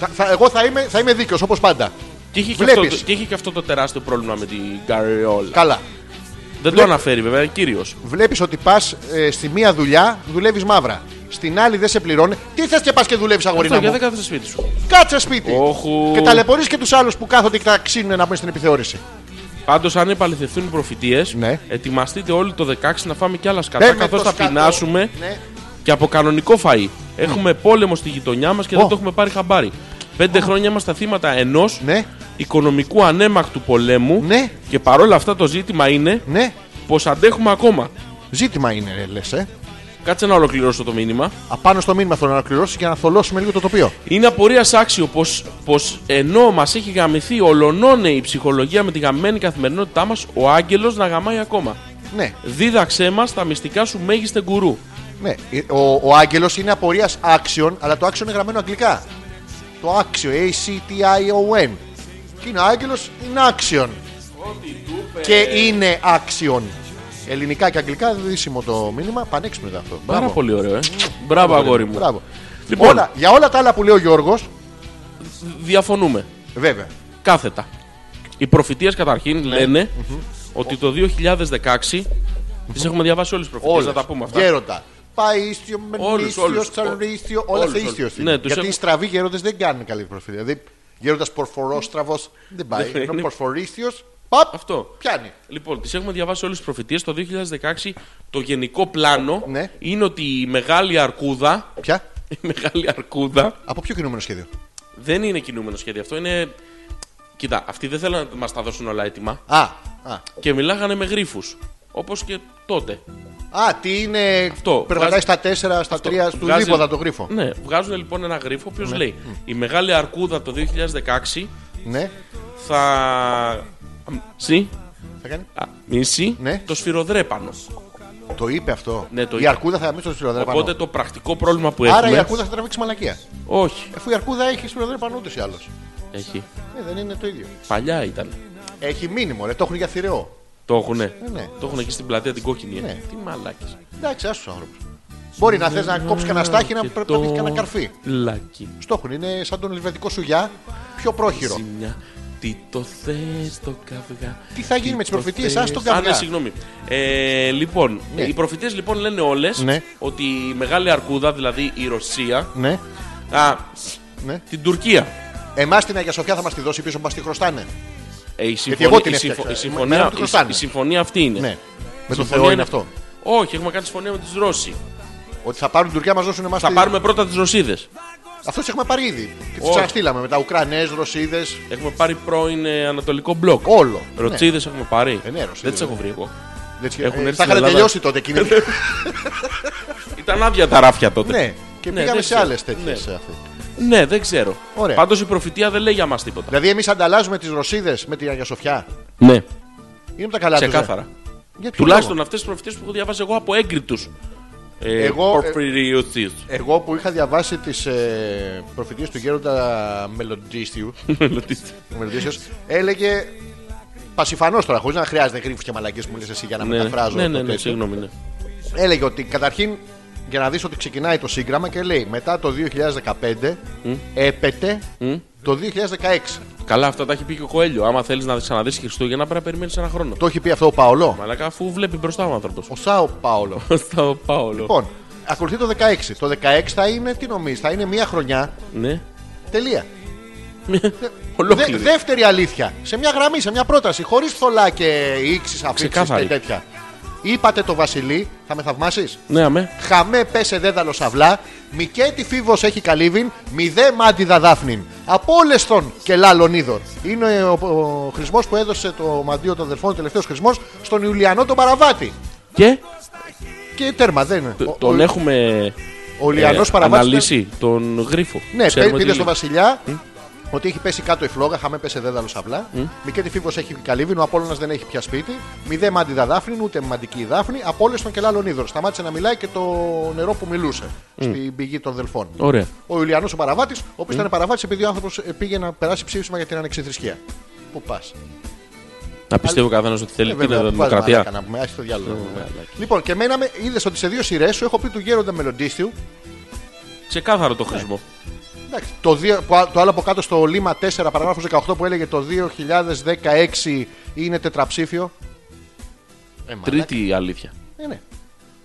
S1: Θα, θα- εγώ θα είμαι, θα είμαι δίκαιος όπως πάντα.
S2: Και είχε, και, αυτό,
S1: Βλέπεις.
S2: το- και είχε και αυτό το τεράστιο πρόβλημα με την Γκαριόλα.
S1: Καλά.
S2: Δεν το
S1: Βλέπεις.
S2: αναφέρει βέβαια, κύριος.
S1: Βλέπεις ότι πας στη μία δουλειά δουλεύεις μαύρα. Στην άλλη δεν σε πληρώνει. Τι θες και πας και δουλεύεις, αγόρι
S2: Αυτό
S1: μου.
S2: για δεν κάθεσαι σπίτι σου.
S1: Κάτσε σπίτι.
S2: Όχου.
S1: Και ταλαιπωρείς και τους άλλους που κάθονται και τα ξύνουν να πούμε στην επιθεώρηση.
S2: Πάντως, αν επαληθευτούν οι προφητείες,
S1: Ναι.
S2: ετοιμαστείτε όλοι το 16 να φάμε κι άλλα σκατά.
S1: Μπε με
S2: Καθώς
S1: το
S2: θα
S1: σκατό.
S2: πεινάσουμε
S1: Ναι.
S2: και από κανονικό φαΐ. Έχουμε πόλεμο στη γειτονιά μας και
S1: Ω.
S2: δεν το έχουμε πάρει χαμπάρι. Πέντε χρόνια είμαστε θύματα ενός
S1: Ναι.
S2: οικονομικού ανέμακτου πολέμου.
S1: Ναι.
S2: Και παρόλα αυτά το ζήτημα είναι
S1: Ναι.
S2: πως αντέχουμε ακόμα.
S1: Ζήτημα είναι, λες. Ε.
S2: Κάτσε να ολοκληρώσω το μήνυμα.
S1: Απάνω στο μήνυμα θέλω να ολοκληρώσει και να θολώσουμε λίγο το τοπίο.
S2: Είναι απορίας άξιο πως πως ενώ μας έχει γαμηθεί ολονώνε η ψυχολογία με τη γαμμένη καθημερινότητά μας, ο Άγγελος να γαμάει ακόμα.
S1: Ναι,
S2: Δίδαξέ μας τα μυστικά σου μέγιστε γκουρού.
S1: ναι. Ο, ο Άγγελος είναι απορίας άξιον, αλλά το άξιον είναι γραμμένο αγγλικά. Το άξιο, A-C-T-I-O-N. Και είναι ο Άγγελος, είναι άξιον. Και είναι άξιον. Ελληνικά και αγγλικά, δύσιμο το μήνυμα. Πανέξυπνο ήταν αυτό.
S2: Πάρα
S1: Μπράβο.
S2: πολύ ωραίο, ε. Μπράβο, αγόρι μου.
S1: Μπράβο.
S2: Λοιπόν.
S1: Όλα- για όλα τα άλλα που λέει ο Γιώργος,
S2: Διαφωνούμε.
S1: βέβαια.
S2: Κάθετα. Οι προφητείες καταρχήν
S1: Ναι.
S2: λένε ότι το 2016. Τι έχουμε διαβάσει όλες τις προφητείες,
S1: Όλα.
S2: να τα πούμε αυτά.
S1: Γέροντα. Παΐστιο,
S2: Όλους,
S1: Μενίστιο,
S2: όλους.
S1: Τσαρνίστιο, όλα
S2: Όλους,
S1: σε
S2: όλους.
S1: ίστιο.
S2: Ναι,
S1: είναι.
S2: τους
S1: Γιατί οι
S2: έχουν-
S1: στραβοί γέροντες δεν κάνουν καλή προφητεία. Δηλαδή, γέροντα πορφορόστραβο δεν πάει.
S2: Δεν
S1: Ενώ
S2: είναι.
S1: πορφορίστιο, παπ,
S2: Ναι. Αυτό.
S1: πιάνει.
S2: Λοιπόν, τις έχουμε διαβάσει όλες τις προφητείες. Το 2016 το γενικό πλάνο
S1: Ναι.
S2: είναι ότι η μεγάλη αρκούδα.
S1: Ποια?
S2: Η μεγάλη αρκούδα.
S1: Από ποιο κινούμενο σχέδιο.
S2: Δεν είναι κινούμενο σχέδιο αυτό. Είναι. Κοίτα, αυτοί δεν θέλουν να μας τα δώσουν όλα έτοιμα.
S1: Α, α,
S2: Και μιλάγανε με γρήφου. Όπως και τότε.
S1: α, τι είναι.
S2: Αυτό,
S1: Περπατάει
S2: βγάζει-
S1: στα 4, στα 3, στον
S2: Βγάζει-
S1: δίποδα το γρίφο.
S2: Ναι, βγάζουν λοιπόν ένα γρίφο, ο οποίος λέει Η μεγάλη αρκούδα το 2016
S1: Ναι,
S2: θα. Σι,
S1: θα κάνει.
S2: α, μίση
S1: Ναι.
S2: το σφυροδρέπανο.
S1: Το είπε αυτό.
S2: Ναι, το
S1: η
S2: είπε.
S1: αρκούδα θα αμύσει το σφυροδρέπανο.
S2: Οπότε το πρακτικό πρόβλημα που
S1: Άρα
S2: έχουμε.
S1: η αρκούδα θα τραβήξει μαλακία.
S2: Όχι,
S1: Αφού η αρκούδα έχει σφυροδρέπανο ούτως ή άλλως.
S2: έχει.
S1: Ε, δεν είναι το ίδιο.
S2: Παλιά ήταν.
S1: Έχει μήνυμο, ρε, το έχουν για θηρεό.
S2: Το έχουνε.
S1: ναι.
S2: Το έχουνε και στην πλατεία την κόκκινη. ε.
S1: Ναι.
S2: Τι μαλάκι.
S1: Εντάξει, άσου άνθρωπος. Μπορεί να θες να κόψεις κανένα στάχι να πρέπει να δει κανένα καρφί.
S2: Λάκι.
S1: Στόχουν είναι σαν τον ελβετικό σουγιά, πιο πρόχειρο.
S2: Ζημιά. Τι το θες το καυγά.
S1: Τι θα γίνει με τις
S2: το
S1: προφητείες,
S2: θες.
S1: ας τον καυγά.
S2: Α, ναι, συγγνώμη. Ε, λοιπόν,
S1: Ναι.
S2: οι προφητείες λοιπόν λένε όλες
S1: Ναι.
S2: ότι η μεγάλη αρκούδα, δηλαδή η Ρωσία,
S1: Ναι,
S2: α,
S1: ναι.
S2: την Τουρκία.
S1: Εμάς την Αγία Σοφιά θα μας τη δώσει πίσω που μας τη χρωστάνε.
S2: Ε, η
S1: εγώ
S2: συμφωνία,
S1: την
S2: η
S1: έφτιαξα.
S2: συμφω- η
S1: Ε,
S2: συμφωνία,
S1: μένα μου
S2: η
S1: την
S2: συ-
S1: χρωστάνε.
S2: η συμφωνία αυτή είναι.
S1: Ναι. Με το
S2: Συμφωνία
S1: Θεό είναι αυτό.
S2: Όχι, έχουμε κάνει συμφωνία με τους Ρώσοι.
S1: Ότι θα πάρουν την Τουρκία, μας δώσουν εμάς.
S2: Θα πάρουμε πρώτα τι Ρωσίδε.
S1: Αυτό έχουμε πάρει ήδη. Και τι
S2: Όχι.
S1: ξαναστήλαμε με τα Ουκρανές, Ρωσίδες.
S2: Έχουμε πάρει πρώην ε, Ανατολικό μπλοκ.
S1: Όλο.
S2: Ροτσίδε έχουμε πάρει.
S1: Ε, ναι, Ρωσίδες,
S2: Δεν τις έχω
S1: βέβαια.
S2: βρει εγώ.
S1: Ναι. Έτσι,
S2: Έχουν
S1: ε,
S2: έρθει
S1: τα
S2: στην
S1: είχαν
S2: Ελλάδα.
S1: τελειώσει τότε εκείνη.
S2: Ήταν άδεια τα ράφια τότε.
S1: ναι. Και
S2: Ναι,
S1: πήγαμε
S2: δεν
S1: σε ε,
S2: ξέρω.
S1: άλλες τέτοιες.
S2: Ναι. Ναι, δεν ξέρω.
S1: Ωραία.
S2: Πάντως η προφητεία δεν λέει για μας τίποτα.
S1: Δηλαδή, εμείς ανταλλάζουμε τις Ρωσίδες με την Αγία Σοφιά.
S2: Ναι,
S1: Είναι από τα καλά ε. του.
S2: ξεκάθαρα.
S1: ναι.
S2: Τουλάχιστον αυτές τις προφητείες που έχω διαβάσει εγώ από έγκριτους. Ε,
S1: Εγώ, ε,
S2: προφητείωτες.
S1: Εγώ που είχα διαβάσει τις ε, προφητείες του Γέροντα Μελλοντίστιου, Μελλοντίστιος, έλεγε. Πασιφανώς τώρα, χωρίς να χρειάζεται γρήγορα και μαλακίε που μου λες εσύ για να
S2: Ναι,
S1: μεταφράζω.
S2: ναι,
S1: το
S2: ναι, ναι,
S1: τέτοιο.
S2: συγγνώμη. Ναι.
S1: Έλεγε ότι καταρχήν για να δεις ότι ξεκινάει το σύγγραμμα και λέει μετά το 2015 έπεται το 2016.
S2: Καλά, αυτά τα έχει πει και ο Κοέλιο. Άμα θέλεις να ξαναδείς Χριστούγεννα, πρέπει να περιμένεις ένα χρόνο.
S1: Το έχει πει αυτό ο Παολό.
S2: Μαλάκα, αφού βλέπει μπροστά ο άνθρωπος.
S1: Ο Σάο Παολό.
S2: Στο Πάολο.
S1: λοιπόν, ακολουθεί το 16. Το 16 θα είναι, τι νομίζεις, θα είναι μία χρονιά.
S2: Ναι.
S1: Τελεία.
S2: Ολόκληρη.
S1: Δε- δεύτερη αλήθεια. Σε μια γραμμή, σε μια πρόταση. Χωρίς θολά και ήξει αφήξει
S2: Ξεκάθαρη.
S1: και τέτοια. Είπατε το Βασιλεί, θα με θαυμάσεις.
S2: Ναι, αμέ.
S1: Χαμέ πέσε δέδαλο αυλά. Μικέτη φίβος έχει καλύβιν. Μηδέ μάντιδα δάφνην. Από όλες των και λάλων είδωρ. Είναι ο, ο χρησμός που έδωσε το μαντίο των αδερφών, ο τελευταίος χρησμός, στον Ιουλιανό τον Παραβάτη.
S2: Και
S1: Και τέρμα, δεν είναι. Ο-
S2: τον
S1: ο,
S2: έχουμε
S1: ο Ιουλιανός
S2: ε,
S1: Παραβάτης ήταν-
S2: αναλύσει τον γρίφο.
S1: Ναι,
S2: Ξέρουμε
S1: πέ-
S2: τι
S1: πήρε
S2: λέει.
S1: στο βασιλιά ότι έχει πέσει κάτω η φλόγα, χαμέ πέσε δέδαλο απλά. Mm. Μικέτη φίβος έχει καλύβιν, ο Απόλυνα δεν έχει πια σπίτι. Μηδέ μάντιδα δάφνη, ούτε μαντική δάφνη. Από όλες των κελάλων είδωρ. Σταμάτησε να μιλάει και το νερό που μιλούσε στην πηγή των δελφών.
S2: Ωραία.
S1: Ο Ιουλιανός ο παραβάτης, ο ε, οποίο ήταν παραβάτης επειδή ο άνθρωπος πήγε να περάσει ψήφισμα για την ανεξιθρησκεία. Πού πας.
S2: Να πιστεύω ο καθένας ότι θέλει.
S1: Ε,
S2: Τι είναι
S1: βέβαια,
S2: εδώ,
S1: που βάζει μαλάκα
S2: δημοκρατία.
S1: να πούμε, άσε το διάλογο.
S2: Ε,
S1: Ναι.
S2: μαλάκα.
S1: Λοιπόν, και μέναμε, είδες ότι σε δύο σειρές σου έχω πει του Γέροντα Μελλοντίστιου.
S2: Ξεκάθαρο
S1: Ναι.
S2: το χρησμό.
S1: Εντάξει, Το, δύο- που α- το άλλο από κάτω στο Λίμα 4, παραγράφος 18 που έλεγε το 2016 είναι τετραψήφιο. Ε, μαλάκα.
S2: Τρίτη η αλήθεια.
S1: Ε, ναι.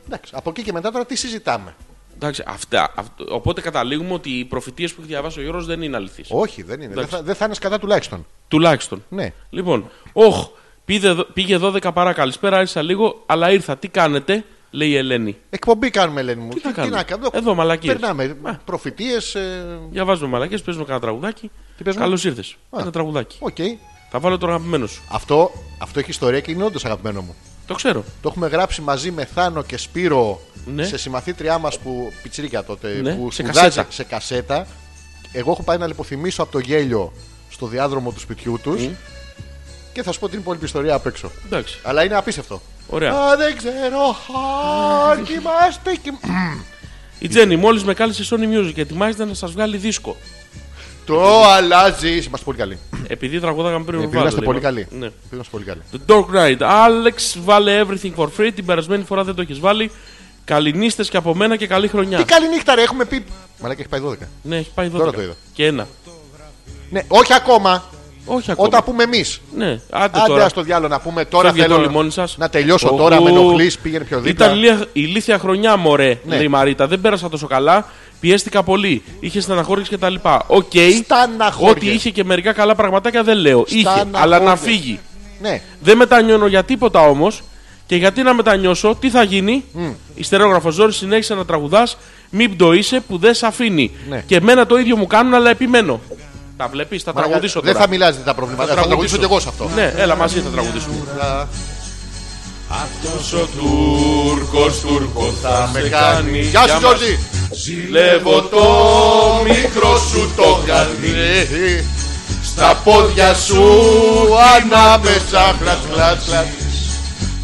S1: Εντάξει, από εκεί και μετά τώρα τι συζητάμε.
S2: Εντάξει, αυτά, αυτό- οπότε καταλήγουμε ότι οι προφητείες που έχει διαβάσει ο Γιώργος δεν είναι αληθείς.
S1: Όχι, δεν είναι. Δεν
S2: Εντάξει.
S1: θα, δεν θα είναι κατά τουλάχιστον.
S2: Τουλάχιστον.
S1: Ναι.
S2: Λοιπόν, όχ, πήγε, δο- πήγε 12 παρά καλησπέρα, άρχισα λίγο, αλλά ήρθα. Τι κάνετε, λέει η Ελένη.
S1: Εκπομπή κάνουμε, Ελένη μου. Τι,
S2: θα κάνουμε.
S1: κάνουμε.
S2: Εδώ, μαλακίες.
S1: Περνάμε. ε,
S2: Α.
S1: Προφητείες.
S2: Διαβάζουμε μαλακέ, παίζουμε κανένα τραγουδάκι.
S1: Τι παίζουμε?
S2: Καλώς ήρθες.
S1: Α.
S2: Ένα τραγουδάκι.
S1: Οκ.
S2: Θα βάλω το αγαπημένο σου.
S1: Αυτό, αυτό έχει ιστορία και είναι όντως αγαπημένο μου.
S2: Το ξέρω.
S1: Το έχουμε γράψει μαζί με Θάνο και Σπύρο
S2: Ναι.
S1: σε συμμαθήτριά μας που πιτσίρικα τότε.
S2: Ναι,
S1: Που
S2: σε
S1: σπουδάζει
S2: κασέτα.
S1: σε κασέτα. Εγώ έχω πάει να λιποθυμίσω από το γέλιο στο διάδρομο του σπιτιού τους. Και θα σου πω την υπόλοιπη ιστορία απ' έξω.
S2: Εντάξει.
S1: Αλλά είναι απίστευτο.
S2: Ωραία.
S1: Α, δεν ξέρω αν κοιμάστε. κοιμ-
S2: Η Τζέννη, μόλις με κάλεσε Sony Music, ετοιμάζεται να σας βγάλει δίσκο.
S1: Το αλλάζει. Είμαστε πολύ καλοί.
S2: Επειδή τραγουδάγαμε πριν.
S1: Επειδή
S2: βάλω,
S1: είμαστε
S2: λέει,
S1: πολύ
S2: μα-
S1: καλοί.
S2: Ναι.
S1: Επειδή είμαστε πολύ καλοί.
S2: Το Dark Knight. Alex, βάλε everything for free. Την περασμένη φορά δεν το έχεις βάλει. Καληνύστες και από μένα και καλή χρονιά.
S1: Τι καλή νύχτα, ρε, έχουμε πει. Μαλάκα έχει πάει 12.
S2: Ναι, έχει πάει 12.
S1: Τώρα το είδα.
S2: Και ένα.
S1: Ναι, όχι ακόμα.
S2: Όχι ακόμα.
S1: Όταν πούμε εμείς.
S2: Ναι, άντε,
S1: Άντε,
S2: τώρα.
S1: ας το διάλογο να πούμε τώρα.
S2: Φεύγε
S1: θέλω
S2: το
S1: να-
S2: λιμόνι σας.
S1: Να τελειώσω
S2: Οχου.
S1: τώρα, με ενοχλεί, πήγαινε πιο δίπλα.
S2: Ήταν ηλίθια- ηλίθια χρονιά, μωρέ,
S1: Ναι.
S2: λέει η Μαρίτα. Δεν πέρασα τόσο καλά. Πιέστηκα πολύ. Είχε στεναχώρηση και τα λοιπά. Οκ.
S1: Σταναχώρια.
S2: Ότι είχε και μερικά καλά πραγματάκια δεν λέω. Είχε,
S1: Σταναχώρια.
S2: αλλά να φύγει.
S1: Ναι,
S2: Δεν μετανιώνω για τίποτα όμως. Και γιατί να μετανιώσω, τι θα γίνει. Mm. Ιστερόγραφος Ζόρι συνέχισε να τραγουδάς. Μην πτωείσαι που δεν σε αφήνει.
S1: Ναι.
S2: Και εμένα το ίδιο μου κάνουν, αλλά επιμένω. Τα βλέπεις, θα
S1: μαλάκα,
S2: τραγουδήσω τώρα.
S1: δεν θα μιλάς για τα προβλήματα. Θα, τραγουδήσω κι εγώ σε αυτό.
S2: Ναι, έλα μαζί θα τραγουδήσουμε. Αυτός ο Τούρκος Τούρκος θα με κάνει
S1: Γεια σου, Τζόρτζι.
S2: Ζηλεύω το μικρό σου το γαλί
S1: Στα πόδια σου ανάμεσα χλατ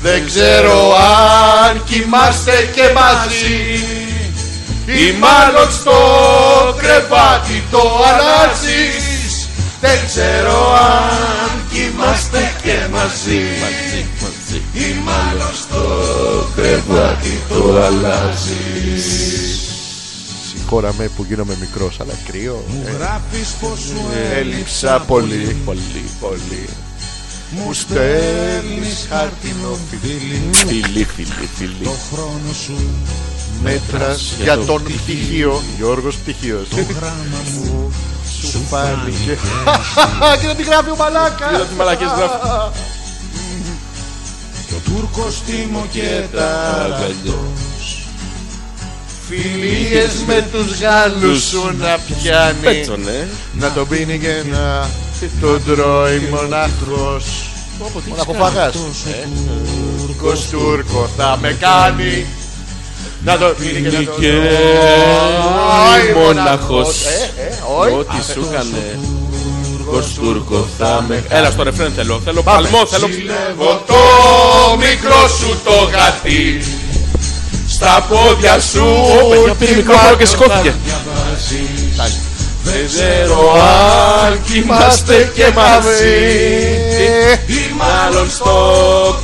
S1: Δεν ξέρω αν κοιμάστε και μαζί Ή μάλλον στο κρεβάτι το αλλάζεις Δεν ξέρω αν κοιμάστε και μαζί Ή μάλλον στο κρεβάτι το αλλάζεις Συγχώραμε που γίνομαι μικρός αλλά κρύο Ε,
S4: Γράφεις πως σου
S1: Έλειψα πολύ, πολύ, πολύ. Μου στέλνεις χαρτινό φιλί,
S2: Φιλί, φιλί, φιλί
S4: χρόνο σου
S1: μέτρας για τον πτυχίο. Γιώργος Πτυχίος.
S4: γράμμα μου
S1: Σου φάνηκε. Χαχαχα, Και δεν τη γράφει ο
S2: Είδα
S1: μαλάκα.
S2: τι μαλακές γράφει
S4: Το Τούρκος τίμω και τα
S1: Φιλίες με τους Γάλλους σου να πιάνει.
S2: Πέτσονε
S1: Να τον πίνει και να τον τρώει μοναχός. Μοναχοφαγάς. Τούρκος Τούρκο θα με κάνει. Να τον πίνει και να τον
S2: Και
S1: Άι,
S2: μοναχός
S1: Ε, ε, όχι.
S2: Ό,τι σου έκανε Τούρκος Τούρκο θα με Έλα στο ρεφρέν θέλω, θέλω παλμό, θέλω
S1: Ζηλεύω το μικρό σου το γατί Στα πόδια σου
S2: Παιδιά πήρε μικρόφωνο και σηκώθηκε
S1: Δεν ξέρω αν κοιμάστε και μαζί Ή μάλλον στο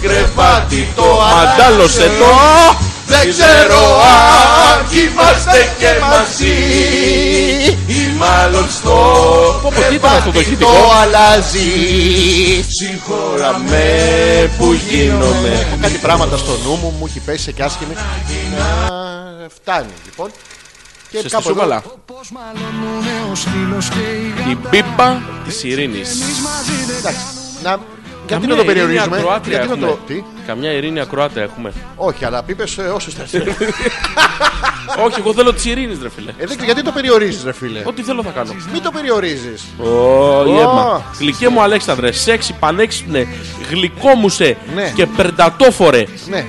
S1: κρεβάτι το
S2: Μαντάλωσε το
S1: Δεν ξέρω αν κοιμάστε και μαζί Ή μάλλον στο
S2: Πω, πω, τι ήταν αυτό
S1: κρεβάτι
S2: το
S1: το
S2: ηχητικό?
S1: αλλάζει Συγχώρα με που γίνομαι Έχω κάτι πράγματα στο νου μου, μου έχει πέσει και άσχημη Να φτάνει λοιπόν Και κάπου
S2: Σε
S1: εδώ-
S2: στισούβαλα
S4: Πως μαλωνούνε ο σκύλος και η
S2: Η
S4: γάμπα
S2: μπίμπα της ειρήνης
S4: Εμείς μαζί δεν
S1: Εντάξει, να... Γιατί
S2: Καμιά
S1: να το
S2: Ειρήνη
S1: περιορίζουμε,
S2: Ακροάτρια
S1: γιατί να το...
S2: έχουμε.
S1: Τι?
S2: Καμιά ειρήνη ακροάτρια έχουμε.
S1: Όχι, αλλά πείπες ε, όσες θες.
S2: Όχι, εγώ θέλω τη ειρήνη, ρε φίλε.
S1: Ε, δεν ξέρω, γιατί το περιορίζεις ρε φίλε.
S2: Ό,τι θέλω θα κάνω.
S1: Μην το περιορίζεις.
S2: Ω,
S1: γεύμα.
S2: γεύμα. Γλυκέ μου Αλέξανδρε, σεξι, πανέξυπνε, γλυκό μου σε
S1: Ναι.
S2: και περντατόφορε.
S1: Ναι.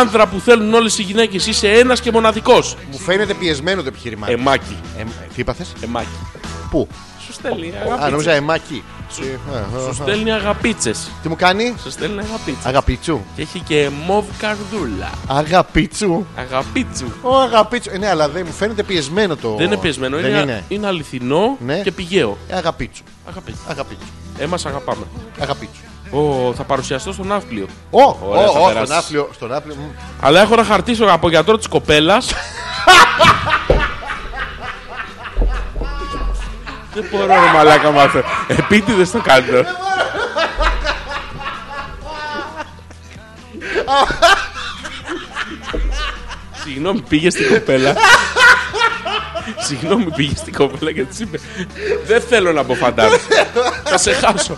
S2: Άνδρα που θέλουν όλες οι γυναίκες, είσαι ένας και μοναδικός.
S1: Μου φαίνεται πιεσμένο το επιχείρημα.
S2: Εμάκι.
S1: Ε, τι είπα θες?
S2: Εμάκι.
S1: Πού?
S2: Σου στέλνει
S1: Α, νόμιζα
S2: αγαπίτσε.
S1: εμάκι. Ε, ε, ε,
S2: Σου στέλνει αγαπίτσε.
S1: Τι μου κάνει?
S2: Σου στέλνει αγαπίτσε.
S1: Αγαπίτσου.
S2: Και έχει και μοβ καρδούλα.
S1: Αγαπίτσου.
S2: Αγαπίτσου.
S1: Ω, αγαπίτσου. Ε, ναι, αλλά δεν μου φαίνεται πιεσμένο το.
S2: Δεν είναι πιεσμένο,
S1: Δεν
S2: είναι,
S1: είναι.
S2: είναι αληθινό
S1: Ναι.
S2: και πηγαίο.
S1: Ε, Αγαπίτσου.
S2: Αγαπίτσου.
S1: Αγαπίτσου.
S2: Ε, μας αγαπάμε.
S1: Αγαπίτσου.
S2: Ω, θα παρουσιαστώ στον Ναύπλιο.
S1: Ω, ω,
S2: Ωραία, θα
S1: ω,
S2: περάσεις.
S1: στον άπλιο. Στον άπλιο. μμ.
S2: Αλλά έχω ένα χαρτί στο- από γιατρό της κοπέλας. Δεν μπορώ ρε μαλάκα μάθε. Επίτηδες το κάνω. Συγγνώμη, πήγε στην κοπέλα. Συγγνώμη, πήγε στην κοπέλα και τη είπε: Δεν θέλω να αποφαντάρω. Θα σε χάσω.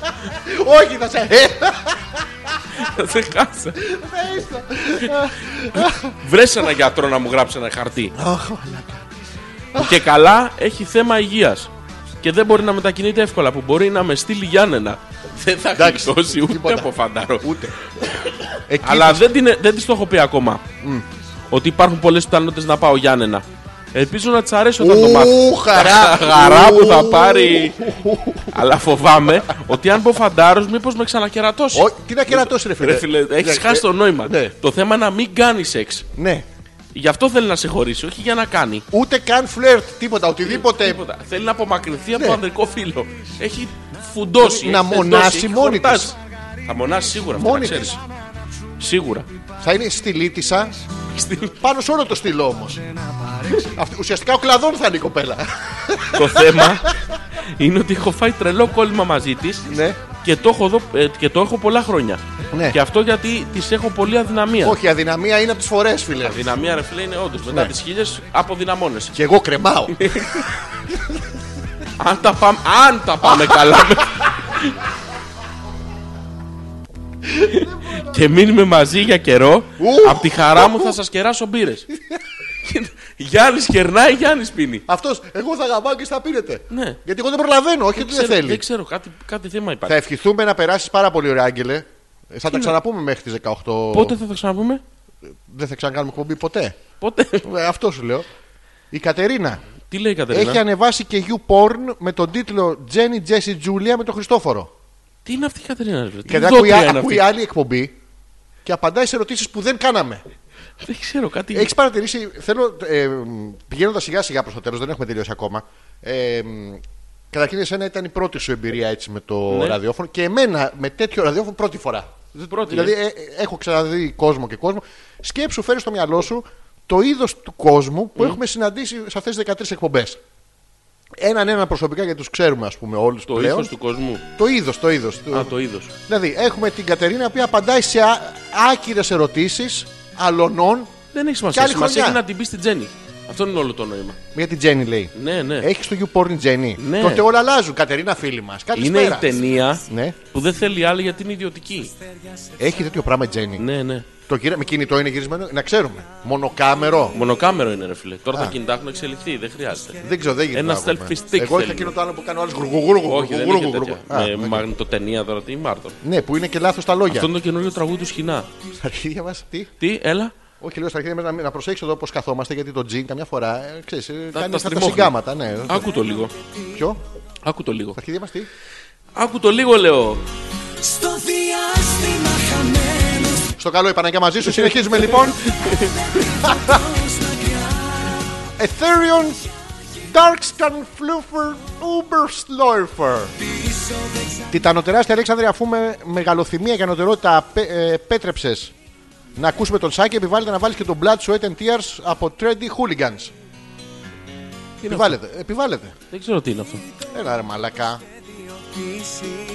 S1: Όχι, θα σε. Ε,
S2: Θα σε χάσω. Βρες ένα γιατρό να μου γράψει ένα χαρτί. Που και καλά έχει θέμα υγείας. Και δεν μπορεί να μετακινείται εύκολα που μπορεί να με στείλει Γιάννενα. Δεν θα
S1: Εντάξει,
S2: γλιτώσει ούτε
S1: τίποτα.
S2: από φανταρό.
S1: Ούτε. Εκεί
S2: Αλλά
S1: θα-
S2: δεν, την, δεν της το έχω πει ακόμα. Ότι υπάρχουν πολλές πιθανότητες να πάω Γιάννενα. Ελπίζω να της αρέσει όταν το μάθει.
S1: Ου, χαρά.
S2: Χαρά που θα
S1: Ου.
S2: πάρει. Αλλά φοβάμαι ότι αν πω φαντάρος μήπως με ξανακερατώσει.
S1: Ω, Τι να κερατώσει, ρε φίλε.
S2: Ρε φίλε, έχεις
S1: Εντάξει,
S2: χάσει το
S1: ε,
S2: νόημα.
S1: ναι.
S2: Το θέμα είναι να μην κάνεις σεξ.
S1: Ναι.
S2: Γι' αυτό θέλει να σε χωρίσει, όχι για να κάνει.
S1: Ούτε καν φλερτ, τίποτα, οτιδήποτε.
S2: Τίποτα. Θέλει να απομακρυνθεί από
S1: Ναι.
S2: το ανδρικό φίλο. Έχει φουντώσει.
S1: Να
S2: έχει θεντώσει,
S1: μονάσει
S2: έχει
S1: μόνη
S2: χορτάσει.
S1: της.
S2: Θα μονάσει σίγουρα. αυτό
S1: Μόνη
S2: να ξέρεις.
S1: της.
S2: Σίγουρα.
S1: Θα είναι στυλίτησα.
S2: Στη-
S1: Πάνω σε όλο το στυλό όμως. Ουσιαστικά ο κλαδόν θα είναι η κοπέλα.
S2: το θέμα είναι ότι έχω φάει τρελό κόλλημα μαζί της
S1: Ναι.
S2: και, το έχω δω- ε, και το έχω πολλά χρόνια.
S1: Ναι.
S2: Και αυτό γιατί τη έχω πολλή αδυναμία.
S1: Όχι, η αδυναμία είναι από τις φορές, φίλε.
S2: Αδυναμία, ρε φίλε, είναι όντως. Μετά
S1: Ναι.
S2: τις χίλιες αποδυναμώνεσαι.
S1: Και εγώ κρεμάω.
S2: Αν τα πάμε, αν τα πάμε καλά. με- και μείνουμε μαζί για καιρό.
S1: Ου.
S2: Απ' τη χαρά μου θα σας κεράσω μπύρες. Γιάννης κερνάει, Γιάννης πίνει.
S1: Αυτός, εγώ θα γαμπάω και θα πίνετε.
S2: Ναι.
S1: Γιατί εγώ δεν προλαβαίνω, όχι ότι δεν
S2: Ξέρω-
S1: θέλει.
S2: Δεν ξέρω, κάτι, κάτι θέμα
S1: Θα
S2: υπάρχει.
S1: ευχηθούμε να περάσεις πάρα πολύ ωραία, Άγγελε. Ε, Θα τα ξαναπούμε μέχρι τις 18.
S2: Πότε θα τα ξαναπούμε,
S1: Δεν θα ξανακάνουμε εκπομπή ποτέ.
S2: πότε.
S1: Ε, Αυτό σου λέω. Η Κατερίνα
S2: Τι λέει η Κατερίνα.
S1: έχει ανεβάσει και YouPorn με τον τίτλο Jenny Jessie Julia με τον Χριστόφορο.
S2: Τι είναι αυτή η Κατερίνα, ρε.
S1: Και
S2: Τι
S1: δεν ακούει,
S2: δόκρυα είναι
S1: ακούει
S2: αυτή.
S1: άλλη εκπομπή και απαντάει σε ερωτήσεις που δεν κάναμε.
S2: Δεν ξέρω, κάτι.
S1: Έχεις παρατηρήσει, θέλω. Ε, Πηγαίνοντας σιγά σιγά προς το τέλος, δεν έχουμε τελειώσει ακόμα. Ε, μ, καταρχήν, εσένα ήταν η πρώτη σου εμπειρία έτσι με το
S2: Ναι.
S1: ραδιόφωνο και εμένα με τέτοιο ραδιόφωνο πρώτη φορά.
S2: Πρώτη,
S1: δηλαδή, ε, ε, έχω ξαναδεί κόσμο και κόσμο. Σκέψου, φέρει στο μυαλό σου το είδος του κόσμου που έχουμε συναντήσει σε αυτές τις 13 εκπομπές. Έναν ένα προσωπικά γιατί τους ξέρουμε, ας πούμε, όλους
S2: Το
S1: πλέον.
S2: ύφο του κοσμού.
S1: Το είδος, το είδος.
S2: Α, το είδος.
S1: Δηλαδή, έχουμε την Κατερίνα που απαντάει σε άκυρες ερωτήσεις αλωνών
S2: Δεν έχει
S1: Κι
S2: σημασία.
S1: άλλη
S2: Σημασία
S1: χρονιά.
S2: είναι να την πεις στην Τζέννη. Αυτό είναι όλο το νόημα.
S1: για την Τζέννη, λέει.
S2: Ναι, ναι.
S1: Έχεις το YouPorn η Τζέννη.
S2: Ναι.
S1: Τότε όλα αλλάζουν. Κατερίνα, φίλη μας.
S2: Είναι η ταινία
S1: Ναι.
S2: που δεν θέλει άλλη γιατί είναι ιδιωτική.
S1: Έχει τέτοιο πράγμα η Τζέννη.
S2: Ναι, ναι.
S1: Το γυρα... με κινητό είναι γυρισμένο. Να ξέρουμε. Μονοκάμερο.
S2: Μονοκάμερο είναι ρε φίλε. Τώρα
S1: Α.
S2: τα κινητά έχουν εξελιχθεί, δεν χρειάζεται.
S1: Δεν ξέρω, δεν γίνεται.
S2: Ένα
S1: να βγούμε.
S2: selfie stick
S1: Εγώ είχα
S2: θέλει.
S1: εκείνο το άλλο που κάνω άλλος γουργουγούργου.
S2: Όχι, δεν
S1: γουργουγούργου,
S2: είναι τέτοια.
S1: γουργουγού. Α,
S2: Με
S1: οκ.
S2: μαγνητοτενία τώρα, τι Μάρτον.
S1: Ναι, που είναι και λάθος τα λόγια.
S2: Αυτό είναι το καινούριο τραγούδι του Σχοινά.
S1: Στα αρχίδια μας, τι.
S2: Τι, έλα.
S1: Όχι, λέω στα αρχίδια μας να, να προσέξω εδώ πώς καθόμαστε γιατί το τζιν καμιά φορά ε, ξέρεις, ε,
S2: Τα-
S1: κάνει
S2: τα
S1: αυτά τα
S2: στριμώχνει.
S1: συγκάματα. Ναι.
S2: Άκου το λίγο.
S1: Ποιο?
S2: Άκου το λίγο.
S1: Στα αρχίδια μας τι.
S2: Άκου το λίγο, λέω.
S7: Στο διάστημα χαμένος
S1: Στο καλό, η Παναγία μαζί σου. Συνεχίζουμε λοιπόν. Ethereum Darkstan Fluffer Uberslurfer. Τιτανοτεράστη Αλέξανδρε, αφού με μεγαλοθυμία και ανωτερότητα πέτρεψε να ακούσουμε τον Σάκη, επιβάλλεται να βάλεις και τον Blood, Sweat and Tears από Trendy Hooligans. Επιβάλλεται, επιβάλλεται.
S2: Δεν ξέρω τι είναι αυτό.
S1: Έλα ρε μαλακά.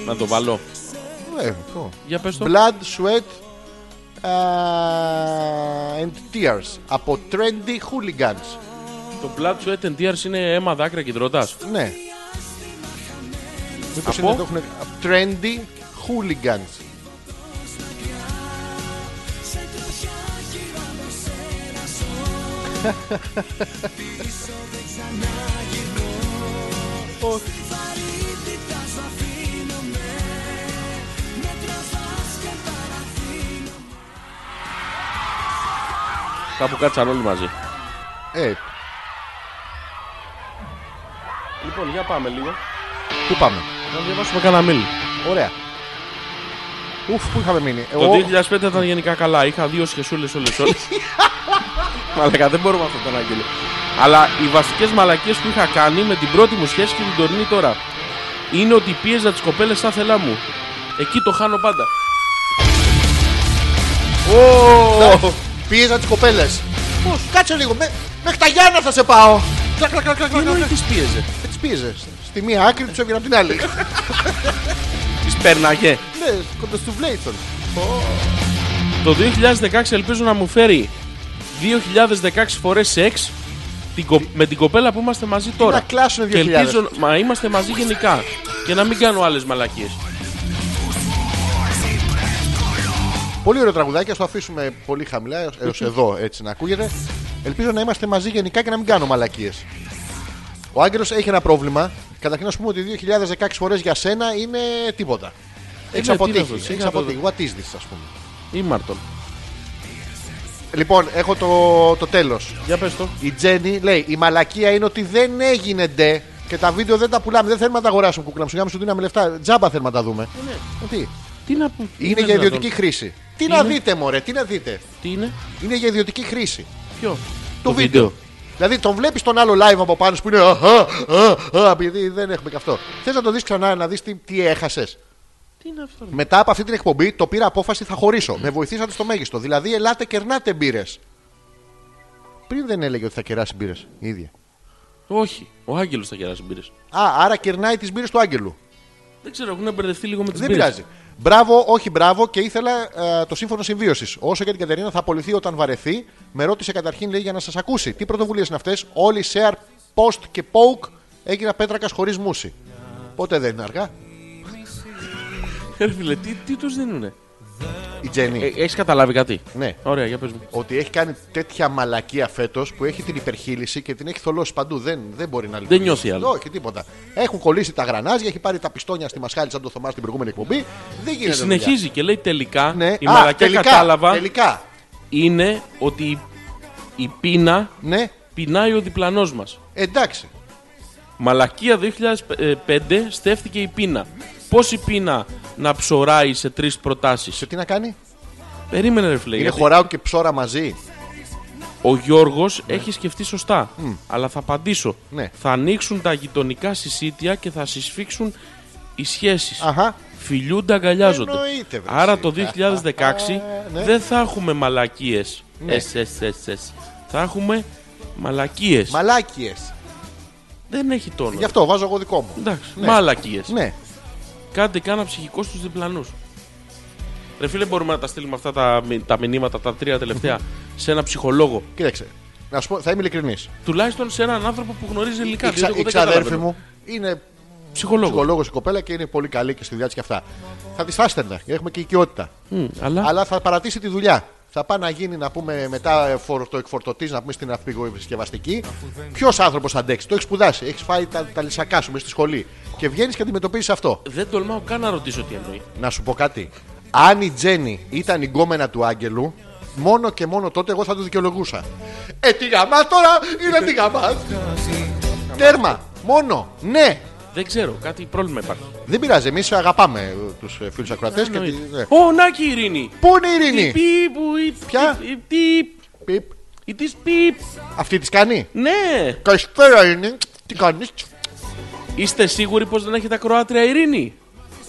S2: Να το βάλω.
S1: Ε, το.
S2: Για πες το.
S1: Blood, Sweat uh, and Tears από Trendy Hooligans.
S2: Το Blood Sweat and Tears είναι αίμα, δάκρυα και τροτάς.
S1: Ναι. Μήπως
S2: Από?
S1: είναι εδώ έχουν... Trendy Hooligans.
S2: Κάπου κάτσαν όλοι μαζί.
S1: Ε,
S2: Λοιπόν, για πάμε λίγο.
S1: πού πάμε.
S2: Να διαβάσουμε κανένα μίλι.
S1: Ωραία. Ουφ, πού είχαμε μείνει.
S2: Το 2005 ήταν γενικά καλά. Είχα δύο σχεσούλες όλες όλες. Μαλακά, δεν μπορούμε αυτό τον άγγελο. Αλλά οι βασικές μαλακίες που είχα κάνει με την πρώτη μου σχέση και την τωρινή τώρα είναι ότι πίεζα τις κοπέλες σαν θέλα μου. Εκεί το χάνω πάντα.
S1: Πίεζα τις κοπέλες. Πώς, κάτσε λίγο. μέ- Μέχρι τα Γιάννα θα σε πάω. Κλακ, κλακ, κλακ,
S2: Τι
S1: κλακ,
S2: εννοείς
S1: κλακ.
S2: τις πίεζε.
S1: Ε, τις πίεζες. Στη μία άκρη τους έβγαινε από την άλλη.
S2: Τις πέρναγε.
S1: Ναι, κοντά του Βλέιθον.
S2: Το 2016 ελπίζω να μου φέρει 2016 φορές σεξ την κο- με την κοπέλα που είμαστε μαζί τώρα.
S1: να κλάσουνε
S2: Και
S1: 2000.
S2: ελπίζω, μα είμαστε μαζί γενικά. Και να μην κάνω άλλες μαλακίες.
S1: Πολύ ωραίο τραγουδάκι, ας το αφήσουμε πολύ χαμηλά έως εδώ έτσι να ακούγεται. Ελπίζω να είμαστε μαζί γενικά και να μην κάνω μαλακίες. Ο Άγγελος έχει ένα πρόβλημα. Καταρχήν να σου πούμε ότι 2016 φορές για σένα είναι τίποτα. Έχει
S2: τι να το-
S1: αποτύχει.
S2: τι
S1: Έχει
S2: να το-
S1: αποτύχει. What is this, ας πούμε.
S2: Ή Μάρτον.
S1: Λοιπόν, έχω το, το τέλος.
S2: Για πες το.
S1: Η Τζέννη λέει: Η μαλακία είναι ότι δεν έγινε ντε και τα βίντεο δεν τα πουλάμε. Δεν θέλουμε να τα αγοράσουμε κούκλα μου. Σιγά μου σου δίναμε λεφτά. Τζάμπα θέλουμε να τα δούμε. Τι. Είναι,
S2: Ναι. Τι να πω. τι
S1: για
S2: δυνατόν.
S1: ιδιωτική χρήση. Τι να δείτε, μωρέ, τι να δείτε.
S2: Τι είναι.
S1: Είναι για ιδιωτική χρήση.
S2: Ποιο. Το,
S1: Δηλαδή τον βλέπεις τον άλλο live από πάνω σου που είναι. Αχα, αχα, επειδή δεν έχουμε και αυτό. Θες να το δεις ξανά, να δεις τι, τι έχασες.
S2: Τι είναι αυτό. ρε.
S1: Μετά από αυτή την εκπομπή το πήρα απόφαση θα χωρίσω. Με βοηθήσατε στο μέγιστο. Δηλαδή ελάτε κερνάτε μπύρες. Πριν δεν έλεγε ότι θα κεράσει μπύρες η ίδια.
S2: Όχι. Ο Άγγελος θα κεράσει μπύρες.
S1: Α, άρα κερνάει τις μπύρες του Άγγελου.
S2: Δεν ξέρω, έχουν μπερδευτεί λίγο με τις
S1: Δεν
S2: μπύρες.
S1: πειράζει. Μπράβο, όχι μπράβο και ήθελα ε, το σύμφωνο συμβίωσης. Όσο και την Κατερίνα θα απολυθεί όταν βαρεθεί, με ρώτησε καταρχήν λέει για να σας ακούσει. Τι πρωτοβουλίες είναι αυτές, Όλοι share, post και poke έγινα πέτρακας χωρίς μουσι. Πότε δεν είναι αργά.
S2: Ρε φίλε, τι, τι τους δίνουνε.
S1: Η Τζέννη.
S2: Ε, έχεις καταλάβει κάτι.
S1: ναι.
S2: Ωραία, για πες μου.
S1: Ότι έχει κάνει τέτοια μαλακία φέτος που έχει την υπερχείληση και την έχει θολώσει παντού. Δεν, δεν μπορεί να λειτουργήσει.
S2: νιώθει άλλο.
S1: Όχι, τίποτα. Έχουν κολλήσει τα γρανάζια, έχει πάρει τα πιστόνια στη μασχάλη σαν το Θωμάς στην προηγούμενη εκπομπή. Δεν γίνεται. δουλειά.
S2: Συνεχίζει και λέει τελικά
S1: Ναι.
S2: η
S1: Α,
S2: μαλακιά
S1: τελικά,
S2: κατάλαβα
S1: Τελικά.
S2: είναι ότι η, η πείνα
S1: Ναι,
S2: πεινάει ο διπλανός μας.
S1: εντάξει.
S2: Μαλακία 2005 στέφτηκε η πείνα. Πώς η πείνα να ψωράει σε τρεις προτάσεις.
S1: Σε Ε, τι να κάνει,
S2: Περίμενε ρε φίλε.
S1: Είναι
S2: Ε, γιατί
S1: χωράου και ψώρα μαζί.
S2: Ο Γιώργος έχει σκεφτεί σωστά. Αλλά θα απαντήσω.
S1: Ναι.
S2: Θα ανοίξουν τα γειτονικά συσίτια και θα συσφίξουν οι σχέσεις.
S1: Αχα.
S2: Φιλιούνται, αγκαλιάζονται.
S1: Εννοείται, βρε,
S2: Άρα
S1: εσύ.
S2: το 2016
S1: Ναι.
S2: δεν θα έχουμε μαλακίες.
S1: Ναι.
S2: Εσ, εσ, εσ, εσ. Θα έχουμε μαλακίες.
S1: Μαλάκιε.
S2: Δεν έχει τόνο.
S1: Γι' αυτό βάζω εγώ δικό μου.
S2: Εντάξει,
S1: Ναι.
S2: μαλακίες.
S1: Ναι.
S2: Κάντε κάνα ψυχικό στους διπλανούς. Ρε φίλε, μπορούμε να τα στείλουμε αυτά τα, μι- τα μηνύματα, τα τρία τελευταία, σε ένα ψυχολόγο.
S1: Κοίταξε. Να σου πω, θα είμαι ειλικρινής.
S2: Τουλάχιστον σε έναν άνθρωπο που γνωρίζει ελληνικά.
S1: Η, ξα...
S2: διότι
S1: η
S2: εγώ δεν
S1: ξαδέρφη
S2: καταλαβαίνω.
S1: μου είναι
S2: Ψυχολόγος.
S1: ψυχολόγος η κοπέλα και είναι πολύ καλή και στη δουλειά της και αυτά. Θα τη φάστεντα. Έχουμε και οικειότητα.
S2: Μμ, αλλά...
S1: Αλλά θα παρατήσει τη δουλειά. Θα πάει να γίνει, να πούμε, μετά φορτοεκφορτωτή, να πούμε στην αυπηγοεπισκευαστική. Ποιος άνθρωπος θα αντέξει. Το έχεις σπουδάσει. Έχεις φάει τα, τα λυσακά σου μες στη σχολή. Και βγαίνεις και αντιμετωπίζεις αυτό.
S2: δεν τολμάω καν να ρωτήσω τι εννοεί.
S1: Να σου πω κάτι. Αν η Τζέννη ήταν η γκόμενα του Άγγελου, μόνο και μόνο τότε εγώ θα το δικαιολογούσα. Ε, τι γαμάς τώρα, είναι τι γαμάς. Τέρμα, μόνο, ναι.
S2: Δεν ξέρω, κάτι πρόβλημα υπάρχει.
S1: Δεν πειράζει, εμείς αγαπάμε ε, του φίλους ακροατές.
S2: Ναι, Εννοείται. Ω, να και η Ειρήνη.
S1: ναι. Πού είναι η
S2: Η
S1: Ειρήνη,
S2: πίπου, η
S1: Ποια?
S2: η- η- Τι.
S1: Πιπ.
S2: Η τη πιπ.
S1: αυτή της κάνει.
S2: Ναι.
S1: Καλησπέρα είναι, τι κάνεις.
S2: Είστε σίγουροι πως δεν έχετε ακροάτρια Ειρήνη.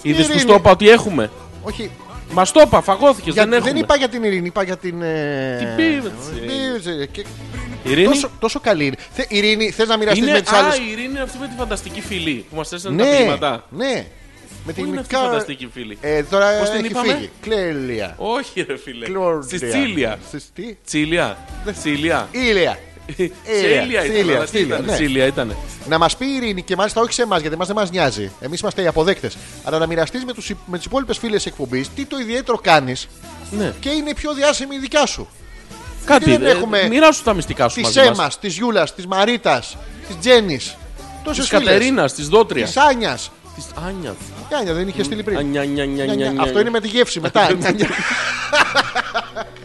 S2: Είδε που
S1: Ειρήνη.
S2: στο είπα ότι έχουμε.
S1: Όχι,
S2: Μας το είπα, φαγώθηκες.
S1: για-
S2: Δεν έχουμε.
S1: δεν είπα για την Ειρήνη, είπα για την. ε,
S2: Την Πίπτση.
S1: Πίπτση. Και-
S2: Ειρήνη.
S1: Τόσο, τόσο καλή είναι. Θε- Ειρήνη, θες να μοιραστείς
S2: Είναι,
S1: με τις
S2: α,
S1: άλλε.
S2: η Ειρήνη είναι αυτή με τη φανταστική φιλή που μας έστειλε τα
S1: Ναι,
S2: δείγματα.
S1: ναι. Με
S2: Πού είναι αυτή η
S1: Car-
S2: φανταστική φίλη.
S1: Ε, τώρα
S2: Πώς την
S1: έχει
S2: είπαμε?
S1: φύγει. Κλέλια.
S2: Όχι, ρε φίλε.
S1: Κλόρντια.
S2: Στη Σίλια.
S1: Στις τι?
S2: Τσίλια. Τσίλια.
S1: Ήλια.
S2: Σε ήλια ήταν.
S1: Σίλια,
S2: αλλά τι
S1: Σίλια,
S2: ήταν,
S1: Ε, ναι.
S2: Σίλια ήταν.
S1: Να μας πει η Ειρήνη και μάλιστα όχι σε εμάς γιατί εμάς δεν μας νοιάζει. Εμείς είμαστε οι αποδέκτες. Αλλά να μοιραστείς με, τους, υ- με τις υπόλοιπες φίλες εκπομπής τι το ιδιαίτερο κάνεις
S2: Ναι.
S1: και είναι η πιο διάσημη η δικιά σου.
S2: Κάτι.
S1: δεν
S2: ε,
S1: έχουμε-
S2: Μοιράσου τα μυστικά σου
S1: Της
S2: μαζί μας.
S1: Έμα, της Γιούλας, της Μαρίτας, της Τζέννη. Τόσες
S2: Της
S1: φίλες.
S2: Κατερίνας, της Δότριας.
S1: Της Άνιας.
S2: Της Άνιας.
S1: Η Άνιας δεν είχε στείλει πριν.
S2: Άνια, νια, νια, νια, νια.
S1: Αυτό είναι με τη γεύση μετά. Νια, νια.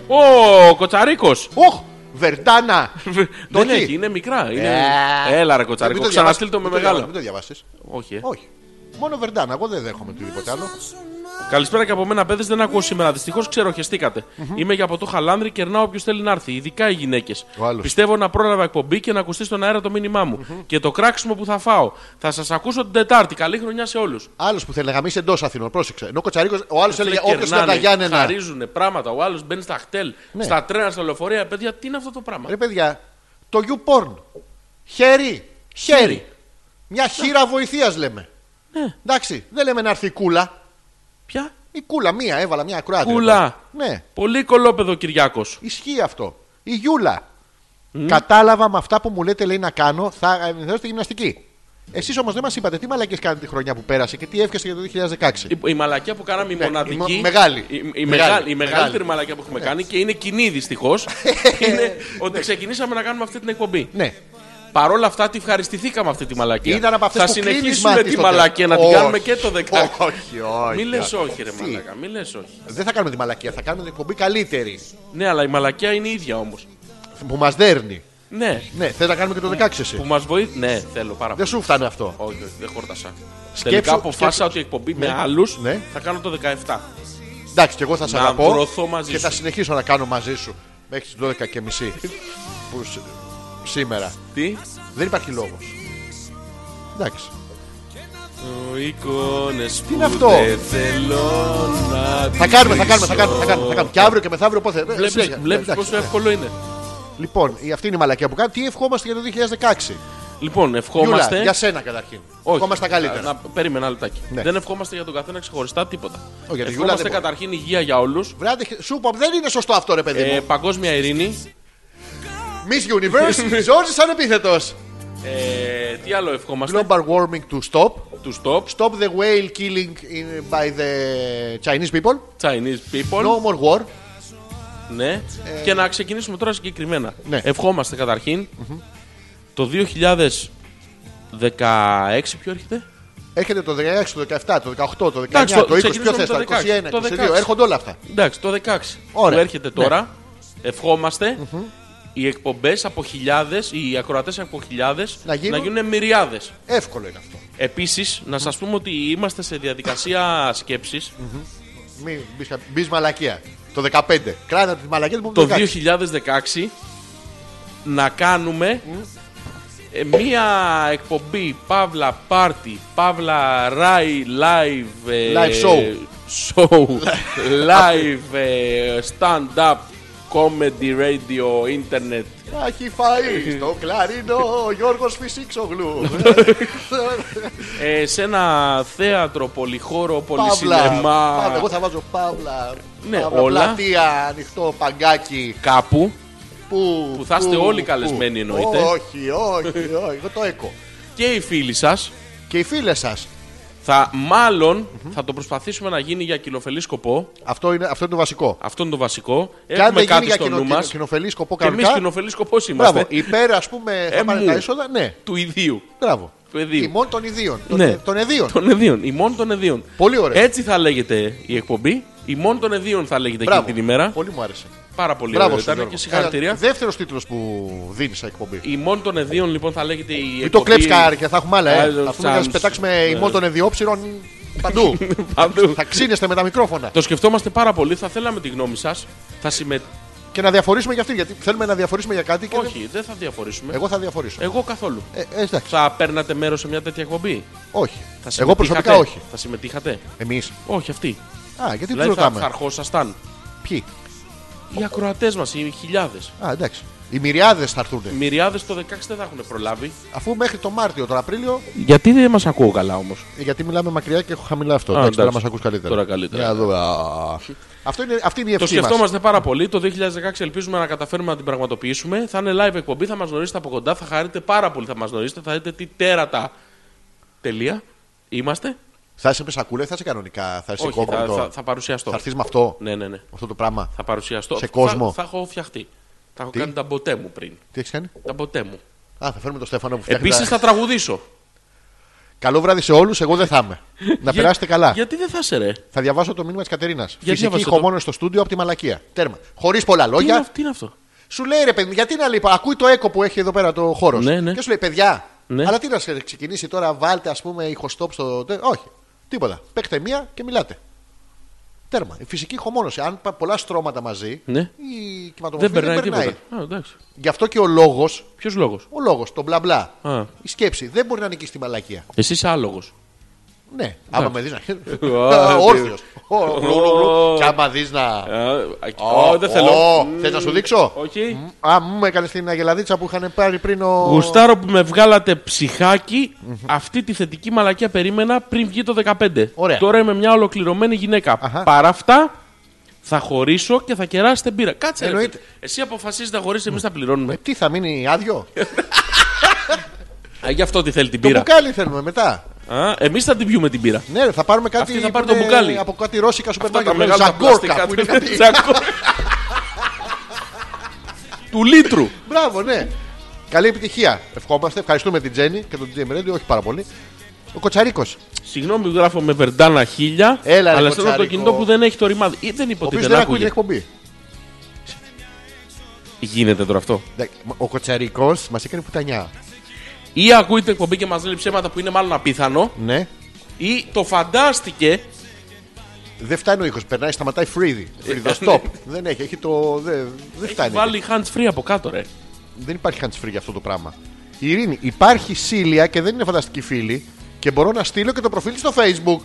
S2: Ω, Κοτσαρίκο.
S1: Οχ, Βερτάνα.
S2: Δεν
S1: τι?
S2: έχει, είναι μικρά. Είναι...
S1: Ε,
S2: Έλα, ρε
S1: Ε, μην
S2: Κοτσαρίκο.
S1: το
S2: Ξαναστείλ το
S1: διαβάσεις,
S2: με
S1: μην διαβάσεις,
S2: Ε. μεγάλα.
S1: Μην το διαβάσεις.
S2: Όχι, ε.
S1: Όχι. Μόνο Βερντάνα, εγώ δεν δέχομαι τίποτα άλλο.
S2: Καλησπέρα και από μένα, παιδες. Δεν ακούω σήμερα. Δυστυχώς ξεροχεστήκατε. Είμαι και από το Χαλάνδρη και ερνάω όποιος θέλει να έρθει, ειδικά οι γυναίκες.
S1: Ο άλλος.
S2: Πιστεύω να πρόλαβα εκπομπή και να ακουστεί στον αέρα το μήνυμά μου. Και το κράξιμο που θα φάω. Θα σας ακούσω την Τετάρτη. Καλή χρονιά σε όλους.
S1: Άλλος που θέλει να γαμίσει εντός Αθηνών, πρόσεξε. Ενώ ο Κοτσαρίκος, ο
S2: Ε,
S1: άλλο έλεγε όποιος ήταν τα Γιάννενα.
S2: Χαρίζουν πράγματα. Ο άλλος μπαίνει στα χτέλ,
S1: Ναι. Ε,
S2: στα τρένα, στα λεωφορεία. Παιδιά, τι είναι αυτό το πράγμα.
S1: Ρε παιδιά, το you porn. Χέρι. Χέρι. Μια χείρα βοηθείας λέμε.
S2: Ναι.
S1: Εντάξει, δεν λέμε να έρθει η κούλα.
S2: Πια.
S1: Η κούλα, μία, έβαλα μία ακροάτρια.
S2: Κούλα.
S1: Ναι,
S2: Πολύ κολόπεδο Κυριάκος.
S1: ισχύει αυτό. Η Γιούλα. Κατάλαβα με αυτά που μου λέτε λέει να κάνω, θα ενδεχθώ τη γυμναστική. Εσείς όμως δεν μας είπατε τι μαλακές κάνετε τη χρονιά που πέρασε και τι εύχεστε για το 2016.
S2: Η, η μαλακία που κάναμε, η
S1: Ναι, η
S2: μοναδική.
S1: μο- μεγάλη.
S2: Η, η
S1: Μεγάλη,
S2: μεγά- η
S1: μεγάλη. Ναι.
S2: μεγαλύτερη μαλακία που έχουμε κάνει και είναι κοινή δυστυχώς. είναι ότι ξεκινήσαμε να κάνουμε αυτή την εκπομπή.
S1: Ναι.
S2: Παρ' όλα αυτά, τη ευχαριστηθήκαμε αυτή τη μαλακία.
S1: Ήταν από αυτές
S2: ε, Θα
S1: που
S2: συνεχίσουμε
S1: κλείνεις μάτι
S2: τη
S1: στο
S2: μαλακία να
S1: τέλος.
S2: την
S1: Όχι.
S2: κάνουμε και το 16.
S1: Όχι, όχι.
S2: Μη λες όχι, ρε
S1: Τι.
S2: μαλακά, μη λες όχι.
S1: Δεν θα κάνουμε τη μαλακία, θα κάνουμε την εκπομπή καλύτερη.
S2: Ναι, αλλά η μαλακία είναι η ίδια όμως.
S1: Που μας δέρνει.
S2: Ναι,
S1: Ναι, θες να κάνουμε και το 16 εσύ.
S2: που μας βοήθησε. Ναι, θέλω πάρα
S1: Δεν
S2: πολύ.
S1: σου φτάνει αυτό.
S2: Όχι, όχι, δεν χόρτασα. Τελικά αποφάσισα
S1: σκέψου-
S2: ότι η εκπομπή με
S1: Ναι.
S2: άλλους
S1: Ναι.
S2: θα κάνω το 17.
S1: Εντάξει, και εγώ θα σε
S2: Να
S1: αγαπώ
S2: βρωθώ μαζί
S1: και θα
S2: σου.
S1: συνεχίσω να κάνω μαζί σου μέχρι τις 12 και μισή. που σ- σήμερα.
S2: Τι?
S1: Δεν υπάρχει λόγος. Εντάξει.
S2: Εικόνε
S1: είναι
S2: που
S1: αυτό?
S2: δεν θέλω να
S1: Θα κάνουμε, θα κάνουμε, θα κάνουμε. Θα κάνουμε, θα κάνουμε. Και αύριο και μεθαύριο πότε. Ε, συνέχεια.
S2: Βλέπεις
S1: Εντάξει.
S2: πόσο εύκολο είναι.
S1: Λοιπόν, η- αυτή είναι η μαλακία που κάνει. Τι ευχόμαστε για το 2016.
S2: Λοιπόν,
S1: Γιούλα,
S2: ευχόμαστε.
S1: για σένα καταρχήν. Ευχόμαστε τα καλύτερα.
S2: Να, περίμενα ένα λεπτάκι.
S1: Ναι.
S2: Δεν ευχόμαστε για τον καθένα ξεχωριστά τίποτα.
S1: τη Γιούλα
S2: ευχόμαστε
S1: δεν μπορεί.
S2: καταρχήν υγεία για όλους.
S1: Βράδυ, χε- σου πω, δεν είναι σωστό αυτό ρε παιδί
S2: Ε,
S1: μου.
S2: παγκόσμια ειρήνη.
S1: Miss Universe, Ζόρζη ανεπίθετο.
S2: Ε, τι άλλο ευχόμαστε.
S1: Global warming to stop.
S2: Του stop.
S1: Stop the whale killing in- by the Chinese people.
S2: Chinese people.
S1: No more war.
S2: Ναι. Και να ξεκινήσουμε τώρα συγκεκριμένα.
S1: Ε, Ναι.
S2: Ευχόμαστε καταρχήν το 2016 ποιο έρχεται.
S1: Έρχεται το 16, το 17, το 18, το 19,
S2: Εντάξει,
S1: το,
S2: το-
S1: 20, ποιο
S2: ξεκινήσουμε
S1: θες,
S2: με
S1: το
S2: το
S1: 21,
S2: 16, το
S1: 22, έρχονται όλα αυτά.
S2: Εντάξει, το 16
S1: Ωραία.
S2: που έρχεται
S1: Ναι.
S2: τώρα. ευχομαστε οι εκπομπές από χιλιάδες, οι ακροατές από χιλιάδες
S1: Να γίνουν-
S2: μυριάδες.
S1: Εύκολο είναι αυτό.
S2: Επίσης, να σας πούμε ότι είμαστε σε διαδικασία σκέψης.
S1: Μην μπει μαλακία. Το 15. Κράτα τη μαλακία που μου
S2: το
S1: το 16.
S2: 2016 να κάνουμε ε, μία εκπομπή παύλα πάρτι, παύλα ράι, live, ε,
S1: Live show.
S2: show, live ε, stand-up comedy radio internet
S1: Να Έχει φάει στο κλαρίνο ο Γιώργος Φυσίξογλου.
S2: ε, σε ένα θέατρο πολυχώρο,
S1: Παύλα. Παύλα,
S2: πολυσινεμά
S1: Εγώ θα βάζω παύλα.
S2: Ναι,
S1: παύλα,
S2: όλα.
S1: Πλατεία, ανοιχτό παγκάκι.
S2: κάπου
S1: Που,
S2: Που θα είστε όλοι καλεσμένοι, εννοείται.
S1: Όχι, όχι, όχι. Εγώ το έκο.
S2: και οι φίλοι σας
S1: Και οι φίλες σας.
S2: θα μάλλον θα το προσπαθήσουμε να γίνει για κοινοφελή σκοπό
S1: Αυτό είναι, αυτό είναι το βασικό.
S2: Αυτό είναι το βασικό.
S1: Και αν
S2: Έχουμε
S1: δεν γίνει
S2: κάτι
S1: για
S2: στο
S1: κοινο,
S2: νου μα.
S1: κοινο, κοινοφελή σκοπό
S2: Και εμεί
S1: κανονικά.
S2: κοινοφελή σκοπός είμαστε.
S1: Μπράβο. Υπέρ, ας πούμε, θα
S2: Ε,
S1: πάρει
S2: μου.
S1: τα έσοδα. Ναι,
S2: Του ιδίου.
S1: μπράβο.
S2: Του εδίου.
S1: Ημών των ιδίων. Των,
S2: Ναι.
S1: των εδίων.
S2: Των εδίων. Ημών των εδίων.
S1: Πολύ ωραία.
S2: Έτσι θα λέγεται η εκπομπή. Ημών των εδίων θα λέγεται
S1: Μπράβο.
S2: εκείνη την ημέρα.
S1: Πολύ μου άρεσε.
S2: Πάρα πολύ
S1: Μπράβο
S2: ωραία.
S1: σου,
S2: Ήταν
S1: Γιώργο.
S2: και συγχαρητήρια.
S1: Δεύτερος τίτλος που δίνεις σε εκπομπή.
S2: Ημών των εδίων λοιπόν θα λέγεται η εκπομπή.
S1: Μην το κλέψει και θα έχουμε άλλα.
S2: Iron
S1: Ε. Αφού να
S2: Sams.
S1: σας πετάξουμε
S2: Ναι.
S1: ημών των εδιόψηρων παντού.
S2: Παντού.
S1: θα ξύνεστε με τα μικρόφωνα.
S2: Το σκεφτόμαστε πάρα πολύ. Θα θέλαμε τη γνώμη σας. Θα συμμε...
S1: και να διαφορήσουμε για αυτή. Γιατί θέλουμε να διαφορήσουμε για κάτι και. δεν-
S2: Όχι, δεν θα διαφορήσουμε.
S1: Εγώ θα διαφορήσω.
S2: Εγώ καθόλου.
S1: Ε, ε, εντάξει.
S2: Θα παίρνατε μέρος σε μια τέτοια εκπομπή.
S1: Όχι.
S2: Θα
S1: Εγώ
S2: συμμετείχατε?
S1: προσωπικά όχι.
S2: Θα συμμετείχατε.
S1: Εμείς.
S2: Όχι αυτή.
S1: Α, γιατί τους
S2: δηλαδή θα, θα
S1: ρωτάμε.
S2: αρχόσασταν.
S1: Ποιοι.
S2: Οι ακροατές μας, οι χιλιάδες.
S1: Α, εντάξει. Οι μυριάδες θα έρθουν.
S2: Μυριάδες το 16 δεν θα έχουν προλάβει.
S1: Αφού μέχρι το Μάρτιο, τον Απρίλιο,
S2: Γιατί δεν μας ακούω καλά όμως.
S1: ε, γιατί μιλάμε μακριά και έχω χαμηλά αυτό.
S2: Α,
S1: εντάξει, τώρα
S2: εντάξει.
S1: μας ακούς καλύτερα.
S2: Τώρα καλύτερα.
S1: Για
S2: ναι.
S1: να δούμε. Α, Αυτό είναι, αυτή είναι η
S2: Το
S1: ευχή μας.
S2: σκεφτόμαστε πάρα πολύ. Το 2016 ελπίζουμε να καταφέρουμε να την πραγματοποιήσουμε. Θα είναι live εκπομπή, θα μας γνωρίσετε από κοντά, θα χαρείτε πάρα πολύ. Θα μας γνωρίσετε, θα δείτε τι τέρατα. Τελεία. Είμαστε.
S1: Θα είσαι με σακούλα ή θα είσαι κανονικά. Θα είσαι
S2: Όχι, θα,
S1: κόκκινο.
S2: θα,
S1: Θα,
S2: θα παρουσιαστώ.
S1: έρθει με αυτό.
S2: Ναι, ναι, ναι.
S1: Αυτό το πράγμα.
S2: Θα παρουσιαστώ.
S1: Σε
S2: Θα-
S1: κόσμο.
S2: Θα, έχω φτιαχτεί. Θα έχω
S1: Τι?
S2: κάνει τα μποτέ μου πριν.
S1: Τι έχεις κάνει.
S2: Τα μποτέ μου.
S1: Α, θα φέρουμε τον Στέφανο που φτιάχνει.
S2: Επίσης
S1: τα-
S2: θα τραγουδήσω.
S1: Καλό βράδυ σε όλους. Εγώ δεν θα είμαι. να
S2: Για-
S1: περάσετε καλά.
S2: Γιατί δεν θα σε ρε.
S1: Θα διαβάσω το μήνυμα της Κατερίνας. Φυσική
S2: διάβασε το.
S1: ηχομόνωση στο στούντιο από τη μαλακία. Τέρμα. Χωρίς πολλά
S2: Τι είναι,
S1: λόγια.
S2: αυ- τι είναι αυτό.
S1: Σου λέει ρε παιδί, γιατί να λέει, ακούει το έκο που έχει εδώ πέρα το χώρος.
S2: Ναι, ναι.
S1: Και σου λέει, παιδιά,
S2: Ναι.
S1: αλλά τι να σε ξεκινήσει τώρα, βάλτε ας πούμε ηχοστόπ στο. τε- Όχι, τίποτα. Παίχτε μία και μιλάτε. Τέρμα. Η φυσική χωμόνωση. Αν πα- πολλά στρώματα μαζί,
S2: Ναι.
S1: η κυματομορφή
S2: Δεν περνάει τίποτα. Α, εντάξει.
S1: Γι' αυτό και ο λόγος,
S2: Ποιος λόγος.
S1: ο λόγος, το μπλα μπλα,
S2: Α.
S1: η σκέψη δεν μπορεί να νικήσει τη μαλακία.
S2: Εσύ είσαι άλογος.
S1: Ναι, άμα με δεις να.
S2: Α,
S1: Όρθιος.
S2: Ω.
S1: Και άμα δεις να.
S2: Ε, Ω, δεν θέλω.
S1: Ω, Θες να σου δείξω.
S2: Όχι.
S1: Α, μου έκανε την αγελαδίτσα που είχαν πάρει πριν ο.
S2: Γουστάρο που με βγάλατε ψυχάκι, αυτή τη θετική μαλακία περίμενα πριν βγει το 15.
S1: Ωραία.
S2: Τώρα είμαι μια ολοκληρωμένη γυναίκα.
S1: Αχα.
S2: Παρά αυτά, θα χωρίσω και θα κεράσετε μπύρα. Κάτσε. ρε,
S1: Εννοείται.
S2: Εσύ αποφασίζεις να χωρίσεις, εμείς θα πληρώνουμε.
S1: Ε, Τι θα μείνει άδειο.
S2: Ε, Α, γι' αυτό τι θέλει την
S1: Ε, Το
S2: πύρα.
S1: μπουκάλι θέλουμε μετά.
S2: Εμείς θα την πιούμε την πύρα.
S1: Ναι, ρε, θα πάρουμε κάτι.
S2: Αυτοί θα πάρουν
S1: που
S2: το
S1: είναι
S2: μπουκάλι.
S1: Από κάτι ρώσικα σούπερ
S2: Αυτά τα
S1: μάρκετ. με
S2: μεγάλα τα
S1: Ζαγκόρκα
S2: πλαστικά
S1: που είναι
S2: του-
S1: κάτι.
S2: Ζαγκόρκα. Του λίτρου.
S1: Μπράβο, ναι. Καλή επιτυχία. Ευχόμαστε. Ευχαριστούμε την Τζέννη και τον Τζέμι Ρέντι, όχι πάρα πολύ. Ο Κοτσαρίκος.
S2: Συγγνώμη, γράφω με βερντάνα χίλια.
S1: Έλα, ρε,
S2: αλλά στέλνω το
S1: κοτσάρικο.
S2: κινητό που δεν έχει το ρημάδι. Ή δεν είπα
S1: Ο
S2: ότι
S1: οποίος
S2: δεν,
S1: δεν ακούει την
S2: άκουγε.
S1: εκπομπή.
S2: Γίνεται τώρα αυτό.
S1: Εντάξει, Ο Κοτσαρίκος μας έκανε πουτανιά.
S2: Ή ακούει την εκπομπή και μας λέει ψέματα που είναι μάλλον απίθανο.
S1: Ναι.
S2: Ή το φαντάστηκε.
S1: Δεν φτάνει ο ήχος, περνάει, σταματάει φρύδι.
S2: Ε,
S1: Φρύδο, stop. δεν έχει, έχει το. Δεν δεν φτάνει.
S2: ναι. Βάλει hands free από κάτω, ρε.
S1: Δεν υπάρχει hands free για αυτό το πράγμα. Η Ειρήνη, υπάρχει Σίλια και δεν είναι φανταστική φίλη και μπορώ να στείλω και το προφίλ της στο Facebook.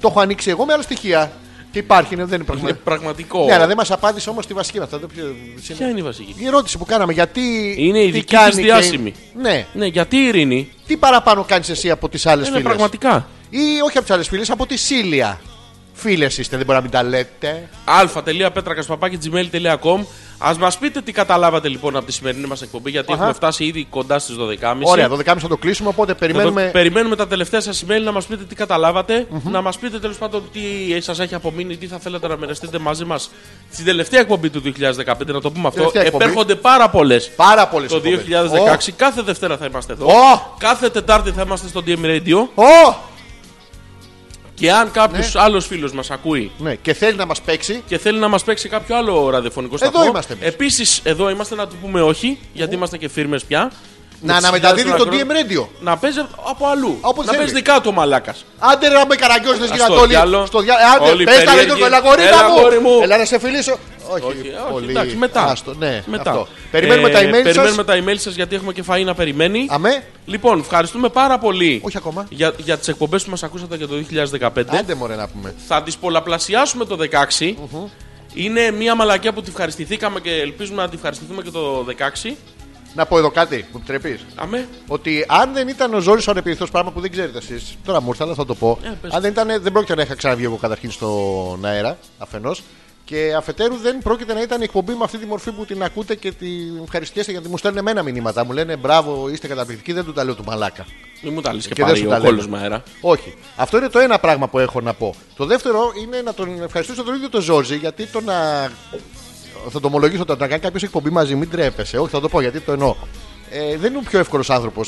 S1: Το έχω ανοίξει εγώ με άλλα στοιχεία. Και υπάρχει, ναι, δεν είναι
S2: Είναι
S1: πραγματικό.
S2: πραγματικό.
S1: Ναι, αλλά δεν μας απάντησε όμως τη βασική μας.
S2: Ποια είναι η βασική.
S1: ε, Η ερώτηση που κάναμε, γιατί.
S2: Είναι η
S1: τι
S2: δική
S1: κάνει
S2: της
S1: και-
S2: διάσημη.
S1: Ναι.
S2: Ναι, γιατί η Ειρήνη
S1: Τι παραπάνω κάνεις εσύ από τις άλλες
S2: είναι
S1: φίλες.
S2: πραγματικά.
S1: Ή όχι από τις άλλες φίλες, από τη Σίλια. Φίλες είστε, δεν μπορεί να μην τα λέτε.
S2: α.πέτρακα.gmail.com Ας μας πείτε τι καταλάβατε λοιπόν από τη σημερινή μας εκπομπή, γιατί
S1: Αχα.
S2: έχουμε φτάσει ήδη κοντά στις 12.30.
S1: Ωραία, 12.30 θα το κλείσουμε, οπότε
S2: Θα το-
S1: περιμένουμε.
S2: περιμένουμε τα τελευταία σας email να μας πείτε τι καταλαβατε να μας πείτε τέλος πάντων τι σας έχει απομείνει, τι θα θέλατε να μοιραστείτε μαζί μας στην τελευταία εκπομπή του 2015. Να το πούμε αυτό.
S1: Τελευταία εκπομπή.
S2: Επέρχονται πάρα πολλές.
S1: Πάρα πολλές
S2: Το 2016 κάθε Δευτέρα θα είμαστε εδώ.
S1: Ω!
S2: Κάθε Τετάρτη θα είμαστε στο DM Radio.
S1: Ω!
S2: Και αν κάποιος άλλος άλλος φίλος μας ακούει
S1: Ναι, και θέλει να μας παίξει.
S2: και θέλει να μας παίξει κάποιο άλλο ραδιοφωνικό σταθμό.
S1: είμαστε εμείς.
S2: Επίσης, εδώ είμαστε να του πούμε όχι, γιατί είμαστε και φίρμες πια. Με
S1: Να
S2: τις
S1: αναμεταδίδει το
S2: χιλιάδες
S1: DM
S2: χρόνο-
S1: Radio.
S2: Να παίζει από αλλού.
S1: Όπου
S2: να
S1: θέλει.
S2: παίζει δικά του ο μαλάκας.
S1: Άντε ρε με καραγκιόζ δεν
S2: στο
S1: γυρατόλι.
S2: διάλο.
S1: Στο διάλο. Άντε
S2: Όλοι
S1: πες τα ρε
S2: περίεργοι.
S1: κοπέλα γορίτα
S2: Έλα, αγόρι
S1: μου.
S2: μου.
S1: Έλα να σε φιλήσω. Όχι,
S2: Όχι, όχι,
S1: πολύ.
S2: εντάξει, μετά.
S1: Άστο, ναι,
S2: μετά. Ε,
S1: αυτό. Περιμένουμε τα email
S2: Περιμένουμε
S1: σας.
S2: τα email σας γιατί έχουμε και φαΐ να περιμένει.
S1: Αμέ.
S2: Λοιπόν, ευχαριστούμε πάρα πολύ
S1: Όχι ακόμα.
S2: για, για τις εκπομπές που μας ακούσατε για το 2015.
S1: Άντε μωρέ να πούμε.
S2: Θα τις πολλαπλασιάσουμε το 16. Είναι μια μαλακιά που τη ευχαριστηθήκαμε και ελπίζουμε να τη ευχαριστηθούμε και το 16.
S1: Να πω εδώ κάτι, μου επιτρέπεις.
S2: Αμέ.
S1: Ότι αν δεν ήταν ο Ζόρι ο ανεπιθυστό πράγμα που δεν ξέρετε εσείς, τώρα μου ήρθε, αλλά θα το πω.
S2: Ε, πες.
S1: αν δεν, ήταν, δεν πρόκειται να είχα ξαναβγεί εγώ καταρχήν στον αέρα, αφενός. Και αφετέρου δεν πρόκειται να ήταν η εκπομπή με αυτή τη μορφή που την ακούτε και την ευχαριστιέστε γιατί μου στέλνουν εμένα μηνύματα. Μου λένε μπράβο, είστε καταπληκτικοί, δεν του τα λέω του μαλάκα.
S2: Μην μου τα λες
S1: Και
S2: και,
S1: δεν
S2: πάλι
S1: σου
S2: ο
S1: τα
S2: κόλλος
S1: λέμε.
S2: με αέρα.
S1: Όχι. Αυτό είναι το ένα πράγμα που έχω να πω. Το δεύτερο είναι να τον ευχαριστήσω τον ίδιο τον Ζόρζι γιατί το να. Θα το ομολογήσω όταν να κάνει κάποιος εκπομπή μαζί, μην τρέπεσαι. Όχι, θα το πω γιατί το εννοώ. Ε, δεν είναι ο πιο εύκολος άνθρωπος.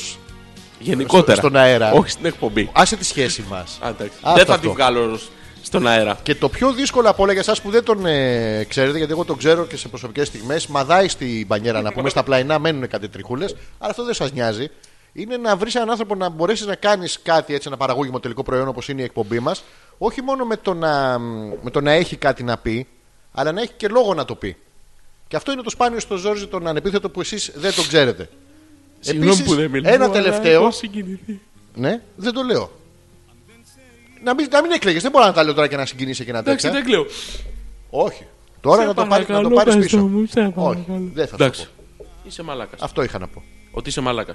S2: Γενικότερα.
S1: στον αέρα.
S2: Όχι στην εκπομπή.
S1: Άσε τη σχέση μας.
S2: Α, εντάξει.
S1: Άστο
S2: Δεν θα
S1: αυτό.
S2: τη βγάλω σ- στον αέρα.
S1: Και το πιο δύσκολο από όλα για εσάς που δεν τον ε, ξέρετε, γιατί εγώ τον ξέρω και σε προσωπικές στιγμές, μαδάει στην πανιέρα να πούμε στα πλαϊνά, μένουν κάτι τριχούλες, αλλά αυτό δεν σας νοιάζει. Είναι να βρεις έναν άνθρωπο να μπορέσεις να κάνεις κάτι έτσι, ένα παραγωγικό τελικό προϊόν όπως είναι η εκπομπή μας, όχι μόνο με το, να, με το να έχει κάτι να πει, αλλά να έχει και λόγο να το πει. Και αυτό είναι το σπάνιο στο Ζόρζι τον ανεπίθετο που εσείς δεν τον ξέρετε. Επίσης, Ένα τελευταίο. Ναι, δεν το λέω. Να μην, να μην έκλαιγες, δεν μπορώ να τα λέω τώρα και να συγκινήσει και να
S2: Εντάξει,
S1: τέτοια.
S2: δεν κλαίω.
S1: Όχι. Τώρα
S2: Σε
S1: να το, πάρεις, να το
S2: παρακαλώ,
S1: πάρεις
S2: πες
S1: πίσω.
S2: το μου, σε
S1: Όχι,
S2: παρακαλώ.
S1: δεν θα σου
S2: Εντάξει.
S1: πω.
S2: Είσαι μαλάκας.
S1: Αυτό είχα να πω.
S2: Ότι είσαι μαλάκας.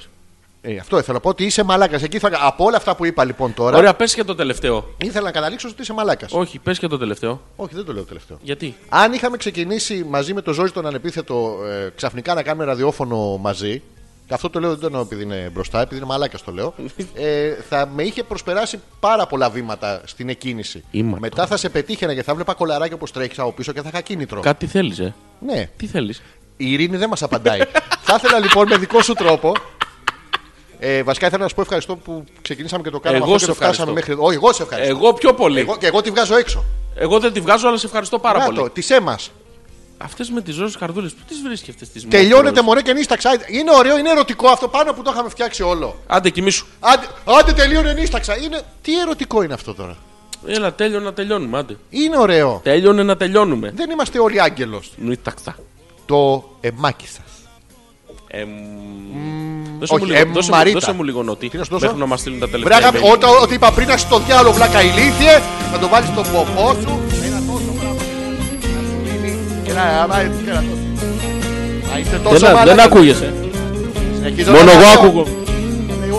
S1: Ε, αυτό ήθελα να πω ότι είσαι μαλάκας. Εκεί θα... Από όλα αυτά που είπα λοιπόν τώρα,
S2: Ωραία, πες και το τελευταίο.
S1: ήθελα να καταλήξω ότι είσαι μαλάκας.
S2: Όχι, πες και το τελευταίο.
S1: Όχι, δεν το λέω τελευταίο.
S2: Γιατί.
S1: Αν είχαμε ξεκινήσει μαζί με το Ζόρι τον Ανεπίθετο ε, ξαφνικά να κάνουμε ραδιόφωνο μαζί, και αυτό το λέω δεν το εννοώ επειδή είναι μπροστά, επειδή είναι μαλάκα το λέω, ε, θα με είχε προσπεράσει πάρα πολλά βήματα στην εκκίνηση.
S2: Ήμα
S1: Μετά
S2: τώρα.
S1: θα σε πετύχαινα και θα βλέπα κολαράκι όπως τρέχεις από πίσω και θα είχα κίνητρο.
S2: Κάτι θέλεις, ε.
S1: Ναι,
S2: Τι θέλεις.
S1: η Ειρήνη δεν μας απαντάει. θα ήθελα λοιπόν με δικό σου τρόπο. Ε, βασικά ήθελα να σου πω ευχαριστώ που ξεκινήσαμε και το κάναμε
S2: Εγώ
S1: αυτό και
S2: σε
S1: το φτάσαμε
S2: ευχαριστώ.
S1: μέχρι εδώ. Όχι, εγώ σε ευχαριστώ.
S2: Εγώ πιο πολύ.
S1: Εγώ,
S2: Εγώ,
S1: και εγώ τη βγάζω έξω.
S2: δεν τη βγάζω, αλλά σε ευχαριστώ πάρα
S1: Να
S2: πολύ.
S1: το, τη αίμα.
S2: Αυτές με τις ζώες καρδούλε, πού τις βρίσκει αυτές τις
S1: Τελειώνεται μωρέ και νύσταξα. Είναι ωραίο, είναι ερωτικό αυτό πάνω που το είχαμε φτιάξει όλο.
S2: Άντε, κοιμήσου.
S1: Άντε, άντε τελείωνε νύσταξα. Είναι... Τι ερωτικό είναι αυτό τώρα.
S2: Έλα, τέλειωνε να τελειώνουμε. Άντε.
S1: Είναι ωραίο.
S2: Τέλειωνε να τελειώνουμε.
S1: Δεν είμαστε όλοι άγγελος.
S2: Νουί τακτά.
S1: Το εμάκι σας.
S2: Εμ, Δώσε μου
S1: όχι,
S2: λίγο-
S1: εμ,
S2: δώσε μου-
S1: Μαρίτα.
S2: δώσε μου λίγο νότι.
S1: Τι να σου δώσω?
S2: Μέχρι να μας στείλουν τα
S1: Βρε,
S2: τελευταία.
S1: αγάπη,
S2: email.
S1: ό,τι- ό,τι είπα πριν, να στο διάλογο βλάκα ηλίθιε, να το βάλεις στον ποπό σου. Ένα τόσο πράγμα. Και να- άμα- και να το- Να είστε τόσο
S2: Δεν, δεν
S1: μαλάκες.
S2: ακούγεσαι.
S1: Συνεχίζω
S2: Μόνο
S1: να
S2: εγώ
S1: λέω.
S2: ακούγω.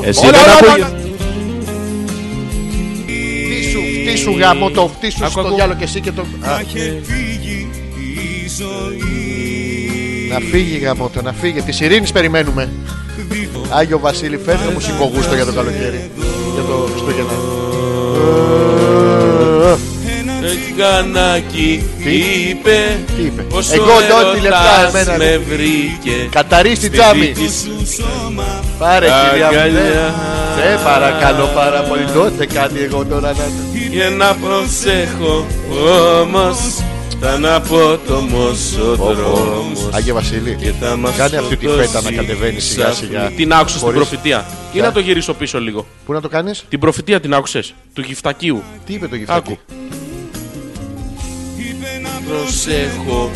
S2: Εσύ
S1: Όλα,
S2: δεν
S1: όλα, όλα.
S2: ακούγεσαι.
S1: Τι σου, τι σου γάμο, το φτύσου
S2: Άκου,
S1: στο
S2: άκου.
S1: διάλογο και εσύ και το. Α,
S7: Και φύγει η ζωή
S1: Να φύγει γάμο, το να φύγει. Τη ειρήνης περιμένουμε. Άγιο Βασίλη, φέρτε μου σηκωγούστο για το καλοκαίρι. Για το Χριστούγεννα.
S2: Τσιγκανάκι είπε.
S1: Τι είπε.
S2: Πως ο
S1: Εγώ νιώθει λεπτά
S2: ερωτάς
S1: εμένα.
S2: με
S1: δεν-
S2: βρήκε.
S1: Καταρρείς την
S2: στη
S1: τζάμι.
S2: δική σου
S1: Πάρε κυρία μου. ναι.
S2: αγκαλιά.
S1: Σε παρακαλώ πάρα πολύ. Δώστε κάτι εγώ τώρα να.
S2: Και να προσέχω όμως Ήταν απότομος ο δρόμος
S1: Άγιο Βασίλη,
S2: Και θα μας
S1: κάνε αυτή τη
S2: σκοτώσει
S1: φέτα να κατεβαίνει σιγά σιγά.
S2: Την άκουσα στην
S1: Χωρίς-
S2: προφητεία Ή να το γυρίσω πίσω λίγο
S1: Πού να το κάνεις,
S2: Την προφητεία την άκουσες Του γυφτακίου
S1: τι είπε το γυφτάκι.
S2: Άκου. Προσέχω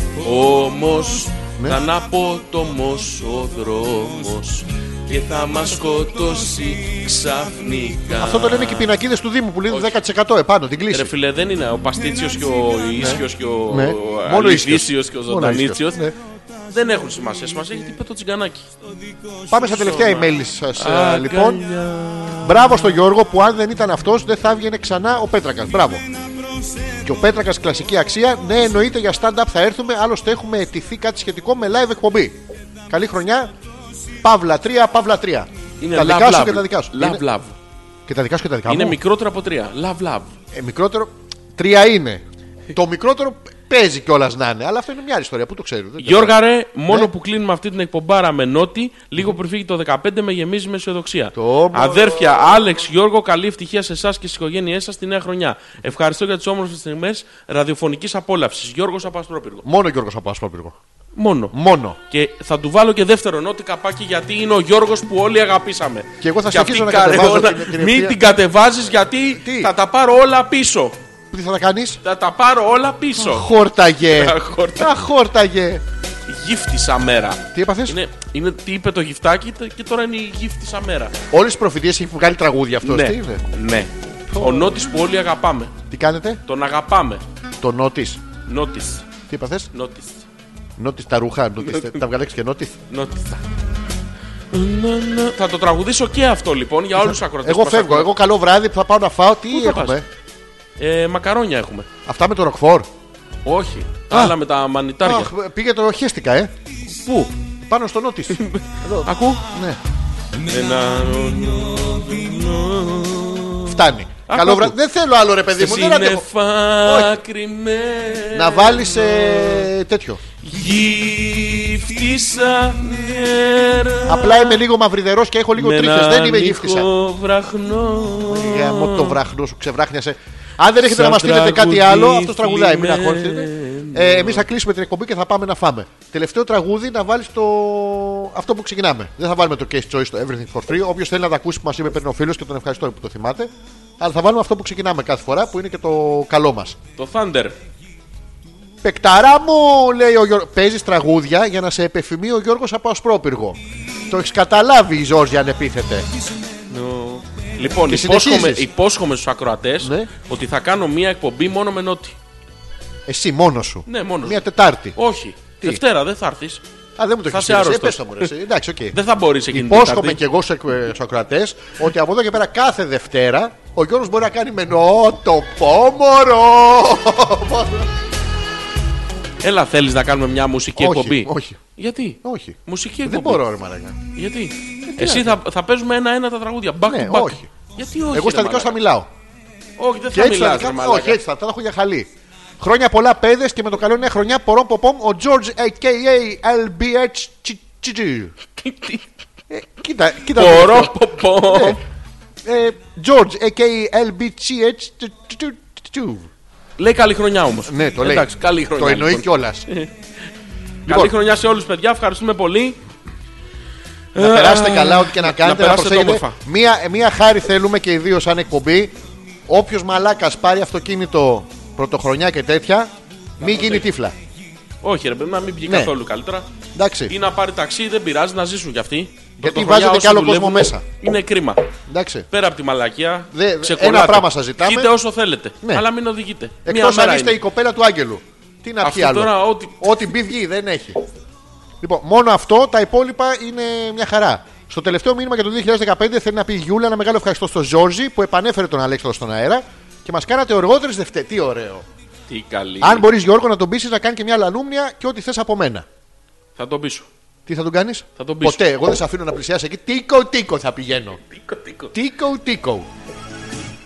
S2: όμως
S1: Ναι.
S2: Ήταν απότομος ο δρόμος Και θα μας σκοτώσει ξαφνικά
S1: Αυτό το λένε και οι πινακίδες του Δήμου που λένε 10% επάνω Ε, την
S2: Ρε
S1: κλίση.
S2: φίλε, δεν είναι ο Παστίτσιος και ο Ίσιος και ο
S1: Ναι. Μόνο ο Ίσιος.
S2: Αληθίσιος και ο
S1: Μόνο ο
S2: Ζωντανίτσιος
S1: Ίσιος, ναι.
S2: δεν έχουν σημασία. Σημασία έχει τι είπε το τσιγκανάκι.
S1: Πάμε στα τελευταία email σα λοιπόν. Μπράβο στον Γιώργο που αν δεν ήταν αυτός δεν θα έβγαινε ξανά ο Πέτρακας. Μπράβο. Και ο Πέτρακας κλασική αξία. Ναι, εννοείται για stand-up θα έρθουμε. Άλλωστε έχουμε ετηθεί κάτι σχετικό με live εκπομπή. Καλή χρονιά. Παύλα 3, Παύλα 3.
S2: Είναι
S1: τα
S2: love,
S1: δικά σου
S2: love.
S1: και τα δικά σου.
S2: Love,
S1: Είναι-
S2: love.
S1: Και τα δικά σου και τα δικά
S2: Είναι
S1: μου.
S2: μικρότερο από τρία. Love, love.
S1: Ε, μικρότερο. Τρία είναι. το μικρότερο παίζει κιόλας να είναι. Αλλά αυτό είναι μια άλλη ιστορία. Πού το ξέρετε. δεν το
S2: Γιώργα, ρε, μόνο
S1: Ναι.
S2: που κλείνουμε αυτή την εκπομπάρα με νότι, λίγο πριν φύγει το 15 με γεμίζει με αισιοδοξία.
S1: Το-
S2: Αδέρφια, Άλεξ, Γιώργο, καλή ευτυχία σε εσάς και στις οικογένειές σας τη νέα χρονιά. Ευχαριστώ για τις όμορφες στιγμές ραδιοφωνικής απόλαυσης. Γιώργος Απαστρόπυργος.
S1: Μόνο Γιώργος από Ασπρόπυργο.
S2: Μόνο.
S1: Μόνο.
S2: Και θα του βάλω και δεύτερο νότι καπάκι γιατί είναι ο Γιώργος που όλοι αγαπήσαμε.
S1: Και εγώ θα
S2: αυτή
S1: συνεχίσω να
S2: η καρεόλα-
S1: κατεβάζω την- την
S2: Μην
S1: ευθεία.
S2: την κατεβάζεις γιατί
S1: Τι?
S2: θα τα πάρω όλα πίσω.
S1: Τι θα τα κάνεις.
S2: Θα τα πάρω όλα πίσω.
S1: Χόρταγε.
S2: Τα χόρτα-
S1: Τα χόρταγε.
S2: Γύφτησα μέρα.
S1: Τι έπαθες.
S2: Είναι, είναι τι είπε το γυφτάκι τε- και τώρα είναι η γύφτησα μέρα.
S1: Όλες τι προφητείες έχει βγάλει τραγούδια αυτό. Τι είναι.
S2: ναι. Ο Νότης που όλοι αγαπάμε.
S1: Τι κάνετε.
S2: Τον αγαπάμε.
S1: Το νότης.
S2: Νότης.
S1: Τι έπαθες.
S2: Νότης.
S1: Νότης τα ρούχα. νότις. Τα βγάλεξε και νότης.
S2: Νότησα. Να, να. Θα το τραγουδήσω και αυτό λοιπόν για όλους τους ακροτέ.
S1: Εγώ φεύγω. Εγώ καλό βράδυ που θα πάω να φάω. Τι
S2: θα πας?
S1: έχουμε.
S2: Ε, μακαρόνια έχουμε.
S1: Αυτά με το ροκφόρ.
S2: Όχι. Τα άλλα με τα μανιτάρια.
S1: Αχ, πήγε το χέστηκα, ε.
S2: Πού?
S1: Πάνω στο νότη.
S2: Ακού.
S1: Ναι.
S2: Ένα
S1: Φτάνει.
S2: Άκου,
S1: Καλό
S2: άκου.
S1: βράδυ. Δεν θέλω άλλο, ρε παιδί μου. Δεν αντέχω.
S2: σύννεφα κρυμμένα.
S1: Να ε, βάλει τέτοιο.
S2: Γύφτησα μέρα.
S1: Απλά είμαι λίγο μαυριδερός και έχω λίγο
S2: με
S1: τρίχες.
S2: έναν
S1: Δεν είμαι γύφτησα.
S2: ήχο βραχνό.
S1: Γαμώ το βραχνό σου, ξεβράχνιασε. Αν δεν έχετε να
S2: Σαν
S1: μας στείλετε κάτι
S2: τραγούδι
S1: άλλο, αυτό τραγουδάει. Μην
S2: θλιμμένο.
S1: αγχώνεστε. Ε, Εμείς θα κλείσουμε την εκπομπή και θα πάμε να φάμε. Τελευταίο τραγούδι να βάλεις το. αυτό που ξεκινάμε. Δεν θα βάλουμε το Case Choice, το Everything for Free. Όποιος θέλει να τα ακούσει που μας είπε πριν ο φίλος και τον ευχαριστώ που το θυμάται. Αλλά θα βάλουμε αυτό που ξεκινάμε κάθε φορά που είναι και το καλό μας.
S2: Το Thunder.
S1: Πεκταρά μου, λέει ο Γιώργος. Παίζεις τραγούδια για να σε επεφημεί ο Γιώργος από Ασπρόπυργο. Το έχεις καταλάβει η Ζόρζη αν επίθεται.
S2: Λοιπόν,
S1: Και
S2: υπόσχομαι,
S1: συνεχίζεις.
S2: υπόσχομαι στους ακροατές
S1: Ναι.
S2: ότι θα κάνω μία εκπομπή μόνο με νότι.
S1: Εσύ μόνος σου.
S2: Ναι, μόνος
S1: Μια
S2: μου.
S1: Τετάρτη.
S2: Όχι. Δευτέρα δεν θα έρθεις.
S1: Α, δεν μου το
S2: Θα
S1: έχεις πει.
S2: είσαι άρρωστος.
S1: Πες το μου, ρε, εσύ. Εντάξει, οκ.
S2: Δεν θα μπορείς εκείνη την
S1: Υπόσχομαι
S2: Τετάρτη.
S1: και εγώ στους ακροατές ότι από εδώ και πέρα κάθε Δευτέρα ο Γιώργος μπορεί να κάνει με νό το πόμορο.
S2: Έλα, θέλεις να κάνουμε μια μουσική
S1: Όχι,
S2: εκπομπή.
S1: όχι.
S2: Γιατί?
S1: όχι.
S2: Μουσική
S1: Δεν
S2: εκπομπή.
S1: μπορώ, Ε, ρε Μαραγκά.
S2: Γιατί? Εσύ θα, θα παίζουμε ένα-ένα τα τραγούδια. Back
S1: Ναι,
S2: to back.
S1: όχι.
S2: Γιατί όχι.
S1: Εγώ στα
S2: ρε
S1: δικά σου θα
S2: μαλάκα.
S1: μιλάω.
S2: Όχι, δεν
S1: Και
S2: θα
S1: έτσι θα
S2: μιλάς,
S1: δικά
S2: ρε
S1: μου.
S2: μαλάκα.
S1: Όχι, έτσι θα τα έχω για χαλή. Χρόνια πολλά, παιδες και με το καλό νέα χρονιά πορών ποπόμ ο George a.k.a. LBH Chichi.
S2: Τι-
S1: Ε, Κοίτα, κοίτα. το
S2: Μπορώ,
S1: δεύτερο.
S2: πω, πω.
S1: Ναι. Ε, George a.k.a. LBCH
S2: Λέει καλή χρονιά όμως.
S1: Ναι, το λέει.
S2: Εντάξει, καλή χρονιά.
S1: Το εννοεί
S2: λοιπόν.
S1: κιόλας.
S2: Καλή
S1: Λοιπόν.
S2: χρονιά σε όλους, παιδιά. Ευχαριστούμε πολύ.
S1: Να περάσετε καλά, ό,τι και να κάνετε.
S2: περάσετε
S1: προσέχετε.
S2: όμορφα.
S1: Μία, μία χάρη θέλουμε και ιδίω σαν εκπομπή. Όποιος μαλάκας πάρει αυτοκίνητο πρωτοχρονιά και τέτοια, μην γίνει τύφλα.
S2: Όχι, ρε παιδί, μου, να μην βγει
S1: Ναι.
S2: καθόλου καλύτερα. Ή
S1: Εντάξει.
S2: να πάρει ταξί, δεν πειράζει, να ζήσουν κι αυτοί. Πρωτοχρονιά
S1: βάζετε κι
S2: όσοι
S1: άλλο κόσμο
S2: δουλεύουν,
S1: μέσα.
S2: Είναι κρίμα.
S1: Εντάξει.
S2: Πέρα από τη μαλακία,
S1: Δε- δε-
S2: ξεκολλάτε.
S1: ένα πράγμα σας ζητάμε.
S2: Πείτε όσο θέλετε.
S1: Ναι.
S2: Αλλά μην οδηγείτε. Μία
S1: Εκτός αν
S2: μέρα
S1: είστε
S2: είναι.
S1: η κοπέλα του Άγγελου. Τι να
S2: Αυτό
S1: πιει άλλο.
S2: τώρα, ό,τι-
S1: Ό,τι μπει βγει, δεν έχει. Λοιπόν, μόνο αυτό, τα υπόλοιπα είναι μια χαρά. Στο τελευταίο μήνυμα για το 2015 θέλει να πει η Γιούλα ένα μεγάλο ευχαριστώ στο Ζόρζι που επανέφερε τον Αλέξανδρο στον αέρα και μας κάνατε οργότερες δευτέ. Τι ωραίο.
S2: Τι καλή.
S1: Αν μπορείς, Γιώργο, να τον πείσει να κάνει και μια λαλούμνια και ό,τι θες από μένα.
S2: Θα το πείσω.
S1: Τι θα τον κάνεις,
S2: Θα τον πείσω.
S1: Ποτέ. Εγώ δεν σε αφήνω να πλησιάσει εκεί. Τίκο, τίκο θα πηγαίνω.
S2: Τίκο, τίκο.
S1: Τίκο, τίκο.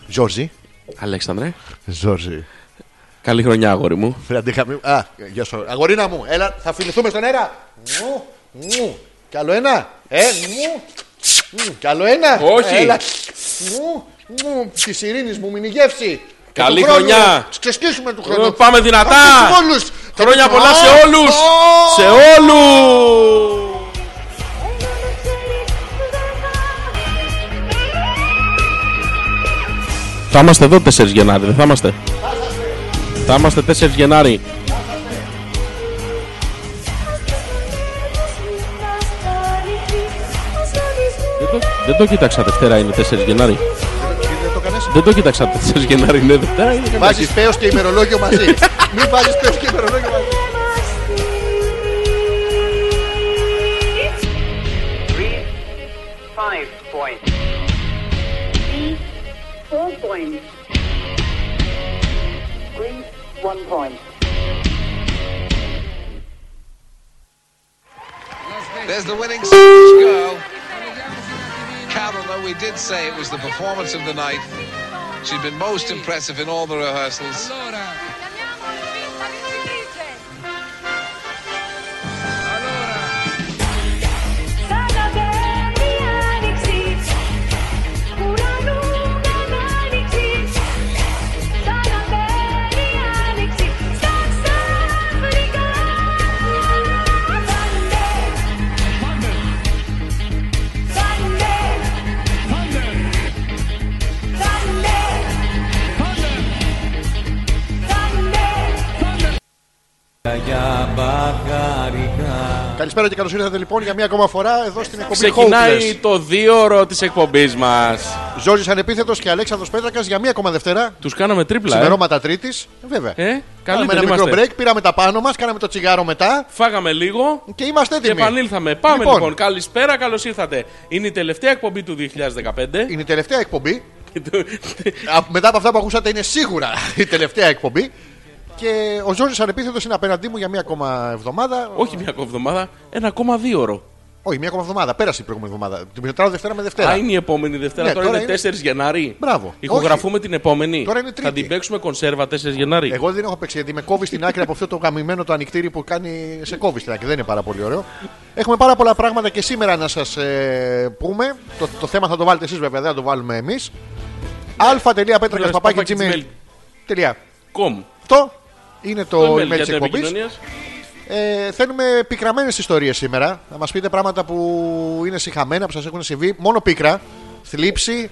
S1: Ζόρζι.
S2: Αλέξανδρε,
S1: Ζόρζι.
S2: καλή χρονιά, αγόρι μου.
S1: Φρέντι χαμί. Α, γεια σου. Αγορίνα μου, έλα, θα φιληθούμε στον αέρα. Μου, μου. Κι άλλο ένα. Ε, μου. Μου. Κι άλλο ένα.
S2: Όχι.
S1: Έλα. Μου, μου. Της ειρήνης μου, μην η γεύση.
S2: Καλή
S1: Και του
S2: χρονιά.
S1: χρόνου. Τις ξεσκίσουμε του χρόνου.
S2: Ε, πάμε δυνατά.
S1: Θα τους όλους.
S2: Χρόνια
S1: Θα τους-
S2: πολλά σε
S1: Ω,
S2: όλους.
S1: ω.
S2: Σε όλους! Θα είμαστε εδώ 4 Γενάρη, δεν θα είμαστε. Θα είμαστε 4 Γενάρη. Δεν το, δεν το κοίταξα Δευτέρα είναι 4 Γενάρη.
S1: Δεν το κάνεις.
S2: Δεν το κοίταξα 4 Γενάρη είναι Δευτέρα. Είναι
S1: Βάζεις πέος και ημερολόγιο μαζί. Μην βάζεις πέος και ημερολόγιο μαζί.
S8: Three, five points. Three, four points. Three, one point.
S9: There's the winning Spanish girl. Carol, though we did say it was the performance of the night. She'd been most impressive in all the rehearsals.
S1: Καλησπέρα και καλώς ήρθατε λοιπόν για μία ακόμα φορά εδώ στην εκπομπή
S2: Ξεκινάει
S1: Hopeless.
S2: το δύο ώρο της εκπομπής μας.
S1: Ζόρζης Ανεπίθετος και Αλέξανδρος Πέτρακας για μία ακόμα Δευτέρα.
S2: Τους κάναμε τρίπλα.
S1: Ξημερώματα Τρίτης. Βέβαια.
S2: Ε, ε
S1: Κάναμε
S2: καλύτερα
S1: ένα
S2: είμαστε.
S1: μικρό break, πήραμε τα πάνω μας, κάναμε το τσιγάρο μετά
S2: Φάγαμε λίγο
S1: και είμαστε
S2: και
S1: έτοιμοι.
S2: επανήλθαμε. Πάμε λοιπόν.
S1: Λοιπόν.
S2: Καλησπέρα, καλώς ήρθατε. Είναι η τελευταία εκπομπή του 2015.
S1: Είναι η τελευταία εκπομπή. Α, μετά από αυτά που ακούσατε, είναι σίγουρα η τελευταία εκπομπή. Και ο Ζόρι Ανεπίθετος είναι απέναντί μου για μία ακόμα εβδομάδα.
S2: Όχι μια ακόμα εβδομάδα, ένα ακόμα δύο ώρο.
S1: Όχι, μία ακόμα εβδομάδα. Πέρασε η προηγούμενη εβδομάδα. Την μετράω Δευτέρα με Δευτέρα.
S2: Α, είναι η επόμενη Δευτέρα.
S1: Ναι,
S2: τώρα,
S1: τώρα
S2: είναι
S1: είναι-
S2: 4 Γενάρη.
S1: Μπράβο.
S2: Ηχογραφούμε την επόμενη.
S1: Τώρα είναι
S2: Θα
S1: Τρίτη.
S2: την παίξουμε κονσέρβα 4 Γενάρη.
S1: Εγώ δεν έχω παίξει γιατί με κόβει στην άκρη από αυτό το γαμημένο το ανοιχτήρι που κάνει. Σε κόβει στην άκρη, δεν είναι πάρα πολύ ωραίο. Έχουμε πάρα πολλά πράγματα και σήμερα να σας πούμε. Το, το θέμα θα το βάλετε εσείς βέβαια, δεν θα το βάλουμε εμείς. αλφα.πέτρακα.gmail.com
S2: Κομ.
S1: Αυτό είναι το email τη
S2: για τα
S1: εκπομπής.
S2: επικοινωνίας.
S1: Ε, θέλουμε πικραμένες ιστορίες σήμερα. Να μας πείτε πράγματα που είναι συχαμένα, που σας έχουν συμβεί. Μόνο πίκρα. Θλίψη,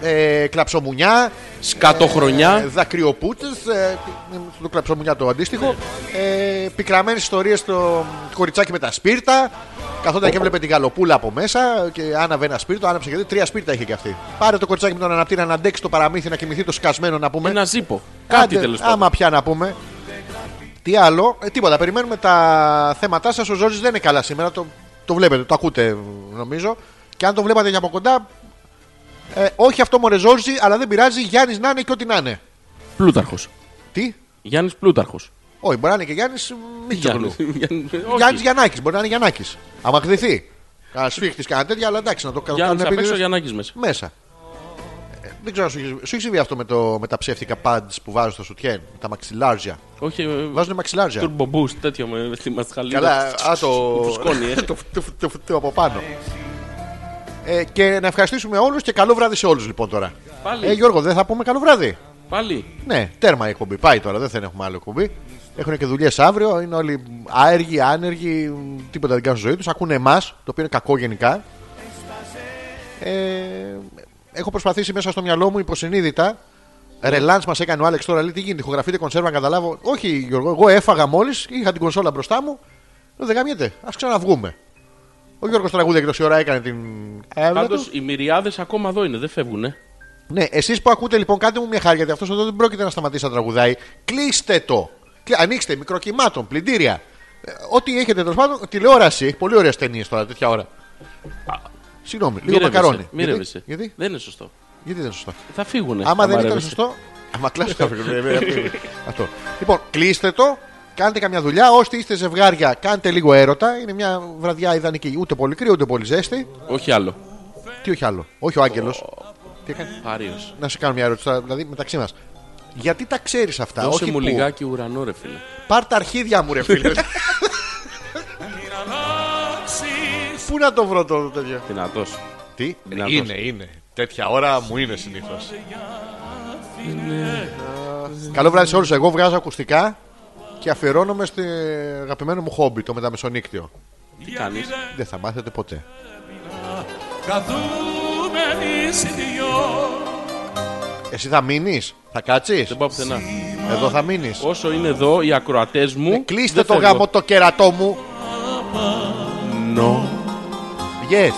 S1: ε, κλαψομουνιά, ε,
S2: Σκατοχρονιά.
S1: δακρυοπούτες. Ε, το κλαψομουνιά το αντίστοιχο. Ε, πικραμένες ιστορίες στο κοριτσάκι με τα σπίρτα. Καθόταν και έβλεπε την γαλοπούλα από μέσα και άναβε ένα σπίρτο, άναψε και δύο. Τρία σπίρτα είχε και αυτή. Πάρε το κοριτσάκι με τον αναπτήρα να αντέξει το παραμύθι, να κοιμηθεί το σκασμένο να πούμε.
S2: Ένα ζύπο. Κάτι
S1: Άντε,
S2: τέλος πάντων.
S1: Άμα πια να πούμε. Τι άλλο, ε, τίποτα. Περιμένουμε τα θέματά σας. Ο Ζόρζη δεν είναι καλά σήμερα. Το, το βλέπετε, το ακούτε νομίζω. Και αν το βλέπατε για από κοντά. Ε, όχι αυτό μωρέ Ζόρζη, αλλά δεν πειράζει. Γιάννης να είναι και ό,τι να είναι.
S2: Πλούταρχος.
S1: Τι,
S2: Γιάννης Πλούταρχος.
S1: όχι, μπορεί να είναι και Γιάννης Μίτσοκλου. Γιάννη
S2: Γιάννη
S1: Γιαννάκης, μπορεί να είναι Γιαννάκης. Άμα χδυθεί. Κανένα σφίχτης, κανένα τέτοια, αλλά εντάξει, να το κάνουν
S2: Γιάννη απ' έξω,
S1: επίτηδες.
S2: Γιαννάκης μέσα.
S1: Μέσα. Ε, δεν ξέρω, αν σου έχει- σου έχει συμβεί αυτό με, το, με τα ψεύτικα pads που βάζουν στο σουτιέν, με τα μαξιλάρια.
S2: Όχι, ε,
S1: Βάζουν μαξιλάρια.
S2: turbo boost, τέτοιο με στη μασχαλίδα.
S1: Καλά, α το.
S2: Φουσκώνει, ε.
S1: το, φου- φου- φου- φου- από πάνω. Ε, και να ευχαριστήσουμε όλους και καλό βράδυ σε όλους λοιπόν τώρα.
S2: Πάλι.
S1: Ε, Γιώργο, δεν θα πούμε καλό βράδυ.
S2: Πάλι.
S1: Ναι, τέρμα η εκπομπή. Πάει τώρα, δεν θα έχουμε άλλη εκπομπή. Έχουν και δουλειές αύριο, είναι όλοι άεργοι, άνεργοι, μ, τίποτα δεν κάνουν στη ζωή τους. Ακούνε εμάς, το οποίο είναι κακό γενικά. Ε, έχω προσπαθήσει μέσα στο μυαλό μου υποσυνείδητα Ρελάν μας έκανε ο Άλεξ τώρα, λέει τι γίνεται, ηχογραφείτε κονσέρβα, να καταλάβω. Όχι, Γιώργο, εγώ έφαγα μόλις, είχα την κονσόλα μπροστά μου. Λέω δεν γαμιέται, ας ξαναβγούμε. Ο Γιώργος τραγούδια και τόση ώρα έκανε την. Άβλα
S2: Πάντως
S1: του.
S2: οι μυριάδες ακόμα εδώ είναι, δεν φεύγουνε.
S1: Ναι, εσείς που ακούτε λοιπόν, κάντε μου μια χάρη γιατί αυτός εδώ δεν πρόκειται να σταματήσει να τραγουδάει. Κλείστε το. Κλει- Ανοίξτε μικροκυμάτων, πλυντήρια. Ε, Ό,τι έχετε τέλος πάντων, τηλεόραση. Πολύ ωραίες ταινίες τώρα, τέτοια ώρα. Συγγνώμη, λίγο
S2: Μοιρεύεσαι,
S1: μακαρόνι.
S2: μοιρεύεσαι.
S1: Γιατί, γιατί,
S2: Δεν είναι σωστό.
S1: γιατί δεν είναι σωστό.
S2: Θα φύγουνε.
S1: Άμα δεν ήταν
S2: μαρεύεσαι.
S1: σωστό. Άμα κλάσω θα φύγουν. Ε, ε, ε, Αυτό. Λοιπόν, κλείστε το. Κάντε καμιά δουλειά. Όσοι είστε ζευγάρια, κάντε λίγο έρωτα. Είναι μια βραδιά ιδανική. Ούτε πολύ κρύο, ούτε πολύ ζέστη.
S2: Όχι άλλο.
S1: Τι όχι άλλο. Όχι ο Άγγελο. Τι έκανε.
S2: Άριο.
S1: Να σε κάνω μια ερώτηση, τώρα, δηλαδή μεταξύ μα. Γιατί τα ξέρει αυτά,
S2: Δώσε
S1: όχι
S2: μου
S1: που.
S2: λιγάκι ουρανό, ρε φίλε.
S1: Πάρ τα αρχίδια μου, ρε φίλε. Πού να το βρω το τέτοιο.
S2: Δυνατός.
S1: Τι,
S2: Δυνατός.
S1: είναι. Τέτοια ώρα μου είναι συνήθως. Ναι. Καλό βράδυ σε όλους. Εγώ βγάζω ακουστικά και αφιερώνομαι στο αγαπημένο μου χόμπι, το μεταμεσονύκτιο.
S2: Τι κάνεις.
S1: Δεν θα μάθετε ποτέ. Εσύ θα μείνεις, θα κάτσεις.
S2: Δεν πάω πουθενά.
S1: Εδώ θα μείνεις.
S2: Όσο είναι εδώ οι ακροατές μου.
S1: Ε, Κλείστε
S2: δεν
S1: το
S2: φεύγω.
S1: γάμο το κερατό μου.
S2: Νο.
S1: Yes.